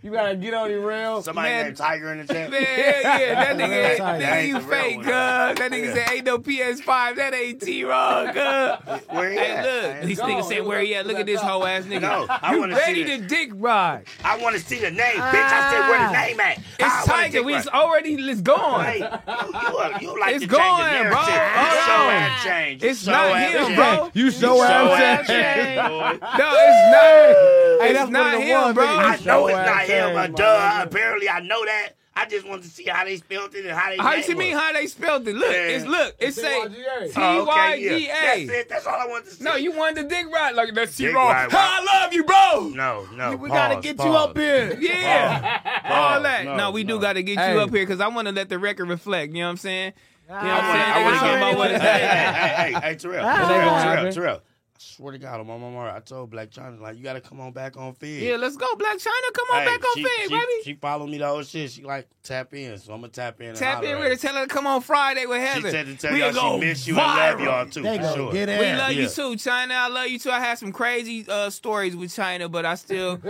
Speaker 9: You gotta get on your rail.
Speaker 2: Somebody named Tiger in the chat.
Speaker 1: Man, yeah, yeah, that nigga,
Speaker 9: Tiger.
Speaker 1: that you fake, cuz. That nigga said, ain't no PS5, that ain't T-Raw, cuz.
Speaker 2: Where he
Speaker 1: hey,
Speaker 2: at?
Speaker 1: look, these
Speaker 2: Go,
Speaker 1: niggas saying where he at. Look at this hoe ass nigga.
Speaker 2: No, I
Speaker 1: you
Speaker 2: wanna see
Speaker 1: ready
Speaker 2: the-
Speaker 1: to dick ride?
Speaker 2: I want to see the name, bitch. I said where the
Speaker 1: Ah.
Speaker 2: name at.
Speaker 1: It's Tiger. We it's already it's gone.
Speaker 2: Hey, you, are, you like
Speaker 1: it's
Speaker 2: to change the
Speaker 1: gone,
Speaker 2: narrative.
Speaker 1: bro.
Speaker 2: You show ass
Speaker 1: Hold on.
Speaker 2: change. You
Speaker 1: It's
Speaker 2: show
Speaker 1: not
Speaker 2: ass
Speaker 1: him,
Speaker 2: change.
Speaker 1: bro.
Speaker 23: You show
Speaker 2: show
Speaker 23: ass
Speaker 2: ass
Speaker 23: change.
Speaker 2: change, boy.
Speaker 1: No, it's
Speaker 23: Hey,
Speaker 1: not. it's
Speaker 23: that's one
Speaker 1: not
Speaker 23: of the
Speaker 1: him,
Speaker 23: ones,
Speaker 1: bro.
Speaker 23: nigga. You
Speaker 2: I know
Speaker 23: show
Speaker 2: it's
Speaker 23: ass
Speaker 2: not him,
Speaker 23: change,
Speaker 2: but duh, apparently I know that. I just wanted to see how they spelled it and how they.
Speaker 1: How
Speaker 2: name
Speaker 1: you mean
Speaker 2: was.
Speaker 1: how they spelled it? Look,
Speaker 2: Yeah.
Speaker 1: it's look, it's say T
Speaker 2: Oh,
Speaker 1: Y
Speaker 2: okay, yeah.
Speaker 1: D A.
Speaker 2: That's it. That's all I wanted to say.
Speaker 1: No, you wanted the dick ride like that's T
Speaker 2: Dick
Speaker 1: Raw.
Speaker 2: ride,
Speaker 1: I love you, bro.
Speaker 2: No, no.
Speaker 1: We gotta
Speaker 2: pause,
Speaker 1: get you
Speaker 2: pause.
Speaker 1: up here. Yeah. All that. No, we do gotta get
Speaker 2: Oh, Hey.
Speaker 1: you up here because I wanna let the record reflect. You know what I'm saying? You know what
Speaker 2: I wanna- I
Speaker 1: I'm
Speaker 2: wanna
Speaker 1: saying?
Speaker 2: get
Speaker 1: Niggas talking about what
Speaker 2: Hey,
Speaker 1: it's
Speaker 2: hey, hey, hey, hey, Terrell,
Speaker 1: Ah. It ain't
Speaker 2: Terrell,
Speaker 1: gonna
Speaker 2: Terrell,
Speaker 1: happen.
Speaker 2: Terrell. I swear to God, on my mama, I told Black China like you gotta come on back on feed.
Speaker 1: Yeah, let's go, Black China. Come on
Speaker 2: Hey,
Speaker 1: back on
Speaker 2: she,
Speaker 1: Fed,
Speaker 2: she,
Speaker 1: baby.
Speaker 2: She followed me the whole shit. She like tap in, so I'm gonna tap in. and
Speaker 1: Tap
Speaker 2: holler
Speaker 1: in
Speaker 2: at
Speaker 1: with her. Tell her to come on Friday with
Speaker 2: her. She
Speaker 1: Heather.
Speaker 2: said to tell
Speaker 1: We
Speaker 2: y'all
Speaker 1: go
Speaker 2: she miss you
Speaker 1: viral.
Speaker 2: and love y'all too.
Speaker 1: They
Speaker 2: for
Speaker 1: gonna
Speaker 2: sure.
Speaker 1: We love
Speaker 2: Yeah.
Speaker 1: you too, China. I love you too. I had some crazy uh, stories with China, but I still,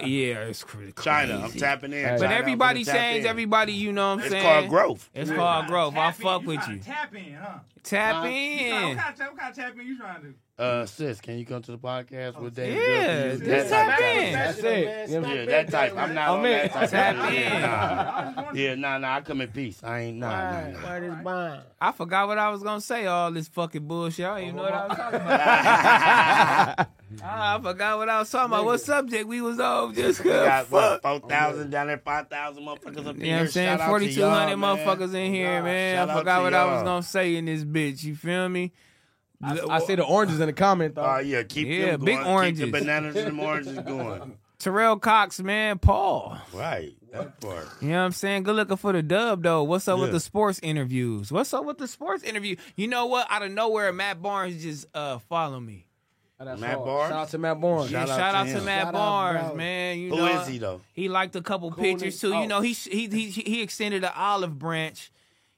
Speaker 1: yeah, it's crazy.
Speaker 2: China, I'm tapping in.
Speaker 1: But
Speaker 2: China, I'm
Speaker 1: everybody
Speaker 2: gonna tap
Speaker 1: changed.
Speaker 2: in.
Speaker 1: Everybody, you know what I'm
Speaker 2: It's
Speaker 1: saying?
Speaker 2: called growth.
Speaker 1: It's
Speaker 2: Yeah.
Speaker 1: called growth. I
Speaker 4: Tap in,
Speaker 1: fuck
Speaker 4: you
Speaker 1: with
Speaker 4: tryna
Speaker 1: you.
Speaker 4: Tap in, huh?
Speaker 1: Tap
Speaker 4: You tryna-
Speaker 1: in.
Speaker 4: What kind of tap- what kind of tap in you trying to do?
Speaker 2: Uh, sis, can you come to the podcast with David?
Speaker 1: Yeah,
Speaker 2: Duffy?
Speaker 1: just
Speaker 2: That
Speaker 1: tap
Speaker 2: type of
Speaker 1: in.
Speaker 2: guy.
Speaker 1: That's it.
Speaker 2: Yeah,
Speaker 1: Smack
Speaker 2: that
Speaker 1: back
Speaker 2: type.
Speaker 1: down.
Speaker 2: I'm not
Speaker 1: I'm
Speaker 2: on
Speaker 1: in.
Speaker 2: that type.
Speaker 1: Tap
Speaker 2: of-
Speaker 1: in.
Speaker 2: Yeah, nah. Yeah, nah, nah. I come in peace. I ain't nah, nah, nah.
Speaker 1: I forgot what I was gonna say. All this fucking bullshit. I don't even know what I was talking about. Ah, I forgot what I was talking about. What subject we was on? Just
Speaker 2: We
Speaker 1: good.
Speaker 2: got
Speaker 1: Fuck.
Speaker 2: what four thousand down there, five thousand motherfuckers up
Speaker 1: You know
Speaker 2: in
Speaker 1: what
Speaker 2: here.
Speaker 1: I'm saying?
Speaker 2: Shout out to
Speaker 1: 4,200
Speaker 2: y'all, man.
Speaker 1: motherfuckers in here, man.
Speaker 2: shout
Speaker 1: I
Speaker 2: out
Speaker 1: forgot
Speaker 2: to
Speaker 1: what I was
Speaker 2: y'all.
Speaker 1: going to say in this bitch. You feel me?
Speaker 23: I, I see the oranges in the comment though.
Speaker 2: Oh yeah, keep
Speaker 1: Yeah,
Speaker 2: them
Speaker 1: big
Speaker 2: going.
Speaker 1: oranges.
Speaker 2: keep the bananas and oranges going.
Speaker 1: Terrell Cox, man. Paul.
Speaker 2: Right, that part.
Speaker 1: You know what I'm saying? Good looking for the dub, though. What's up with
Speaker 2: Yeah.
Speaker 1: the sports interviews? What's up with the sports interview? You know what? Out of nowhere, Matt Barnes just uh follow me.
Speaker 2: Matt Barnes?
Speaker 23: Shout out to Matt Barnes.
Speaker 1: Yeah, shout out to,
Speaker 2: him.
Speaker 1: Matt
Speaker 2: Shout out,
Speaker 1: Barnes,
Speaker 2: bro.
Speaker 1: man. You
Speaker 2: Who
Speaker 1: know,
Speaker 2: is he, though?
Speaker 1: He liked a couple
Speaker 23: Cool
Speaker 1: pictures
Speaker 23: dude.
Speaker 1: too. You know,
Speaker 23: Oh.
Speaker 1: he he he he extended an olive branch.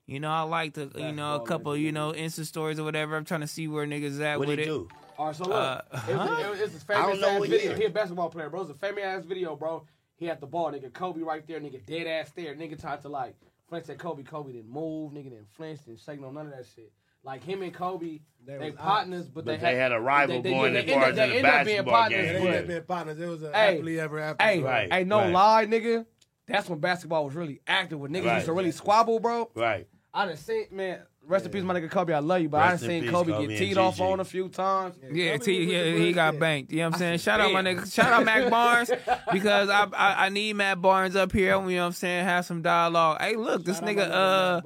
Speaker 1: You know, I liked a you know a couple you know Insta stories or whatever. I'm trying to see where niggas at
Speaker 2: What'd
Speaker 1: with
Speaker 2: he
Speaker 1: it.
Speaker 2: do?
Speaker 9: All right, so look,
Speaker 1: Uh,
Speaker 9: it's,
Speaker 1: huh?
Speaker 9: it's, it's a
Speaker 1: I
Speaker 9: famous
Speaker 1: don't know
Speaker 9: ass
Speaker 1: what
Speaker 9: video.
Speaker 1: year.
Speaker 9: He a basketball player, bro. It's a famous ass video, bro. He had the ball, nigga. Kobe right there, nigga. Dead ass there, nigga. Tried to like flinch at Kobe. Kobe didn't move, nigga. Didn't flinch, didn't shake no none of that shit. Like him and Kobe, they,
Speaker 6: was
Speaker 9: partners, but,
Speaker 2: But they had a rival going
Speaker 9: they
Speaker 2: as
Speaker 9: end
Speaker 2: far
Speaker 9: up-
Speaker 2: as
Speaker 9: they
Speaker 2: the
Speaker 9: end up being
Speaker 2: basketball
Speaker 9: partners,
Speaker 2: game.
Speaker 9: but-
Speaker 2: Yeah.
Speaker 6: Been partners. It was a
Speaker 9: Hey,
Speaker 6: happily ever after.
Speaker 9: Hey,
Speaker 2: Right,
Speaker 9: hey, no
Speaker 2: right.
Speaker 9: lie, nigga. That's when basketball was really active. When niggas
Speaker 2: Right.
Speaker 9: used to really squabble, bro.
Speaker 2: Right.
Speaker 9: I done seen, man. Rest in peace, my nigga Kobe. I love you, but I
Speaker 2: Rest
Speaker 9: done
Speaker 2: in
Speaker 9: seen
Speaker 2: peace,
Speaker 9: Kobe,
Speaker 2: Kobe
Speaker 9: get
Speaker 2: and
Speaker 9: teed off
Speaker 2: Gigi.
Speaker 9: on a few times.
Speaker 1: Yeah, T, yeah, he got banked. You know what I'm saying? Shout out my
Speaker 9: "Damn."
Speaker 1: nigga. Shout out Mac Barnes because I, I I need Matt Barnes up here. You know what I'm saying? Have some dialogue. Hey, look, this nigga uh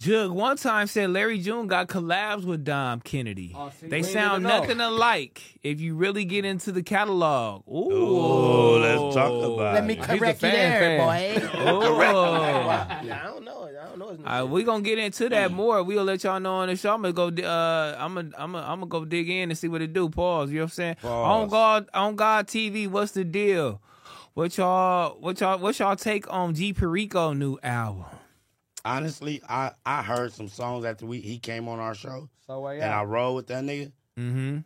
Speaker 1: Jug one time said Larry June got collabs with Dom Kennedy.
Speaker 9: Oh, see, we
Speaker 1: they
Speaker 9: ain't
Speaker 1: sound
Speaker 9: even know.
Speaker 1: nothing alike if you really get into the catalog. Ooh,
Speaker 2: Ooh, let's talk about
Speaker 1: Let
Speaker 2: me
Speaker 1: it.
Speaker 2: correct He's a you fan
Speaker 1: there,
Speaker 6: boy.
Speaker 1: Oh.
Speaker 6: I don't know. I don't know. His
Speaker 1: All right, we gonna get into
Speaker 2: Mm.
Speaker 1: that more. We'll let y'all know on the show. I'm gonna go. di- Uh, I'm gonna I'm gonna I'm gonna go dig in and see what it do. Pause. You know what I'm saying?
Speaker 2: Pause.
Speaker 1: On God, on God TV. What's the deal? What y'all? What y'all? What's y'all take on G Perico new album?
Speaker 2: Honestly, I, I heard some songs after we he came on our show.
Speaker 9: So uh, I
Speaker 2: And I rolled with that nigga.
Speaker 1: Mm-hmm.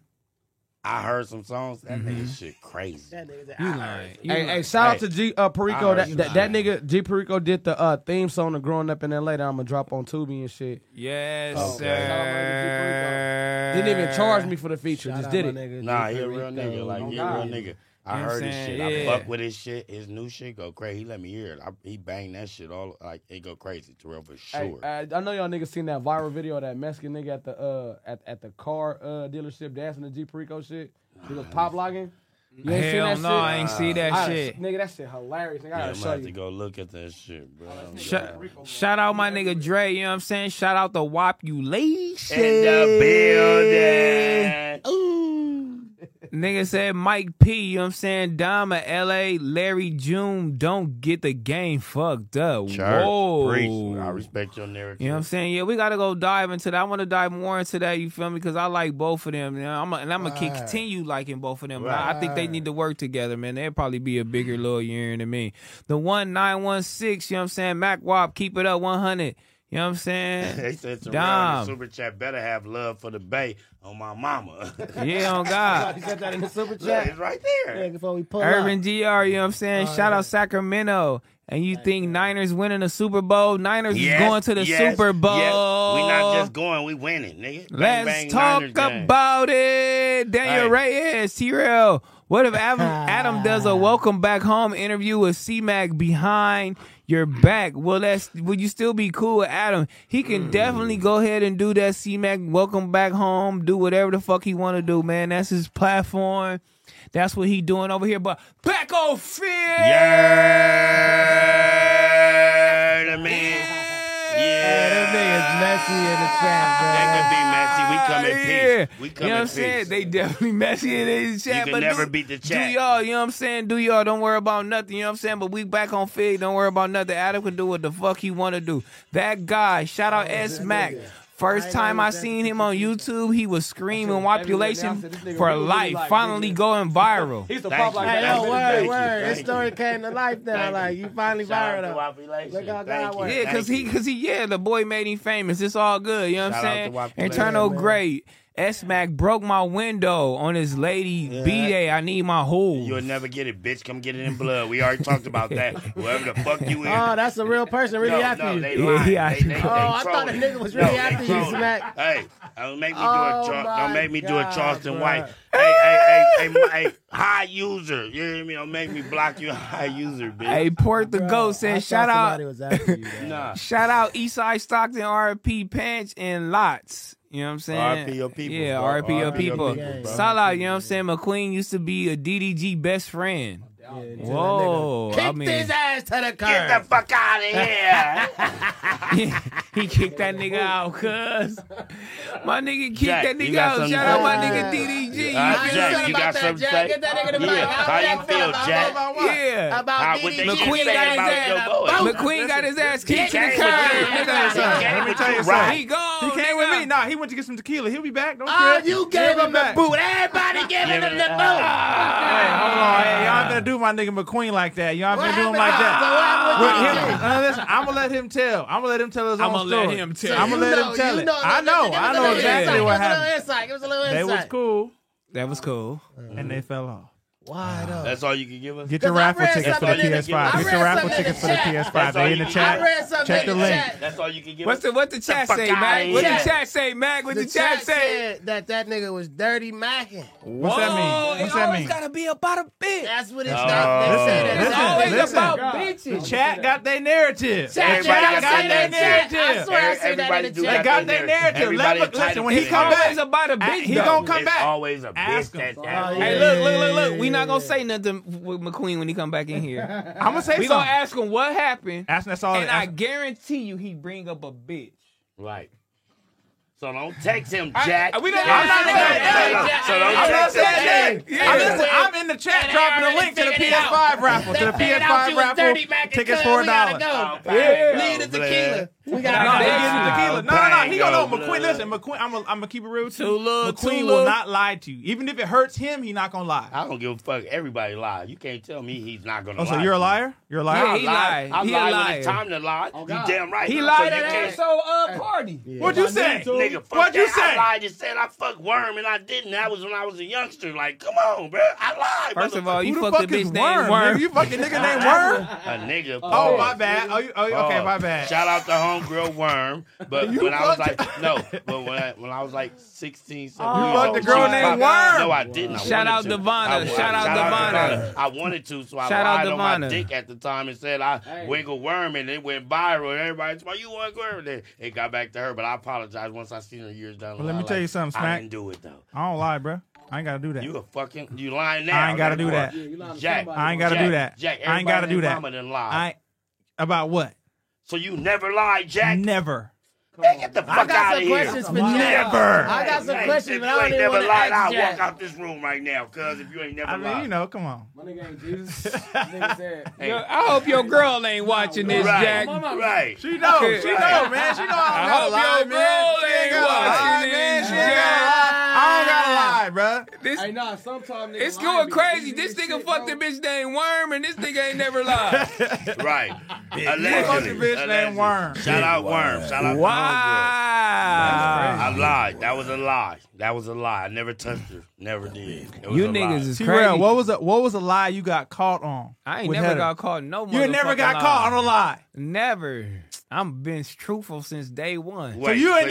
Speaker 2: I heard some songs. That nigga shit crazy. That nigga
Speaker 1: You lying. You
Speaker 9: Hey,
Speaker 1: lying.
Speaker 9: hey, shout out to G uh, Perico.
Speaker 2: I heard
Speaker 9: That,
Speaker 2: you
Speaker 9: that, that nigga G Perico did the uh, theme song to Growing Up in LA. That I'm gonna drop on Tubi and shit.
Speaker 1: Yes,
Speaker 9: Oh, Okay.
Speaker 1: sir.
Speaker 9: Didn't even charge me for the feature.
Speaker 2: Shout
Speaker 9: Just
Speaker 2: out
Speaker 9: did
Speaker 2: my
Speaker 9: it.
Speaker 2: nigga, Nah, G he a real Perico. nigga,
Speaker 6: Oh,
Speaker 2: like, he a real nigga. I
Speaker 9: You know what
Speaker 2: heard
Speaker 9: I'm
Speaker 2: his
Speaker 9: saying?
Speaker 2: shit.
Speaker 9: Yeah.
Speaker 2: I fuck with his shit. His new shit go crazy. He let me hear it. I, he banged that shit all like it go crazy. Terrell for
Speaker 9: Hey,
Speaker 2: sure.
Speaker 9: uh, I know y'all niggas seen that viral video of that Mexican nigga at the uh at, at the car uh dealership dancing the G Perico shit. He was pop locking. You ain't seen
Speaker 1: Hell
Speaker 9: that
Speaker 1: no,
Speaker 9: shit?
Speaker 1: I ain't see that
Speaker 9: I-
Speaker 1: shit.
Speaker 9: Nigga, that shit hilarious. Nigga, I
Speaker 2: Yeah,
Speaker 9: gotta
Speaker 2: I'm
Speaker 9: show
Speaker 2: gonna have to
Speaker 9: you.
Speaker 2: go look at that shit, bro. I'm
Speaker 1: Shout,
Speaker 2: down.
Speaker 1: shout out my nigga Dre, you know what I'm saying? Shout out the Wopulation.
Speaker 2: In the
Speaker 1: building. Nigga said Mike P, you know what I'm saying? Dama, LA, Larry June, don't get the game fucked up.
Speaker 2: Church,
Speaker 1: Whoa.
Speaker 2: preach. I respect your narrative.
Speaker 1: You know what I'm saying? Yeah, we gotta go dive into that. I want to dive more into that. You feel me? Because I like both of them. You know? I'm a, and I'm gonna
Speaker 2: Right.
Speaker 1: continue liking both of them. But I- I think they
Speaker 2: Right.
Speaker 1: need to work together, man. They'd probably be a bigger little year than me. The one nine one six. You know what I'm saying? Mac Wop, keep it up, one hundred. You know what I'm saying?
Speaker 2: They said some
Speaker 1: Dom.
Speaker 2: super chat better have love for the Bay on my mama.
Speaker 1: Yeah, on God.
Speaker 6: got that in the super
Speaker 2: Look,
Speaker 6: chat.
Speaker 2: it's right there.
Speaker 6: Yeah, before we pull
Speaker 1: Urban
Speaker 6: up.
Speaker 1: GR, you know what I'm saying? Shout out Sacramento. And you think Niners winning the Super Bowl? Niners
Speaker 2: Yes,
Speaker 1: is going to the
Speaker 2: yes,
Speaker 1: Super Bowl.
Speaker 2: Yes. We not just going, we winning, nigga.
Speaker 1: Let's
Speaker 2: Bang, bang,
Speaker 1: talk
Speaker 2: Niners gang.
Speaker 1: about it. Daniel Reyes, T-Rail. What if Adam, Adam does a welcome back home interview with C-Mac behind your back? Will that will you still be cool with Adam? He
Speaker 24: Hmm.
Speaker 1: can definitely go ahead and do that C-Mac welcome back home, do whatever the fuck he want to do, man. That's his platform. That's what he doing over here. But back on
Speaker 24: Oh,
Speaker 1: field.
Speaker 2: Yeah, the man. Yeah,
Speaker 1: that nigga's messy in the chat, bro.
Speaker 2: That could be messy. We come in
Speaker 1: Yeah.
Speaker 2: peace. We come
Speaker 1: You know what
Speaker 2: in
Speaker 1: I'm
Speaker 2: peace.
Speaker 1: saying? They definitely messy in his
Speaker 2: You
Speaker 1: chat.
Speaker 2: can
Speaker 1: but
Speaker 2: never
Speaker 1: do,
Speaker 2: beat the
Speaker 1: Do
Speaker 2: chat.
Speaker 1: y'all, you know what I'm saying? Do y'all. Don't worry about nothing. You know what I'm saying? But we back on Fig. Don't worry about nothing. Adam can do what the fuck he want to do. That guy, shout out S Mac. First time I seen him on YouTube, he was screaming population for life. Finally going viral.
Speaker 9: He's
Speaker 6: the
Speaker 1: pop
Speaker 6: Hey, yo, word, word. This
Speaker 1: Thank you.
Speaker 6: story came to life now. Like, you finally
Speaker 1: Shout
Speaker 6: fired up. Look how God works.
Speaker 1: Yeah, cause he, cause he, yeah, the boy made him famous. It's all good. You know what
Speaker 6: Shout out
Speaker 1: I'm
Speaker 6: to
Speaker 1: saying?
Speaker 6: Wapello.
Speaker 1: Internal
Speaker 6: Yeah, man.
Speaker 1: great. S Mac broke my window on his lady B Day. I need my hole.
Speaker 2: You'll never get it, bitch. Come get it in blood. We already talked about that. Whoever the fuck you is.
Speaker 6: Oh, that's a real person really
Speaker 2: no,
Speaker 6: after
Speaker 2: no,
Speaker 6: you.
Speaker 2: They lying.
Speaker 1: Yeah,
Speaker 2: They- they- they
Speaker 6: Oh, I thought that
Speaker 2: trolling.
Speaker 6: nigga was really
Speaker 2: they
Speaker 6: after you,
Speaker 2: trolling.
Speaker 6: Smack.
Speaker 2: Hey, don't make me do
Speaker 6: Oh,
Speaker 2: a Char-
Speaker 6: my
Speaker 2: don't make me do a
Speaker 6: God,
Speaker 2: Charleston
Speaker 6: bruh.
Speaker 2: White. Hey, hey, hey, hey, my- hey, high user. You hear me? Don't make me block you, high user, bitch.
Speaker 1: Hey, Port the Goat
Speaker 6: I
Speaker 1: said,
Speaker 6: thought
Speaker 1: shout out,
Speaker 6: somebody was after you.
Speaker 2: nah.
Speaker 1: shout out Eastside Stockton, RP Pants and Lots. You know what I'm saying?
Speaker 2: RIP your people,
Speaker 1: Yeah,
Speaker 2: bro.
Speaker 1: RP your
Speaker 2: RIP your
Speaker 1: people.
Speaker 2: people, bro.
Speaker 1: Salah, you know what I'm saying? McQueen used to be a DDG best friend. Whoa. I
Speaker 6: Kick
Speaker 1: mean,
Speaker 6: his ass to the curb.
Speaker 2: Get the fuck out of here.
Speaker 1: he kicked that nigga out, cuz. My nigga kicked
Speaker 2: Jack,
Speaker 1: that
Speaker 2: you
Speaker 1: nigga
Speaker 2: got
Speaker 1: out.
Speaker 2: something
Speaker 1: Shout
Speaker 2: to
Speaker 1: out
Speaker 2: say?
Speaker 1: my nigga DDG. You
Speaker 2: Uh,
Speaker 1: feel me?
Speaker 2: Jack, you got something to say? yeah. How you feel, Jack?
Speaker 1: Yeah.
Speaker 2: How what they
Speaker 1: McQueen
Speaker 2: say
Speaker 1: got his
Speaker 2: about your
Speaker 1: ass.
Speaker 2: boy?
Speaker 1: McQueen got his ass kicked
Speaker 2: He
Speaker 1: in the
Speaker 2: came
Speaker 1: curb.
Speaker 2: with you.
Speaker 1: nigga.
Speaker 2: He came
Speaker 24: Let me
Speaker 2: with
Speaker 24: tell
Speaker 2: you.
Speaker 24: you something.
Speaker 1: He gone.
Speaker 24: He came with me. Nah, he went to get some tequila. He'll be back.
Speaker 1: Ah.
Speaker 24: Don't trip. He'll be back.
Speaker 2: Everybody giving him the
Speaker 24: Hey,
Speaker 2: boot.
Speaker 24: hold on. Oh, Hey, y'all finna do my nigga McQueen like that. Y'all finna do him like
Speaker 6: that.
Speaker 24: With him, uh, listen, I'm gonna let him tell. I'm gonna let him tell his
Speaker 1: I'ma
Speaker 24: own
Speaker 1: let
Speaker 24: story.
Speaker 1: him tell.
Speaker 24: I'm gonna
Speaker 1: So you
Speaker 24: let
Speaker 1: know-
Speaker 24: him tell
Speaker 1: you
Speaker 24: it.
Speaker 1: know-
Speaker 24: I know.
Speaker 1: give us
Speaker 24: I
Speaker 1: a
Speaker 24: know
Speaker 1: little
Speaker 24: exactly
Speaker 1: insight,
Speaker 24: what
Speaker 1: give us a little
Speaker 24: happened.
Speaker 6: insight. Give us a little
Speaker 24: They was
Speaker 6: insight.
Speaker 24: cool,
Speaker 1: That was cool.
Speaker 24: and
Speaker 1: Mm-hmm.
Speaker 24: they fell off.
Speaker 6: Wide up.
Speaker 2: That's all you can give us.
Speaker 24: Get your raffle tickets for the PS5. Get your raffle tickets for the PS5. They in the chat. Check the link.
Speaker 2: That's all you can give
Speaker 1: What's the what the chat
Speaker 24: fuck
Speaker 1: say,
Speaker 24: outta
Speaker 1: Mac? What the
Speaker 24: here.
Speaker 1: chat say, Mac? What the, chat, say?
Speaker 6: said that that nigga was dirty macking.
Speaker 24: What's that mean?
Speaker 1: Whoa,
Speaker 24: What's
Speaker 1: it
Speaker 24: that
Speaker 1: always
Speaker 24: mean?
Speaker 1: gotta be about a bitch.
Speaker 6: That's what it's
Speaker 24: Listen,
Speaker 6: not. They said
Speaker 24: listen,
Speaker 6: that it's always about
Speaker 24: The
Speaker 6: bitches.
Speaker 24: chat got their narrative.
Speaker 6: Chat, Everybody chat, I got seen their that chat. narrative. I swear I seen that in the
Speaker 24: Everybody
Speaker 6: chat.
Speaker 24: do They got their narrative. Let,
Speaker 2: Everybody
Speaker 24: look, listen,
Speaker 2: entitled
Speaker 24: when
Speaker 2: to
Speaker 24: he
Speaker 2: their
Speaker 24: come
Speaker 2: narrative.
Speaker 24: back,
Speaker 1: Always about a bitch.
Speaker 24: he
Speaker 1: though.
Speaker 24: gonna come
Speaker 2: It's
Speaker 24: back.
Speaker 2: always a bitch. That, that,
Speaker 1: Hey, look, look, look, look. We not gonna say nothing with McQueen when he come back in here.
Speaker 24: I'm gonna say
Speaker 1: we gonna
Speaker 24: something.
Speaker 1: ask him what happened,
Speaker 24: Ask him that's all.
Speaker 1: and I
Speaker 24: ask-
Speaker 1: guarantee you he bring up a bitch.
Speaker 2: Right. So don't text him, Jack.
Speaker 1: we don't-
Speaker 2: I'm not
Speaker 1: I'm
Speaker 2: saying
Speaker 1: not
Speaker 2: Jack.
Speaker 1: saying Jack.
Speaker 2: So don't
Speaker 1: I'm not
Speaker 2: text him,
Speaker 1: saying Jack.
Speaker 2: Jack.
Speaker 1: Yeah. Listen, I'm in the chat dropping the link to the PS5 raffle, to the PS5 raffle. Tickets for a dollar. Oh,
Speaker 25: Yeah.
Speaker 1: damn,
Speaker 25: Need a tequila.
Speaker 1: man.
Speaker 25: We
Speaker 1: No,
Speaker 25: got
Speaker 1: they getting tequila. No, no, no. He gonna know
Speaker 25: Bang, yo,
Speaker 1: McQueen. Listen, McQueen. I'm gonna I'm gonna keep it real. Too
Speaker 2: little,
Speaker 1: McQueen
Speaker 2: too
Speaker 1: will
Speaker 2: little.
Speaker 1: not lie to you. Even if it hurts him, he not gonna lie.
Speaker 2: I don't give a fuck. Everybody lie. You can't tell me he's not gonna
Speaker 1: Oh,
Speaker 2: lie.
Speaker 1: so you're a liar? You're a liar?
Speaker 2: Yeah,
Speaker 1: Yeah,
Speaker 2: I
Speaker 1: he lied.
Speaker 2: lied. I
Speaker 1: He a
Speaker 2: lied when
Speaker 1: liar.
Speaker 2: it's time to lie. you damn right.
Speaker 1: He
Speaker 2: So
Speaker 1: lied
Speaker 2: you
Speaker 1: at
Speaker 2: can't-
Speaker 1: asshole uh, party. What'd you say?
Speaker 2: Nigga, fuck
Speaker 1: What'd you
Speaker 2: that.
Speaker 1: say?
Speaker 2: I lied. Just said I fucked worm and I didn't. That was when I was a youngster. Like, come on, bro. I lied.
Speaker 1: First of all,
Speaker 2: motherfucker.
Speaker 1: you fucked a bitch named Worm. You fucked a nigga named Worm.
Speaker 2: A nigga.
Speaker 1: Oh,
Speaker 2: pause.
Speaker 1: my bad. Oh, you, oh, you- okay,
Speaker 2: Pause.
Speaker 1: my bad.
Speaker 2: Shout out to homegirl Worm. But
Speaker 1: You
Speaker 2: when I was
Speaker 1: fucked-
Speaker 2: like, no, but when I, when I was like 16, 17
Speaker 1: You
Speaker 2: years
Speaker 1: fucked
Speaker 2: old,
Speaker 1: a girl
Speaker 2: she-
Speaker 1: named
Speaker 2: I-
Speaker 1: Worm.
Speaker 2: No, I didn't. I
Speaker 1: Shout
Speaker 2: wanted
Speaker 1: out
Speaker 2: to.
Speaker 1: Devonna.
Speaker 2: I- I-
Speaker 1: Shout out Devonna.
Speaker 2: I wanted to, so I
Speaker 1: Shout out
Speaker 2: lied on my
Speaker 1: Devonna.
Speaker 2: dick at the time and said I wiggle worm and it went viral. And everybody's like, you want worm? And it got back to her, but I apologized once I seen her years down the
Speaker 6: Well, let
Speaker 2: line,
Speaker 6: me tell
Speaker 2: like,
Speaker 6: you something,
Speaker 2: I
Speaker 6: Smack.
Speaker 2: didn't do it, though.
Speaker 6: I don't lie, bro. I ain't gotta do that.
Speaker 2: You a fucking you lying now.
Speaker 6: I ain't gotta do
Speaker 2: That's what-
Speaker 6: that. Yeah, you lying to
Speaker 2: Jack,
Speaker 6: somebody. I ain't gotta
Speaker 2: Jack,
Speaker 6: do that.
Speaker 2: Jack,
Speaker 6: I ain't gotta
Speaker 2: everybody
Speaker 6: do
Speaker 2: named
Speaker 6: that.
Speaker 2: Mama done lied.
Speaker 6: I about what?
Speaker 2: so you never lied, Jack.
Speaker 6: Never.
Speaker 2: Man, get the fuck
Speaker 6: I got
Speaker 2: out
Speaker 6: some
Speaker 2: of here.
Speaker 6: questions for Jack.
Speaker 2: Never.
Speaker 6: I got some
Speaker 2: Hey,
Speaker 6: questions,
Speaker 2: If
Speaker 6: but
Speaker 2: you
Speaker 6: I don't
Speaker 2: ain't
Speaker 6: even
Speaker 2: never
Speaker 6: wanna
Speaker 2: lied, I'll
Speaker 6: ask
Speaker 2: walk
Speaker 6: Jack.
Speaker 2: out this room right now. Cause if you ain't never
Speaker 6: I mean,
Speaker 2: lied,
Speaker 6: you know, come on.
Speaker 9: My nigga ain't Jesus.
Speaker 2: Hey.
Speaker 1: I hope your girl ain't watching this,
Speaker 2: Right,
Speaker 1: Jack.
Speaker 2: right.
Speaker 6: She know,
Speaker 1: Okay.
Speaker 6: she know, man. She know
Speaker 1: I
Speaker 6: I don't gotta
Speaker 1: hope
Speaker 6: lie,
Speaker 1: your
Speaker 6: man.
Speaker 1: girl
Speaker 6: She ain't
Speaker 1: ain't
Speaker 6: gotta lie,
Speaker 1: watching
Speaker 6: man.
Speaker 1: this,
Speaker 6: She ain't gotta lie. I don't gotta lie, bruh.
Speaker 1: This,
Speaker 9: hey, nah, sometimes nigga
Speaker 1: It's
Speaker 9: lying
Speaker 1: going
Speaker 9: be
Speaker 1: crazy.
Speaker 9: easy
Speaker 1: This
Speaker 9: as
Speaker 1: nigga
Speaker 9: shit,
Speaker 1: fucked a bitch named Worm, and this nigga ain't never lied.
Speaker 2: right?
Speaker 1: fucked a
Speaker 2: Allegedly,
Speaker 1: bitch named
Speaker 2: Allegedly.
Speaker 1: Worm.
Speaker 2: Shout out Worm. Shout out
Speaker 1: Wow.
Speaker 2: I lied. That was a lie. That was a lie. I never touched her. Never did. It was
Speaker 1: You
Speaker 2: a
Speaker 1: niggas
Speaker 2: lie.
Speaker 1: is
Speaker 6: T-Rail, what was a what was a lie you got caught on?
Speaker 1: I ain't
Speaker 6: with
Speaker 1: never
Speaker 6: Heather?
Speaker 1: got caught no
Speaker 6: You ain't never got
Speaker 1: motherfucking
Speaker 6: caught
Speaker 1: lie.
Speaker 6: on a lie.
Speaker 1: Never. I'm been truthful since day one.
Speaker 2: Wait, So wait,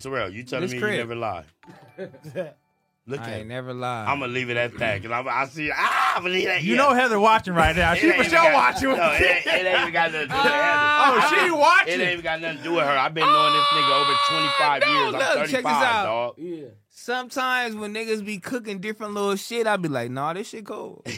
Speaker 2: Terrell, you telling
Speaker 1: This
Speaker 2: me
Speaker 1: crib.
Speaker 2: you never lied? Look
Speaker 1: I
Speaker 2: at
Speaker 1: ain't never lied.
Speaker 2: I'm gonna leave it at that. Cause I'm, I see. Ah, I believe that.
Speaker 6: You
Speaker 2: yeah.
Speaker 6: know Heather watching right now.
Speaker 2: It
Speaker 6: She
Speaker 2: ain't
Speaker 6: for
Speaker 2: even
Speaker 6: sure
Speaker 2: got-
Speaker 6: watching.
Speaker 2: No, it, ain't- it ain't even got nothing to do with
Speaker 6: Oh,
Speaker 2: Heather.
Speaker 6: she watching.
Speaker 2: It ain't even got nothing to do with her. I've been knowing this nigga over 25 years. I'm
Speaker 1: look,
Speaker 2: 35,
Speaker 1: check this out.
Speaker 2: dog.
Speaker 1: Sometimes when niggas be cooking different little shit, I be like, nah, this shit cold.
Speaker 6: You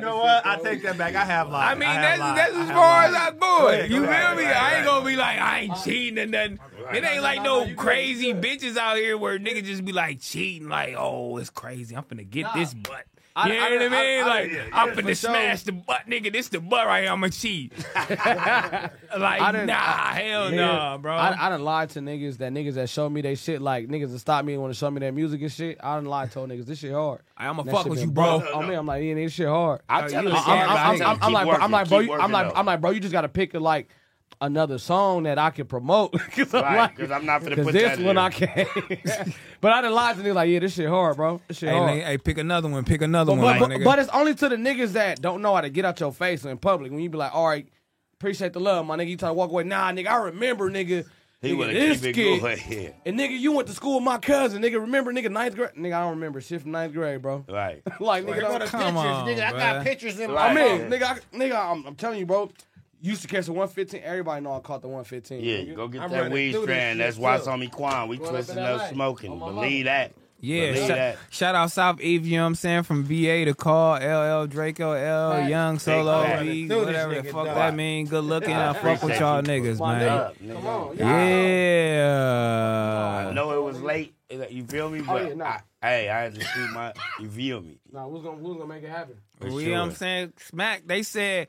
Speaker 6: know what? I take that back. I have lied.
Speaker 1: I mean,
Speaker 6: have
Speaker 1: that's,
Speaker 6: lied.
Speaker 1: that's as
Speaker 6: have
Speaker 1: far
Speaker 6: lied.
Speaker 1: as I
Speaker 6: Go
Speaker 1: go.
Speaker 6: ahead,
Speaker 1: you
Speaker 6: go
Speaker 1: feel
Speaker 6: ahead,
Speaker 1: me?
Speaker 6: right,
Speaker 1: I
Speaker 6: right,
Speaker 1: ain't gonna be like, I ain't cheating or nothing. It ain't like no, crazy bitches out here where niggas just be like cheating, like, oh, it's crazy. I'm finna get this butt.
Speaker 9: I-
Speaker 1: You know
Speaker 9: I-
Speaker 1: what I,
Speaker 9: I-
Speaker 1: mean?
Speaker 9: I-
Speaker 1: like,
Speaker 9: yeah,
Speaker 1: I'm
Speaker 9: yeah, for
Speaker 1: finna
Speaker 9: sure.
Speaker 1: smash the butt, nigga. This the butt right here. I'ma cheat. like,
Speaker 9: I done-
Speaker 1: nah,
Speaker 9: I-
Speaker 1: hell
Speaker 9: nigga,
Speaker 1: nah, bro.
Speaker 9: I, I done lied to niggas that niggas that showed me they shit like niggas that stopped me and want to show me their music and shit. I done lied to niggas this shit hard.
Speaker 1: I'ma
Speaker 9: And that
Speaker 1: fuck
Speaker 9: shit
Speaker 1: with
Speaker 9: been
Speaker 1: you, bro.
Speaker 9: bumped On me, I'm like, yeah, nigga, this shit hard.
Speaker 2: I tell
Speaker 9: I'm,
Speaker 2: him,
Speaker 9: I'm, I'm, I'm, I'm like, bro, I'm like, bro, you, I'm like,
Speaker 2: though.
Speaker 9: I'm like, bro, you just gotta pick like another song that I can promote. Cause I'm
Speaker 2: Right,
Speaker 9: like,
Speaker 2: 'cause I'm not finna
Speaker 9: 'cause
Speaker 2: put
Speaker 9: this
Speaker 2: that in
Speaker 9: one
Speaker 2: there.
Speaker 9: I can't. but I done lied to niggas like, yeah, this shit hard, bro. This shit
Speaker 1: Hey,
Speaker 9: hard.
Speaker 1: nigga, hey, pick another one. Pick another
Speaker 9: But,
Speaker 1: one,
Speaker 9: but,
Speaker 1: my nigga.
Speaker 9: but it's only to the niggas that don't know how to get out your face in public. When you be like, all right, appreciate the love, my nigga. You try to walk away. Nah, nigga, I remember, nigga.
Speaker 2: He
Speaker 9: nigga,
Speaker 2: would
Speaker 9: this
Speaker 2: have keep it
Speaker 9: kid-
Speaker 2: going.
Speaker 9: And nigga, you went to school with my cousin. Nigga, remember, nigga, ninth grade. Nigga, I don't remember shit from ninth grade, bro.
Speaker 2: Right.
Speaker 9: like,
Speaker 2: Like,
Speaker 9: nigga, don't,
Speaker 2: go to Come pictures, on, nigga. I got bruh. pictures in my
Speaker 9: I mean,
Speaker 2: phone.
Speaker 9: nigga, I, nigga, I'm, I'm telling you, bro. Used to catch the 115. Everybody know I caught the 115.
Speaker 2: Yeah,
Speaker 9: nigga.
Speaker 2: go get
Speaker 9: I'm
Speaker 2: that
Speaker 9: running
Speaker 2: weed
Speaker 9: through this
Speaker 2: strand.
Speaker 9: shit,
Speaker 2: That's why it's
Speaker 9: too.
Speaker 2: on me, Quan. We
Speaker 9: Going up
Speaker 2: twisting
Speaker 9: in LA.
Speaker 2: up smoking.
Speaker 9: On my
Speaker 2: Believe that.
Speaker 1: Yeah,
Speaker 2: Believe
Speaker 1: shout,
Speaker 2: that.
Speaker 1: shout out South Eve, you know what I'm saying? From VA to Call, LL, Draco, L,
Speaker 9: Facts.
Speaker 1: Young,
Speaker 9: Big
Speaker 1: Solo,
Speaker 9: facts.
Speaker 1: V,
Speaker 9: Do this
Speaker 1: whatever the
Speaker 9: nigga,
Speaker 1: fuck
Speaker 9: dog.
Speaker 1: that mean. Good looking. I fuck with
Speaker 2: Appreciate
Speaker 1: y'all
Speaker 2: you.
Speaker 1: niggas,
Speaker 2: My
Speaker 1: man.
Speaker 2: nigga. Come on, I
Speaker 1: Yeah.
Speaker 2: know it was late. You feel me?
Speaker 9: Oh,
Speaker 2: But
Speaker 9: yeah, nah.
Speaker 2: I- hey, I had to shoot my. You feel me?
Speaker 9: Nah, who's gonna, who's gonna make it happen?
Speaker 1: You
Speaker 2: For
Speaker 1: know what I'm
Speaker 2: sure.
Speaker 1: saying? Smack, they said,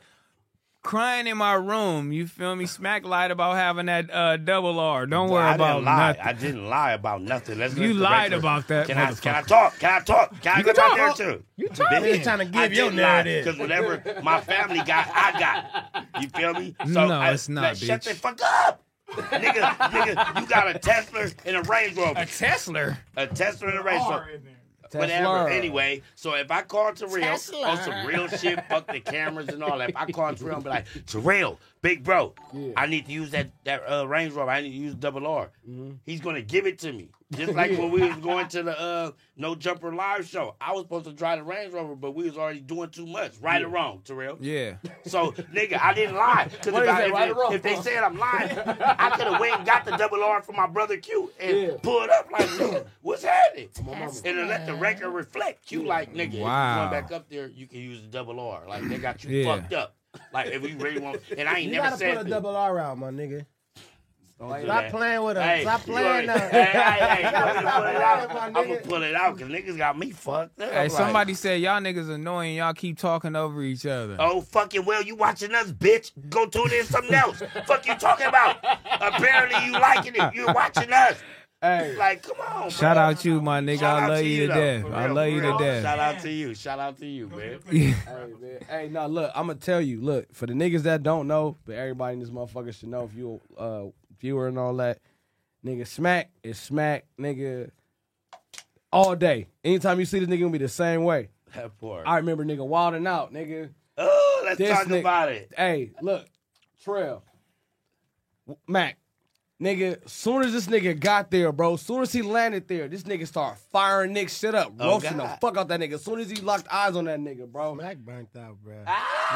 Speaker 1: crying in my room. You feel me? Smack lied about having that uh, double R. Don't worry
Speaker 2: I
Speaker 1: about
Speaker 2: didn't lie.
Speaker 1: nothing.
Speaker 2: I didn't lie about nothing. Let's
Speaker 1: You
Speaker 2: let's
Speaker 1: lied
Speaker 2: correct her.
Speaker 1: about that,
Speaker 2: Can I, can I
Speaker 1: motherfucker.
Speaker 2: talk? Can I talk? Can I
Speaker 1: You
Speaker 2: get
Speaker 1: can
Speaker 2: back
Speaker 1: talk.
Speaker 2: there too?
Speaker 1: You talking. He's trying to give your narrative.
Speaker 2: Because whatever my family got, I got. You feel me?
Speaker 1: No,
Speaker 2: I-
Speaker 1: it's not,
Speaker 2: let- Shut
Speaker 1: bitch.
Speaker 2: the fuck up. nigga, nigga, you got a Tesla and a Range Rover. A
Speaker 1: Tesla?
Speaker 2: A Tesla and a Range Rover. Whatever.
Speaker 9: Tesla.
Speaker 2: Anyway, so if I call Terrell
Speaker 9: Tesla.
Speaker 2: on some real shit, fuck the cameras and all that. If I call Terrell and be like, Terrell, big bro, I need to use that that uh, Range Rover. I need to use double R.
Speaker 9: Mm-hmm.
Speaker 2: He's gonna give it to me. Just like when we was going to the uh, No Jumper live show. I was supposed to drive the Range Rover, but we was already doing too much. Right or wrong, Terrell.
Speaker 1: Yeah.
Speaker 2: So, nigga, I didn't lie. Because if,
Speaker 9: What is
Speaker 2: I-
Speaker 9: that,
Speaker 2: if,
Speaker 9: right or wrong?
Speaker 2: if they said I'm lying, I could have went and got the double R from my brother Q and pulled up like, nigga, what's happening? And then let the record reflect. Q like, nigga, if you
Speaker 1: Wow.
Speaker 2: going back up there, you can use the double R. Like, they got you
Speaker 1: Yeah.
Speaker 2: fucked up. Like if we really want, and I ain't
Speaker 6: you
Speaker 2: never
Speaker 6: gotta
Speaker 2: said
Speaker 6: put a
Speaker 2: that.
Speaker 6: double R out, my
Speaker 2: do
Speaker 6: nigga. Stop
Speaker 2: that.
Speaker 6: playing with him.
Speaker 2: Hey,
Speaker 6: Stop
Speaker 2: you
Speaker 6: playing
Speaker 2: already-
Speaker 6: them.
Speaker 2: Hey, hey, hey, I'm gonna pull it out. I'm gonna pull it out because niggas got me fucked up.
Speaker 1: Hey,
Speaker 2: like,
Speaker 1: somebody said y'all niggas annoying. Y'all keep talking over each other.
Speaker 2: Oh fucking well, you watching us, bitch. Go tune in something else. Fuck you talking about? Apparently you liking it. You're watching us. Like come on. bro.
Speaker 1: Shout out you, my nigga.
Speaker 2: Shout
Speaker 1: I
Speaker 2: out
Speaker 1: love you, to
Speaker 2: though.
Speaker 1: death.
Speaker 2: For
Speaker 1: I
Speaker 2: real,
Speaker 1: love
Speaker 2: for
Speaker 1: you to
Speaker 2: real. Shout
Speaker 1: death.
Speaker 2: out to you. Shout out to you, man.
Speaker 9: Hey, no, look, I'm gonna tell you. Look, for the niggas that don't know, but everybody in this motherfucker should know if you a uh, viewer and all that. Nigga, smack is smack, nigga. All day, anytime you see this nigga, gonna be the same way.
Speaker 2: That part.
Speaker 9: I remember nigga wilding out, nigga.
Speaker 2: Oh,
Speaker 9: let's
Speaker 2: talk about it.
Speaker 9: Hey, look, Trail, W- Mac, nigga. Soon as this nigga got there, bro. Soon as he landed there, this nigga start firing Nick shit up,
Speaker 6: Oh,
Speaker 9: roasting the
Speaker 6: God.
Speaker 9: fuck out that nigga. Soon as he locked eyes on that nigga, bro.
Speaker 6: Mac burnt out, bro.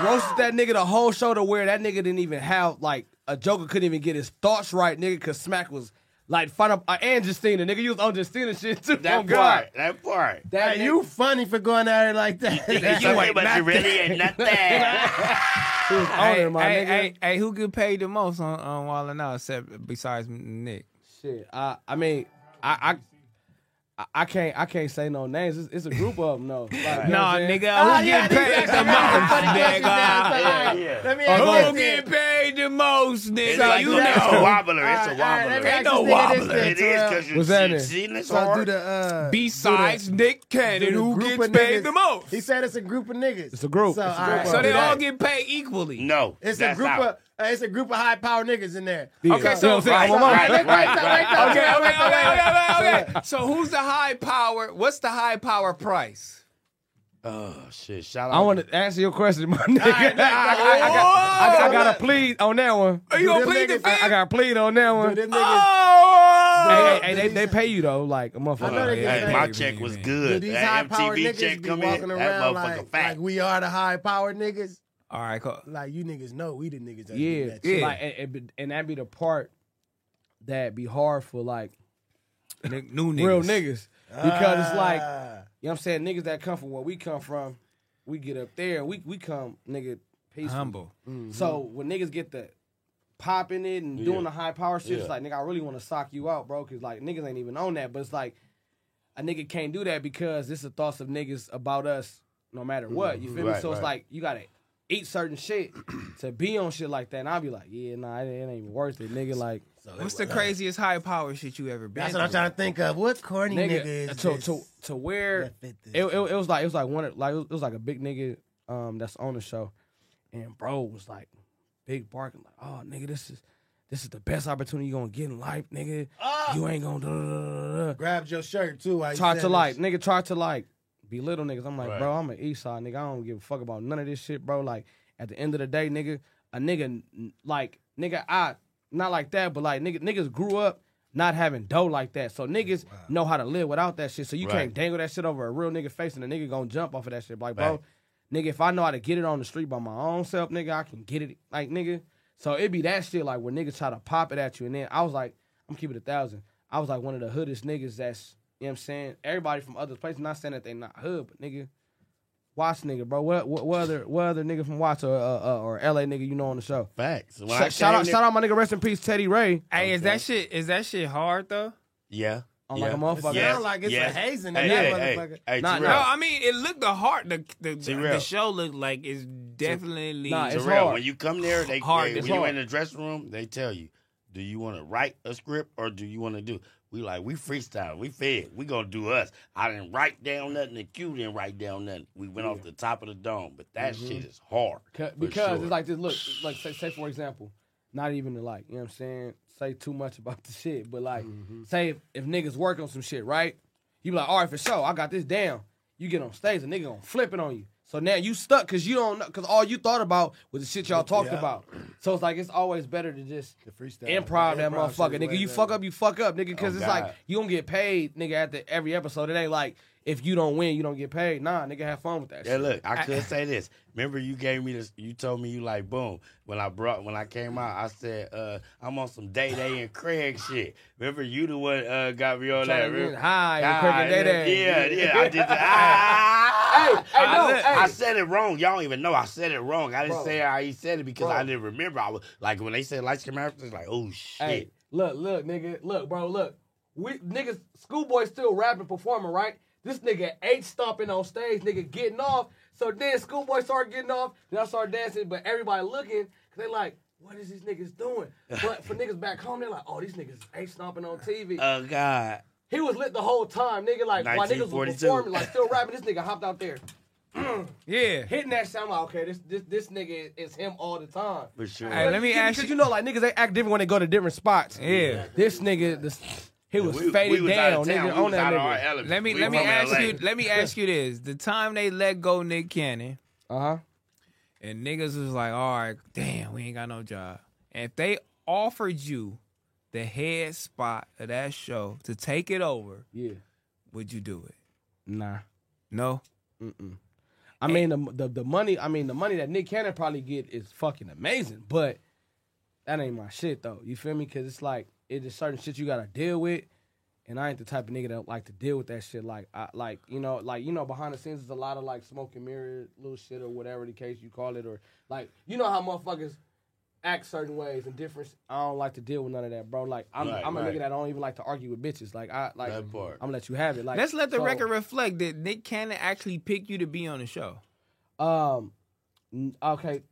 Speaker 9: Roasted that nigga the whole show to where that nigga didn't even have like a Joker couldn't even get his thoughts right, nigga, cause Smack was like fun up uh, and Justina, nigga. You was on Justina shit too.
Speaker 2: That
Speaker 9: oh,
Speaker 2: part.
Speaker 9: God.
Speaker 2: That part.
Speaker 9: That
Speaker 6: Hey, you funny for going at it like that.
Speaker 2: You think you ain't but you really ain't nothing.
Speaker 1: Hey,
Speaker 9: my
Speaker 1: hey,
Speaker 9: nigga.
Speaker 1: hey, hey, who get paid the most on, on Wildin' Out except besides Nick?
Speaker 9: Shit. I I mean, I I I can't I can't say no names. It's, it's a group of them though. Like, you know what
Speaker 1: Nah,
Speaker 9: I'm saying?
Speaker 1: nigga, who get paid the most, nigga?
Speaker 6: Let me
Speaker 1: Who
Speaker 6: ask you this.
Speaker 1: get paid the most, nigga?
Speaker 2: It's like
Speaker 1: you
Speaker 2: a-
Speaker 1: know.
Speaker 2: it's a wobbler. It's a
Speaker 1: All right, all
Speaker 2: wobbler.
Speaker 1: right, let me
Speaker 2: Ain't no
Speaker 1: ask this nigga this
Speaker 2: wobbler.
Speaker 1: then,
Speaker 2: It is
Speaker 1: Terrell.
Speaker 2: 'cause you What's that see- in? seen this
Speaker 6: So I do
Speaker 2: hard?
Speaker 6: the, uh,
Speaker 1: Besides Nick Cannon, who gets paid the most?
Speaker 6: He said it's a group of niggas.
Speaker 9: It's a group.
Speaker 6: So,
Speaker 9: It's a
Speaker 6: all
Speaker 9: group
Speaker 6: right.
Speaker 9: of
Speaker 1: So they
Speaker 9: them.
Speaker 1: all get paid equally.
Speaker 2: No,
Speaker 6: It's a group of uh, it's a group of high power niggas in there.
Speaker 9: Yeah.
Speaker 1: Okay,
Speaker 9: You know
Speaker 1: so
Speaker 9: what I'm saying?
Speaker 1: right,
Speaker 9: Right,
Speaker 1: right,
Speaker 9: right,
Speaker 1: right,
Speaker 9: right,
Speaker 1: right,
Speaker 9: right,
Speaker 1: okay,
Speaker 9: right,
Speaker 1: okay,
Speaker 9: right,
Speaker 1: okay,
Speaker 9: right,
Speaker 1: okay,
Speaker 9: right.
Speaker 1: okay, okay. So who's the high power? What's the high power price?
Speaker 2: Oh shit! Shout out.
Speaker 9: I want to answer your question, my nigga.
Speaker 1: right,
Speaker 9: I, I- I got, I,
Speaker 1: oh,
Speaker 9: got to plead on that one.
Speaker 1: Are you
Speaker 9: Do
Speaker 1: gonna
Speaker 9: them
Speaker 1: plead the
Speaker 9: niggas- I, I got to plead on that one.
Speaker 1: Oh!
Speaker 9: Hey, hey, hey, they, they pay you though, like a motherfucker.
Speaker 6: know they get
Speaker 2: Hey, my check was good.
Speaker 6: These high
Speaker 2: That
Speaker 6: powered
Speaker 2: MTV
Speaker 6: niggas
Speaker 2: check
Speaker 6: be
Speaker 2: come in.
Speaker 6: walking
Speaker 2: That
Speaker 6: around
Speaker 2: motherfucker
Speaker 6: like,
Speaker 2: fat.
Speaker 6: like we are the high powered niggas.
Speaker 1: All right, cool.
Speaker 6: Like you niggas know we the niggas that do
Speaker 9: Yeah,
Speaker 6: that shit.
Speaker 9: yeah. Like, and, and, be- and that be the part that be hard for like
Speaker 1: new
Speaker 9: real
Speaker 1: niggas.
Speaker 9: niggas because it's like you
Speaker 6: Ah.
Speaker 9: know what I'm saying niggas that come from where we come from, we get up there, we we come nigga peaceful. Mm-hmm.
Speaker 1: Humble.
Speaker 9: So when niggas get the popping it and doing
Speaker 1: Yeah.
Speaker 9: the high power shit, it's
Speaker 1: Yeah.
Speaker 9: like nigga, I really want to sock you out, bro, because like niggas ain't even on that, but it's like a nigga can't do that because it's the thoughts of niggas about us no matter what. You feel me?
Speaker 6: Right,
Speaker 9: So it's
Speaker 6: right.
Speaker 9: like you gotta eat certain shit to be on shit like that. And I'll be like, yeah, nah, it, it ain't even worth it, nigga. Like,
Speaker 1: What's the craziest high power shit you ever been?
Speaker 9: That's what I'm
Speaker 1: through?
Speaker 9: trying to think of. What
Speaker 6: corny nigga is
Speaker 9: to,
Speaker 6: this
Speaker 9: to to where it, it, it was like it was like one of- like it was like a big nigga um that's on the show, and bro was like big barking like oh nigga this is this is the best opportunity you gonna get in life nigga
Speaker 6: Ah.
Speaker 9: you ain't gonna da-da-da-da-da."
Speaker 6: Grabbed your shirt too. while you
Speaker 9: try
Speaker 6: said
Speaker 9: to
Speaker 6: this.
Speaker 9: like nigga try to like belittle niggas I'm like
Speaker 6: Right.
Speaker 9: bro I'm an east side nigga I don't give a fuck about none of this shit bro like at the end of the day nigga a nigga n- like nigga I not like that but like nigga niggas grew up not having dough like that so niggas know how to live without that shit so you
Speaker 6: Right.
Speaker 9: can't dangle that shit over a real nigga face and a nigga gonna jump off of that shit like bro
Speaker 6: Right.
Speaker 9: nigga if I know how to get it on the street by my own self nigga I can get it like nigga so it be that shit like where niggas try to pop it at you and then I was like I'm keeping it a thousand I was like one of the hoodest niggas that's you know what I'm saying everybody from other places not saying that they not hood but nigga Watts nigga, bro. What what, what other what other nigga from Watts or uh, uh, or LA nigga you know on the show?
Speaker 2: Facts.
Speaker 1: When I
Speaker 9: shout, shout out
Speaker 1: came
Speaker 9: shout out my nigga. Rest in peace, Teddy Ray.
Speaker 1: Hey, is that shit? Is that shit hard though?
Speaker 2: Yeah.
Speaker 9: I'm like a motherfucker.
Speaker 2: Yes,
Speaker 9: Sound like it's a
Speaker 2: yes.
Speaker 9: hazing
Speaker 2: Hey,
Speaker 9: in that
Speaker 2: hey,
Speaker 9: motherfucker.
Speaker 2: Hey, hey,
Speaker 1: no,
Speaker 2: Terrell.
Speaker 1: no, I mean it looked the hard. The the,
Speaker 2: Terrell.
Speaker 1: the show looked like it's definitely
Speaker 2: Terrell, When you come there, they,
Speaker 1: hard.
Speaker 2: they-
Speaker 1: it's
Speaker 2: when
Speaker 1: hard.
Speaker 2: you in the dressing room, they tell you, do you want to write a script or do you want to do? We like we freestyle, we fed, we gonna do us. I didn't write down nothing. The Q didn't write down nothing. We went off the top of the dome, but that
Speaker 9: Mhm.
Speaker 2: shit is hard.
Speaker 9: Ca-
Speaker 2: for
Speaker 9: because
Speaker 2: sure.
Speaker 9: it's like this. Look, like say, say for example, not even to like you know what I'm saying. Say too much about the shit, but like
Speaker 6: Mm-hmm.
Speaker 9: say if, if niggas work on some shit, right? You be like, all right, for sure, I got this down. You get on stage, a nigga gonna flip it on you. So now you stuck because you don't know because all you thought about was the shit y'all talked
Speaker 6: Yeah.
Speaker 9: about. So it's like it's always better to just
Speaker 6: freestyle.
Speaker 9: improv that
Speaker 6: Improv
Speaker 9: motherfucker,
Speaker 6: shit is
Speaker 9: nigga.
Speaker 6: way
Speaker 9: You
Speaker 6: better.
Speaker 9: fuck up, you fuck up, nigga. Because
Speaker 6: Oh,
Speaker 9: it's
Speaker 6: God.
Speaker 9: like you don't get paid, nigga, after every episode. It ain't like if you don't win, you don't get paid. Nah, nigga, have fun with that.
Speaker 16: Yeah,
Speaker 9: shit.
Speaker 16: look, I could say this. Remember, you gave me this. You told me you like boom when I brought when I came out. I said uh, I'm on some day day and Craig shit. Remember, you the one uh, got me on
Speaker 9: Tryna
Speaker 16: that.
Speaker 9: get
Speaker 16: remember?
Speaker 9: high and Craig and Day
Speaker 16: Yeah,
Speaker 9: Day.
Speaker 16: yeah, I did ah, that.
Speaker 9: Hey, hey,
Speaker 16: I,
Speaker 9: no,
Speaker 16: look,
Speaker 9: hey.
Speaker 16: ah, I said it wrong. Y'all don't even know. I said it wrong. I didn't
Speaker 9: Bro.
Speaker 16: say how he said it because
Speaker 9: Bro.
Speaker 16: I didn't remember. I was like when they said lights come out, it's like oh shit.
Speaker 9: Hey, look, look, nigga, look, bro, look. We niggas, schoolboy still rapping, performing, right? This nigga eight stomping on stage, nigga getting off. So then schoolboy started getting off, then I started dancing, but everybody looking, cause they like, what is these niggas doing? But for niggas back home, they're like, oh, these niggas eight stomping on
Speaker 2: Uh,
Speaker 9: TV.
Speaker 16: Oh god.
Speaker 9: he was lit the whole time, nigga. Like while niggas was
Speaker 16: 1942.
Speaker 9: performing, like still rapping, this nigga hopped out there.
Speaker 1: Yeah.
Speaker 9: Hitting that sound like, okay, this this this nigga is, is him all the time.
Speaker 16: For sure.
Speaker 1: Hey, let me ask
Speaker 9: Because
Speaker 1: you-
Speaker 9: you know, like niggas, they act different when they go to different spots.
Speaker 1: Yeah.
Speaker 9: This nigga, this, he was
Speaker 1: We-
Speaker 9: faded
Speaker 1: we was out
Speaker 9: down,
Speaker 1: of town.
Speaker 9: nigga,
Speaker 1: We
Speaker 9: on
Speaker 1: was
Speaker 9: that
Speaker 1: out of
Speaker 9: nigga.
Speaker 1: our element. Let me let me ask you let me ask you this: the time they let go Nick Cannon,
Speaker 9: uh huh,
Speaker 1: and niggas was like, all right, damn, we ain't got no job. And if they offered you the head spot of that show to take it over,
Speaker 9: yeah,
Speaker 1: would you do it?
Speaker 9: Nah.
Speaker 1: No.
Speaker 9: Mm-mm. I mean the, the the money. I mean the money that Nick Cannon probably get is fucking amazing, but that ain't my shit though. You feel me? Because it's like it is certain shit you gotta deal with, and I ain't the type of nigga that like to deal with that shit. Like I like you know like you know behind the scenes is a lot of like smoke and mirror little shit or whatever the case you call it, or like you know how motherfuckers act certain ways and different. I don't like to deal with none of that, bro. Like I'm
Speaker 1: Right,
Speaker 9: I'm a
Speaker 1: right.
Speaker 9: nigga that don't even like to argue with bitches. Like I like
Speaker 1: That part.
Speaker 9: I'm gonna let you have it. Like
Speaker 1: Let's let the
Speaker 9: so-
Speaker 1: record reflect that Nick Cannon actually picked you to be on the show.
Speaker 9: Um, n- okay.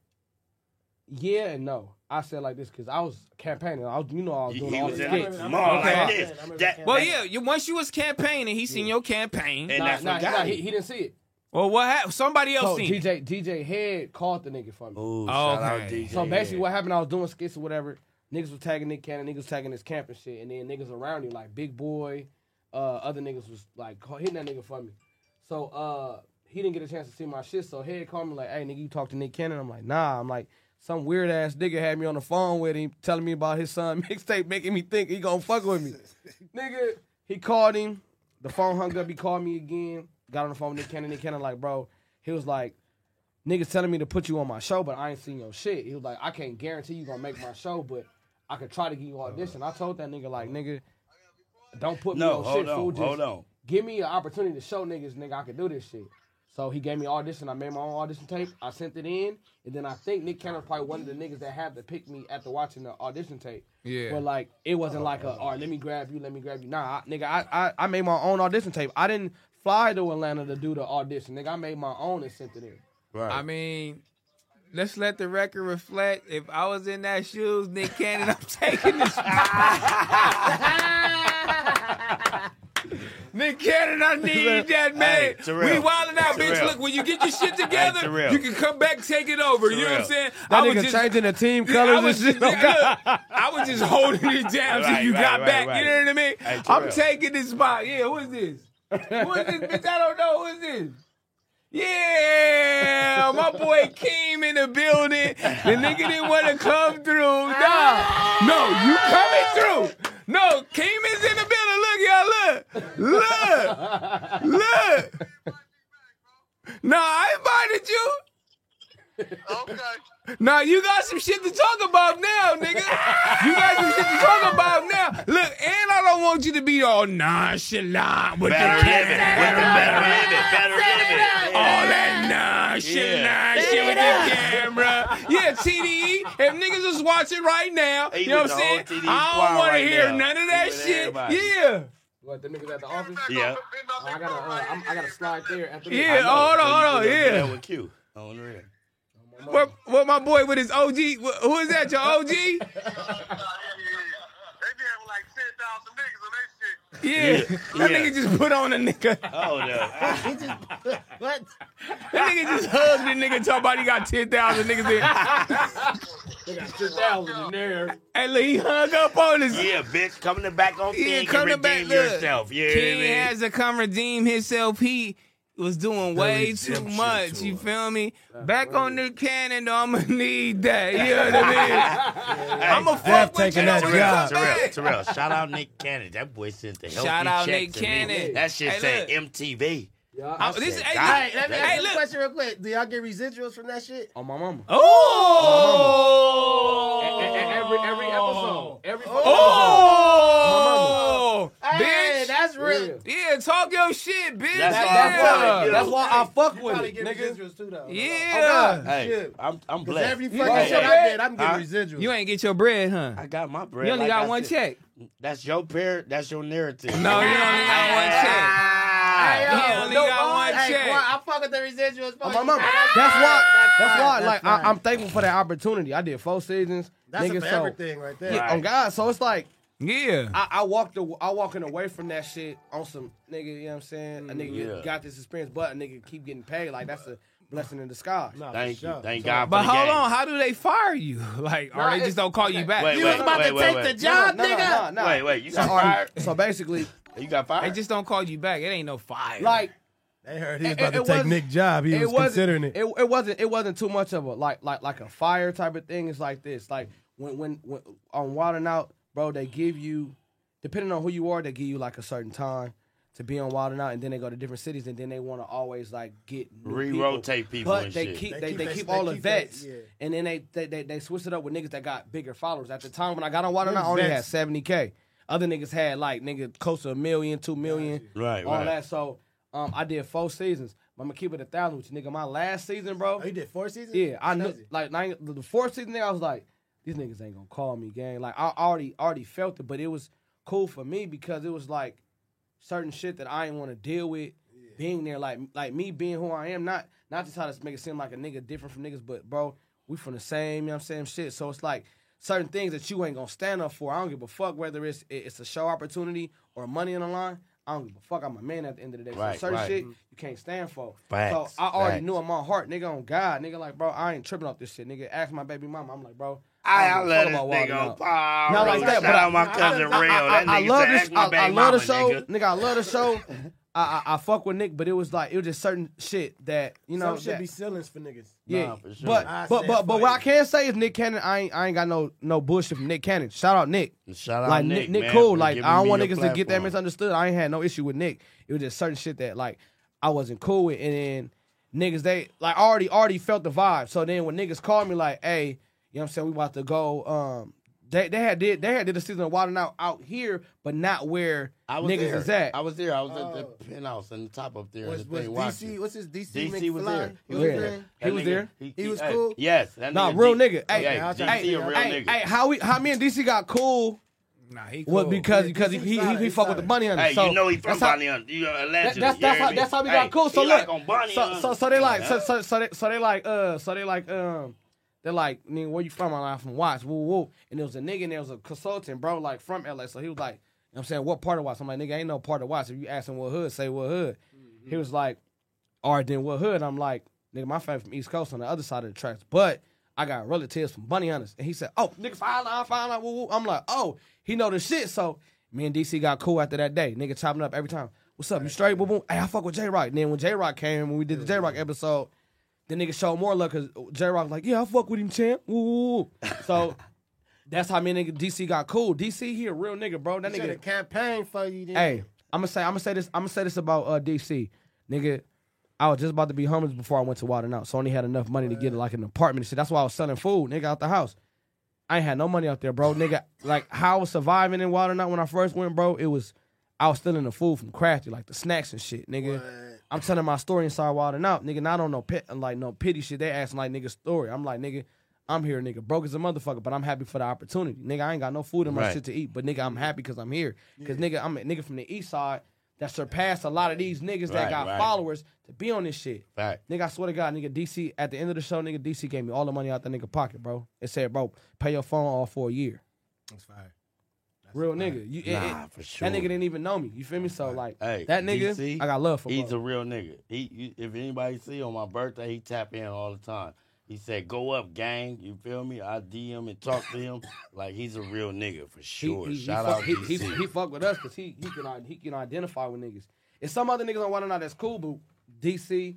Speaker 9: Yeah and no. I said like this because I was campaigning. I was, you know, I was doing
Speaker 16: he
Speaker 9: all
Speaker 16: was
Speaker 9: this
Speaker 16: in it
Speaker 9: shit.
Speaker 16: small like
Speaker 9: Okay.
Speaker 16: this. That-
Speaker 1: well, yeah, you, once you was campaigning, he seen your campaign,
Speaker 9: Nah, nah, nah, he, he didn't see it.
Speaker 1: Well, what happened? Somebody else
Speaker 9: So
Speaker 1: seen. it.
Speaker 9: DJ DJ Head called the nigga for me.
Speaker 16: Oh,
Speaker 1: shout out Okay. DJ
Speaker 9: So basically,
Speaker 1: Head.
Speaker 9: what happened? I was doing skits or whatever. Niggas was tagging Nick Cannon. Niggas was tagging his camp and shit. And then niggas around him like Big Boy, uh, other niggas was like call, hitting that nigga for me. So uh, he didn't get a chance to see my shit. So Head called me like, "Hey, nigga, you talk to Nick Cannon?" I'm like, "Nah." I'm like, some weird ass nigga had me on the phone with him, telling me about his son mixtape, making me think he gonna fuck with me. nigga, he called him. The phone hung up. He called me again. Got on the phone with Nick Cannon. Nick Cannon like, bro, he was like, niggas telling me to put you on my show, but I ain't seen your shit. He was like, I can't guarantee you gonna make my show, but I could try to give you an audition. I told that nigga like, nigga, don't put me
Speaker 16: No,
Speaker 9: on
Speaker 16: hold
Speaker 9: shit. fool.
Speaker 16: on,
Speaker 9: Just
Speaker 16: hold on.
Speaker 9: Give me an opportunity to show niggas, nigga, I can do this shit. So he gave me audition. I made my own audition tape. I sent it in, and then I think Nick Cannon probably one of the niggas that have to pick me after watching the audition tape.
Speaker 1: Yeah.
Speaker 9: But like, it wasn't like a, all right, let me grab you, let me grab you. Nah, I, nigga, I, I I made my own audition tape. I didn't fly to Atlanta to do the audition, nigga. I made my own and sent it in.
Speaker 1: I mean, let's let the record reflect. If I was in that shoes, Nick Cannon, I'm taking this. Nick Cannon, I need that man.
Speaker 16: Terrell.
Speaker 1: we wilding out, bitch.
Speaker 16: Terrell.
Speaker 1: Look, when you get your shit together,
Speaker 16: Hey, Terrell.
Speaker 1: you can come back, take it over. You know what I'm
Speaker 16: Terrell.
Speaker 1: saying?
Speaker 9: That
Speaker 1: I was
Speaker 9: nigga
Speaker 1: just-
Speaker 9: changing the team
Speaker 1: Yeah,
Speaker 9: colors
Speaker 1: I was,
Speaker 9: and shit.
Speaker 1: yeah, look, I was just holding it down till
Speaker 16: Oh, Right,
Speaker 1: you
Speaker 16: right,
Speaker 1: got
Speaker 16: right,
Speaker 1: back.
Speaker 16: right.
Speaker 1: You know what I mean?
Speaker 16: Hey,
Speaker 1: I'm
Speaker 16: Terrell.
Speaker 1: taking this spot. Yeah, who is this? Who is this bitch? I don't know. Who is this? Yeah, my boy came in the building. The nigga didn't want to come through. Nah, no, you coming through. No, Keem is in the building. Look, y'all, look, look, look. Nah, I invited you. Now you got some shit to talk about now, nigga. You got some shit to talk about now. Look, and I don't want you to be all nonchalant with
Speaker 16: Better
Speaker 1: the
Speaker 16: living,
Speaker 1: kids.
Speaker 16: better living, better living.
Speaker 1: All that nonchalant shit with the camera. Yeah, TDE. If niggas is watching right now,
Speaker 16: He
Speaker 1: you know what
Speaker 16: with
Speaker 1: I'm
Speaker 16: the
Speaker 1: saying?
Speaker 16: whole TDE
Speaker 1: I don't
Speaker 16: squad
Speaker 1: want
Speaker 16: right
Speaker 1: to hear
Speaker 16: now.
Speaker 1: none of
Speaker 16: He
Speaker 1: that
Speaker 16: with
Speaker 1: shit.
Speaker 16: everybody.
Speaker 1: Yeah.
Speaker 9: What the niggas at the office?
Speaker 16: Yeah.
Speaker 9: Oh, I gotta, uh, I'm, I gotta slide there. After this.
Speaker 1: Yeah,
Speaker 9: I know.
Speaker 1: hold on, hold on,
Speaker 9: So you can, uh,
Speaker 1: yeah.
Speaker 16: With Q on the real.
Speaker 1: What, what my boy with his OG? wh- Who is that? Your OG? Yeah,
Speaker 16: Yeah,
Speaker 1: that
Speaker 16: yeah.
Speaker 1: nigga just put on a nigga.
Speaker 16: Hold up.
Speaker 6: what?
Speaker 1: That nigga just hugged the nigga. Talking about he got ten thousand niggas in.
Speaker 9: They got 2,000 in there.
Speaker 1: Hey, look, he hung up on us.
Speaker 16: Yeah, bitch, coming to back on
Speaker 1: Yeah,
Speaker 16: thing
Speaker 1: come
Speaker 16: and
Speaker 1: to back.
Speaker 16: redeem
Speaker 1: Look,
Speaker 16: yourself. Yeah,
Speaker 1: King has to come redeem himself. He, was doing way too
Speaker 24: redemption
Speaker 1: much. You feel me? Back on the cannon, though, I'ma need that. You know what I mean? I'ma fuck with you.
Speaker 2: Terrell,
Speaker 1: on the
Speaker 2: Terrell,
Speaker 1: back.
Speaker 2: Terrell, Terrell, shout out Nick Cannon. That boy sent the healthy
Speaker 1: Shout out
Speaker 2: check
Speaker 1: Nick
Speaker 2: to me.
Speaker 1: Cannon.
Speaker 2: That shit
Speaker 1: Hey,
Speaker 2: said MTV.
Speaker 1: I'm- this-
Speaker 2: said,
Speaker 1: hey,
Speaker 2: God,
Speaker 6: All right, let me
Speaker 2: that-
Speaker 6: ask you a question real quick. Do y'all get residuals from that shit?
Speaker 9: On my mama. E-,
Speaker 1: Oh!
Speaker 6: Every every episode.
Speaker 9: Every
Speaker 1: Oh!
Speaker 6: Hey,
Speaker 1: Bitch.
Speaker 6: that's real.
Speaker 1: Yeah, talk your shit, bitch.
Speaker 6: That's
Speaker 1: yeah.
Speaker 6: why I fuck with you.
Speaker 9: That's why I fuck
Speaker 6: You
Speaker 9: with
Speaker 6: probably
Speaker 9: it,
Speaker 6: get
Speaker 9: nigga.
Speaker 6: residuals too, though.
Speaker 1: Yeah.
Speaker 2: Hey, I'm, I'm
Speaker 6: Because
Speaker 2: blessed.
Speaker 6: every
Speaker 1: fucking shit I did, I'm
Speaker 2: Huh?
Speaker 6: getting residuals.
Speaker 1: You ain't get your bread, huh?
Speaker 2: I got my bread.
Speaker 1: You only
Speaker 2: like
Speaker 1: got
Speaker 2: I
Speaker 1: one
Speaker 2: said.
Speaker 1: check.
Speaker 2: That's your pair. That's your narrative.
Speaker 1: No, you only got one check.
Speaker 6: Hey, yo,
Speaker 1: He only
Speaker 6: no,
Speaker 1: got
Speaker 6: oh,
Speaker 1: one
Speaker 6: hey,
Speaker 1: check.
Speaker 6: Boy, I fuck with the residuals. Fuck
Speaker 9: my mama. That's why. That's why. Like I, I'm thankful for that opportunity. I did four seasons.
Speaker 6: That's a
Speaker 9: nigga,
Speaker 6: forever
Speaker 9: so,
Speaker 6: thing right there.
Speaker 9: Yeah,
Speaker 6: Right.
Speaker 9: On God, so it's like.
Speaker 1: Yeah.
Speaker 9: I, I walked. aw- I walking away from that shit on some nigga. You know what I'm saying? A nigga get-
Speaker 2: Mm, Yeah.
Speaker 9: got this experience, but a nigga keep getting paid. Like that's a blessing in disguise.
Speaker 6: Oh,
Speaker 2: Thank you. Thank God for
Speaker 1: But
Speaker 2: the
Speaker 1: hold
Speaker 2: game.
Speaker 1: on, how do they fire you? Like,
Speaker 9: Nah,
Speaker 1: or they
Speaker 9: it's-
Speaker 1: just don't call you back?
Speaker 2: Wait, You wait, was about to wait, wait, take wait. the job, nigga? Wait, wait, you got
Speaker 9: all right,
Speaker 2: fired?
Speaker 9: So basically,
Speaker 2: you got
Speaker 1: They just don't call you back. It ain't no fire.
Speaker 9: like
Speaker 6: they heard he was
Speaker 9: it-
Speaker 6: about
Speaker 9: it
Speaker 6: to take
Speaker 9: wasn't-
Speaker 6: Nick's job. He was
Speaker 9: wasn't-
Speaker 6: considering it.
Speaker 9: It, it wasn't. It wasn't too much of a like like like a fire type of thing. It's like this. Like when when, when on Wild 'N Out, bro, they give you depending on who you are, they give you like a certain time to be on Wild 'N Out, and then they go to different cities, and then they want to always like get new
Speaker 2: Re-rotate people
Speaker 9: But
Speaker 2: and
Speaker 9: they
Speaker 2: shit.
Speaker 9: keep
Speaker 2: They
Speaker 9: they,
Speaker 2: keep
Speaker 9: they,
Speaker 2: that-
Speaker 9: keep
Speaker 2: they
Speaker 9: all the
Speaker 2: keep that-
Speaker 9: vets,
Speaker 2: yeah.
Speaker 9: and then they they, they they switched it up with niggas that got bigger followers. At the time when I got on Wild 'N Out, I
Speaker 6: Them
Speaker 9: only had
Speaker 6: vets.
Speaker 9: seventy k. Other niggas had like nigga close to a million, two million,
Speaker 2: Right,
Speaker 9: all
Speaker 2: right.
Speaker 9: that. So um, I did four seasons. I'm gonna keep it a thousand with you, nigga. My last season, bro.
Speaker 6: you Oh, did four seasons?
Speaker 9: Yeah, I knew.
Speaker 6: Crazy.
Speaker 9: Like nine, the the fourth season, nigga, I was like, these niggas ain't gonna call me, gang. Like I already already felt it, but it was cool for me because it was like certain shit that I didn't want to deal with. Being there, like like me being who I am, not not just how to make it seem like a nigga different from niggas, but bro, we from the same, you know what I'm saying, shit. So it's like certain things that you ain't gonna stand up for. I don't give a fuck whether it's it- it's a show opportunity or money on the line. I don't give a fuck. I'm a man at the end of the day.
Speaker 2: Right,
Speaker 9: so certain
Speaker 2: right.
Speaker 9: shit you can't stand for.
Speaker 2: Facts,
Speaker 9: so I already
Speaker 2: facts.
Speaker 9: knew in my heart, nigga, on God, nigga, like, bro, I ain't tripping off this shit, nigga. Ask my baby mama. I'm like, bro,
Speaker 2: I, I
Speaker 9: don't give a
Speaker 2: love this
Speaker 9: fuck about
Speaker 2: nigga
Speaker 9: Wild
Speaker 2: on
Speaker 9: 'N Out.
Speaker 2: Power.
Speaker 9: Not like that,
Speaker 2: Shout
Speaker 9: but
Speaker 2: out
Speaker 9: I-
Speaker 2: my cousin
Speaker 9: I- I-
Speaker 2: Real.
Speaker 9: I,
Speaker 2: That
Speaker 9: I
Speaker 2: nigga
Speaker 9: love
Speaker 2: said,
Speaker 9: this.
Speaker 2: "Ask my
Speaker 9: I, I
Speaker 2: baby
Speaker 9: love
Speaker 2: mama,
Speaker 9: the show,
Speaker 2: nigga."
Speaker 9: nigga. I love the show. I, I I fuck with Nick, but it was like it was just certain shit that you know.
Speaker 6: Some should
Speaker 9: that-
Speaker 6: be ceilings for niggas.
Speaker 9: yeah,
Speaker 6: I
Speaker 9: but but
Speaker 6: said
Speaker 9: but but
Speaker 6: fuck
Speaker 9: what
Speaker 6: it.
Speaker 9: I can say is Nick Cannon. I ain't I ain't got no no bullshit from Nick Cannon. Shout out Nick.
Speaker 2: Shout out
Speaker 9: like
Speaker 2: Nick, man,
Speaker 9: cool.
Speaker 2: for
Speaker 9: Like
Speaker 2: giving
Speaker 9: I don't
Speaker 2: me
Speaker 9: want
Speaker 2: your
Speaker 9: niggas to get that
Speaker 2: platform.
Speaker 9: misunderstood. I ain't had no issue with Nick. It was just certain shit that like I wasn't cool with, and then niggas they like I already already felt the vibe. So then when niggas called me like, hey, you know what I'm saying? We about to go. Um, they they had did they had did a season of Wild 'N Out out here, but not where
Speaker 2: I was
Speaker 9: niggas
Speaker 2: there.
Speaker 9: is at.
Speaker 2: I was there. I was at the penthouse in the top up there.
Speaker 9: Was-
Speaker 2: in the
Speaker 9: was
Speaker 2: thing
Speaker 9: DC
Speaker 2: watching.
Speaker 6: what's his DC
Speaker 2: DC was
Speaker 6: McFly?
Speaker 2: there.
Speaker 6: He was
Speaker 9: Yeah.
Speaker 6: there.
Speaker 9: He was
Speaker 2: nigga-
Speaker 9: there.
Speaker 6: He was
Speaker 2: hey,
Speaker 6: cool?
Speaker 2: Yes. that
Speaker 9: Nah,
Speaker 2: nigga
Speaker 9: real
Speaker 2: D-
Speaker 9: nigga. Hey,
Speaker 2: Yeah,
Speaker 9: hey,
Speaker 2: DC a real
Speaker 9: hey,
Speaker 2: nigga.
Speaker 9: hey, how we how me and DC got cool.
Speaker 1: Nah, he
Speaker 9: was
Speaker 2: cool.
Speaker 9: because
Speaker 2: Yeah,
Speaker 9: because
Speaker 2: DC
Speaker 9: he he,
Speaker 2: solid,
Speaker 9: he
Speaker 2: he
Speaker 9: fuck with the
Speaker 2: solid.
Speaker 9: bunny hunter.
Speaker 2: Hey,
Speaker 9: so
Speaker 2: you know he from
Speaker 9: that's how-
Speaker 2: Bonnie Hunter. You allegedly.
Speaker 9: That- that's that's
Speaker 2: you
Speaker 9: how
Speaker 2: hear me?
Speaker 9: that's how we
Speaker 2: Hey,
Speaker 9: got cool. So
Speaker 2: he
Speaker 9: look,
Speaker 2: like on Bonnie
Speaker 9: so,
Speaker 2: Hunt.
Speaker 9: so so they like so,
Speaker 2: Yeah.
Speaker 9: so so they so they like uh so they like um they like nigga where you from? I'm like, "I'm from Watts. Woo woo. And there was a nigga and there was a consultant bro like from LA. So he was like, you know what I'm saying what part of Watts? I'm like nigga ain't no part of Watts. If you ask him what hood, say what hood. He was like, all right then what hood? I'm like nigga my family from East Coast on the other side of the tracks, but. I got relatives from Bunny Hunters. And he said, Oh, nigga, find out, find out. Woo, woo. I'm like, Oh, he know the shit. So me and DC got cool after that day. Nigga chopping up every time. What's up? You straight? Boom, boom. Hey, I fuck with J Rock. And then when J Rock came, when we did the J Rock episode, the nigga showed more love because J Rock was like, Yeah, I fuck with him, champ. Woo, woo, woo. So that's how me and nigga DC got cool. DC, he a real nigga, bro. That
Speaker 6: He should
Speaker 9: nigga
Speaker 6: have campaigned for you. Then.
Speaker 9: Hey, I'm gonna say I'm gonna say this I'm gonna say this about uh, DC, nigga. I was just about to be homeless before I went to Wild 'N Out, so I only had enough money to get like an apartment and shit. That's why I was selling food, nigga, out the house. I ain't had no money out there, bro, nigga. Like how I was surviving in Wild 'N Out when I first went, bro. It was I was stealing the food from Crafty, like the snacks and shit, nigga. I'm telling my story inside Wild 'N Out, nigga. Not on no pit, like no pity shit. They asking like nigga story. I'm like nigga. I'm here, nigga. Broke as a motherfucker, but I'm happy for the opportunity. Nigga, I ain't got no food in my
Speaker 2: Right.
Speaker 9: shit to eat, but nigga, I'm happy because I'm here. Because nigga, I'm a nigga from the east side that surpassed a lot of these niggas that
Speaker 2: Right,
Speaker 9: got
Speaker 2: right.
Speaker 9: followers to be on this shit.
Speaker 2: Fact.
Speaker 9: Nigga, I swear to God, nigga, DC, at the end of the show, nigga, DC gave me all the money out the nigga pocket, bro. It said, bro, pay your phone off for a year.
Speaker 6: That's fire.
Speaker 9: Real nigga. You, it-
Speaker 2: Nah,
Speaker 9: it-
Speaker 2: for sure.
Speaker 9: That nigga didn't even know me. You feel me? So, like,
Speaker 2: Hey,
Speaker 9: that nigga,
Speaker 2: DC,
Speaker 9: I got love for
Speaker 2: He's
Speaker 9: bro.
Speaker 2: a real nigga. He, you, if anybody see on my birthday, he tap in all the time. He said, "Go up, gang." You feel me? I DM and talk to him like he's a real nigga for
Speaker 9: He-
Speaker 2: sure.
Speaker 9: he, he
Speaker 2: Shout
Speaker 9: fuck,
Speaker 2: out
Speaker 9: he,
Speaker 2: DC.
Speaker 9: he, he fuck with us because he he can i- he can identify with niggas. And some other niggas on one or not that's cool, but DC.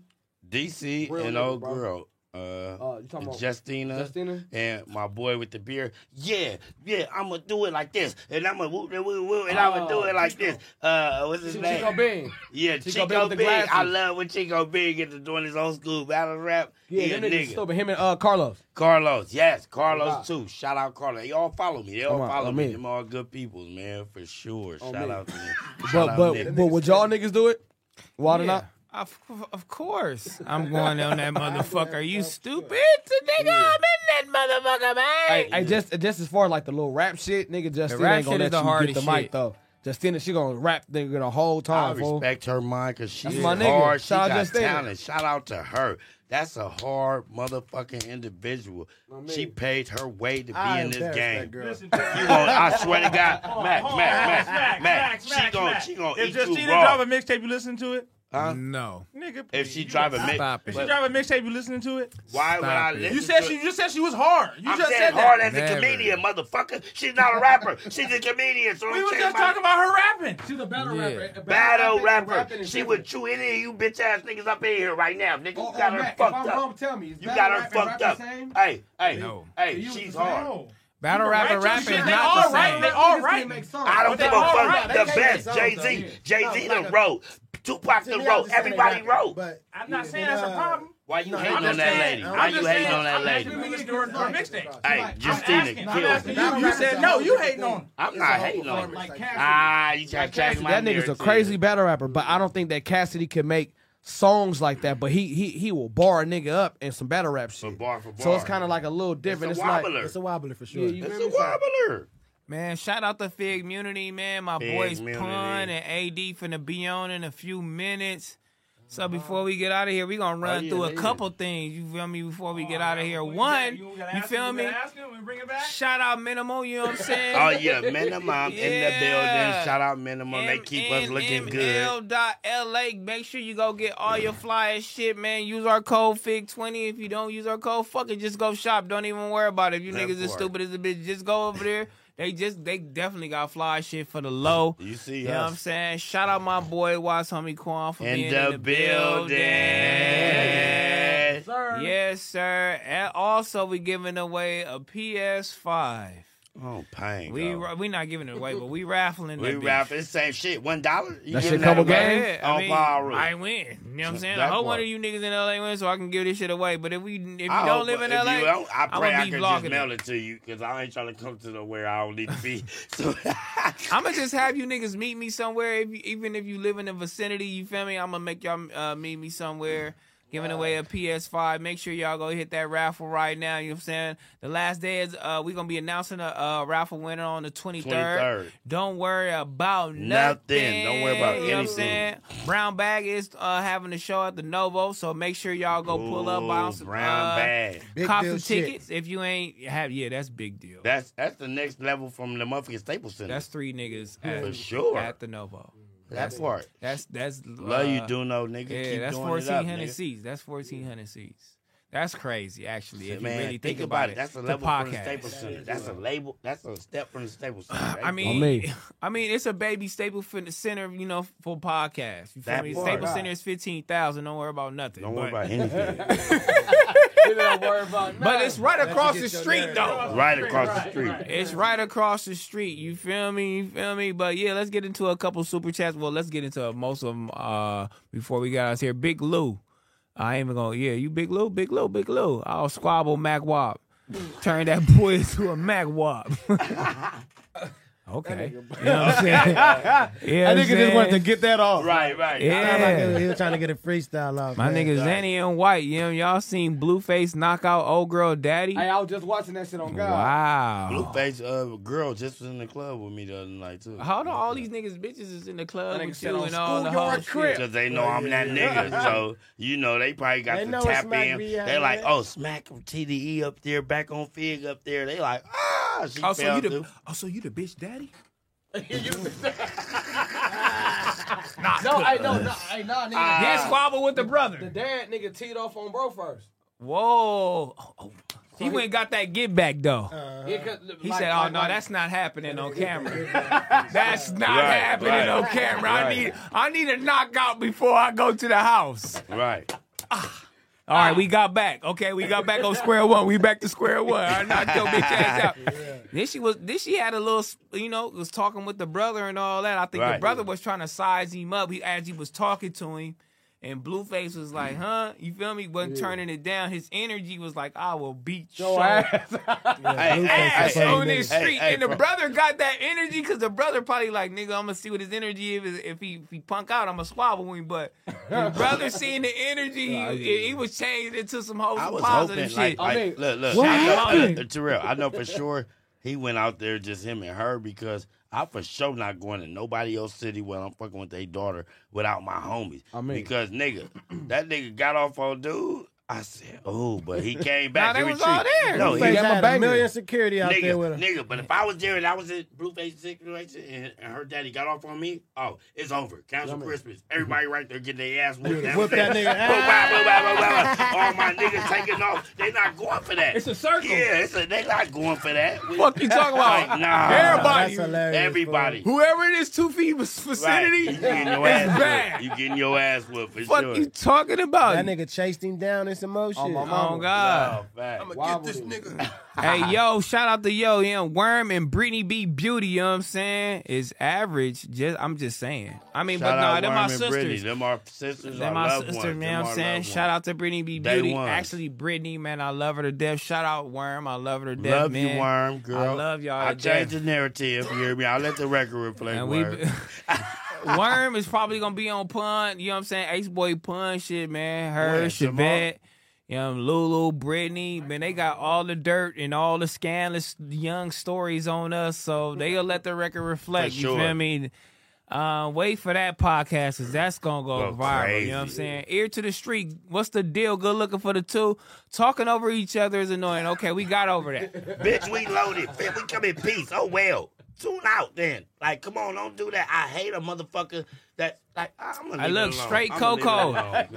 Speaker 2: DC
Speaker 9: Real
Speaker 2: and
Speaker 9: nigga,
Speaker 2: old
Speaker 9: bro.
Speaker 2: girl. Uh,
Speaker 9: Uh, you talking about
Speaker 2: Justina,
Speaker 9: Justina?
Speaker 2: and my boy with the beard. Yeah, yeah, I'm gonna do it like this, and I'm gonna woo, woo, woo, woo, and I'm gonna do
Speaker 9: Oh,
Speaker 2: it like this. Uh, what's his
Speaker 9: Chico
Speaker 2: name?
Speaker 9: Bean.
Speaker 2: Yeah,
Speaker 9: Chico
Speaker 2: Chico,
Speaker 9: Bean with the
Speaker 2: Big. I
Speaker 9: glasses.
Speaker 2: love when Chico Big gets to doing his old school battle rap.
Speaker 9: Yeah,
Speaker 2: he a
Speaker 9: that nigga
Speaker 2: nigga.
Speaker 9: stupid. Him and uh, Carlos.
Speaker 2: Carlos, yes,
Speaker 9: Wow.
Speaker 2: Carlos too. Shout out Carlos. They all follow me. They all
Speaker 9: Come on,
Speaker 2: follow
Speaker 9: on
Speaker 2: me.
Speaker 9: me.
Speaker 2: Them all good people, man, for sure.
Speaker 9: On
Speaker 2: Shout
Speaker 9: me.
Speaker 2: out to them. Shout
Speaker 9: But
Speaker 2: out
Speaker 9: but
Speaker 2: Nick.
Speaker 9: but would y'all niggas do it? Why
Speaker 1: Yeah.
Speaker 9: not?
Speaker 1: Of, of course, I'm going on that motherfucker. Are you stupid, nigga? I'm in that motherfucker, man.
Speaker 9: Hey, hey, just just as far as like the little rap shit, nigga. Justin
Speaker 1: rap
Speaker 9: ain't
Speaker 1: shit
Speaker 9: gonna
Speaker 1: is
Speaker 9: let
Speaker 1: the
Speaker 9: you get
Speaker 1: hardest
Speaker 9: the mic
Speaker 1: shit.
Speaker 9: though. Justina, she gonna rap nigga the
Speaker 2: I
Speaker 9: whole time. fool.
Speaker 2: respect her mind because
Speaker 9: That's
Speaker 2: she's
Speaker 9: my nigga.
Speaker 2: hard. She
Speaker 9: Shout out
Speaker 2: got
Speaker 9: Justina.
Speaker 2: talent. Shout out to her. That's a hard motherfucking individual. She paid her way to be
Speaker 9: I
Speaker 2: in this
Speaker 9: embarrassed
Speaker 2: game.
Speaker 9: that girl.
Speaker 2: You gon' I swear to God, Mac, Mac, Mac, Mac, She
Speaker 6: Max,
Speaker 2: gon'
Speaker 6: Max.
Speaker 2: she gon'
Speaker 6: If
Speaker 2: eat
Speaker 6: Justina
Speaker 2: you raw.
Speaker 6: drop a mixtape, you listen to it?
Speaker 2: Huh?
Speaker 1: No.
Speaker 6: Nigga,
Speaker 2: If she drive a mix,
Speaker 6: Stop If she drop a mixtape, you listening to it?
Speaker 2: Why would I listen
Speaker 6: You said
Speaker 2: to
Speaker 6: she.
Speaker 2: it?
Speaker 6: You said she was hard. You
Speaker 2: I'm
Speaker 6: just
Speaker 2: saying
Speaker 6: said
Speaker 2: hard
Speaker 6: that.
Speaker 2: as a comedian, motherfucker. She's not a rapper. She's a comedian. So
Speaker 6: We was just talking about her rapping. She's a battle
Speaker 2: rapper. Battle rapper. She would chew any of you bitch ass niggas up in here right now. Nigga, you got her
Speaker 9: Oh, Mac, if
Speaker 2: fucked
Speaker 9: I'm
Speaker 2: up.
Speaker 9: wrong, tell me. Is
Speaker 2: You
Speaker 9: battle
Speaker 2: got her
Speaker 9: rap and rap
Speaker 2: fucked
Speaker 9: the
Speaker 2: up.
Speaker 9: same?
Speaker 2: Hey, hey,
Speaker 9: No.
Speaker 2: hey,
Speaker 9: was
Speaker 2: she's
Speaker 9: the same.
Speaker 2: hard.
Speaker 1: Battle rapper
Speaker 2: Right,
Speaker 1: rap is
Speaker 2: you
Speaker 1: not
Speaker 2: shit, they
Speaker 1: the
Speaker 2: all
Speaker 1: same.
Speaker 2: right, they all right. I don't give a fuck. The best, Jay Z, Jay Z the road, Tupac the
Speaker 6: me, I
Speaker 2: road,
Speaker 6: understand
Speaker 2: everybody
Speaker 6: that,
Speaker 2: road.
Speaker 6: I'm not saying that's a problem.
Speaker 2: Why you
Speaker 6: No,
Speaker 2: hating
Speaker 6: I'm
Speaker 2: on
Speaker 6: just
Speaker 2: that
Speaker 6: saying-
Speaker 2: lady?
Speaker 6: I'm
Speaker 2: Why you
Speaker 6: just
Speaker 2: hating
Speaker 6: saying-
Speaker 2: on that
Speaker 6: I'm
Speaker 2: lady?
Speaker 6: asking niggas during her mixtape.
Speaker 2: Hey, Justina,
Speaker 6: asking- I'm asking
Speaker 2: kill
Speaker 6: you.
Speaker 2: her.
Speaker 6: You said no, you hating on her.
Speaker 2: I'm
Speaker 6: It's a
Speaker 2: not
Speaker 6: whole
Speaker 2: hating on her.
Speaker 6: performance. Like Cassidy.
Speaker 2: Ah, you trying to change my
Speaker 9: that nigga's a
Speaker 2: narrative.
Speaker 9: crazy battle rapper, but I don't think that Cassidy can make songs like that. But he he he will bar a nigga up in some battle rap shit.
Speaker 2: bar for
Speaker 9: So it's
Speaker 2: bar.
Speaker 9: kind of like a little different.
Speaker 2: It's
Speaker 9: It's,
Speaker 2: a
Speaker 9: like
Speaker 2: wobbler. It's a
Speaker 9: wobbler for
Speaker 2: sure. It's a wobbler.
Speaker 1: Man, shout out to Fig Munity, man. My
Speaker 2: Fig
Speaker 1: boys
Speaker 2: Munity.
Speaker 1: Pun and AD finna be on in a few minutes. So before we get out of here, we gonna run
Speaker 2: Oh, yeah,
Speaker 1: through a
Speaker 2: they is.
Speaker 1: couple things. You feel me? Before we get out of here, Oh, one, you, feel me? Shout out Minimal. You know what I'm saying?
Speaker 2: Oh yeah, minimum in the building. Shout out minimum. They keep us looking good.
Speaker 1: L.A. Make sure you go get all your fly ass shit, man. Use our code FIG20. If you don't use our code, fuck it. Just go shop. Don't even worry about it. If you
Speaker 2: That
Speaker 1: niggas is
Speaker 2: part.
Speaker 1: stupid as a bitch, just go over there. They just they definitely got fly shit for the low.
Speaker 2: You see
Speaker 1: You know what
Speaker 2: us.
Speaker 1: I'm saying? Shout out my boy Wise Homie Quan for being in
Speaker 2: In the
Speaker 1: the
Speaker 2: building.
Speaker 1: Yes,
Speaker 2: sir.
Speaker 1: Yes, sir. And also, we giving away a PS5.
Speaker 2: Oh, pain.
Speaker 1: We
Speaker 2: dog.
Speaker 1: ra- we not giving it away, but we raffling
Speaker 2: we
Speaker 1: that bitch.
Speaker 2: rapping the same shit. One dollar. You
Speaker 9: That shit
Speaker 2: giving
Speaker 9: couple
Speaker 2: away?
Speaker 9: games?
Speaker 1: I,
Speaker 2: on
Speaker 1: mean,
Speaker 2: Power Room.
Speaker 1: I win. You know what I'm saying? I
Speaker 2: That
Speaker 1: hope one
Speaker 2: part.
Speaker 1: of you niggas in LA win so I can give this shit away. But if we if you
Speaker 2: I
Speaker 1: don't
Speaker 2: hope-
Speaker 1: live in
Speaker 2: Oh, if
Speaker 1: LA,
Speaker 2: you don't, I
Speaker 1: am
Speaker 2: pray I
Speaker 1: be
Speaker 2: can just
Speaker 1: vlogging
Speaker 2: mail it to you because I ain't trying to come to nowhere I don't need to be. So
Speaker 1: I'm gonna just have you niggas meet me somewhere. If you, even if you live in the vicinity, you feel me? I'm gonna make y'all uh, meet me somewhere. Giving away a PS5. Make sure y'all go hit that raffle right now. You know what I'm saying? The last day is uh we gonna be announcing a uh, raffle winner on the 23rd.
Speaker 2: 23rd.
Speaker 1: Don't worry about nothing.
Speaker 2: Nothing. Don't worry about
Speaker 1: You know what I'm
Speaker 2: anything.
Speaker 1: saying? Brown Bag is uh, having a show at the Novo, so make sure y'all go pull up
Speaker 2: Ooh,
Speaker 1: on some
Speaker 2: Brown
Speaker 1: uh,
Speaker 2: Bag. Big
Speaker 1: cop some
Speaker 2: deal shit.
Speaker 1: tickets if you ain't have. Yeah, that's big deal.
Speaker 2: that's that's the next level from the motherfucking Staples Center.
Speaker 1: That's three niggas at,
Speaker 2: For sure.
Speaker 1: at the Novo.
Speaker 2: That
Speaker 1: That's-
Speaker 2: part.
Speaker 1: That's that's
Speaker 2: Love you, Duno, nigga.
Speaker 1: uh, Yeah, that's
Speaker 2: Keep doing it up,
Speaker 1: fourteen hundred
Speaker 2: nigga.
Speaker 1: seats. That's fourteen hundred seats. That's crazy, actually.
Speaker 2: Yeah,
Speaker 1: if
Speaker 2: man,
Speaker 1: you really
Speaker 2: think, about it. That's a
Speaker 1: the
Speaker 2: level from the
Speaker 1: podcast.
Speaker 2: Staples Center. That's a label. That's a step from the Staples Center. That's
Speaker 1: I
Speaker 2: dope.
Speaker 1: mean, I mean, it's a baby staple for the center, you know, for podcasts. You feel
Speaker 2: That
Speaker 1: me?
Speaker 2: part.
Speaker 1: Staple center is fifteen thousand. Don't worry about nothing.
Speaker 2: Don't worry
Speaker 1: but-
Speaker 2: about anything.
Speaker 1: But it's right
Speaker 2: Let you
Speaker 1: across
Speaker 2: get
Speaker 1: the
Speaker 2: your
Speaker 1: street,
Speaker 2: nerve.
Speaker 1: though.
Speaker 2: Right across the street.
Speaker 1: It's right across the street. You feel me? You feel me? But yeah, let's get into a couple super chats. Well, let's get into most of them uh, before we got out here. Big Lou. I ain't even gonna. Yeah, you Big Lou, Big Lou, Big Lou. I'll squabble Mac Wop. Turn that boy into a Mac Wop. okay. You know what I'm saying? Yeah,
Speaker 26: that nigga just wanted to
Speaker 1: get that off.
Speaker 2: Right, right.
Speaker 26: Yeah.
Speaker 1: Yeah.
Speaker 26: he, was, trying to get a freestyle off.
Speaker 1: My
Speaker 26: man.
Speaker 1: nigga Zanny and White, you know, y'all seen Blueface knock out old girl daddy?
Speaker 9: Hey, I was just watching that shit on God.
Speaker 1: Wow.
Speaker 2: Blueface uh, girl just was in the club with me the other night too.
Speaker 1: Hold on, all these niggas bitches is in the club
Speaker 9: That nigga
Speaker 1: with
Speaker 9: said
Speaker 1: you
Speaker 9: on
Speaker 1: and all the
Speaker 9: school, you're
Speaker 1: whole
Speaker 9: a crip.
Speaker 1: shit.
Speaker 2: Cause they know I'm that
Speaker 1: Yeah.
Speaker 2: nigga, so you know they probably got
Speaker 1: They
Speaker 2: to
Speaker 1: know
Speaker 2: tap
Speaker 1: Smack
Speaker 2: in.
Speaker 1: be out
Speaker 2: They like,
Speaker 1: there.
Speaker 2: oh, smack from TDE up there, back on Fig up there. They like, ah, she
Speaker 1: Oh,
Speaker 2: oh,
Speaker 1: so
Speaker 2: fell
Speaker 1: you the-
Speaker 2: too.
Speaker 1: Oh, so you the bitch daddy?
Speaker 9: No, hey, no, no, hey, nah, nigga.
Speaker 1: Ah. Then squabble with the brother.
Speaker 9: The dad nigga teed off on bro first.
Speaker 1: Whoa. Oh, oh. He went and got that get back though. He said, "Oh no, that's not happening on camera. that's not
Speaker 2: Right,
Speaker 1: happening
Speaker 2: right,
Speaker 1: on camera. I
Speaker 2: right.
Speaker 1: need, I need a knockout before I go to the house." Ah.
Speaker 2: Right.
Speaker 1: All right, we got back. Okay, we got back on square one. We back to square one. I knocked your bitch ass out. Then she was, then she had a little, you know, was talking with the brother and all that. I think the
Speaker 2: Right.
Speaker 1: brother was trying to size him up. He as he was talking to him, and Blueface was like, "Huh?" You feel me? Wasn't turning it down. His energy was like, "I will beat your ass,
Speaker 2: Hey,
Speaker 1: ass
Speaker 2: hey,
Speaker 1: on
Speaker 2: hey,
Speaker 1: this
Speaker 2: hey,
Speaker 1: street."
Speaker 2: hey,
Speaker 1: and the
Speaker 2: bro.
Speaker 1: brother got that energy because the brother probably like, "Nigga, I'm gonna see what his energy is. If he if he punk out, I'm gonna swallow him." But the brother seeing the energy, he, he, was changed into some whole
Speaker 2: I was
Speaker 1: positive
Speaker 2: hoping,
Speaker 1: shit.
Speaker 2: like, like look, look,
Speaker 1: What
Speaker 2: I know,
Speaker 1: happened?
Speaker 2: uh, Terrell, I know for sure he went out there just him and her because I for sure not going to nobody else city where I'm fucking with their daughter without my homies. I mean, because nigga, that nigga got off on dude. I said, oh, but he came back.
Speaker 6: Nah,
Speaker 2: he
Speaker 6: they was
Speaker 2: retreated.
Speaker 6: all there.
Speaker 2: No,
Speaker 6: He
Speaker 2: he
Speaker 6: had a million security out
Speaker 2: nigga,
Speaker 6: there with him.
Speaker 2: Nigga, but if I was there and I was in Blueface situation and, and her daddy got off on me, oh, it's over. Council Christmas. Everybody right there getting their ass whooped.
Speaker 6: Whoop
Speaker 2: was
Speaker 6: that
Speaker 2: it. Boom, bow, bow, bow, bow,
Speaker 6: nigga
Speaker 2: bow. All my niggas taking off. They not going for that. It's a circle. Yeah, it's a, they not going for that. We-
Speaker 1: Fuck you talking about?
Speaker 2: Like, nah.
Speaker 1: Everybody. That's hilarious,
Speaker 2: Everybody.
Speaker 1: Whoever in this two feet vicinity
Speaker 2: You
Speaker 1: is
Speaker 2: getting your ass whooped.
Speaker 1: bad.
Speaker 2: You getting your ass whooped for
Speaker 1: Fuck
Speaker 2: sure.
Speaker 1: you talking about?
Speaker 6: That nigga chased him down in some more shit.
Speaker 1: Oh, my mama. Oh, God.
Speaker 2: I'ma
Speaker 6: get this nigga.
Speaker 1: hey, yo, shout out to yo, yeah, Worm and Brittany B Beauty, you know what I'm saying? Is average. Just I'm just saying. I mean,
Speaker 2: Shout
Speaker 1: but nah,
Speaker 2: out
Speaker 1: they're my
Speaker 2: Worm and
Speaker 1: sisters.
Speaker 2: Brittany. Them our sisters.
Speaker 1: They're
Speaker 2: our
Speaker 1: my
Speaker 2: loved
Speaker 1: sister,
Speaker 2: ones.
Speaker 1: man.
Speaker 2: Them
Speaker 1: I'm
Speaker 2: our
Speaker 1: saying,
Speaker 2: loved
Speaker 1: shout out to Brittany B.
Speaker 2: Day
Speaker 1: Beauty.
Speaker 2: ones.
Speaker 1: Actually, Brittany, man, I love her to death. Shout out Worm, I love her to death,
Speaker 2: love
Speaker 1: man.
Speaker 2: you, Worm, girl.
Speaker 1: I love y'all.
Speaker 2: I
Speaker 1: to death.
Speaker 2: changed the narrative. You hear me? I let the record reflect.
Speaker 1: And we-
Speaker 2: Worm.
Speaker 1: Worm is probably gonna be on pun. You know what I'm saying? Ace boy pun shit, man. Her,
Speaker 2: When,
Speaker 1: Chevette, you know, Lulu, Brittany. Man, they got all the dirt and all the scandalous young stories on us. So they'll let the record reflect.
Speaker 2: For
Speaker 1: You feel
Speaker 2: sure.
Speaker 1: me? Uh, wait for that podcast because that's gonna go
Speaker 2: Go
Speaker 1: viral. You know what I'm
Speaker 2: crazy.
Speaker 1: saying? Ear to the street. What's the deal? Good looking for the two. Talking over each other is annoying. Okay, we got over that.
Speaker 2: Bitch, we loaded. Bitch, we come in peace. Oh well. Tune out then. Like, come on, don't do that. I hate a motherfucker that like I'm gonna
Speaker 1: I
Speaker 2: leave it
Speaker 1: look
Speaker 2: alone.
Speaker 1: straight
Speaker 2: I'ma leave it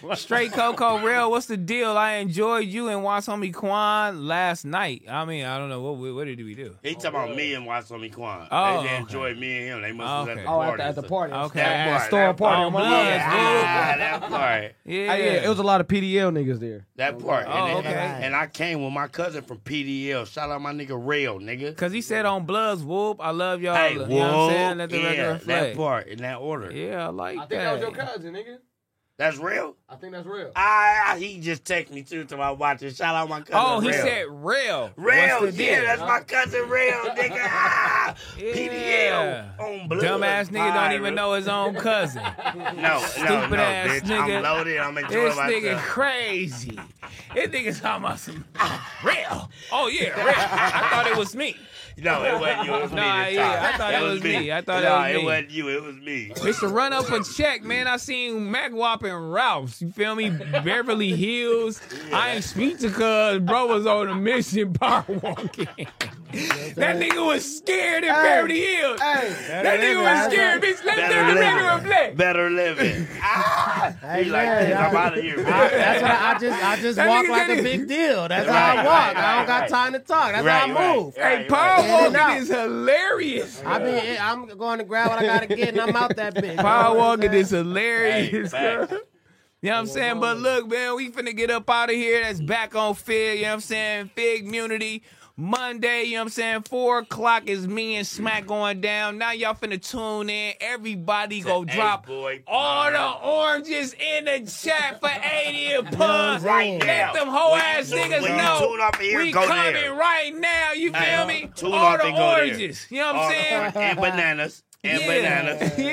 Speaker 1: Coco.
Speaker 2: alone.
Speaker 1: Straight Coco Real, what's the deal? I enjoyed you and Watch Homie Quan last night. I mean, I don't know what what did we do?
Speaker 2: He talking about me and Wasomi Kwan.
Speaker 1: Oh,
Speaker 2: they
Speaker 1: okay.
Speaker 2: enjoy me and him. They must have
Speaker 1: Okay.
Speaker 2: at the
Speaker 1: Oh,
Speaker 2: party.
Speaker 1: at the- at the
Speaker 27: party.
Speaker 1: Okay,
Speaker 2: That
Speaker 27: At
Speaker 2: part,
Speaker 27: store
Speaker 2: that
Speaker 27: party.
Speaker 2: part.
Speaker 27: I'm on my
Speaker 2: Yeah, that part.
Speaker 28: Ah,
Speaker 1: Yeah.
Speaker 27: Hey, yeah, it was a lot of PDL niggas there.
Speaker 2: That part.
Speaker 1: Oh,
Speaker 2: and, then-
Speaker 1: okay.
Speaker 2: and I came with my cousin from PDL. Shout out my nigga Rail, nigga.
Speaker 1: Cause he said on Bloods, whoop, I love y'all.
Speaker 2: Hey,
Speaker 1: you
Speaker 2: whoa.
Speaker 1: know what I'm saying? Let the record
Speaker 2: yeah, that
Speaker 1: reflect.
Speaker 2: part in that order.
Speaker 1: Yeah, I like
Speaker 9: I think that
Speaker 1: that.
Speaker 9: was your cousin, nigga.
Speaker 2: That's real.
Speaker 9: I think that's real.
Speaker 2: I, I he just texted me too to my watch and shout out my cousin.
Speaker 1: oh, he
Speaker 2: Rail.
Speaker 1: said real.
Speaker 2: Rail,
Speaker 1: What's the
Speaker 2: yeah,
Speaker 1: deal?
Speaker 2: that's my cousin Rail, nigga. Ah,
Speaker 1: Yeah.
Speaker 2: PDL on blood.
Speaker 1: Dumbass nigga don't even know his own cousin.
Speaker 2: No, no,
Speaker 1: Stupid
Speaker 2: no,
Speaker 1: ass
Speaker 2: bitch.
Speaker 1: nigga.
Speaker 2: I'm loaded. I'm enjoying
Speaker 1: This
Speaker 2: myself.
Speaker 1: nigga crazy. This nigga talking about some real. Oh yeah, real. I thought it was me.
Speaker 2: No, it wasn't you. It was me.
Speaker 1: Nah,
Speaker 2: this
Speaker 1: yeah,
Speaker 2: time.
Speaker 1: I thought
Speaker 2: That
Speaker 1: it was me. I thought it
Speaker 2: Nah,
Speaker 1: was me.
Speaker 2: it wasn't you. It was me.
Speaker 1: It's a run up a check, man. I seen Mac Wop and Ralphs. You feel me? Beverly Hills. I ain't speak to cuz bro was on a mission bar walking. that nigga was scared in
Speaker 27: Hey,
Speaker 1: Beverly Hills.
Speaker 27: hey.
Speaker 1: that nigga was scared, bitch. Let the record reflect.
Speaker 2: Better living. Ah, he like
Speaker 6: man,
Speaker 2: this. I'm
Speaker 6: I-
Speaker 2: out of here.
Speaker 6: I- that's what I, I just I just
Speaker 1: That
Speaker 6: walk
Speaker 1: nigga
Speaker 6: like
Speaker 1: got
Speaker 6: a
Speaker 1: it.
Speaker 6: big deal. That's how I
Speaker 1: Right,
Speaker 6: walk.
Speaker 1: right,
Speaker 6: I don't
Speaker 1: right,
Speaker 6: got time to talk. That's
Speaker 1: Right,
Speaker 6: how I
Speaker 1: right,
Speaker 6: move.
Speaker 1: right, Hey, Paul
Speaker 6: In and
Speaker 1: walking
Speaker 6: out.
Speaker 1: is hilarious.
Speaker 6: I mean, eh, I'm going to grab what I gotta get, and I'm out that
Speaker 1: Power
Speaker 6: bitch. You know what I'm
Speaker 1: walking
Speaker 6: saying?
Speaker 1: is hilarious.
Speaker 6: Hey,
Speaker 1: girl. You know what I'm saying? But look, man, we finna get up out of here. That's back on Fig. You know what I'm saying? Fig Immunity. Monday, you know what I'm saying? Four o'clock is me and Smack going down. Now y'all finna tune in. Everybody go drop
Speaker 2: boy.
Speaker 1: all the oranges in the chat for 80 and
Speaker 2: what I'm
Speaker 1: Pun.
Speaker 2: saying?
Speaker 1: Let them whole ass
Speaker 2: When you-
Speaker 1: niggas
Speaker 2: when you
Speaker 1: know
Speaker 2: tune up here,
Speaker 1: we
Speaker 2: go
Speaker 1: coming
Speaker 2: there.
Speaker 1: right now. You feel
Speaker 2: Hey, uh,
Speaker 1: me?
Speaker 2: Tune
Speaker 1: all
Speaker 2: up
Speaker 1: the
Speaker 2: and go there.
Speaker 1: oranges. You know what I'm
Speaker 2: All the
Speaker 1: saying?
Speaker 2: orange- And bananas. And
Speaker 1: Yeah.
Speaker 2: bananas.
Speaker 1: Yeah,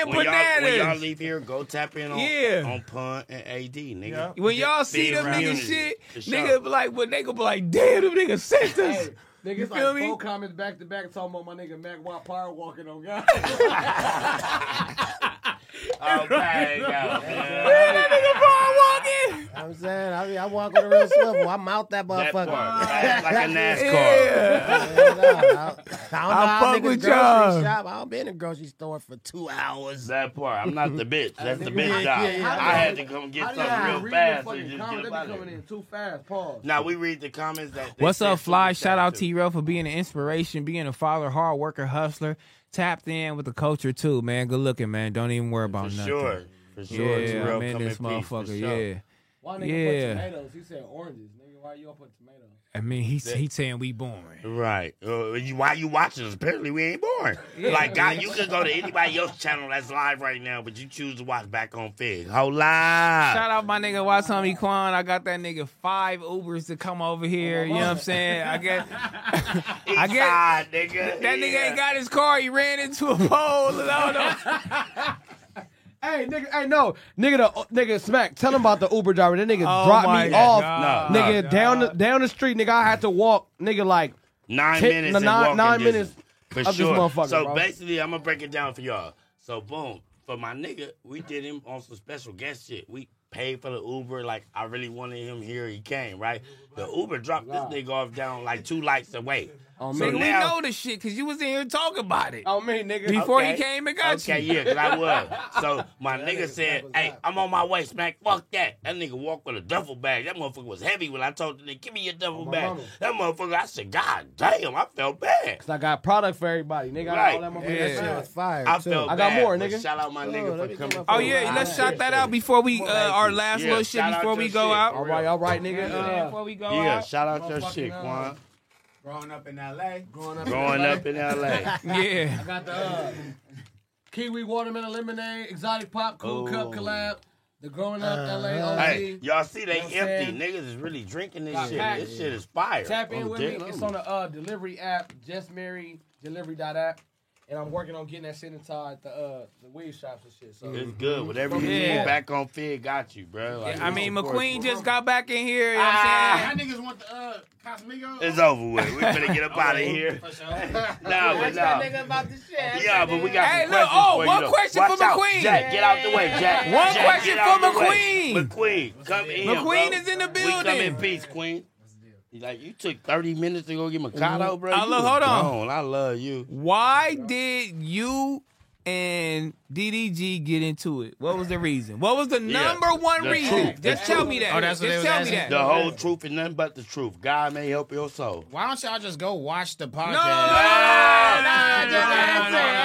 Speaker 1: and
Speaker 2: when Y'all, when y'all
Speaker 1: bananas.
Speaker 2: leave here, go tap in on,
Speaker 1: Yeah.
Speaker 2: on Pun and AD, nigga.
Speaker 1: When y'all
Speaker 2: Be
Speaker 1: see them niggas
Speaker 2: around unity.
Speaker 1: shit,
Speaker 2: For sure.
Speaker 1: nigga be like, when they gonna be like, damn, them niggas sent us.
Speaker 9: Niggas
Speaker 1: you
Speaker 9: like
Speaker 1: feel me?
Speaker 9: four comments back to back talking about my nigga Mac Watt Power walking on God.
Speaker 2: Okay, yo.
Speaker 6: I'm saying, I, mean, I walk with a real swivel. I mouth that motherfucker.
Speaker 2: like a NASCAR.
Speaker 6: I don't know
Speaker 2: I
Speaker 6: how
Speaker 2: fuck
Speaker 6: niggas
Speaker 2: with
Speaker 6: grocery
Speaker 2: y'all.
Speaker 6: shop. I don't be in the grocery store for two hours.
Speaker 2: That part. I'm not the bitch. That's the
Speaker 6: Yeah,
Speaker 2: bitch
Speaker 6: yeah,
Speaker 2: job.
Speaker 6: yeah.
Speaker 2: I had to come get something real fast and just get up out of
Speaker 9: coming in too fast. Pause.
Speaker 2: Now we read the comments that. they
Speaker 1: What's
Speaker 2: said
Speaker 1: up,
Speaker 2: to
Speaker 1: Fly?
Speaker 2: me.
Speaker 1: Shout out T Rell for being an inspiration, being a father, hard worker, hustler, tapped in with the culture too, man. Good looking, man. Don't even worry about
Speaker 2: For
Speaker 1: Oh, nothing.
Speaker 2: sure. For sure.
Speaker 1: Yeah,
Speaker 2: T-Rell
Speaker 1: I'm in
Speaker 2: come
Speaker 1: this
Speaker 2: in peace, for
Speaker 1: motherfucker.
Speaker 2: sure.
Speaker 1: Yeah.
Speaker 9: Why nigga put
Speaker 1: yeah.
Speaker 9: tomatoes? He said oranges. Nigga, why you all put tomatoes?
Speaker 1: I mean, he's he saying we born.
Speaker 2: Right. Uh, you, why you watching us? Apparently, we ain't born.
Speaker 1: Yeah.
Speaker 2: Like, God, you could go to anybody else's channel that's live right now, but you choose to watch back on Fig. Hola.
Speaker 1: Shout out my nigga Watami Kwan. I got that nigga five Ubers to come over here. You know what I'm saying? I guess I
Speaker 2: East
Speaker 1: guess
Speaker 2: side, nigga.
Speaker 1: that nigga
Speaker 2: Yeah.
Speaker 1: ain't got his car. He ran into a pole. And I don't know.
Speaker 28: Hey nigga, hey no, nigga, the nigga smack. Tell him about the Uber driver. That nigga
Speaker 1: Oh
Speaker 28: dropped
Speaker 1: my
Speaker 28: me off,
Speaker 2: God. No,
Speaker 28: nigga,
Speaker 2: no.
Speaker 28: down the, down the street. Nigga, I had to walk, nigga, like
Speaker 2: Nine
Speaker 28: ten-
Speaker 2: minutes. and
Speaker 28: nine,
Speaker 2: walking
Speaker 28: nine
Speaker 2: distance.
Speaker 28: minutes
Speaker 2: For
Speaker 28: of
Speaker 2: sure.
Speaker 28: this motherfucker.
Speaker 2: so
Speaker 28: bro.
Speaker 2: basically, I'm gonna break it down for y'all. So boom, for my nigga, we did him on some special guest shit. We paid for the Uber. Like I really wanted him here. He came right. The Uber dropped this nigga off down like two lights away. Oh,
Speaker 1: nigga, we know this shit because you was in here talking about it.
Speaker 28: Oh me, nigga.
Speaker 1: Before he came and got
Speaker 2: okay,
Speaker 1: you.
Speaker 2: yeah, because I was. So my nigga said, hey, I'm on my way, smack. Fuck that. That nigga walked with a duffel bag. That motherfucker was heavy when I told the nigga, give me your duffel
Speaker 28: my
Speaker 2: bag.
Speaker 28: mama.
Speaker 2: That motherfucker, I said, God damn, I felt bad.
Speaker 28: Cause I got product for everybody, nigga. I got all that motherfucker.
Speaker 2: Yeah.
Speaker 28: That shit was fire.
Speaker 2: I
Speaker 28: too.
Speaker 2: felt
Speaker 28: I got
Speaker 2: bad,
Speaker 28: more,
Speaker 2: but
Speaker 28: nigga.
Speaker 2: Shout out my nigga for coming.
Speaker 1: Oh yeah, let's shout that out before we uh, our last
Speaker 2: Yeah,
Speaker 1: little shit
Speaker 2: shout out
Speaker 1: before
Speaker 2: your
Speaker 1: we go
Speaker 2: shit.
Speaker 1: out.
Speaker 2: All right, all right, nigga.
Speaker 1: Yeah,
Speaker 2: Uh,
Speaker 1: before we go
Speaker 2: yeah,
Speaker 1: out.
Speaker 2: shout out your
Speaker 29: Motherfucking,
Speaker 2: shit,
Speaker 29: uh,
Speaker 2: Quan.
Speaker 29: Growing up in L.A. Growing
Speaker 2: Growing up in LA.
Speaker 9: I got the uh, kiwi watermelon lemonade, exotic pop, cool cup
Speaker 1: Oh.
Speaker 2: Ooh.
Speaker 9: collab. The growing up
Speaker 28: Uh-huh.
Speaker 9: LA OG.
Speaker 2: Hey, y'all see they
Speaker 9: You know what I'm
Speaker 2: empty.
Speaker 9: saying?
Speaker 2: Niggas is really drinking this
Speaker 9: Got
Speaker 2: shit.
Speaker 9: packed.
Speaker 2: This shit is fire. Oh,
Speaker 9: Tap in
Speaker 2: I'm
Speaker 9: with
Speaker 2: dead.
Speaker 9: me. It's on the uh, delivery app, Just Mary Delivery.app. And I'm working on getting that shit inside the uh, the weed shops and shit. So
Speaker 2: It's good. Whatever you
Speaker 1: Yeah.
Speaker 2: need back on Fig got you, bro. Like,
Speaker 1: I mean,
Speaker 2: of course.
Speaker 1: McQueen just got back in here. You know what
Speaker 29: Ah,
Speaker 1: I'm
Speaker 29: y'all
Speaker 1: saying?
Speaker 29: niggas want the uh, Cosmigo.
Speaker 2: It's over with. We better get up out of here. Nah, but nah.
Speaker 29: about the shit.
Speaker 2: Yeah, but we got
Speaker 1: Hey,
Speaker 2: some
Speaker 1: look,
Speaker 2: questions
Speaker 1: oh,
Speaker 2: for
Speaker 1: one
Speaker 2: you. though.
Speaker 1: question
Speaker 2: Watch
Speaker 1: for
Speaker 2: out.
Speaker 1: McQueen.
Speaker 2: Jack, get out the way, Jack.
Speaker 1: One
Speaker 2: Jack, get
Speaker 1: question
Speaker 2: out
Speaker 1: for
Speaker 2: the way. McQueen, come in.
Speaker 1: McQueen
Speaker 2: bro.
Speaker 1: is in the
Speaker 2: We come
Speaker 1: building.
Speaker 2: in peace, Queen. He's Like you took thirty minutes to go get Mikado, bro.
Speaker 1: I
Speaker 2: You
Speaker 1: love-
Speaker 2: was
Speaker 1: Mm-hmm. Uh, hold on.
Speaker 2: gone. I love you.
Speaker 1: Why did you and DDG get into it? What was the reason? What was the
Speaker 2: Yeah.
Speaker 1: number one
Speaker 2: The
Speaker 1: reason?
Speaker 2: truth.
Speaker 1: Just
Speaker 2: The
Speaker 1: tell
Speaker 2: truth.
Speaker 1: me that. Just tell me that.
Speaker 2: The whole truth and nothing but the truth. God may help your soul.
Speaker 11: Why don't y'all just go watch the podcast?
Speaker 2: no, no,
Speaker 11: no,
Speaker 2: no,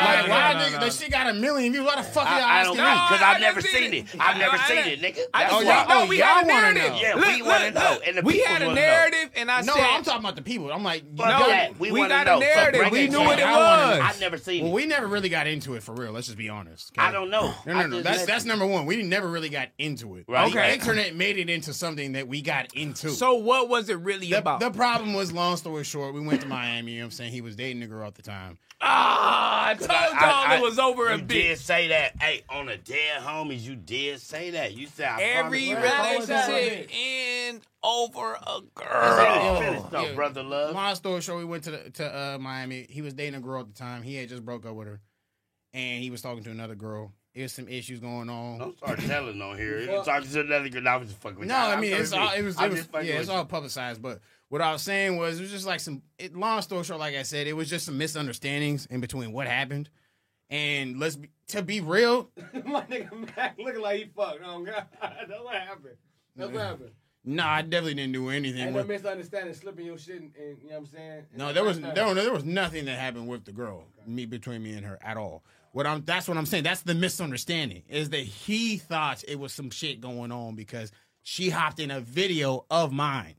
Speaker 11: Like,
Speaker 2: no,
Speaker 11: why
Speaker 2: no,
Speaker 11: nigga- that shit got a million views? Why the fuck y'all
Speaker 2: I, I don't
Speaker 11: asking
Speaker 2: know
Speaker 1: Oh,
Speaker 11: me?
Speaker 2: because I've never seen it. I've never seen it, nigga.
Speaker 11: I just
Speaker 2: That's
Speaker 11: want-
Speaker 2: why.
Speaker 11: no, we had a
Speaker 1: Oh.
Speaker 11: narrative.
Speaker 2: Yeah,
Speaker 11: Look,
Speaker 2: we want to
Speaker 11: look,
Speaker 2: know.
Speaker 11: look.
Speaker 2: And the
Speaker 11: We
Speaker 2: people
Speaker 11: had a
Speaker 2: wanna know.
Speaker 11: narrative,
Speaker 1: and I
Speaker 11: no,
Speaker 1: said-
Speaker 11: I'm talking about the people. I'm like,
Speaker 2: Fuck
Speaker 11: y'all-
Speaker 2: that. We wanna know. So bring it to us. I've never seen
Speaker 11: Well,
Speaker 2: it.
Speaker 11: we never really got into it for real. Let's just be honest.
Speaker 2: I don't know.
Speaker 11: No,
Speaker 2: I
Speaker 11: no, no.
Speaker 2: just
Speaker 11: That's
Speaker 2: let-
Speaker 11: that's number one. We never really got into it.
Speaker 2: Right.
Speaker 11: The
Speaker 2: Okay.
Speaker 11: internet made it into something that we got into.
Speaker 1: So what was it really
Speaker 11: the,
Speaker 1: about?
Speaker 11: The problem was, long story short, we went to Miami. You know what I'm saying? He was dating a girl at the time.
Speaker 2: Ah,
Speaker 1: I told y'all it was over a
Speaker 2: You
Speaker 1: bitch.
Speaker 2: did say that. Hey, on the dead homies, you did say that. You said I
Speaker 1: Every
Speaker 2: promise-
Speaker 1: relationship end over a
Speaker 2: Finish,
Speaker 1: girl.
Speaker 2: finish though, brother love.
Speaker 11: Long story short, we went to the, to uh, Miami. He was dating a girl at the time. He had just broke up with her, and he was talking to another girl. It was some issues going on.
Speaker 2: Don't start telling on here. You talking to another girl. I was just fucking with
Speaker 11: No,
Speaker 2: you.
Speaker 11: I
Speaker 2: I'm
Speaker 11: mean
Speaker 2: sorry,
Speaker 11: it's all it was,
Speaker 2: I'm
Speaker 11: it was
Speaker 2: just fucking
Speaker 11: yeah,
Speaker 2: with
Speaker 11: it's
Speaker 2: you.
Speaker 11: all publicized. But what I was saying was it was just like some it, long story short, like I said, it was just some misunderstandings in between what happened. And let's be, to be real,
Speaker 9: my nigga Mac looking like he fucked. Oh God, that's what happened. That's what happened.
Speaker 11: no, nah, I definitely didn't do
Speaker 9: Ain't
Speaker 11: anything.
Speaker 9: no
Speaker 11: With,
Speaker 9: misunderstanding, slipping your shit, and, and you know what I'm saying.
Speaker 11: no, there was there, was- there was nothing that happened with the girl, me between me and her at all. What I'm that's what I'm saying. That's the misunderstanding is that he thought it was some shit going on because she hopped in a video of mine.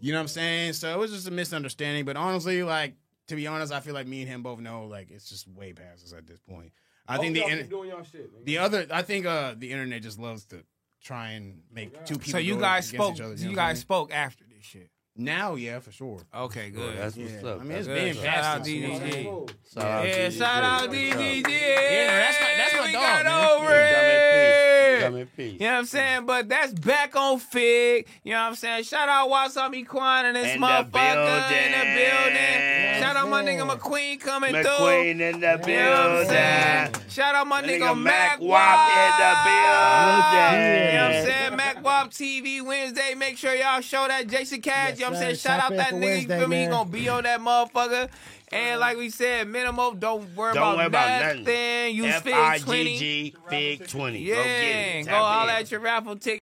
Speaker 11: You know what I'm saying? So it was just a misunderstanding. But honestly, like to be honest, I feel like me and him both know like it's just way past us at this point. I think the
Speaker 9: y'all
Speaker 11: inter-
Speaker 9: keep doing y'all shit. nigga.
Speaker 11: the other I think uh the internet just loves to try and make two people.
Speaker 1: So you
Speaker 11: go
Speaker 1: guys
Speaker 11: against
Speaker 1: spoke.
Speaker 11: Each
Speaker 1: You
Speaker 11: other, know what I mean?
Speaker 1: guys spoke after this shit.
Speaker 11: now, yeah, for sure.
Speaker 1: Okay, good.
Speaker 11: that's what's
Speaker 1: Yeah.
Speaker 11: up. I mean, it's
Speaker 1: Good.
Speaker 11: been
Speaker 1: Shout
Speaker 11: past
Speaker 1: out
Speaker 11: us, you know what I'm saying?
Speaker 1: DDG.
Speaker 11: Shout out
Speaker 1: Yeah,
Speaker 11: DDG.
Speaker 1: shout out
Speaker 11: Yeah,
Speaker 1: DDG.
Speaker 11: that's my- that's my
Speaker 1: we
Speaker 11: dog,
Speaker 1: got
Speaker 11: man.
Speaker 1: over
Speaker 2: Yeah,
Speaker 1: it.
Speaker 2: come in peace. Come in peace.
Speaker 1: You know what I'm saying? But that's back on Fig. You know what I'm saying? Shout out Wasami Kwan and this
Speaker 2: In the
Speaker 1: motherfucker in the building.
Speaker 2: building.
Speaker 1: Shout out my nigga McQueen coming through.
Speaker 2: McQueen in the
Speaker 1: You know what I'm
Speaker 2: building.
Speaker 1: saying?
Speaker 2: Shout,
Speaker 1: Shout out my
Speaker 2: That
Speaker 1: nigga,
Speaker 2: nigga
Speaker 1: Mac
Speaker 2: Mac
Speaker 1: Wop.
Speaker 2: Wop in the building.
Speaker 1: You know what I'm saying? Mac Wop TV Wednesday. Make sure y'all show that Jason Cash. you know what I'm saying?
Speaker 6: sir.
Speaker 1: Shout
Speaker 6: Shop
Speaker 1: out
Speaker 6: in
Speaker 1: that
Speaker 6: for
Speaker 1: nigga.
Speaker 6: Wednesday,
Speaker 1: you feel me? He
Speaker 6: man.
Speaker 1: gonna be on that motherfucker. And like we said, minimum, don't worry,
Speaker 2: Don't
Speaker 1: about,
Speaker 2: worry about
Speaker 1: nothing.
Speaker 2: nothing.
Speaker 1: Use Fig 20.
Speaker 2: F-I-G-G, Fig 20. Go get
Speaker 1: Yeah,
Speaker 2: it.
Speaker 1: go
Speaker 2: Tap
Speaker 1: all
Speaker 2: in.
Speaker 1: at your raffle ticket.